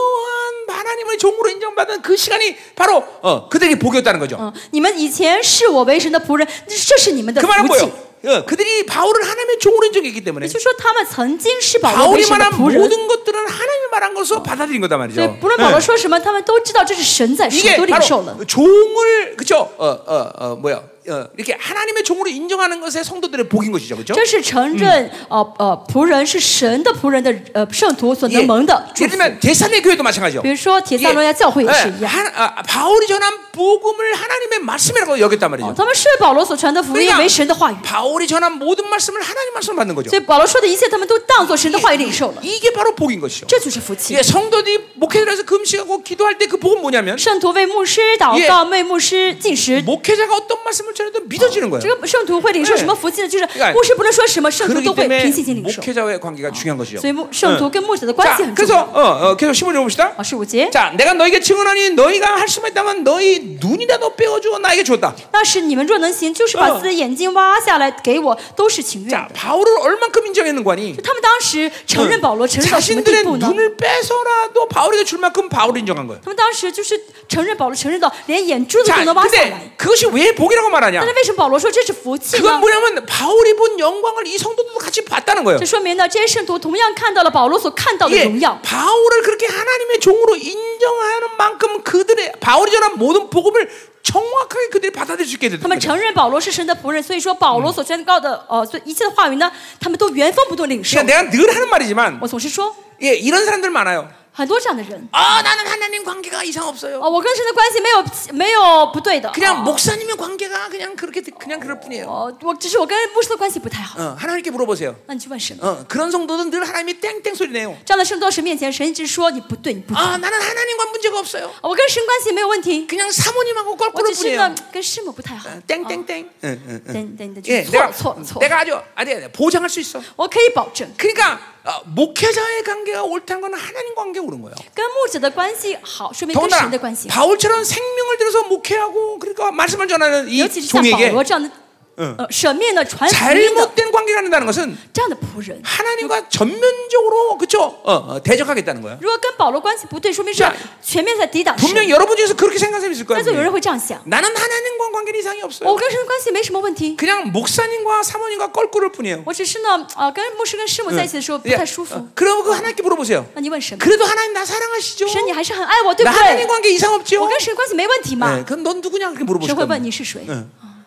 [SPEAKER 1] 그러한 하나님의 종으로 인정받은 그 시간이 바로 어, 그들에게 복이었다는 거죠.
[SPEAKER 2] 嗯，你们以前视我为神的仆人，这这是你们的
[SPEAKER 1] 그 말은
[SPEAKER 2] 福气。
[SPEAKER 1] 뭐예요? 어, 그들이 바울을 하나님의 종으로 인정했기
[SPEAKER 2] 也
[SPEAKER 1] 때문에
[SPEAKER 2] 就是说，他们曾经是保罗为
[SPEAKER 1] 바울이
[SPEAKER 2] 神的
[SPEAKER 1] 말한
[SPEAKER 2] 仆人，
[SPEAKER 1] 모든 것들은 하나님이 말한 것으로 받아들인 거다
[SPEAKER 2] 所以
[SPEAKER 1] 말이죠.
[SPEAKER 2] 不论
[SPEAKER 1] 예.
[SPEAKER 2] 保罗说什么，他们都知道这是神在说，
[SPEAKER 1] 이게
[SPEAKER 2] 都领受了。
[SPEAKER 1] 바로 종을 그죠? 어 어 어 뭐야? 어, 이렇게 하나님의 종으로 인정하는 것에 성도들의 복인 것이죠, 그죠?
[SPEAKER 2] 这是承认呃呃仆人是神的仆人的呃圣徒所能蒙的祝
[SPEAKER 1] 예를
[SPEAKER 2] 福。
[SPEAKER 1] 들면 대산의 교회도 마찬가지죠.
[SPEAKER 2] 比如说铁萨罗亚教会也是一
[SPEAKER 1] 예,
[SPEAKER 2] 样，
[SPEAKER 1] 하나- 아, 바울이 전한 복음을 하나님의 말씀이라고 여겼단 말이죠.
[SPEAKER 2] 哦他们视保罗所传的福音
[SPEAKER 1] 그러니까
[SPEAKER 2] 为神的话语，
[SPEAKER 1] 바울이 전한 모든 말씀을 하나님 말씀 받는 거죠.
[SPEAKER 2] 所以保罗说的一切，他们都当作神的话语领受了。
[SPEAKER 1] 이게 바로 복인 것이죠.
[SPEAKER 2] 这就是福气
[SPEAKER 1] 예, 。 성도들이 목회자에서 금식하고 기도할 때 그 복은 뭐냐면
[SPEAKER 2] 圣徒为牧师祷告，为牧师进食。
[SPEAKER 1] 목회자가 어떤 말씀을 전해도 믿어지는 거예요.
[SPEAKER 2] 这个哎圣徒会领受什么福气呢？就是
[SPEAKER 1] 그러니까
[SPEAKER 2] 牧师不论说什么，圣徒
[SPEAKER 1] 그렇기
[SPEAKER 2] 都会
[SPEAKER 1] 때문에
[SPEAKER 2] 凭信心领受。
[SPEAKER 1] 목회자와의 관계가 중요한 것이죠.
[SPEAKER 2] 所以牧圣徒嗯跟牧者的关
[SPEAKER 1] 자,
[SPEAKER 2] 系很重
[SPEAKER 1] 그래서
[SPEAKER 2] 要。
[SPEAKER 1] 어, 어, 계속 15절 봅시다.
[SPEAKER 2] 啊，十五节，
[SPEAKER 1] 자, 내가 너에게 증언하니 너희가 할 수만 있다면 너희 눈이라도 빼어주어 나에게 줬다.
[SPEAKER 2] 那是你们若能行，就是把自己的眼睛挖下来给我，都是情愿
[SPEAKER 1] 자,
[SPEAKER 2] 的。
[SPEAKER 1] 바울을 얼만큼 인정했는 거니?
[SPEAKER 2] 他们当时承认保罗，承认到什么地
[SPEAKER 1] 자신들의
[SPEAKER 2] 步呢？
[SPEAKER 1] 눈을 빼서라도 바울에게 줄 만큼 바울을 인정한 거예요.
[SPEAKER 2] 他们当时就是承认保罗，承认到连眼珠子
[SPEAKER 1] 자,
[SPEAKER 2] 都能挖下来。
[SPEAKER 1] 근데 그것이 왜 복이라고
[SPEAKER 2] 但
[SPEAKER 1] 말하냐?
[SPEAKER 2] 是为什么保罗说这是福气
[SPEAKER 1] 그건
[SPEAKER 2] 呢？
[SPEAKER 1] 뭐냐면 바울이 본 영광을 이 성도들도 같이 봤다는 거예요.
[SPEAKER 2] 这说明呢，这些圣徒同样看到了保罗所看到的
[SPEAKER 1] 예,
[SPEAKER 2] 荣耀。
[SPEAKER 1] 바울을 그렇게 하나님의 종으로 인정하는 만큼 그들의 바울이 전한 모든 복음을 정확하게 그들이 받아들일 수 있게
[SPEAKER 2] 他
[SPEAKER 1] 됐던
[SPEAKER 2] 们
[SPEAKER 1] 거예요.
[SPEAKER 2] 承认保罗是神的仆人，所以说保罗所宣告的，呃，所以一切的话语呢，他们都原封不动领受
[SPEAKER 1] 그러니까 。 내가 늘 하는 말이지만
[SPEAKER 2] 我总是说，
[SPEAKER 1] 예, 이런 사람들 많아요.
[SPEAKER 2] 很多这样的人
[SPEAKER 1] 아 나는 하나님 관계가 이상
[SPEAKER 2] 啊、
[SPEAKER 1] 없어요.
[SPEAKER 2] 我跟神的关系没有没有不对的，
[SPEAKER 1] 그냥 목사님의 관계가 그냥 그렇게 그냥 그럴 뿐이에요.
[SPEAKER 2] 哦、我只是我跟牧师的关系不太好，
[SPEAKER 1] 어, 하나님께 물어보세요.
[SPEAKER 2] 那你去问神。
[SPEAKER 1] 어, 그런 성도는 늘 하나님이 땡땡 소리 내요.
[SPEAKER 2] 站在圣斗神面前，神一直说你不对，你不对。
[SPEAKER 1] 아 나는 하나님과 문제가 없어요.
[SPEAKER 2] 我跟神关系没有问题，
[SPEAKER 1] 그냥 사모님하고
[SPEAKER 2] 我
[SPEAKER 1] 껄끄러
[SPEAKER 2] 只是呢
[SPEAKER 1] 뿐이에요.
[SPEAKER 2] 跟师母不太好。
[SPEAKER 1] 어, 땡땡땡. 응, 응.
[SPEAKER 2] 等等等，
[SPEAKER 1] 예,
[SPEAKER 2] 错
[SPEAKER 1] 내가
[SPEAKER 2] 了错了错了，
[SPEAKER 1] 내가 아주 아니 아니 보장할 수 있어.
[SPEAKER 2] 我可以保证，
[SPEAKER 1] 그러니까 어, 목회자의 관계가 옳다는 건 하나님 관계 가 옳은 거예요.
[SPEAKER 2] 跟牧者的关系好，说明跟神的关
[SPEAKER 1] 더군다나
[SPEAKER 2] 系好。
[SPEAKER 1] 바울처럼 생명을 들여서 목회하고 그러니까 말씀을 전하는
[SPEAKER 2] 尤
[SPEAKER 1] 이
[SPEAKER 2] 其是像保
[SPEAKER 1] 종에게
[SPEAKER 2] 罗这样的，呃，舍面的传福音的
[SPEAKER 1] 잘못된 관계가 된다는 것은
[SPEAKER 2] 这样的仆人，
[SPEAKER 1] 하나님과 전면적으로 그쵸 어, 어, 대적하겠다는 거야.
[SPEAKER 2] 如果跟保罗关系不对，说明是
[SPEAKER 1] 자
[SPEAKER 2] 全面在抵挡神。
[SPEAKER 1] 분명 여러분 중에서 그렇게 생각하는 사람이 있을
[SPEAKER 2] 但是有人
[SPEAKER 1] 거예요.
[SPEAKER 2] 会这样想，
[SPEAKER 1] 나는 하나님과 관계는 이상이 없어요.
[SPEAKER 2] 我跟神的关系没什么问题，
[SPEAKER 1] 그냥 목사님과 사모님과 껄끄러울 뿐이에요.
[SPEAKER 2] 我只是呢，啊，跟牧师跟师母在一起的时候不
[SPEAKER 1] 예,
[SPEAKER 2] 太舒服
[SPEAKER 1] 어, 。 그럼 그 하나님께 물어보세요.
[SPEAKER 2] 那你问神吧，
[SPEAKER 1] 그래도 하나님 나 사랑하시죠?
[SPEAKER 2] 神你还是很爱我，对
[SPEAKER 1] 나
[SPEAKER 2] 不对
[SPEAKER 1] 하나님 ？ 관계 이상
[SPEAKER 2] 我
[SPEAKER 1] 없죠?
[SPEAKER 2] 跟神关系没哦问题
[SPEAKER 1] 네,
[SPEAKER 2] 嘛？
[SPEAKER 1] 그럼 넌 누구냐 그렇게
[SPEAKER 2] 神
[SPEAKER 1] 물어보실
[SPEAKER 2] 会问
[SPEAKER 1] 거예요.
[SPEAKER 2] 你是谁？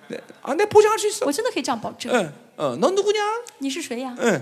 [SPEAKER 1] 네, 아, 내 보장할 수 있어.
[SPEAKER 2] 我真的可以这样保证，
[SPEAKER 1] 네, 어, 넌 누구냐?
[SPEAKER 2] 你是谁呀？
[SPEAKER 1] 네.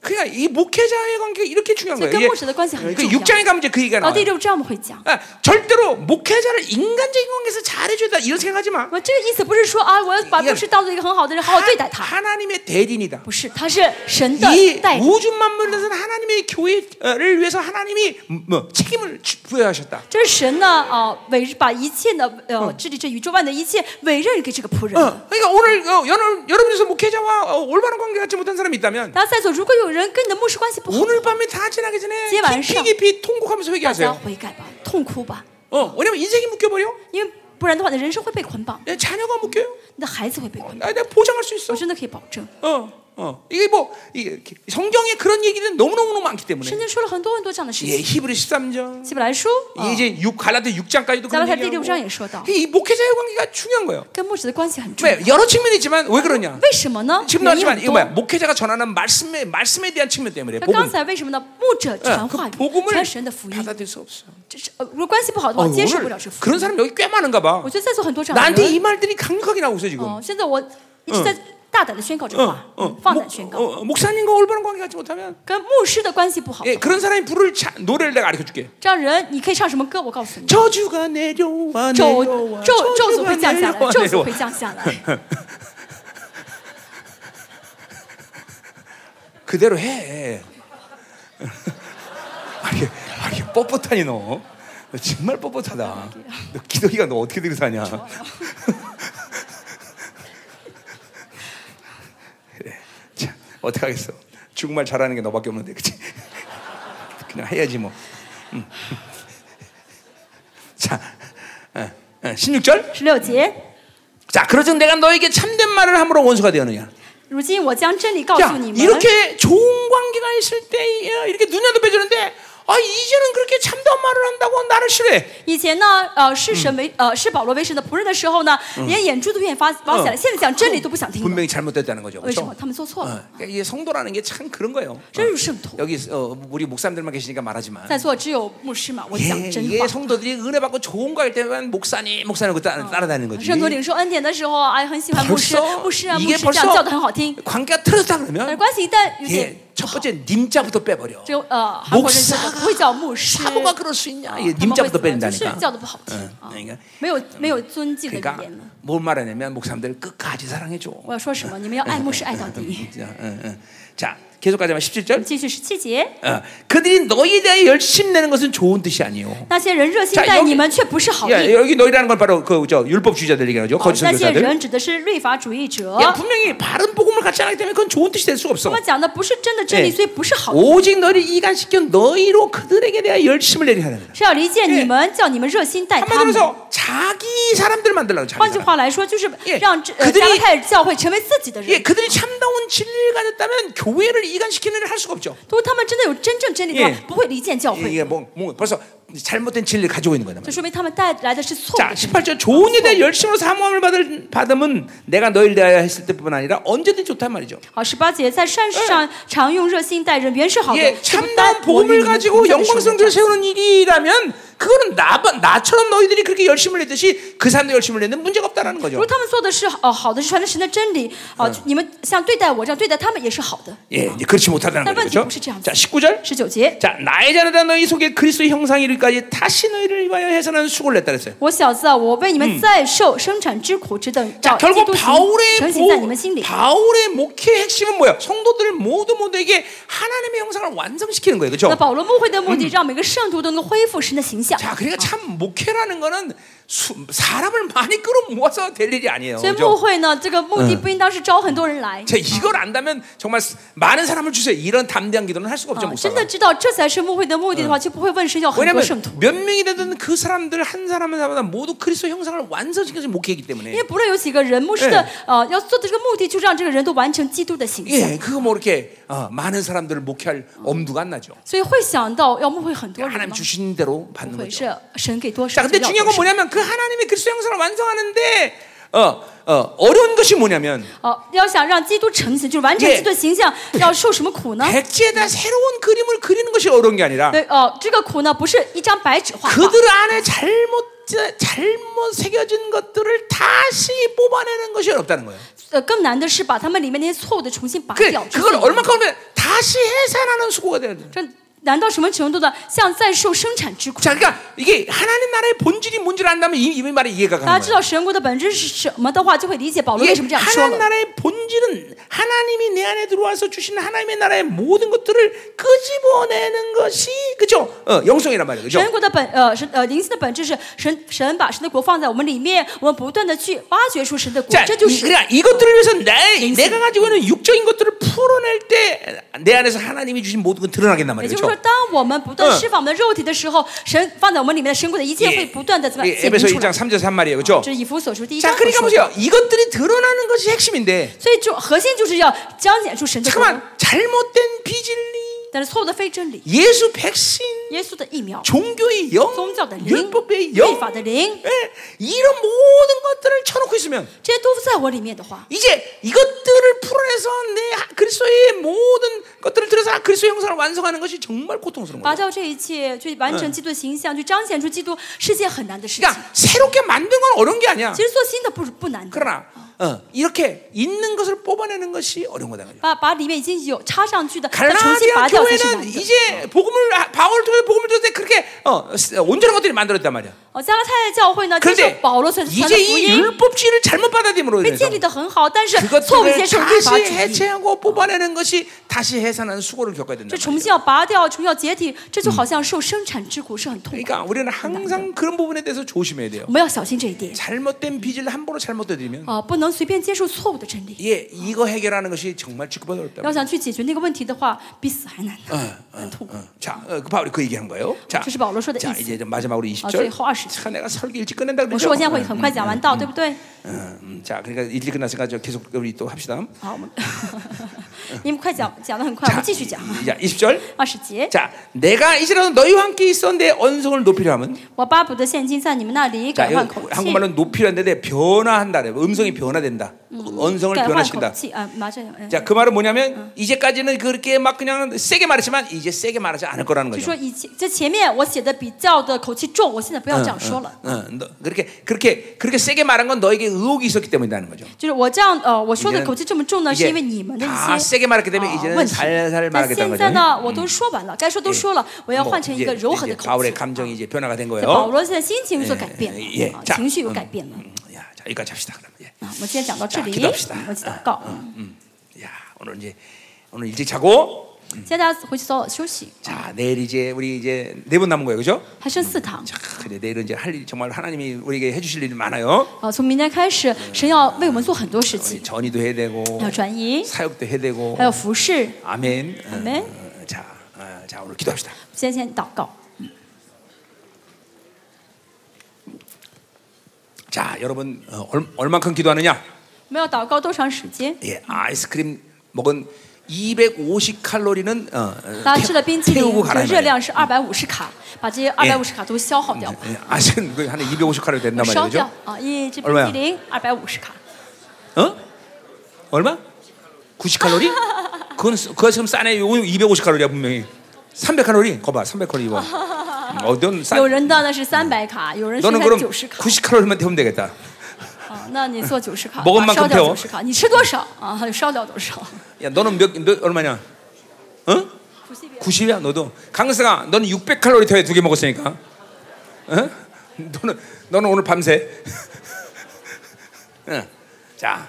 [SPEAKER 1] 그러니까 이 목회자의 관계가 이렇게 중요한 거예요.
[SPEAKER 2] 그러니까
[SPEAKER 1] 이게
[SPEAKER 2] 목회자의 관계가
[SPEAKER 1] 그러니까
[SPEAKER 2] 중요해요.
[SPEAKER 1] 6장에 가면 이제 그 얘기가
[SPEAKER 2] 到第
[SPEAKER 1] 나와요.
[SPEAKER 2] 六章我们会讲。
[SPEAKER 1] 아, 절대로 목회자를 인간적인 관계에서 잘해줘야 된다 이런 생각하지 마.
[SPEAKER 2] 我这个意思不是说啊，我要把牧师当做一个很好的人，好好对待他，
[SPEAKER 1] 하나님의 대리인이다.
[SPEAKER 2] 不是，他是神的
[SPEAKER 1] 이
[SPEAKER 2] 代理，
[SPEAKER 1] 우주 만물에서는 하나님의 교회를 위해서 하나님이 뭐 책임을 주- 부여하셨다.
[SPEAKER 2] 这是神呢啊委把一切的呃治理这宇宙万的一切委任给这个仆人。
[SPEAKER 1] 어, 그러니까 오늘 어, 여러분 여러분 중에서 목회자와 어, 올바른 관계 갖지 못한 사람이 있다면
[SPEAKER 2] 大家在座，如果有人跟你的牧师关系不好，
[SPEAKER 1] 오늘 밤에 다 지나기 전에
[SPEAKER 2] 지혜
[SPEAKER 1] 깊이
[SPEAKER 2] 많으셔.
[SPEAKER 1] 깊이 통곡하면서
[SPEAKER 2] 大家
[SPEAKER 1] 회개하세요.
[SPEAKER 2] 悔改吧，痛哭吧，
[SPEAKER 1] 어, 왜냐면 인생이 묶여버려.
[SPEAKER 2] 因为不然的话，你的人生会被捆绑，
[SPEAKER 1] 내 자녀가 묶여요.
[SPEAKER 2] 你的孩子会被捆绑。
[SPEAKER 1] 나, 내가 보장할 수 있어.
[SPEAKER 2] 我真的可以保证，
[SPEAKER 1] 어, 어. 이게 뭐 이게 성경에 그런 얘기는 너무너무 많기
[SPEAKER 2] 圣
[SPEAKER 1] 때문에.
[SPEAKER 2] 经说了很多很多这样的事
[SPEAKER 1] 예,
[SPEAKER 2] 情。
[SPEAKER 1] 히브리 13장.
[SPEAKER 2] 希伯来书，啊
[SPEAKER 1] 이게 이제 6 갈라디 6장까지도
[SPEAKER 2] 加
[SPEAKER 1] 그런
[SPEAKER 2] 拉太第六章
[SPEAKER 1] 얘기하고.
[SPEAKER 2] 也说到，
[SPEAKER 1] 이 목회자의 관계가 중요한 거예요.
[SPEAKER 2] 跟牧师的关系很重要。
[SPEAKER 1] 왜 여러 측면이 있지만 왜 그러냐?
[SPEAKER 2] 为什么呢？
[SPEAKER 1] 지금도
[SPEAKER 2] 原因
[SPEAKER 1] 하지만
[SPEAKER 2] 很
[SPEAKER 1] 이거
[SPEAKER 2] 多
[SPEAKER 1] 뭐야? 。 목회자가 전하는 말씀에 말씀에 대한 측면 때문에
[SPEAKER 2] 那
[SPEAKER 1] 복음.
[SPEAKER 2] 刚才为什么呢？牧者
[SPEAKER 1] 예,
[SPEAKER 2] 传话
[SPEAKER 1] 그
[SPEAKER 2] 语，
[SPEAKER 1] 복음을
[SPEAKER 2] 传神的福音。
[SPEAKER 1] 받아들일 수 없어.
[SPEAKER 2] 这是呃，如果关系不好的
[SPEAKER 1] 어,
[SPEAKER 2] 话，接受不
[SPEAKER 1] 오늘
[SPEAKER 2] 了这福音
[SPEAKER 1] 그런 。 사람 여기 꽤 많은가 봐.
[SPEAKER 2] 我觉得在座很多这样的
[SPEAKER 1] 나한테
[SPEAKER 2] 人
[SPEAKER 1] 이 。 말들이 강력하게 나오고 있어 지금.
[SPEAKER 2] 哦，现在我一
[SPEAKER 1] 嗯
[SPEAKER 2] 直在大胆的宣告这个话
[SPEAKER 1] 어, ，
[SPEAKER 2] 嗯
[SPEAKER 1] 어,
[SPEAKER 2] 放
[SPEAKER 1] 목-
[SPEAKER 2] 胆宣
[SPEAKER 1] 어,
[SPEAKER 2] 告。
[SPEAKER 1] 어, 목사님과 올바른 관계 갖지 못하면
[SPEAKER 2] 跟牧师的关系不好，
[SPEAKER 1] 예, 그런 사람이 부를 자, 노래를 내가 가르쳐 줄게.
[SPEAKER 2] 这样人你可以唱什么歌？我告诉你，
[SPEAKER 1] 저주가 내려와
[SPEAKER 2] 咒
[SPEAKER 1] 내려와
[SPEAKER 2] 咒咒诅
[SPEAKER 1] 저주가
[SPEAKER 2] 会降下
[SPEAKER 1] 내려와
[SPEAKER 2] 来，咒诅
[SPEAKER 1] 내려와
[SPEAKER 2] 会降下来。
[SPEAKER 1] 그대로 해. 아니, 아니 뻣뻣하니 너. 너 정말 뻣뻣하다. 너 기덕이가 너 어떻게 들이 사냐. 그래. 자, 어떻게 하겠어. 중국말 잘하는 게 너밖에 없는데, 그치? 그냥 해야지 뭐. 음. 자, 어, 어, 16절.
[SPEAKER 2] 十六节，
[SPEAKER 1] 자, 그러즉 내가 너에게 참된 말을 함으로 원수가 되느냐.
[SPEAKER 2] 如今我将真理告
[SPEAKER 1] 야
[SPEAKER 2] 诉你们。
[SPEAKER 1] 이렇게 좋은 관계가 있을 때 예, 이렇게 눈여도 빼주는데 아 이제는 그렇게 참다운 말을 한다고 나를 싫어해.
[SPEAKER 2] 以前呢，呃，视神
[SPEAKER 1] 嗯
[SPEAKER 2] 为呃视保罗为神的仆人的时候呢，连眼珠都愿意发发起来，
[SPEAKER 1] 嗯
[SPEAKER 2] 现在讲真理都不想听了。
[SPEAKER 1] 분명히 잘못됐다는 거죠.
[SPEAKER 2] 为什
[SPEAKER 1] 그렇죠?
[SPEAKER 2] 么？他们做错
[SPEAKER 1] 어,
[SPEAKER 2] 了，
[SPEAKER 1] 그러니까 이게 성도라는 게 참 그런 거예요. 어,
[SPEAKER 2] 真是圣徒。
[SPEAKER 1] 여기 어, 우리 목사님들만 계시니까 말하지만
[SPEAKER 2] 在座只有牧师嘛，我
[SPEAKER 1] 예,
[SPEAKER 2] 讲真
[SPEAKER 1] 이게
[SPEAKER 2] 话。
[SPEAKER 1] 성도들이 은혜 받고 좋은 거할 때만 목사님 목사님 그 따라 따라다니는 거지.
[SPEAKER 2] 圣徒领受恩典的时候，哎，很喜欢牧师，
[SPEAKER 1] 벌써
[SPEAKER 2] 牧师啊，牧
[SPEAKER 1] 이게
[SPEAKER 2] 师这样
[SPEAKER 1] 벌써
[SPEAKER 2] 叫的很好听。
[SPEAKER 1] 관계가 틀어졌다
[SPEAKER 2] 但是
[SPEAKER 1] 그러면
[SPEAKER 2] 关系一旦有点
[SPEAKER 1] 예, 첫 번째 님자부터 빼버려.
[SPEAKER 2] 这个呃，韩国人就不会叫牧师，
[SPEAKER 1] 사모가 그럴 수 있냐? 예,
[SPEAKER 2] 他们会
[SPEAKER 1] 님자부터
[SPEAKER 2] 就是
[SPEAKER 1] 빼린다니까.
[SPEAKER 2] 叫的不好听
[SPEAKER 1] 응,
[SPEAKER 2] 啊，
[SPEAKER 1] 그러니까
[SPEAKER 2] 没有没有尊敬的
[SPEAKER 1] 그러니까
[SPEAKER 2] 语言了。
[SPEAKER 1] 뭘 말하냐면 목사님들 끝까지 사랑해 줘.
[SPEAKER 2] 我要说什么？你们要
[SPEAKER 1] 아,
[SPEAKER 2] 爱牧师爱到底。
[SPEAKER 1] 자, 응, 응. 자, 계속 가자면 17절.
[SPEAKER 2] 继续十七节，
[SPEAKER 1] 어, 그들이 너희에 대해 열심 내는 것은 좋은 뜻이 아니요.
[SPEAKER 2] 那些人热心
[SPEAKER 1] 자
[SPEAKER 2] 待
[SPEAKER 1] 여기
[SPEAKER 2] 你们，却不是好
[SPEAKER 1] 야,
[SPEAKER 2] 意。
[SPEAKER 1] 여기 너희라는 건 바로 그저 율법주의자들 얘기하는 거죠.
[SPEAKER 2] 好
[SPEAKER 1] 거짓
[SPEAKER 2] 那些
[SPEAKER 1] 선교사들.
[SPEAKER 2] 人指的是律法主义者。
[SPEAKER 1] 야, 분명히 바른 복음을 갖지 않기 때문에 그건 좋은 뜻이 될 수가
[SPEAKER 2] 他
[SPEAKER 1] 없어.
[SPEAKER 2] 们讲的不是真的真理，
[SPEAKER 1] 예
[SPEAKER 2] 所以不是好意。
[SPEAKER 1] 오직 너희를 이간시켜 너희로 그들에게 대하여 열심을 내리게 하는 거야.
[SPEAKER 2] 是要离间
[SPEAKER 1] 예
[SPEAKER 2] 你们，叫你们热心待哎他
[SPEAKER 1] 한마디로
[SPEAKER 2] 们。
[SPEAKER 1] 해서 자기 사람들 만들라고
[SPEAKER 2] 换
[SPEAKER 1] 자기
[SPEAKER 2] 句
[SPEAKER 1] 사람.
[SPEAKER 2] 话来说，就是
[SPEAKER 1] 예
[SPEAKER 2] 让这呃
[SPEAKER 1] 그들이
[SPEAKER 2] 加拉太教会成为自己的
[SPEAKER 1] 예,
[SPEAKER 2] 人。
[SPEAKER 1] 그들이 참다운 진리를 가졌다면 교회를 이간시키는 일을 할 수가 없죠.
[SPEAKER 2] 如果他们真的有真正真理的
[SPEAKER 1] 예
[SPEAKER 2] 话，不会离间教
[SPEAKER 1] 예,
[SPEAKER 2] 会。
[SPEAKER 1] 이게 뭐, 뭐 벌써 잘못된 진리를 가지고 있는 거란
[SPEAKER 2] 这
[SPEAKER 1] 말이야.
[SPEAKER 2] 说明他们带来的是错
[SPEAKER 1] 자,
[SPEAKER 2] 误的真理。
[SPEAKER 1] 18절 좋은 일에 대한 열심으로 사모함을 받을 받으면 내가 너희를 대하여 했을 때뿐만 아니라 언제든 좋단 말이죠.
[SPEAKER 2] 好，十八节，在善事上常用热心待人，原是好的
[SPEAKER 1] 예, ，
[SPEAKER 2] 这不单
[SPEAKER 1] 참다운
[SPEAKER 2] 薄于你
[SPEAKER 1] 복음을
[SPEAKER 2] 们
[SPEAKER 1] 가지고
[SPEAKER 2] 同在的时
[SPEAKER 1] 영광성들을
[SPEAKER 2] 候
[SPEAKER 1] 세우는 일이라면 그거는 나, 나처럼 너희들이 그렇게 열심을 내듯이 그 사람도 열심을 내는 문제가 없다라는
[SPEAKER 2] 如
[SPEAKER 1] 거죠.
[SPEAKER 2] 果他们做的是哦好的，是传的神的真理哦，你们像对待我这样对待他们也是好的。
[SPEAKER 1] 예, 이제 그렇지 못하다는
[SPEAKER 2] 딴
[SPEAKER 1] 거죠.
[SPEAKER 2] 방식이
[SPEAKER 1] 그렇죠?
[SPEAKER 2] 없이
[SPEAKER 1] 자, 19절.
[SPEAKER 2] 十九节，
[SPEAKER 1] 자, 나의 자녀다 너희 속에 그리스도의 형상 이르기까지 다시 너희를 위하여 해서는 수고를 했다 그랬어요.
[SPEAKER 2] 我小子啊，我为你们再受生产之苦之等，
[SPEAKER 1] 자,
[SPEAKER 2] 照基
[SPEAKER 1] 결국
[SPEAKER 2] 督行
[SPEAKER 1] 바울의
[SPEAKER 2] 成形在你们心
[SPEAKER 1] 보,
[SPEAKER 2] 里。
[SPEAKER 1] 바울의 목회의 핵심은 뭐야? 성도들 모두 모두에게 하나님의 형상을 완성시키는 거예요. 그렇죠?
[SPEAKER 2] 那保罗牧会的目的，让每个圣徒都能够恢复神的形象。
[SPEAKER 1] 자, 그러니까 참 목회라는 거는 수, 사람을 많이 끌어모아서 될 일이 아니에요.
[SPEAKER 2] 所以牧
[SPEAKER 1] 그죠?
[SPEAKER 2] 会呢，这个目的不应当是招很多人来。
[SPEAKER 1] 자, 이걸 안다면 정말 스- 많은 사람을 주세요. 이런 담대한 기도는 할 수가
[SPEAKER 2] 啊嗯
[SPEAKER 1] 없죠,
[SPEAKER 2] 真
[SPEAKER 1] 목사가.
[SPEAKER 2] 的知道这才是牧会的目的的话，就不会问神要很多
[SPEAKER 1] 왜냐면
[SPEAKER 2] 圣徒。
[SPEAKER 1] 몇 명이 되든 그 사람들 한 사람 한 사람마다 모두 그리스도 형상을 완성시켜서 목회이기
[SPEAKER 2] 因
[SPEAKER 1] 때문에
[SPEAKER 2] 为不论有几个人，牧师的
[SPEAKER 1] 哎
[SPEAKER 2] 呃要做的这个目的，就让这个人都完成基督的形象。
[SPEAKER 1] 예, 그거 뭐 이렇게 어, 많은 사람들을 목회할 엄두가 안 나죠.
[SPEAKER 2] 所以会想到嗯要牧会很多人
[SPEAKER 1] 하나님
[SPEAKER 2] 吗？
[SPEAKER 1] 주신 대로 받는
[SPEAKER 2] 会
[SPEAKER 1] 거죠.
[SPEAKER 2] 是神给多
[SPEAKER 1] 자
[SPEAKER 2] 少就
[SPEAKER 1] 근데
[SPEAKER 2] 要
[SPEAKER 1] 중요한
[SPEAKER 2] 多
[SPEAKER 1] 건
[SPEAKER 2] 少。
[SPEAKER 1] 뭐냐면 그 하나님의 그리스도 형상을 완성하는데 어, 어, 어려운 것이 뭐냐면
[SPEAKER 2] 哦，要想让基督成型，就是完成
[SPEAKER 1] 耶
[SPEAKER 2] 基督的形象，要受什么苦
[SPEAKER 1] 어?
[SPEAKER 2] 呢？
[SPEAKER 1] 백지에다 새로운 그림을 그리는 것이 어려운 게 아니라
[SPEAKER 2] 对，哦，这个苦呢，不是一张白纸画画，
[SPEAKER 1] 그들 안에 잘못 잘못 새겨진 것들을 다시 뽑아내는 것이 어렵다는 거예요.
[SPEAKER 2] 呃，更难的是把他们里面那些错误的重新拔
[SPEAKER 1] 그,
[SPEAKER 2] 掉。重新
[SPEAKER 1] 그걸
[SPEAKER 2] 弄
[SPEAKER 1] 얼마큼 하면 다시 해산하는 수고가 되는 거예요.
[SPEAKER 2] 这难到什么程度呢？像在受生产之苦。
[SPEAKER 1] 자, 그러니까 이게 하나님 나라의 본질이 뭔지를 안다면 이, 이 말이 이해가
[SPEAKER 2] 大家
[SPEAKER 1] 가는
[SPEAKER 2] 知
[SPEAKER 1] 거예요.
[SPEAKER 2] 道神国的本质是什么的话，就会理解保罗为
[SPEAKER 1] 이게
[SPEAKER 2] 什么这样说
[SPEAKER 1] 하나님
[SPEAKER 2] 了。
[SPEAKER 1] 나라의 본질은 하나님이 내 안에 들어와서 주신 하나님의 나라의 모든 것들을 끄집어내는 것이 그죠? 어, 영성이란 말이에요. 그죠?
[SPEAKER 2] 神国的本呃神呃灵性的本质是神神把神的国放在我们里面，我们不断的去挖掘出神的国
[SPEAKER 1] 자, ，
[SPEAKER 2] 这就
[SPEAKER 1] 이,
[SPEAKER 2] 是
[SPEAKER 1] 그러니까 이것들을 위해서 내, 내가 가지고 있는 육적인 것들을 풀어낼 때 내 안에서 하나님이 주신 모든 건 드러나겠단
[SPEAKER 2] 也
[SPEAKER 1] 말이에요.
[SPEAKER 2] 就是说，
[SPEAKER 1] 그렇죠?
[SPEAKER 2] 当我们不断
[SPEAKER 1] 嗯
[SPEAKER 2] 释放我们的肉体的时候，神放在我们里面的神国的一切会不断的怎么
[SPEAKER 1] 예,
[SPEAKER 2] 样显明
[SPEAKER 1] 에베소
[SPEAKER 2] 出
[SPEAKER 1] 1장
[SPEAKER 2] 来？
[SPEAKER 1] 3절에서 한 말이에요. 그렇죠?
[SPEAKER 2] 这是以弗所书第一章
[SPEAKER 1] 자,
[SPEAKER 2] 所
[SPEAKER 1] 그러니까
[SPEAKER 2] 说的。
[SPEAKER 1] 보세요. 이것들이 드러나는 것이 핵심인데
[SPEAKER 2] 所以就核心就是要彰显出神的光，
[SPEAKER 1] 잠깐만 잘못된 비진리
[SPEAKER 2] 但是错误的非真理，
[SPEAKER 1] 예수 백신
[SPEAKER 2] 耶稣的疫苗，
[SPEAKER 1] 종교의 영,
[SPEAKER 2] 宗教的灵，
[SPEAKER 1] 율법의
[SPEAKER 2] 律
[SPEAKER 1] 영,
[SPEAKER 2] 法的灵，
[SPEAKER 1] 예, 이런 모든 것들을 쳐놓고 있으면
[SPEAKER 2] 这些都在我里面的话，
[SPEAKER 1] 이제 이것들을 풀어내서 내 하- 그리스도의 모든 것들을 들여서 아, 그리스도의 형상을 완성하는 것이 정말 고통스러운
[SPEAKER 2] 拔
[SPEAKER 1] 거예요.
[SPEAKER 2] 掉这一切，去完成基督的形象，去彰显出基督，是件很难的事情。
[SPEAKER 1] 그러니까 새롭게 만든 건 어려운 게 아니야.
[SPEAKER 2] 其实做新的不是不难的，
[SPEAKER 1] 그러나 어, 이렇게 있는 것을 뽑아내는 것이 어려운 거다. 그죠?
[SPEAKER 2] 把把里面已经有插上去的，再
[SPEAKER 1] 그러니까
[SPEAKER 2] 重新拔
[SPEAKER 1] 갈라디아
[SPEAKER 2] 掉才是难
[SPEAKER 1] 교회는
[SPEAKER 2] 的。
[SPEAKER 1] 이제 복음을 하- 바울 통해 복음을 들을 때 그렇게 어, 스- 온전한 것들이 만들었단 말이야.
[SPEAKER 2] 哦，加拉太的教会呢，接受
[SPEAKER 1] 그런데
[SPEAKER 2] 保罗所传的
[SPEAKER 1] 이제
[SPEAKER 2] 福
[SPEAKER 1] 이
[SPEAKER 2] 音，
[SPEAKER 1] 율법주의를 잘못 받아들임으로
[SPEAKER 2] 被
[SPEAKER 1] 인해서
[SPEAKER 2] 建立的很好，但是错误接
[SPEAKER 1] 그것들을
[SPEAKER 2] 受律法
[SPEAKER 1] 다시
[SPEAKER 2] 主义，
[SPEAKER 1] 해체하고 뽑아내는 것이 다시 해산하는 수고를 겪어야 된다.
[SPEAKER 2] 这重新要拔掉，重新要解体，这就好像受生产之苦，是很痛苦。
[SPEAKER 1] 그러니까 우리는 항상 그런 부분에 대해서 조심해야 돼요.
[SPEAKER 2] 我们要小心这一点
[SPEAKER 1] 嗯 잘못된 빚을 함부로 잘못되들면
[SPEAKER 2] 啊、不能随便接受错误的真理。
[SPEAKER 1] 예, 이거 해결하는 것이 정말 죽보다 어렵다.
[SPEAKER 2] 要想去解决那个问题的话，比死还难，很痛苦。
[SPEAKER 1] 어, 자, 어, 그 바울이 그 얘기한 거예요. 자,
[SPEAKER 2] 这是保罗说的
[SPEAKER 1] 자
[SPEAKER 2] 意思。
[SPEAKER 1] 이제 좀 마지막으로
[SPEAKER 2] 어, 저희
[SPEAKER 1] 20절.
[SPEAKER 2] 허아시.
[SPEAKER 1] 자, 내가 설교 일찍 끝낸다
[SPEAKER 2] 我
[SPEAKER 1] 그랬죠.
[SPEAKER 2] 说我今天会很快讲完道，对不对？
[SPEAKER 1] 어, 음, 자, 그러니까 일찍 끝났으니까 저 계속 우리 또 합시다.
[SPEAKER 2] 好，我们你们快讲，讲的很快，我
[SPEAKER 1] 자,
[SPEAKER 2] 们继续讲。啊
[SPEAKER 1] 자, 20절.
[SPEAKER 2] 二十节，
[SPEAKER 1] 자, 내가 이제라도 너희와 함께 있어 내 언성을 높이려 하면
[SPEAKER 2] 我巴不得现今在你们那里
[SPEAKER 1] 자,
[SPEAKER 2] 改换
[SPEAKER 1] 이거
[SPEAKER 2] 口气，
[SPEAKER 1] 한국말로 높이려 했는데 변화한다. 그래요. 음성이 그러니까 변화된다. 그 언성을
[SPEAKER 2] 改换口
[SPEAKER 1] 변화시킨다.
[SPEAKER 2] 气啊，马上，嗯
[SPEAKER 1] 자, 그 말은 뭐냐면 이제까지는 그렇게 막 그냥 세게 말했지만 이제 세게 말하지 않을 거라는
[SPEAKER 2] 就
[SPEAKER 1] 거죠.
[SPEAKER 2] 说以前这前面我写的比较的口气重，我现在不要这样说了。
[SPEAKER 1] 응, 어, 너, 그렇게 그렇게 그렇게 세게 말한 건 너에게 의혹이 있었기 때문이라는 거죠.
[SPEAKER 2] 就是我这样呃，我说的
[SPEAKER 1] 이제는-
[SPEAKER 2] 口气这么重呢，是因为你们的一
[SPEAKER 1] 다
[SPEAKER 2] 些
[SPEAKER 1] 세게 말했기 때문에
[SPEAKER 2] 啊
[SPEAKER 1] 이제는
[SPEAKER 2] 问题。
[SPEAKER 1] 살살
[SPEAKER 2] 但
[SPEAKER 1] 말하겠다는
[SPEAKER 2] 现在
[SPEAKER 1] 거죠.
[SPEAKER 2] 呢，我都说完了，该说都说了，我要
[SPEAKER 1] 뭐,
[SPEAKER 2] 换成一
[SPEAKER 1] 이제-
[SPEAKER 2] 个柔和
[SPEAKER 1] 이제
[SPEAKER 2] 的口
[SPEAKER 1] 바울의
[SPEAKER 2] 气。
[SPEAKER 1] 감정이 이제 변화가 된
[SPEAKER 2] 这保
[SPEAKER 1] 거예요.
[SPEAKER 2] 罗现在心情有所改变了
[SPEAKER 1] 예，
[SPEAKER 2] 啊
[SPEAKER 1] 자 음,
[SPEAKER 2] 情绪有改变了。
[SPEAKER 1] 야, 뭐. 자, 여기까지 합시다. 그럼. 예.
[SPEAKER 2] 啊，我们今天讲到这里，
[SPEAKER 1] 자
[SPEAKER 2] 我
[SPEAKER 1] 기도합시다
[SPEAKER 2] 们一起祷告。
[SPEAKER 1] 음. 야, 오늘 이제 오늘 일찍 자고
[SPEAKER 2] 嗯现在大家回去早早休息，
[SPEAKER 1] 자, 내일 이제 우리 이제 네 번 남은 거예요. 그죠?
[SPEAKER 2] 还剩四堂。
[SPEAKER 1] 자, 그래 내일은 이제 할 일 정말 하나님이 우리에게 해 주실 일이 많아요.
[SPEAKER 2] 啊，从明天开始，神要为我们做很多事
[SPEAKER 1] 우리
[SPEAKER 2] 情，
[SPEAKER 1] 전이도 해야 되고
[SPEAKER 2] 要转移，
[SPEAKER 1] 사역도 해야 되고
[SPEAKER 2] 还有服侍。
[SPEAKER 1] 아멘.
[SPEAKER 2] 아멘.
[SPEAKER 1] 어, 어, 자, 어, 자 오늘 기도합시다.
[SPEAKER 2] 先先祷告，
[SPEAKER 1] 자, 여러분 어, 얼, 얼만큼 기도하느냐?
[SPEAKER 2] 我们要祷告多长时间？
[SPEAKER 1] 예, 아이스크림 먹은 250 칼로리는 어,
[SPEAKER 2] 大家吃了冰 淇
[SPEAKER 1] 태우고
[SPEAKER 2] 淋，这
[SPEAKER 1] 가라
[SPEAKER 2] 个
[SPEAKER 1] 이
[SPEAKER 2] 热
[SPEAKER 1] 말이야.
[SPEAKER 2] 量是二百五十卡，把这些二百五十卡都消耗掉，
[SPEAKER 1] 예, 아직은 거의 한 250 칼로리 된단
[SPEAKER 2] 烧
[SPEAKER 1] 말이죠.
[SPEAKER 2] 掉
[SPEAKER 1] 그죠?
[SPEAKER 2] 啊！一支
[SPEAKER 1] 얼마 야
[SPEAKER 2] 冰淇淋二百五十卡，
[SPEAKER 1] 어? 얼마? 90 칼로리? 그건 쓰- 그거 지금 싸네. 요거 250 칼로리야 분명히. 300 칼로리. 거봐, 300 칼로리 봐. 어떤 싸?
[SPEAKER 2] 有人的呢是三嗯百卡，有人是
[SPEAKER 1] 너는
[SPEAKER 2] 在
[SPEAKER 1] 그럼
[SPEAKER 2] 九十卡。
[SPEAKER 1] 90 칼로리만 태우면 되겠다.
[SPEAKER 2] 啊，那你做九十 卡，
[SPEAKER 1] 먹은만큼
[SPEAKER 2] 啊烧掉
[SPEAKER 1] 태워
[SPEAKER 2] 九十卡，你吃多少啊？烧掉多少？
[SPEAKER 1] 야, 너는 몇, 몇 얼마냐? 어? 90이야 너도. 강승아, 너는 600 칼로리 태워 두개 먹었으니까. 어? 너는 너는 오늘 밤새. 응. 자,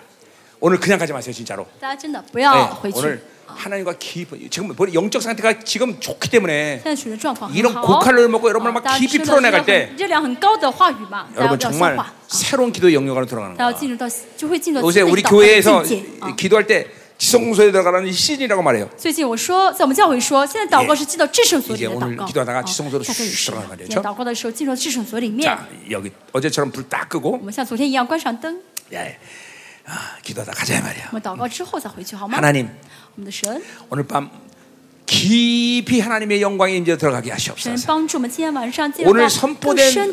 [SPEAKER 1] 오늘 그냥 가지 마세요 진짜로.
[SPEAKER 2] 大家真的不
[SPEAKER 1] 네,
[SPEAKER 2] 要回去。
[SPEAKER 1] 오늘 하나님과 깊은 지금 우리 영적 상태가 지금 좋기 때문에
[SPEAKER 2] 现在处于状况
[SPEAKER 1] 이런
[SPEAKER 2] 很好哦
[SPEAKER 1] 고칼로리를먹고여러분을막
[SPEAKER 2] 啊大家
[SPEAKER 1] 깊이
[SPEAKER 2] 吃了
[SPEAKER 1] 풀어내갈때
[SPEAKER 2] 很热量很高的话语嘛，大家
[SPEAKER 1] 여러분
[SPEAKER 2] 不要消
[SPEAKER 1] 정말
[SPEAKER 2] 化，啊
[SPEAKER 1] 새로운 기도 영역으로 들어가는
[SPEAKER 2] 大家要
[SPEAKER 1] 거예요.
[SPEAKER 2] 进入到就会进入到
[SPEAKER 1] 요새
[SPEAKER 2] 新的
[SPEAKER 1] 우리
[SPEAKER 2] 一个祷告的
[SPEAKER 1] 교회에서
[SPEAKER 2] 境界啊
[SPEAKER 1] 기도할 때 지성소에 들어가라는 시즌이라고 말해요.
[SPEAKER 2] 最近我说，在我们教会说，现在祷告是进到至圣所里
[SPEAKER 1] 예
[SPEAKER 2] 面
[SPEAKER 1] 이제오늘
[SPEAKER 2] 祷告。
[SPEAKER 1] 기도하다가
[SPEAKER 2] 啊
[SPEAKER 1] 지성소로
[SPEAKER 2] 下周也是
[SPEAKER 1] 쑥
[SPEAKER 2] 一
[SPEAKER 1] 들어가는거죠
[SPEAKER 2] 样今天祷告的时候进入到至圣所里面，
[SPEAKER 1] 자, 여기 어제처럼 불 딱 끄고
[SPEAKER 2] 我们像昨天一样关上灯，
[SPEAKER 1] 예, 아, 기도하다 가자 이 말이야.
[SPEAKER 2] 我们祷告之后再回去好吗？
[SPEAKER 1] 하나님
[SPEAKER 2] 我们的神，
[SPEAKER 1] 오늘 밤 깊이 하나님의 영광에 이제 들어가게
[SPEAKER 2] 神
[SPEAKER 1] 하시옵소서.
[SPEAKER 2] 啊帮助我们今天晚上进入到
[SPEAKER 1] 오늘
[SPEAKER 2] 更深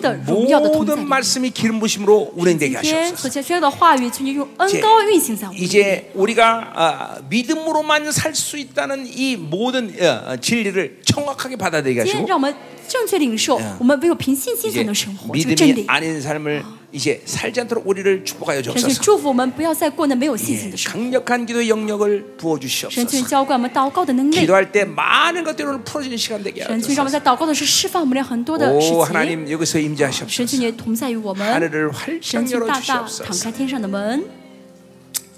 [SPEAKER 2] 的
[SPEAKER 1] 선포된
[SPEAKER 2] 荣耀的同在里
[SPEAKER 1] 모든
[SPEAKER 2] 面。
[SPEAKER 1] 말씀이 기름 부심으로 운행되게
[SPEAKER 2] 今天
[SPEAKER 1] 하시옵소서.
[SPEAKER 2] 所接宣的话语，请你用恩
[SPEAKER 1] 이제-
[SPEAKER 2] 高运行在我们里面。
[SPEAKER 1] 이제 우리가 아, 믿음으로만 살 수 있다는 이 모든 어, 어, 진리를 정확하게 받아들이게
[SPEAKER 2] 今天
[SPEAKER 1] 하시고
[SPEAKER 2] 让我们正确领受，我们唯有凭信心才
[SPEAKER 1] 이제
[SPEAKER 2] 能生活这个真
[SPEAKER 1] 믿음이
[SPEAKER 2] 理。
[SPEAKER 1] 아닌 삶을 이제 살지 않도록 우리를 축복하여
[SPEAKER 2] 神就
[SPEAKER 1] 주옵소서.
[SPEAKER 2] 祝福我们不要再过那没有信心
[SPEAKER 1] 예,
[SPEAKER 2] 的生活。
[SPEAKER 1] 강력한 기도의 영역을
[SPEAKER 2] 神去
[SPEAKER 1] 부어주시옵소서.
[SPEAKER 2] 浇灌我们祷告的能力，
[SPEAKER 1] 기도할 때 많은 것들이 오늘 풀어지는 시간 되게
[SPEAKER 2] 神去让我们
[SPEAKER 1] 하옵소서.
[SPEAKER 2] 在祷告的时候释放我们俩很多的事
[SPEAKER 1] 오
[SPEAKER 2] 情。
[SPEAKER 1] 하나님 여기서
[SPEAKER 2] 神去
[SPEAKER 1] 임재하시옵소서.
[SPEAKER 2] 你同在于我们，
[SPEAKER 1] 하늘을
[SPEAKER 2] 神
[SPEAKER 1] 활짝
[SPEAKER 2] 去大大敞
[SPEAKER 1] 열어주시옵소서.
[SPEAKER 2] 开天上的门。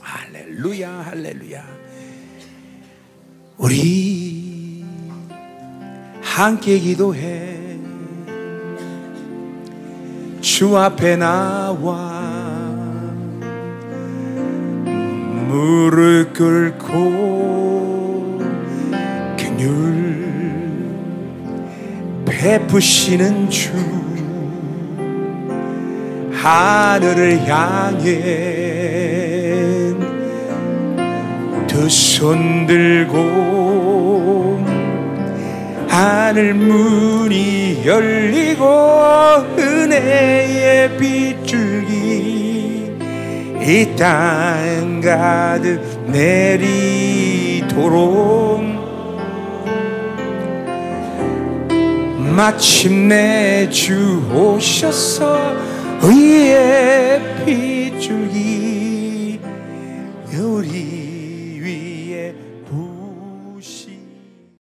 [SPEAKER 1] 할렐루야 할렐루야 우리 함께 기도해 주 앞에 나와 무릎 꿇고 긍휼 베푸시는 주 하늘을 향해 두 손 들고 하늘 문이 열리고 은혜의 빛줄기 이 땅 가득 내리도록 마침내 주 오셔서 의의 빗줄기 우리 위에